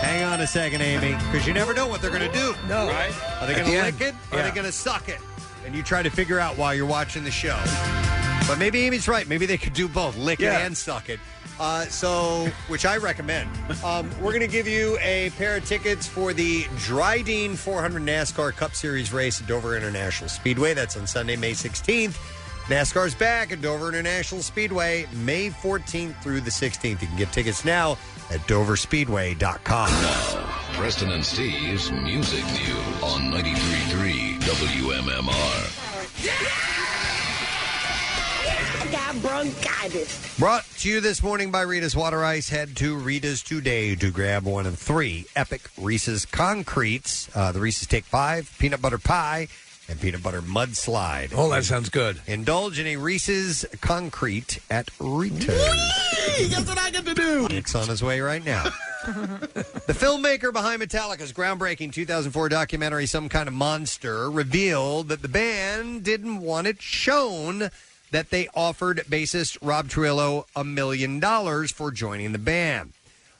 Speaker 3: Hang on a second, Amy, because you never know what they're going to do. No. Right? Are they going to
Speaker 2: At the
Speaker 3: lick
Speaker 2: end.
Speaker 3: it? Or Are they
Speaker 2: Yeah.
Speaker 3: going to suck it? And you try to figure out while you're watching the show. But maybe Amy's right. Maybe they could do both lick
Speaker 2: Yeah.
Speaker 3: it and suck it. Uh, so, which I recommend. Um, we're going to give you a pair of tickets for the Dryden 400 NASCAR Cup Series race at Dover International Speedway. That's on Sunday, May 16th. NASCAR's back at Dover International Speedway, May 14th through the 16th. You can get tickets now at doverspeedway.com.
Speaker 24: Preston and Steve's Music News on 93.3 WMMR.
Speaker 2: I got bronchitis.
Speaker 3: Brought to you this morning by Rita's Water Ice. Head to Rita's today to grab one of three epic Reese's concretes. Uh, the Reese's Take Five, Peanut Butter Pie, and Peanut Butter Mudslide.
Speaker 5: Oh, that sounds good.
Speaker 3: Indulge in a Reese's concrete at Rita's.
Speaker 2: That's what I get to do.
Speaker 3: Nick's on his way right now. the filmmaker behind Metallica's groundbreaking 2004 documentary, Some Kind of Monster, revealed that the band didn't want it shown that they offered bassist Rob Trillo a million dollars for joining the band.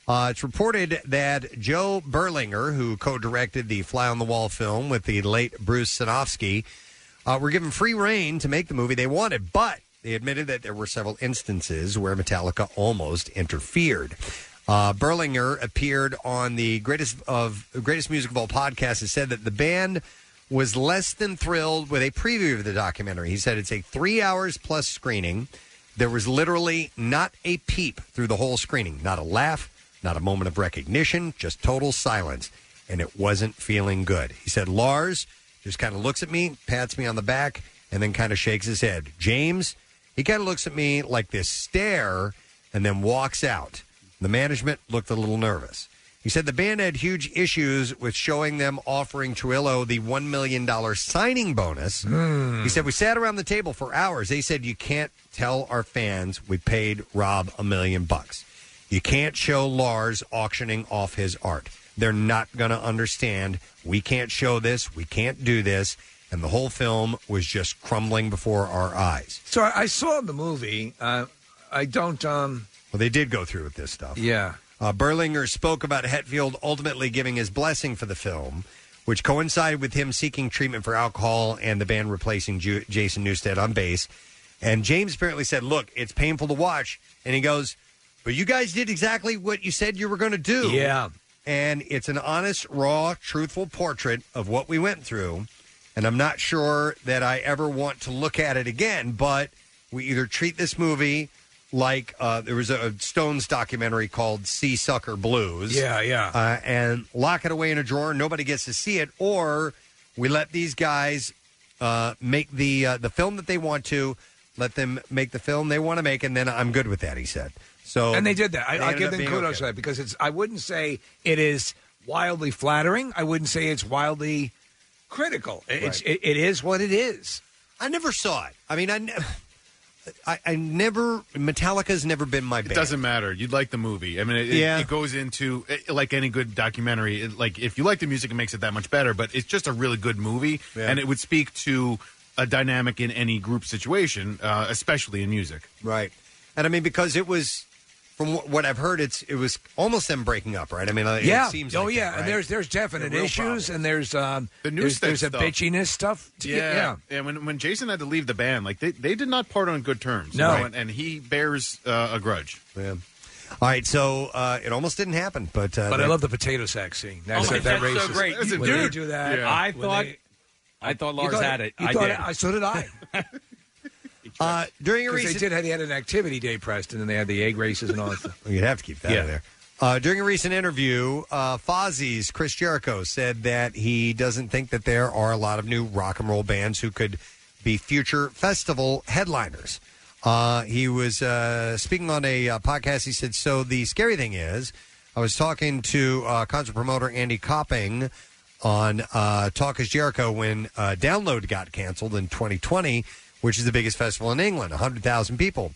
Speaker 3: Uh, it's reported that Joe Berlinger, who co directed the Fly on the Wall film with the late Bruce Sanofsky, uh, were given free reign to make the movie they wanted, but they admitted that there were several instances where Metallica almost interfered. Uh, Berlinger appeared on the greatest of greatest music of all podcast and said that the band was less than thrilled with a preview of the documentary. He said it's a three hours plus screening. There was literally not a peep through the whole screening, not a laugh, not a moment of recognition, just total silence. And it wasn't feeling good. He said, Lars just kind of looks at me, pats me on the back, and then kind of shakes his head. James, he kind of looks at me like this stare and then walks out. The management looked a little nervous. He said the band had huge issues with showing them offering Trillo the $1 million signing bonus. He said, We sat around the table for hours. They said, You can't tell our fans we paid Rob a million bucks. You can't show Lars auctioning off his art. They're not going to understand. We can't show this. We can't do this. And the whole film was just crumbling before our eyes.
Speaker 5: So I, I saw the movie. Uh, I don't. Um,
Speaker 3: well, they did go through with this stuff.
Speaker 5: Yeah.
Speaker 3: Uh, Berlinger spoke about Hetfield ultimately giving his blessing for the film, which coincided with him seeking treatment for alcohol and the band replacing Ju- Jason Newsted on bass. And James apparently said, Look, it's painful to watch. And he goes, But you guys did exactly what you said you were going to do.
Speaker 5: Yeah.
Speaker 3: And it's an honest, raw, truthful portrait of what we went through. And I'm not sure that I ever want to look at it again, but we either treat this movie like uh, there was a Stones documentary called Sea Sucker Blues.
Speaker 5: Yeah, yeah.
Speaker 3: Uh, and lock it away in a drawer. Nobody gets to see it. Or we let these guys uh, make the uh, the film that they want to. Let them make the film they want to make, and then I'm good with that. He said. So
Speaker 5: and they did that. I,
Speaker 3: They
Speaker 5: I
Speaker 3: ended
Speaker 5: give
Speaker 3: up
Speaker 5: them
Speaker 3: being
Speaker 5: kudos for that because it's. I wouldn't say it is wildly flattering. I wouldn't say it's wildly critical. It- It's,
Speaker 3: Right.
Speaker 5: it, it is what it is.
Speaker 3: I never saw it. I mean, I, ne- I, I never. Metallica's never been my band.
Speaker 7: It doesn't matter. You'd like the movie. I mean, it, it-
Speaker 3: Yeah.
Speaker 7: it goes into it- like any good documentary. It, like if you like the music, it makes it that much better. But it's just a really good movie,
Speaker 3: Yeah.
Speaker 7: and it would speak to a dynamic in any group situation, uh, especially in music.
Speaker 3: Right. And I mean, because it was from wh- what I've heard, it's it was almost them breaking up, right? I mean, it
Speaker 5: yeah.
Speaker 3: seems.
Speaker 5: oh
Speaker 3: like that,
Speaker 5: yeah.
Speaker 3: right?
Speaker 5: And there's there's definite
Speaker 3: They're real
Speaker 5: issues and there's um
Speaker 7: The new
Speaker 5: there's, there's a
Speaker 7: stuff.
Speaker 5: bitchiness stuff. to-
Speaker 7: Yeah. yeah, When when Jason had to leave the band, like they, they did not part on good terms.
Speaker 3: No.
Speaker 7: you know, and, and he bears uh, a grudge.
Speaker 3: Yeah. All right, so uh, it almost didn't happen, but uh,
Speaker 5: But I
Speaker 3: they-
Speaker 5: love the potato sack scene. That's,
Speaker 3: Oh,
Speaker 5: that,
Speaker 3: that's
Speaker 5: that
Speaker 3: so
Speaker 5: racist.
Speaker 3: great.
Speaker 5: When
Speaker 3: Dude.
Speaker 5: they do that.
Speaker 3: Yeah. I
Speaker 5: when
Speaker 3: thought-
Speaker 5: they-
Speaker 8: I thought
Speaker 5: You
Speaker 8: Lars
Speaker 5: thought-
Speaker 8: had it.
Speaker 5: you
Speaker 8: I
Speaker 5: thought
Speaker 8: did.
Speaker 5: I, so did I.
Speaker 3: uh, during a
Speaker 5: they
Speaker 3: recent-
Speaker 5: did. They had an activity day, Preston, and they had the egg races and all that stuff.
Speaker 3: Well, you'd have to keep that
Speaker 5: Yeah.
Speaker 3: in there. Uh, during a recent interview, uh, Fozzie's Chris Jericho said that he doesn't think that there are a lot of new rock and roll bands who could be future festival headliners. Uh, he was uh, speaking on a uh, podcast. He said, So the scary thing is, I was talking to uh, concert promoter Andy Copping on uh, Talk is Jericho when uh, Download got canceled in 2020, which is the biggest festival in England, 100,000 people.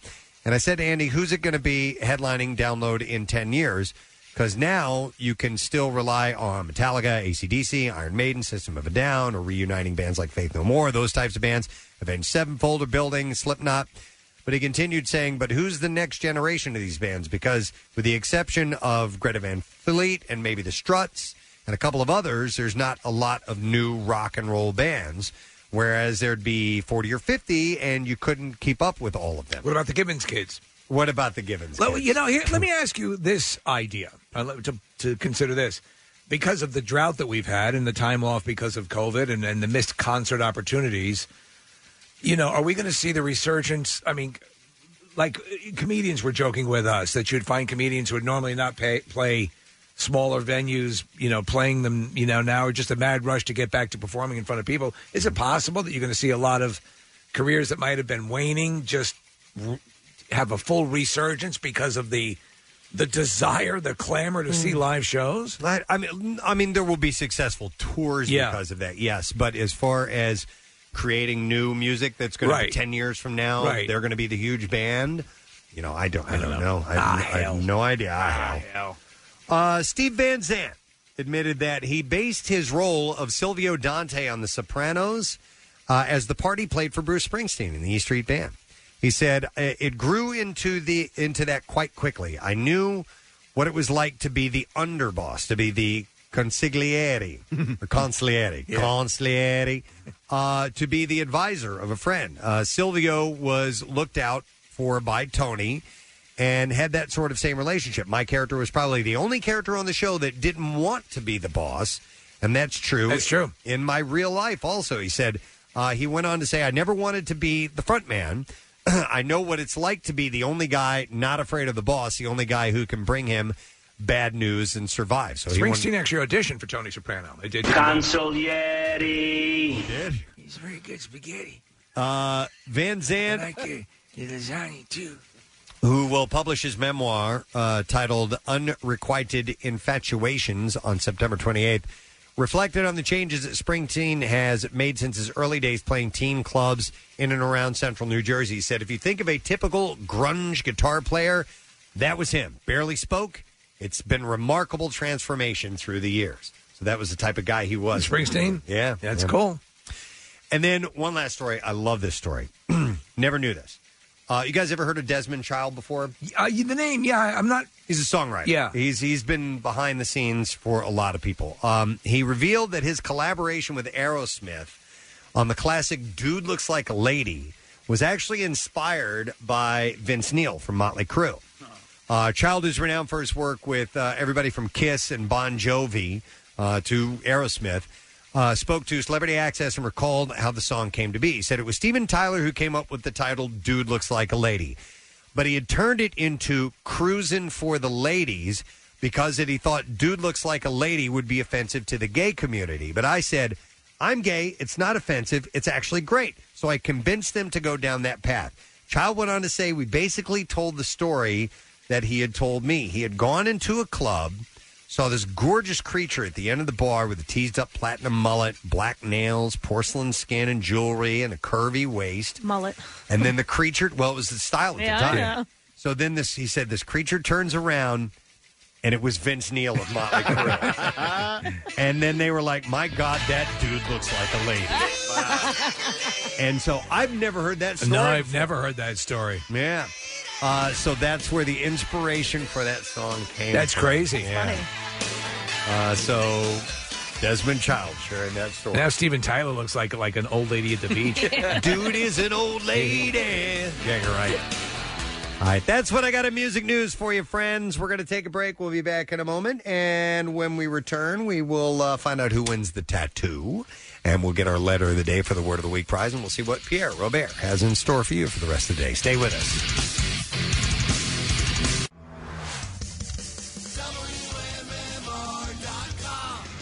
Speaker 3: And I said to Andy, who's it going to be headlining Download in 10 years? Because now you can still rely on Metallica, ACDC, Iron Maiden, System of a Down, or reuniting bands like Faith No More, those types of bands, Avenged Sevenfold, or Building, Slipknot. But he continued saying, but who's the next generation of these bands? Because with the exception of Greta Van Fleet and maybe the Struts and a couple of others, there's not a lot of new rock and roll bands. Whereas there'd be 40 or 50, and you couldn't keep up with all of them.
Speaker 5: What about the Gibbons kids?
Speaker 3: What about the Gibbons
Speaker 5: Let,
Speaker 3: kids?
Speaker 5: you know, here, let me ask you this idea uh, let- to, to consider this. Because of the drought that we've had and the time off because of COVID and, and the missed concert opportunities, you know, are we going to see the resurgence? I mean, like uh, comedians were joking with us that you'd find comedians who would normally not pay, play smaller venues, you know, playing them, you know, now are just a mad rush to get back to performing in front of people. Is it possible that you're going to see a lot of careers that might have been waning just r- have a full resurgence because of the the desire, the clamor to see live shows?
Speaker 3: Mm. I, I mean, I mean, there will be successful tours
Speaker 5: Yeah.
Speaker 3: because of that, yes. But as far as creating new music that's going to be
Speaker 5: Right.
Speaker 3: ten years from now,
Speaker 5: Right.
Speaker 3: they're going to be the huge band. You know, I don't, I, don't know. I, have no, I have no idea. Ah,
Speaker 5: Ah, hell.
Speaker 3: Uh, Steve Van Zandt admitted that he based his role of Silvio Dante on The Sopranos uh, as the party played for Bruce Springsteen in the E Street Band. He said "I- it grew into the into that quite quickly. I knew what it was like to be the underboss, to be the consigliere or consigliere, consigliere, uh, to be the advisor of a friend. Uh, Silvio was looked out for by Tony and had that sort of same relationship. My character was probably the only character on the show that didn't want to be the boss, and that's true. That's true. In my real life, also, he said uh, he went on to say, "I never wanted to be the front man. I know what it's like to be the only guy not afraid of the boss, the only guy who can bring him bad news and survive." So he wanted-
Speaker 5: Springsteen actually auditioned for Tony Soprano. They did.
Speaker 2: Consigliere.
Speaker 5: He did. He's very good spaghetti.
Speaker 3: uh, Van Zandt.
Speaker 5: I like your, your lasagna too.
Speaker 3: who will publish his memoir uh, titled Unrequited Infatuations on September 28th, reflected on the changes that Springsteen has made since his early days playing teen clubs in and around central New Jersey. He said, If you think of a typical grunge guitar player, that was him. Barely spoke. It's been remarkable transformation through the years. So that was the type of guy he was.
Speaker 5: Springsteen?
Speaker 3: Yeah.
Speaker 5: That's
Speaker 3: yeah.
Speaker 5: cool.
Speaker 3: And then one last story. I love this story. Never knew this. Uh, you guys ever heard of Desmond Child before?
Speaker 5: Uh, the name, yeah. I'm not.
Speaker 3: He's a songwriter.
Speaker 5: Yeah.
Speaker 3: he's he's been behind the scenes for a lot of people. Um, he revealed that his collaboration with Aerosmith on the classic "Dude Looks Like a Lady" was actually inspired by Vince Neil from Motley Crue. Uh, Child is renowned for his work with uh, everybody from Kiss and Bon Jovi uh, to Aerosmith. Uh, spoke to Celebrity Access and recalled how the song came to be. He said it was Steven Tyler who came up with the title "Dude Looks Like a Lady," but he had turned it into "Cruisin' for the Ladies" because it, he thought "Dude Looks Like a Lady" would be offensive to the gay community. But I said. I'm gay. It's not offensive. It's actually great. So I convinced them to go down that path. Child went on to say, We basically told the story that he had told me. He had gone into a club, saw this gorgeous creature at the end of the bar with a teased up platinum mullet, black nails, porcelain skin, and jewelry, and a curvy waist.
Speaker 4: mullet.
Speaker 3: And then the creature, well, it was the style at
Speaker 4: Yeah, I
Speaker 3: the time.
Speaker 4: know.
Speaker 3: So then this, he said, this creature turns around, and it was Vince Neil of Motley Crue. and then they were like, "My God, that dude looks like a lady." and so I've never heard that story.
Speaker 5: No, I've
Speaker 3: before.
Speaker 5: never heard that story.
Speaker 3: Yeah. Uh, so that's where the inspiration for that song came.
Speaker 5: That's
Speaker 3: from.
Speaker 5: crazy.
Speaker 3: Yeah. Uh, so Desmond Child sharing that story.
Speaker 5: Now Steven Tyler looks like like an old lady at the beach.
Speaker 3: Dude is an old lady.
Speaker 5: Yeah, you're right.
Speaker 3: All right, that's what I got in music news for you, friends. We're going to take a break. We'll be back in a moment. And when we return, we will uh, find out who wins the tattoo. And we'll get our letter of the day for the Word of the Week prize. And we'll see what Pierre Robert has in store for you for the rest of the day. Stay with us.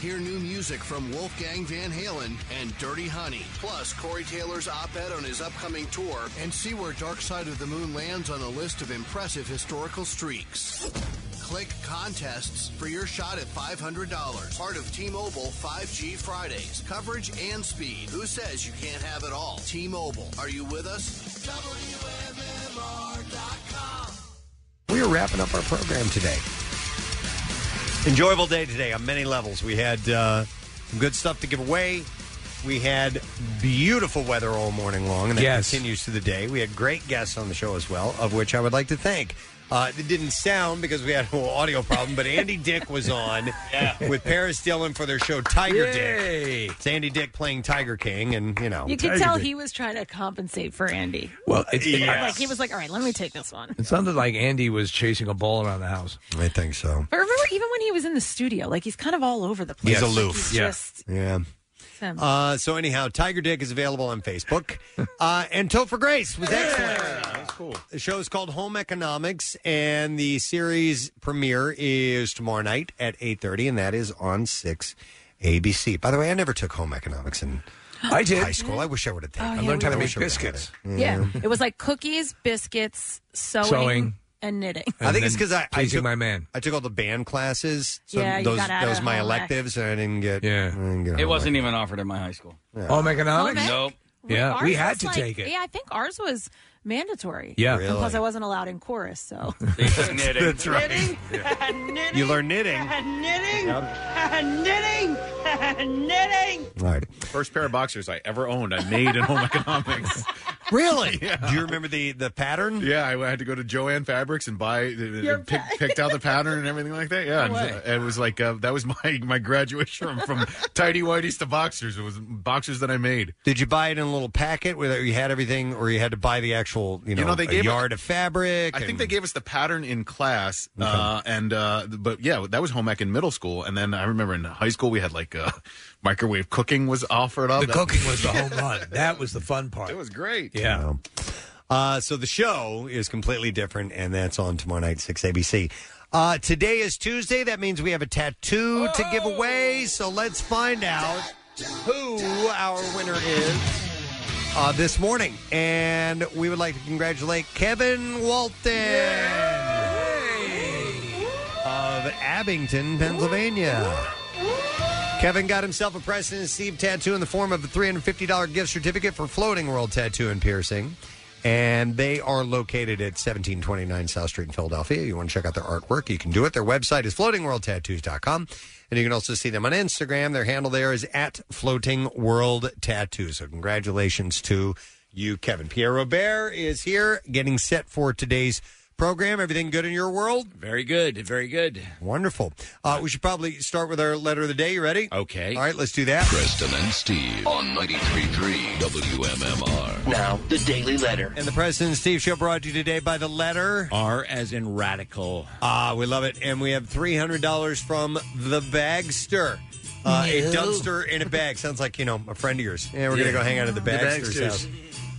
Speaker 21: Hear new music from Wolfgang Van Halen and Dirty Honey, plus Corey Taylor's op ed on his upcoming tour, and see where Dark Side of the Moon lands on a list of impressive historical streaks. Click contests for your shot at $500. Part of T Mobile 5G Fridays. Coverage and speed. Who says you can't have it all? T Mobile. Are you with us?
Speaker 3: We are wrapping up our program today. Enjoyable day today on many levels. We had uh, some good stuff to give away. We had beautiful weather all morning long, and that
Speaker 5: Yes.
Speaker 3: continues to the day. We had great guests on the show as well, of which I would like to thank. Uh, it didn't sound because we had a little audio problem, but Andy Dick was on with Paris Dillon for their show Tiger Dick. It's Andy Dick playing Tiger King, and you know
Speaker 4: You could tell he was trying to compensate for Andy.
Speaker 5: Well, it's,
Speaker 4: Like he was like, all right, let me take this one.
Speaker 5: It sounded like Andy was chasing a ball around the house.
Speaker 3: I think so.
Speaker 4: But remember, even when he was in the studio, like he's kind of all over the place.
Speaker 3: He's aloof.
Speaker 4: yeah.
Speaker 3: yeah. Uh, so anyhow, Tiger Dick is available on Facebook. uh, and Toe for Grace was excellent. That's cool. The show is called Home Economics, and the series premiere is tomorrow night at eight thirty, and that is on six ABC. By the way, I never took Home Economics in
Speaker 5: I did.
Speaker 3: high school. I wish I would have taken.
Speaker 4: Oh,
Speaker 3: it.
Speaker 4: I yeah, learned how to
Speaker 3: I
Speaker 5: make
Speaker 3: wish I would've had
Speaker 5: biscuits.
Speaker 3: it.
Speaker 4: yeah. It was like cookies, biscuits, sewing,
Speaker 3: Mm-hmm. Sewing.
Speaker 4: and knitting.
Speaker 3: I think it's because I, I
Speaker 5: pleasing
Speaker 3: took
Speaker 5: my man.
Speaker 3: I took all the band classes, so
Speaker 4: Yeah, you
Speaker 3: those
Speaker 4: got out
Speaker 3: that was
Speaker 4: of
Speaker 3: my
Speaker 4: home ec.
Speaker 3: electives, and I didn't get. Yeah, I didn't get
Speaker 8: It
Speaker 3: home
Speaker 8: wasn't
Speaker 3: ec.
Speaker 8: even offered in my high school.
Speaker 3: Yeah. Oh,
Speaker 5: Home economics?
Speaker 8: Nope.
Speaker 5: Yeah, we
Speaker 4: Ours
Speaker 5: had
Speaker 4: was
Speaker 5: to
Speaker 4: like-
Speaker 5: take it.
Speaker 4: Yeah, I think ours was mandatory.
Speaker 5: Yeah.
Speaker 4: And plus,
Speaker 5: Really?
Speaker 4: I wasn't allowed in chorus, so.
Speaker 8: knitting.
Speaker 3: That's right. You learn knitting.
Speaker 4: knitting.
Speaker 2: knitting. knitting.
Speaker 3: All right.
Speaker 7: First pair of boxers I ever owned, I made in home economics.
Speaker 3: Really? Do you remember the the pattern?
Speaker 7: Yeah, I had to go to Joanne Fabrics and buy,
Speaker 2: Your
Speaker 7: uh, pick, picked out the pattern and everything like that. Yeah,
Speaker 2: No
Speaker 7: and, uh, it was like uh, that was my my graduation from, from tidy whities to boxers. It was boxers that I made.
Speaker 3: Did you buy it in a little packet where you had everything, or you had to buy the actual, you know, a yard of fabric?
Speaker 7: I think
Speaker 3: and-
Speaker 7: they gave us the pattern in class, uh, and uh, but yeah, that was home ec in middle school, and then I remember in high school we had like uh, microwave cooking was offered up.
Speaker 5: The cooking was the home run. That was the fun part. It was
Speaker 7: great.
Speaker 5: Yeah.
Speaker 3: Uh, so the show is completely different, and that's on tomorrow night, 6 ABC. Uh, today is Tuesday. That means we have a tattoo to give away. So let's find out who our winner is. uh, this morning. And we would like to congratulate Kevin Walton of Abington, Pennsylvania. Kevin got himself a President Steve tattoo in the form of a $350 gift certificate for Floating World Tattoo and Piercing. And they are located at 1729 South Street in Philadelphia. You want to check out their artwork? You can do it. Their website is floatingworldtattoos.com. And you can also see them on Instagram. Their handle there is at Floating World Tattoo. So congratulations to you, Kevin. Pierre Robert is here getting set for today's program. Everything good in your world?
Speaker 9: Very good. Very good.
Speaker 3: Wonderful. Uh, we should probably start with our letter of the day. You ready?
Speaker 9: Okay.
Speaker 3: All right, let's do that.
Speaker 24: Preston and Steve on 93.3 WMMR.
Speaker 3: Now, the Daily Letter. And the President and Steve Show brought to you today by the letter
Speaker 9: R as in radical.
Speaker 3: Ah, we love it. And we have $300 from the Bagster. Uh, a
Speaker 9: No.
Speaker 3: dumpster in a bag. Sounds like, you know, a friend of yours. Yeah, we're going to
Speaker 9: Yeah.
Speaker 3: go hang out at the
Speaker 9: The
Speaker 3: Bagster's,
Speaker 9: Bagster's.
Speaker 3: house.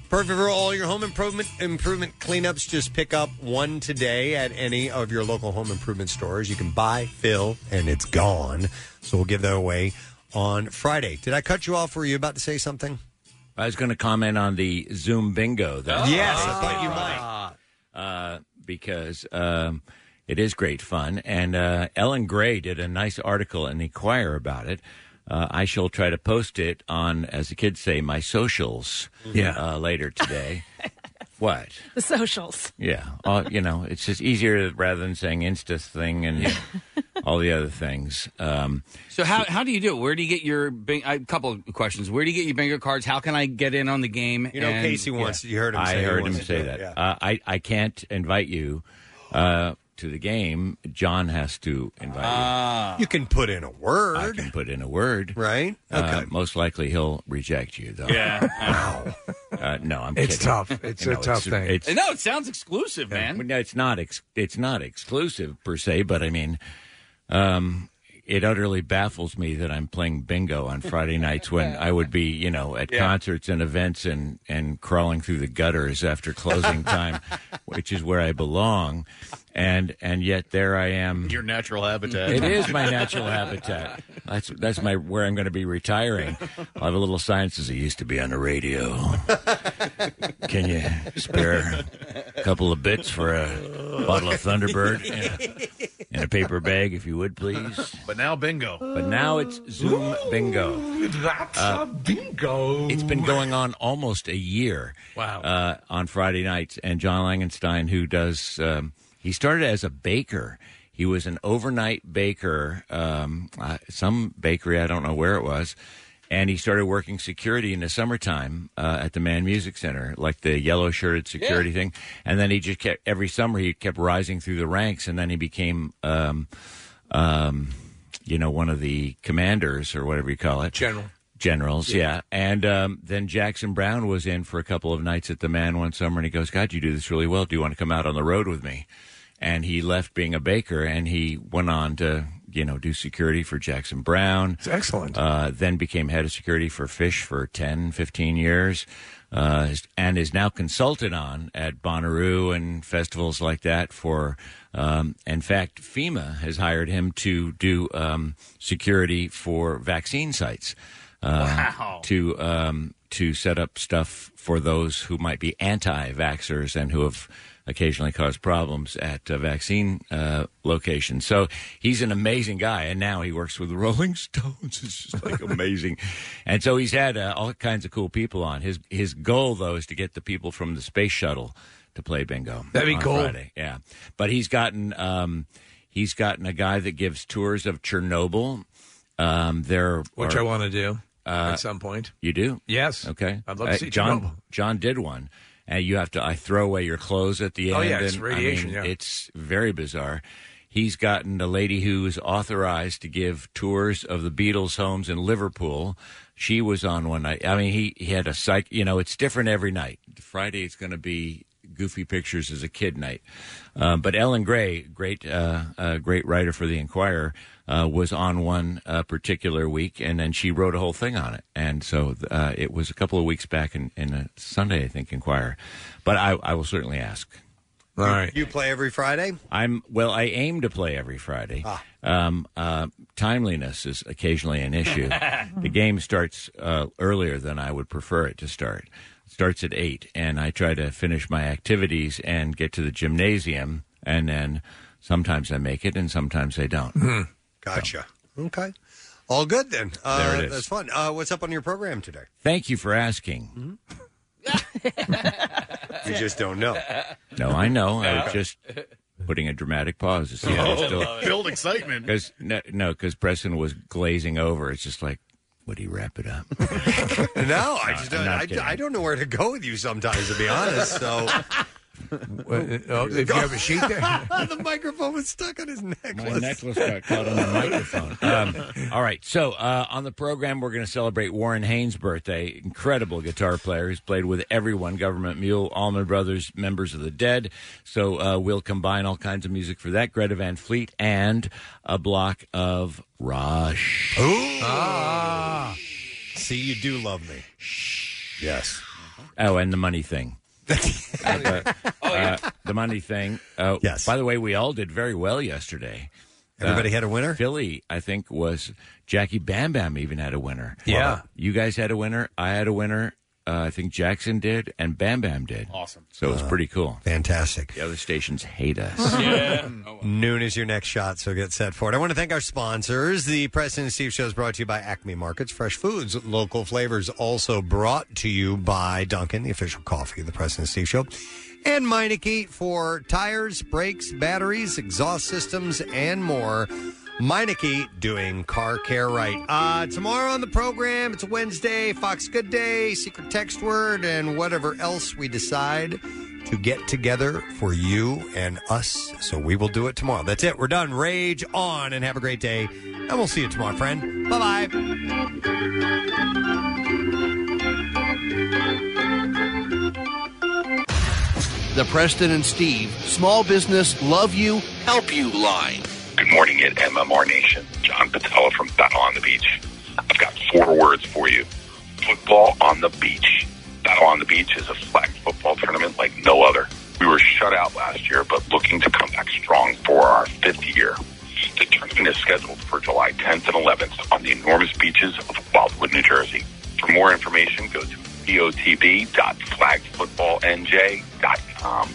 Speaker 3: Perfect for all your home improvement improvement cleanups. Just pick up one today at any of your local home improvement stores. You can buy, fill, and it's gone. So we'll give that away on Friday. Did I cut you off? Were you about to say something?
Speaker 9: I was going to comment on the Zoom bingo. That
Speaker 5: Oh.
Speaker 3: Yes, I thought you might.
Speaker 9: Uh, because um, it is great fun. And uh, Ellen Gray did a nice article in the Inquirer about it. Uh, I shall try to post it on, as the kids say, my socials
Speaker 4: Yeah.
Speaker 9: uh, later today. what?
Speaker 4: The socials.
Speaker 9: Yeah, all, you know, it's just easier rather than saying Insta thing and all the other things. Um,
Speaker 8: So how how do you do it? Where do you get your bing- a couple of questions? Where do you get your bingo cards? How can I get in on the game?
Speaker 3: You know,
Speaker 8: And-
Speaker 3: Casey wants- you heard him
Speaker 9: I
Speaker 3: say he
Speaker 9: heard him
Speaker 3: wants to
Speaker 9: say
Speaker 3: do
Speaker 9: that.
Speaker 3: it, yeah.
Speaker 9: Uh, I I can't invite you uh, to the game. John has to invite you.
Speaker 3: You can put in a word.
Speaker 9: I can put in a word,
Speaker 3: right?
Speaker 9: Uh, most likely he'll reject you, though.
Speaker 8: Yeah.
Speaker 9: wow. Uh, no, I'm.
Speaker 5: It's
Speaker 9: kidding.
Speaker 5: tough. It's a tough thing.
Speaker 9: It's,
Speaker 8: no, it sounds exclusive, man.
Speaker 9: Well, No, it's not. Ex- it's not exclusive per se, but I mean, um, it utterly baffles me that I'm playing bingo on Friday nights when I would be, you know, at
Speaker 13: Yeah.
Speaker 9: concerts and events and and crawling through the gutters after closing time, which is where I belong, and and yet there I am.
Speaker 7: Your natural habitat.
Speaker 9: It is my natural habitat. That's that's my where I'm going to be retiring. I'll have a little sign that says it used to be on the radio. Can you spare a couple of bits for a bottle of Thunderbird and a, and a paper bag, if you would, please?
Speaker 7: But now bingo.
Speaker 9: But now it's Zoom Bingo.
Speaker 7: That's
Speaker 9: Uh,
Speaker 7: bingo.
Speaker 9: It's been going on almost a year.
Speaker 7: Wow.
Speaker 9: Uh, on Friday nights, and John Langenstein, who does, um, he started as a baker. He was an overnight baker, um, uh, some bakery I don't know where it was, and he started working security in the summertime uh, at the Man Music Center, like the yellow shirted security thing. And then he just kept every summer he kept rising through the ranks, and then he became. Um, um, you know, one of the commanders or whatever you call it. General. Generals, yeah. And um, then Jackson Brown was in for a couple of nights at the man one summer and he goes, God, you do this really well. Do you want to come out on the road with me? And he left being a baker and he went on to, you know, do security for Jackson Brown. It's
Speaker 5: excellent.
Speaker 9: Uh, then became head of security for Fish for 10, 15 years uh, and is now consulted on at Bonnaroo and festivals like that for. Um, in fact, FEMA has hired him to do um, security for vaccine sites. Uh,
Speaker 7: Wow.
Speaker 9: To um, to set up stuff for those who might be anti-vaxxers and who have occasionally caused problems at uh, vaccine uh, locations. So he's an amazing guy, and now he works with the Rolling Stones. It's just like amazing, and so he's had uh, all kinds of cool people on. His his goal though is to get the people from the space shuttle to play bingo.
Speaker 5: That'd be
Speaker 9: on
Speaker 5: cool.
Speaker 9: Friday. Yeah, but he's gotten um, he's gotten a guy that gives tours of Chernobyl. Um, there,
Speaker 5: Which
Speaker 9: are-
Speaker 5: I want to do
Speaker 9: uh,
Speaker 5: at some point.
Speaker 9: you do?
Speaker 5: Yes.
Speaker 9: Okay.
Speaker 5: I'd love to
Speaker 9: Uh,
Speaker 5: see
Speaker 9: John.
Speaker 5: Chernobyl.
Speaker 9: John did one, and you have to. I throw away your clothes at the end.
Speaker 5: Oh, yeah, it's
Speaker 9: and,
Speaker 5: radiation,
Speaker 9: I mean,
Speaker 5: yeah.
Speaker 9: it's very bizarre. He's gotten a lady who is authorized to give tours of the Beatles' homes in Liverpool. She was on one night. I mean, he, he had a psych. You know, it's different every night. Friday is going to be goofy pictures as a kid night. Um, but Ellen Gray, great, uh, uh, great writer for the Enquirer, uh, was on one uh, particular week, and then she wrote a whole thing on it. And so uh, it was a couple of weeks back in, in a Sunday, I think, Enquirer. But I, I will certainly ask.
Speaker 8: All right.
Speaker 3: You play every Friday? Ah,
Speaker 9: I'm well. I aim to play every Friday. Um, uh, timeliness is occasionally an issue. the game starts uh, earlier than I would prefer it to start. It starts at eight, and I try to finish my activities and get to the gymnasium, and then sometimes I make it, and sometimes I don't.
Speaker 3: Hmm. Gotcha. Okay. All good then. Uh,
Speaker 9: There it is.
Speaker 3: That's fun. Uh, what's up on your program today?
Speaker 9: Thank you for asking.
Speaker 3: You just don't know.
Speaker 9: No, I know. I
Speaker 3: Okay.
Speaker 9: was just putting a dramatic pause to see how
Speaker 3: Oh,
Speaker 9: it's still.
Speaker 7: build excitement.
Speaker 9: Because no, no, because Preston was glazing over. It's just like, would he wrap it up?
Speaker 3: no, I just
Speaker 9: No, I'm
Speaker 3: don't,
Speaker 9: not
Speaker 3: I,
Speaker 9: kidding.
Speaker 3: I don't know where to go with you sometimes, to be honest. So
Speaker 9: uh,
Speaker 8: oh, if you have a sheet there.
Speaker 3: the microphone was stuck on his necklace.
Speaker 9: My necklace got caught on the microphone. Um, all right, so uh, on the program, we're going to celebrate Warren Haynes' birthday. Incredible guitar player. He's played with everyone Government Mule, Allman Brothers, Members of the Dead. So uh, we'll combine all kinds of music for that. Greta Van Fleet and a block of Rush.
Speaker 3: Ah. See, you do love me. Yes.
Speaker 9: Oh, and the money thing. Uh, the,
Speaker 3: Oh,
Speaker 9: uh, the money thing. Uh, yes. By the way, we all did very well yesterday. Uh,
Speaker 3: Everybody had a winner.
Speaker 9: Philly, I think, was Jackie Bam Bam. Even had a winner.
Speaker 8: Yeah.
Speaker 9: Wow. you guys had a winner. I had a winner. Uh, I think Jackson did, and Bam Bam did.
Speaker 7: Awesome.
Speaker 9: So it was
Speaker 3: Uh,
Speaker 9: pretty cool.
Speaker 3: Fantastic.
Speaker 9: The other stations hate us. Oh,
Speaker 3: Noon is your next shot, so get set for it. I want to thank our sponsors. The President and Steve Show is brought to you by Acme Markets, Fresh Foods, local flavors. Also brought to you by Duncan, the official coffee of the President and Steve Show, and Meineke for tires, brakes, batteries, exhaust systems, and more. Meineke doing car care right. Uh, tomorrow on the program, it's Wednesday, Fox Good Day, Secret Text Word, and whatever else we decide to get together for you and us. So we will do it tomorrow. That's it. We're done. Rage on and have a great day. And we'll see you tomorrow, friend. Bye bye.
Speaker 12: The Preston and Steve Small Business Love You, Help You line.
Speaker 29: Good morning at MMR Nation. John Patella from Battle on the Beach. I've got four words for you. Football on the beach. Battle on the Beach is a flag football tournament like no other. We were shut out last year, but looking to come back strong for our fifth year. The tournament is scheduled for July 10th and 11th on the enormous beaches of Wildwood, New Jersey. For more information, go to botb.flagfootballnj.com.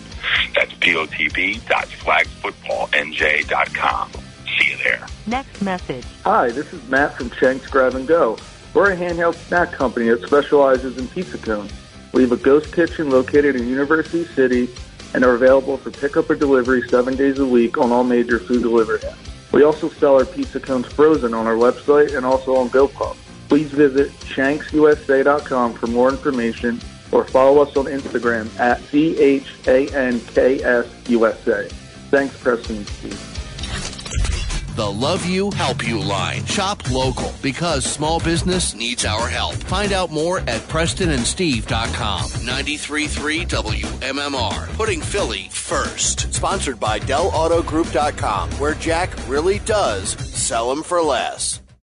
Speaker 29: That's botb.flagfootballnj.com. See you there.
Speaker 30: Next message. Hi, this is Matt from Shanks Grab and Go. We're a handheld snack company that specializes in pizza cones. We have a ghost kitchen located in University City and are available for pickup or delivery seven days a week on all major food delivery apps. We also sell our pizza cones frozen on our website and also on GoPub. Please visit shanksusa.com for more information or follow us on Instagram at C-H-A-N-K-S-USA. Thanks, Preston and Steve.
Speaker 12: The Love You, Help You line. Shop local because small business needs our help. Find out more at PrestonandSteve.com. 93.3 WMMR. Putting Philly first. Sponsored by DellAutoGroup.com, where Jack really does sell 'em for less.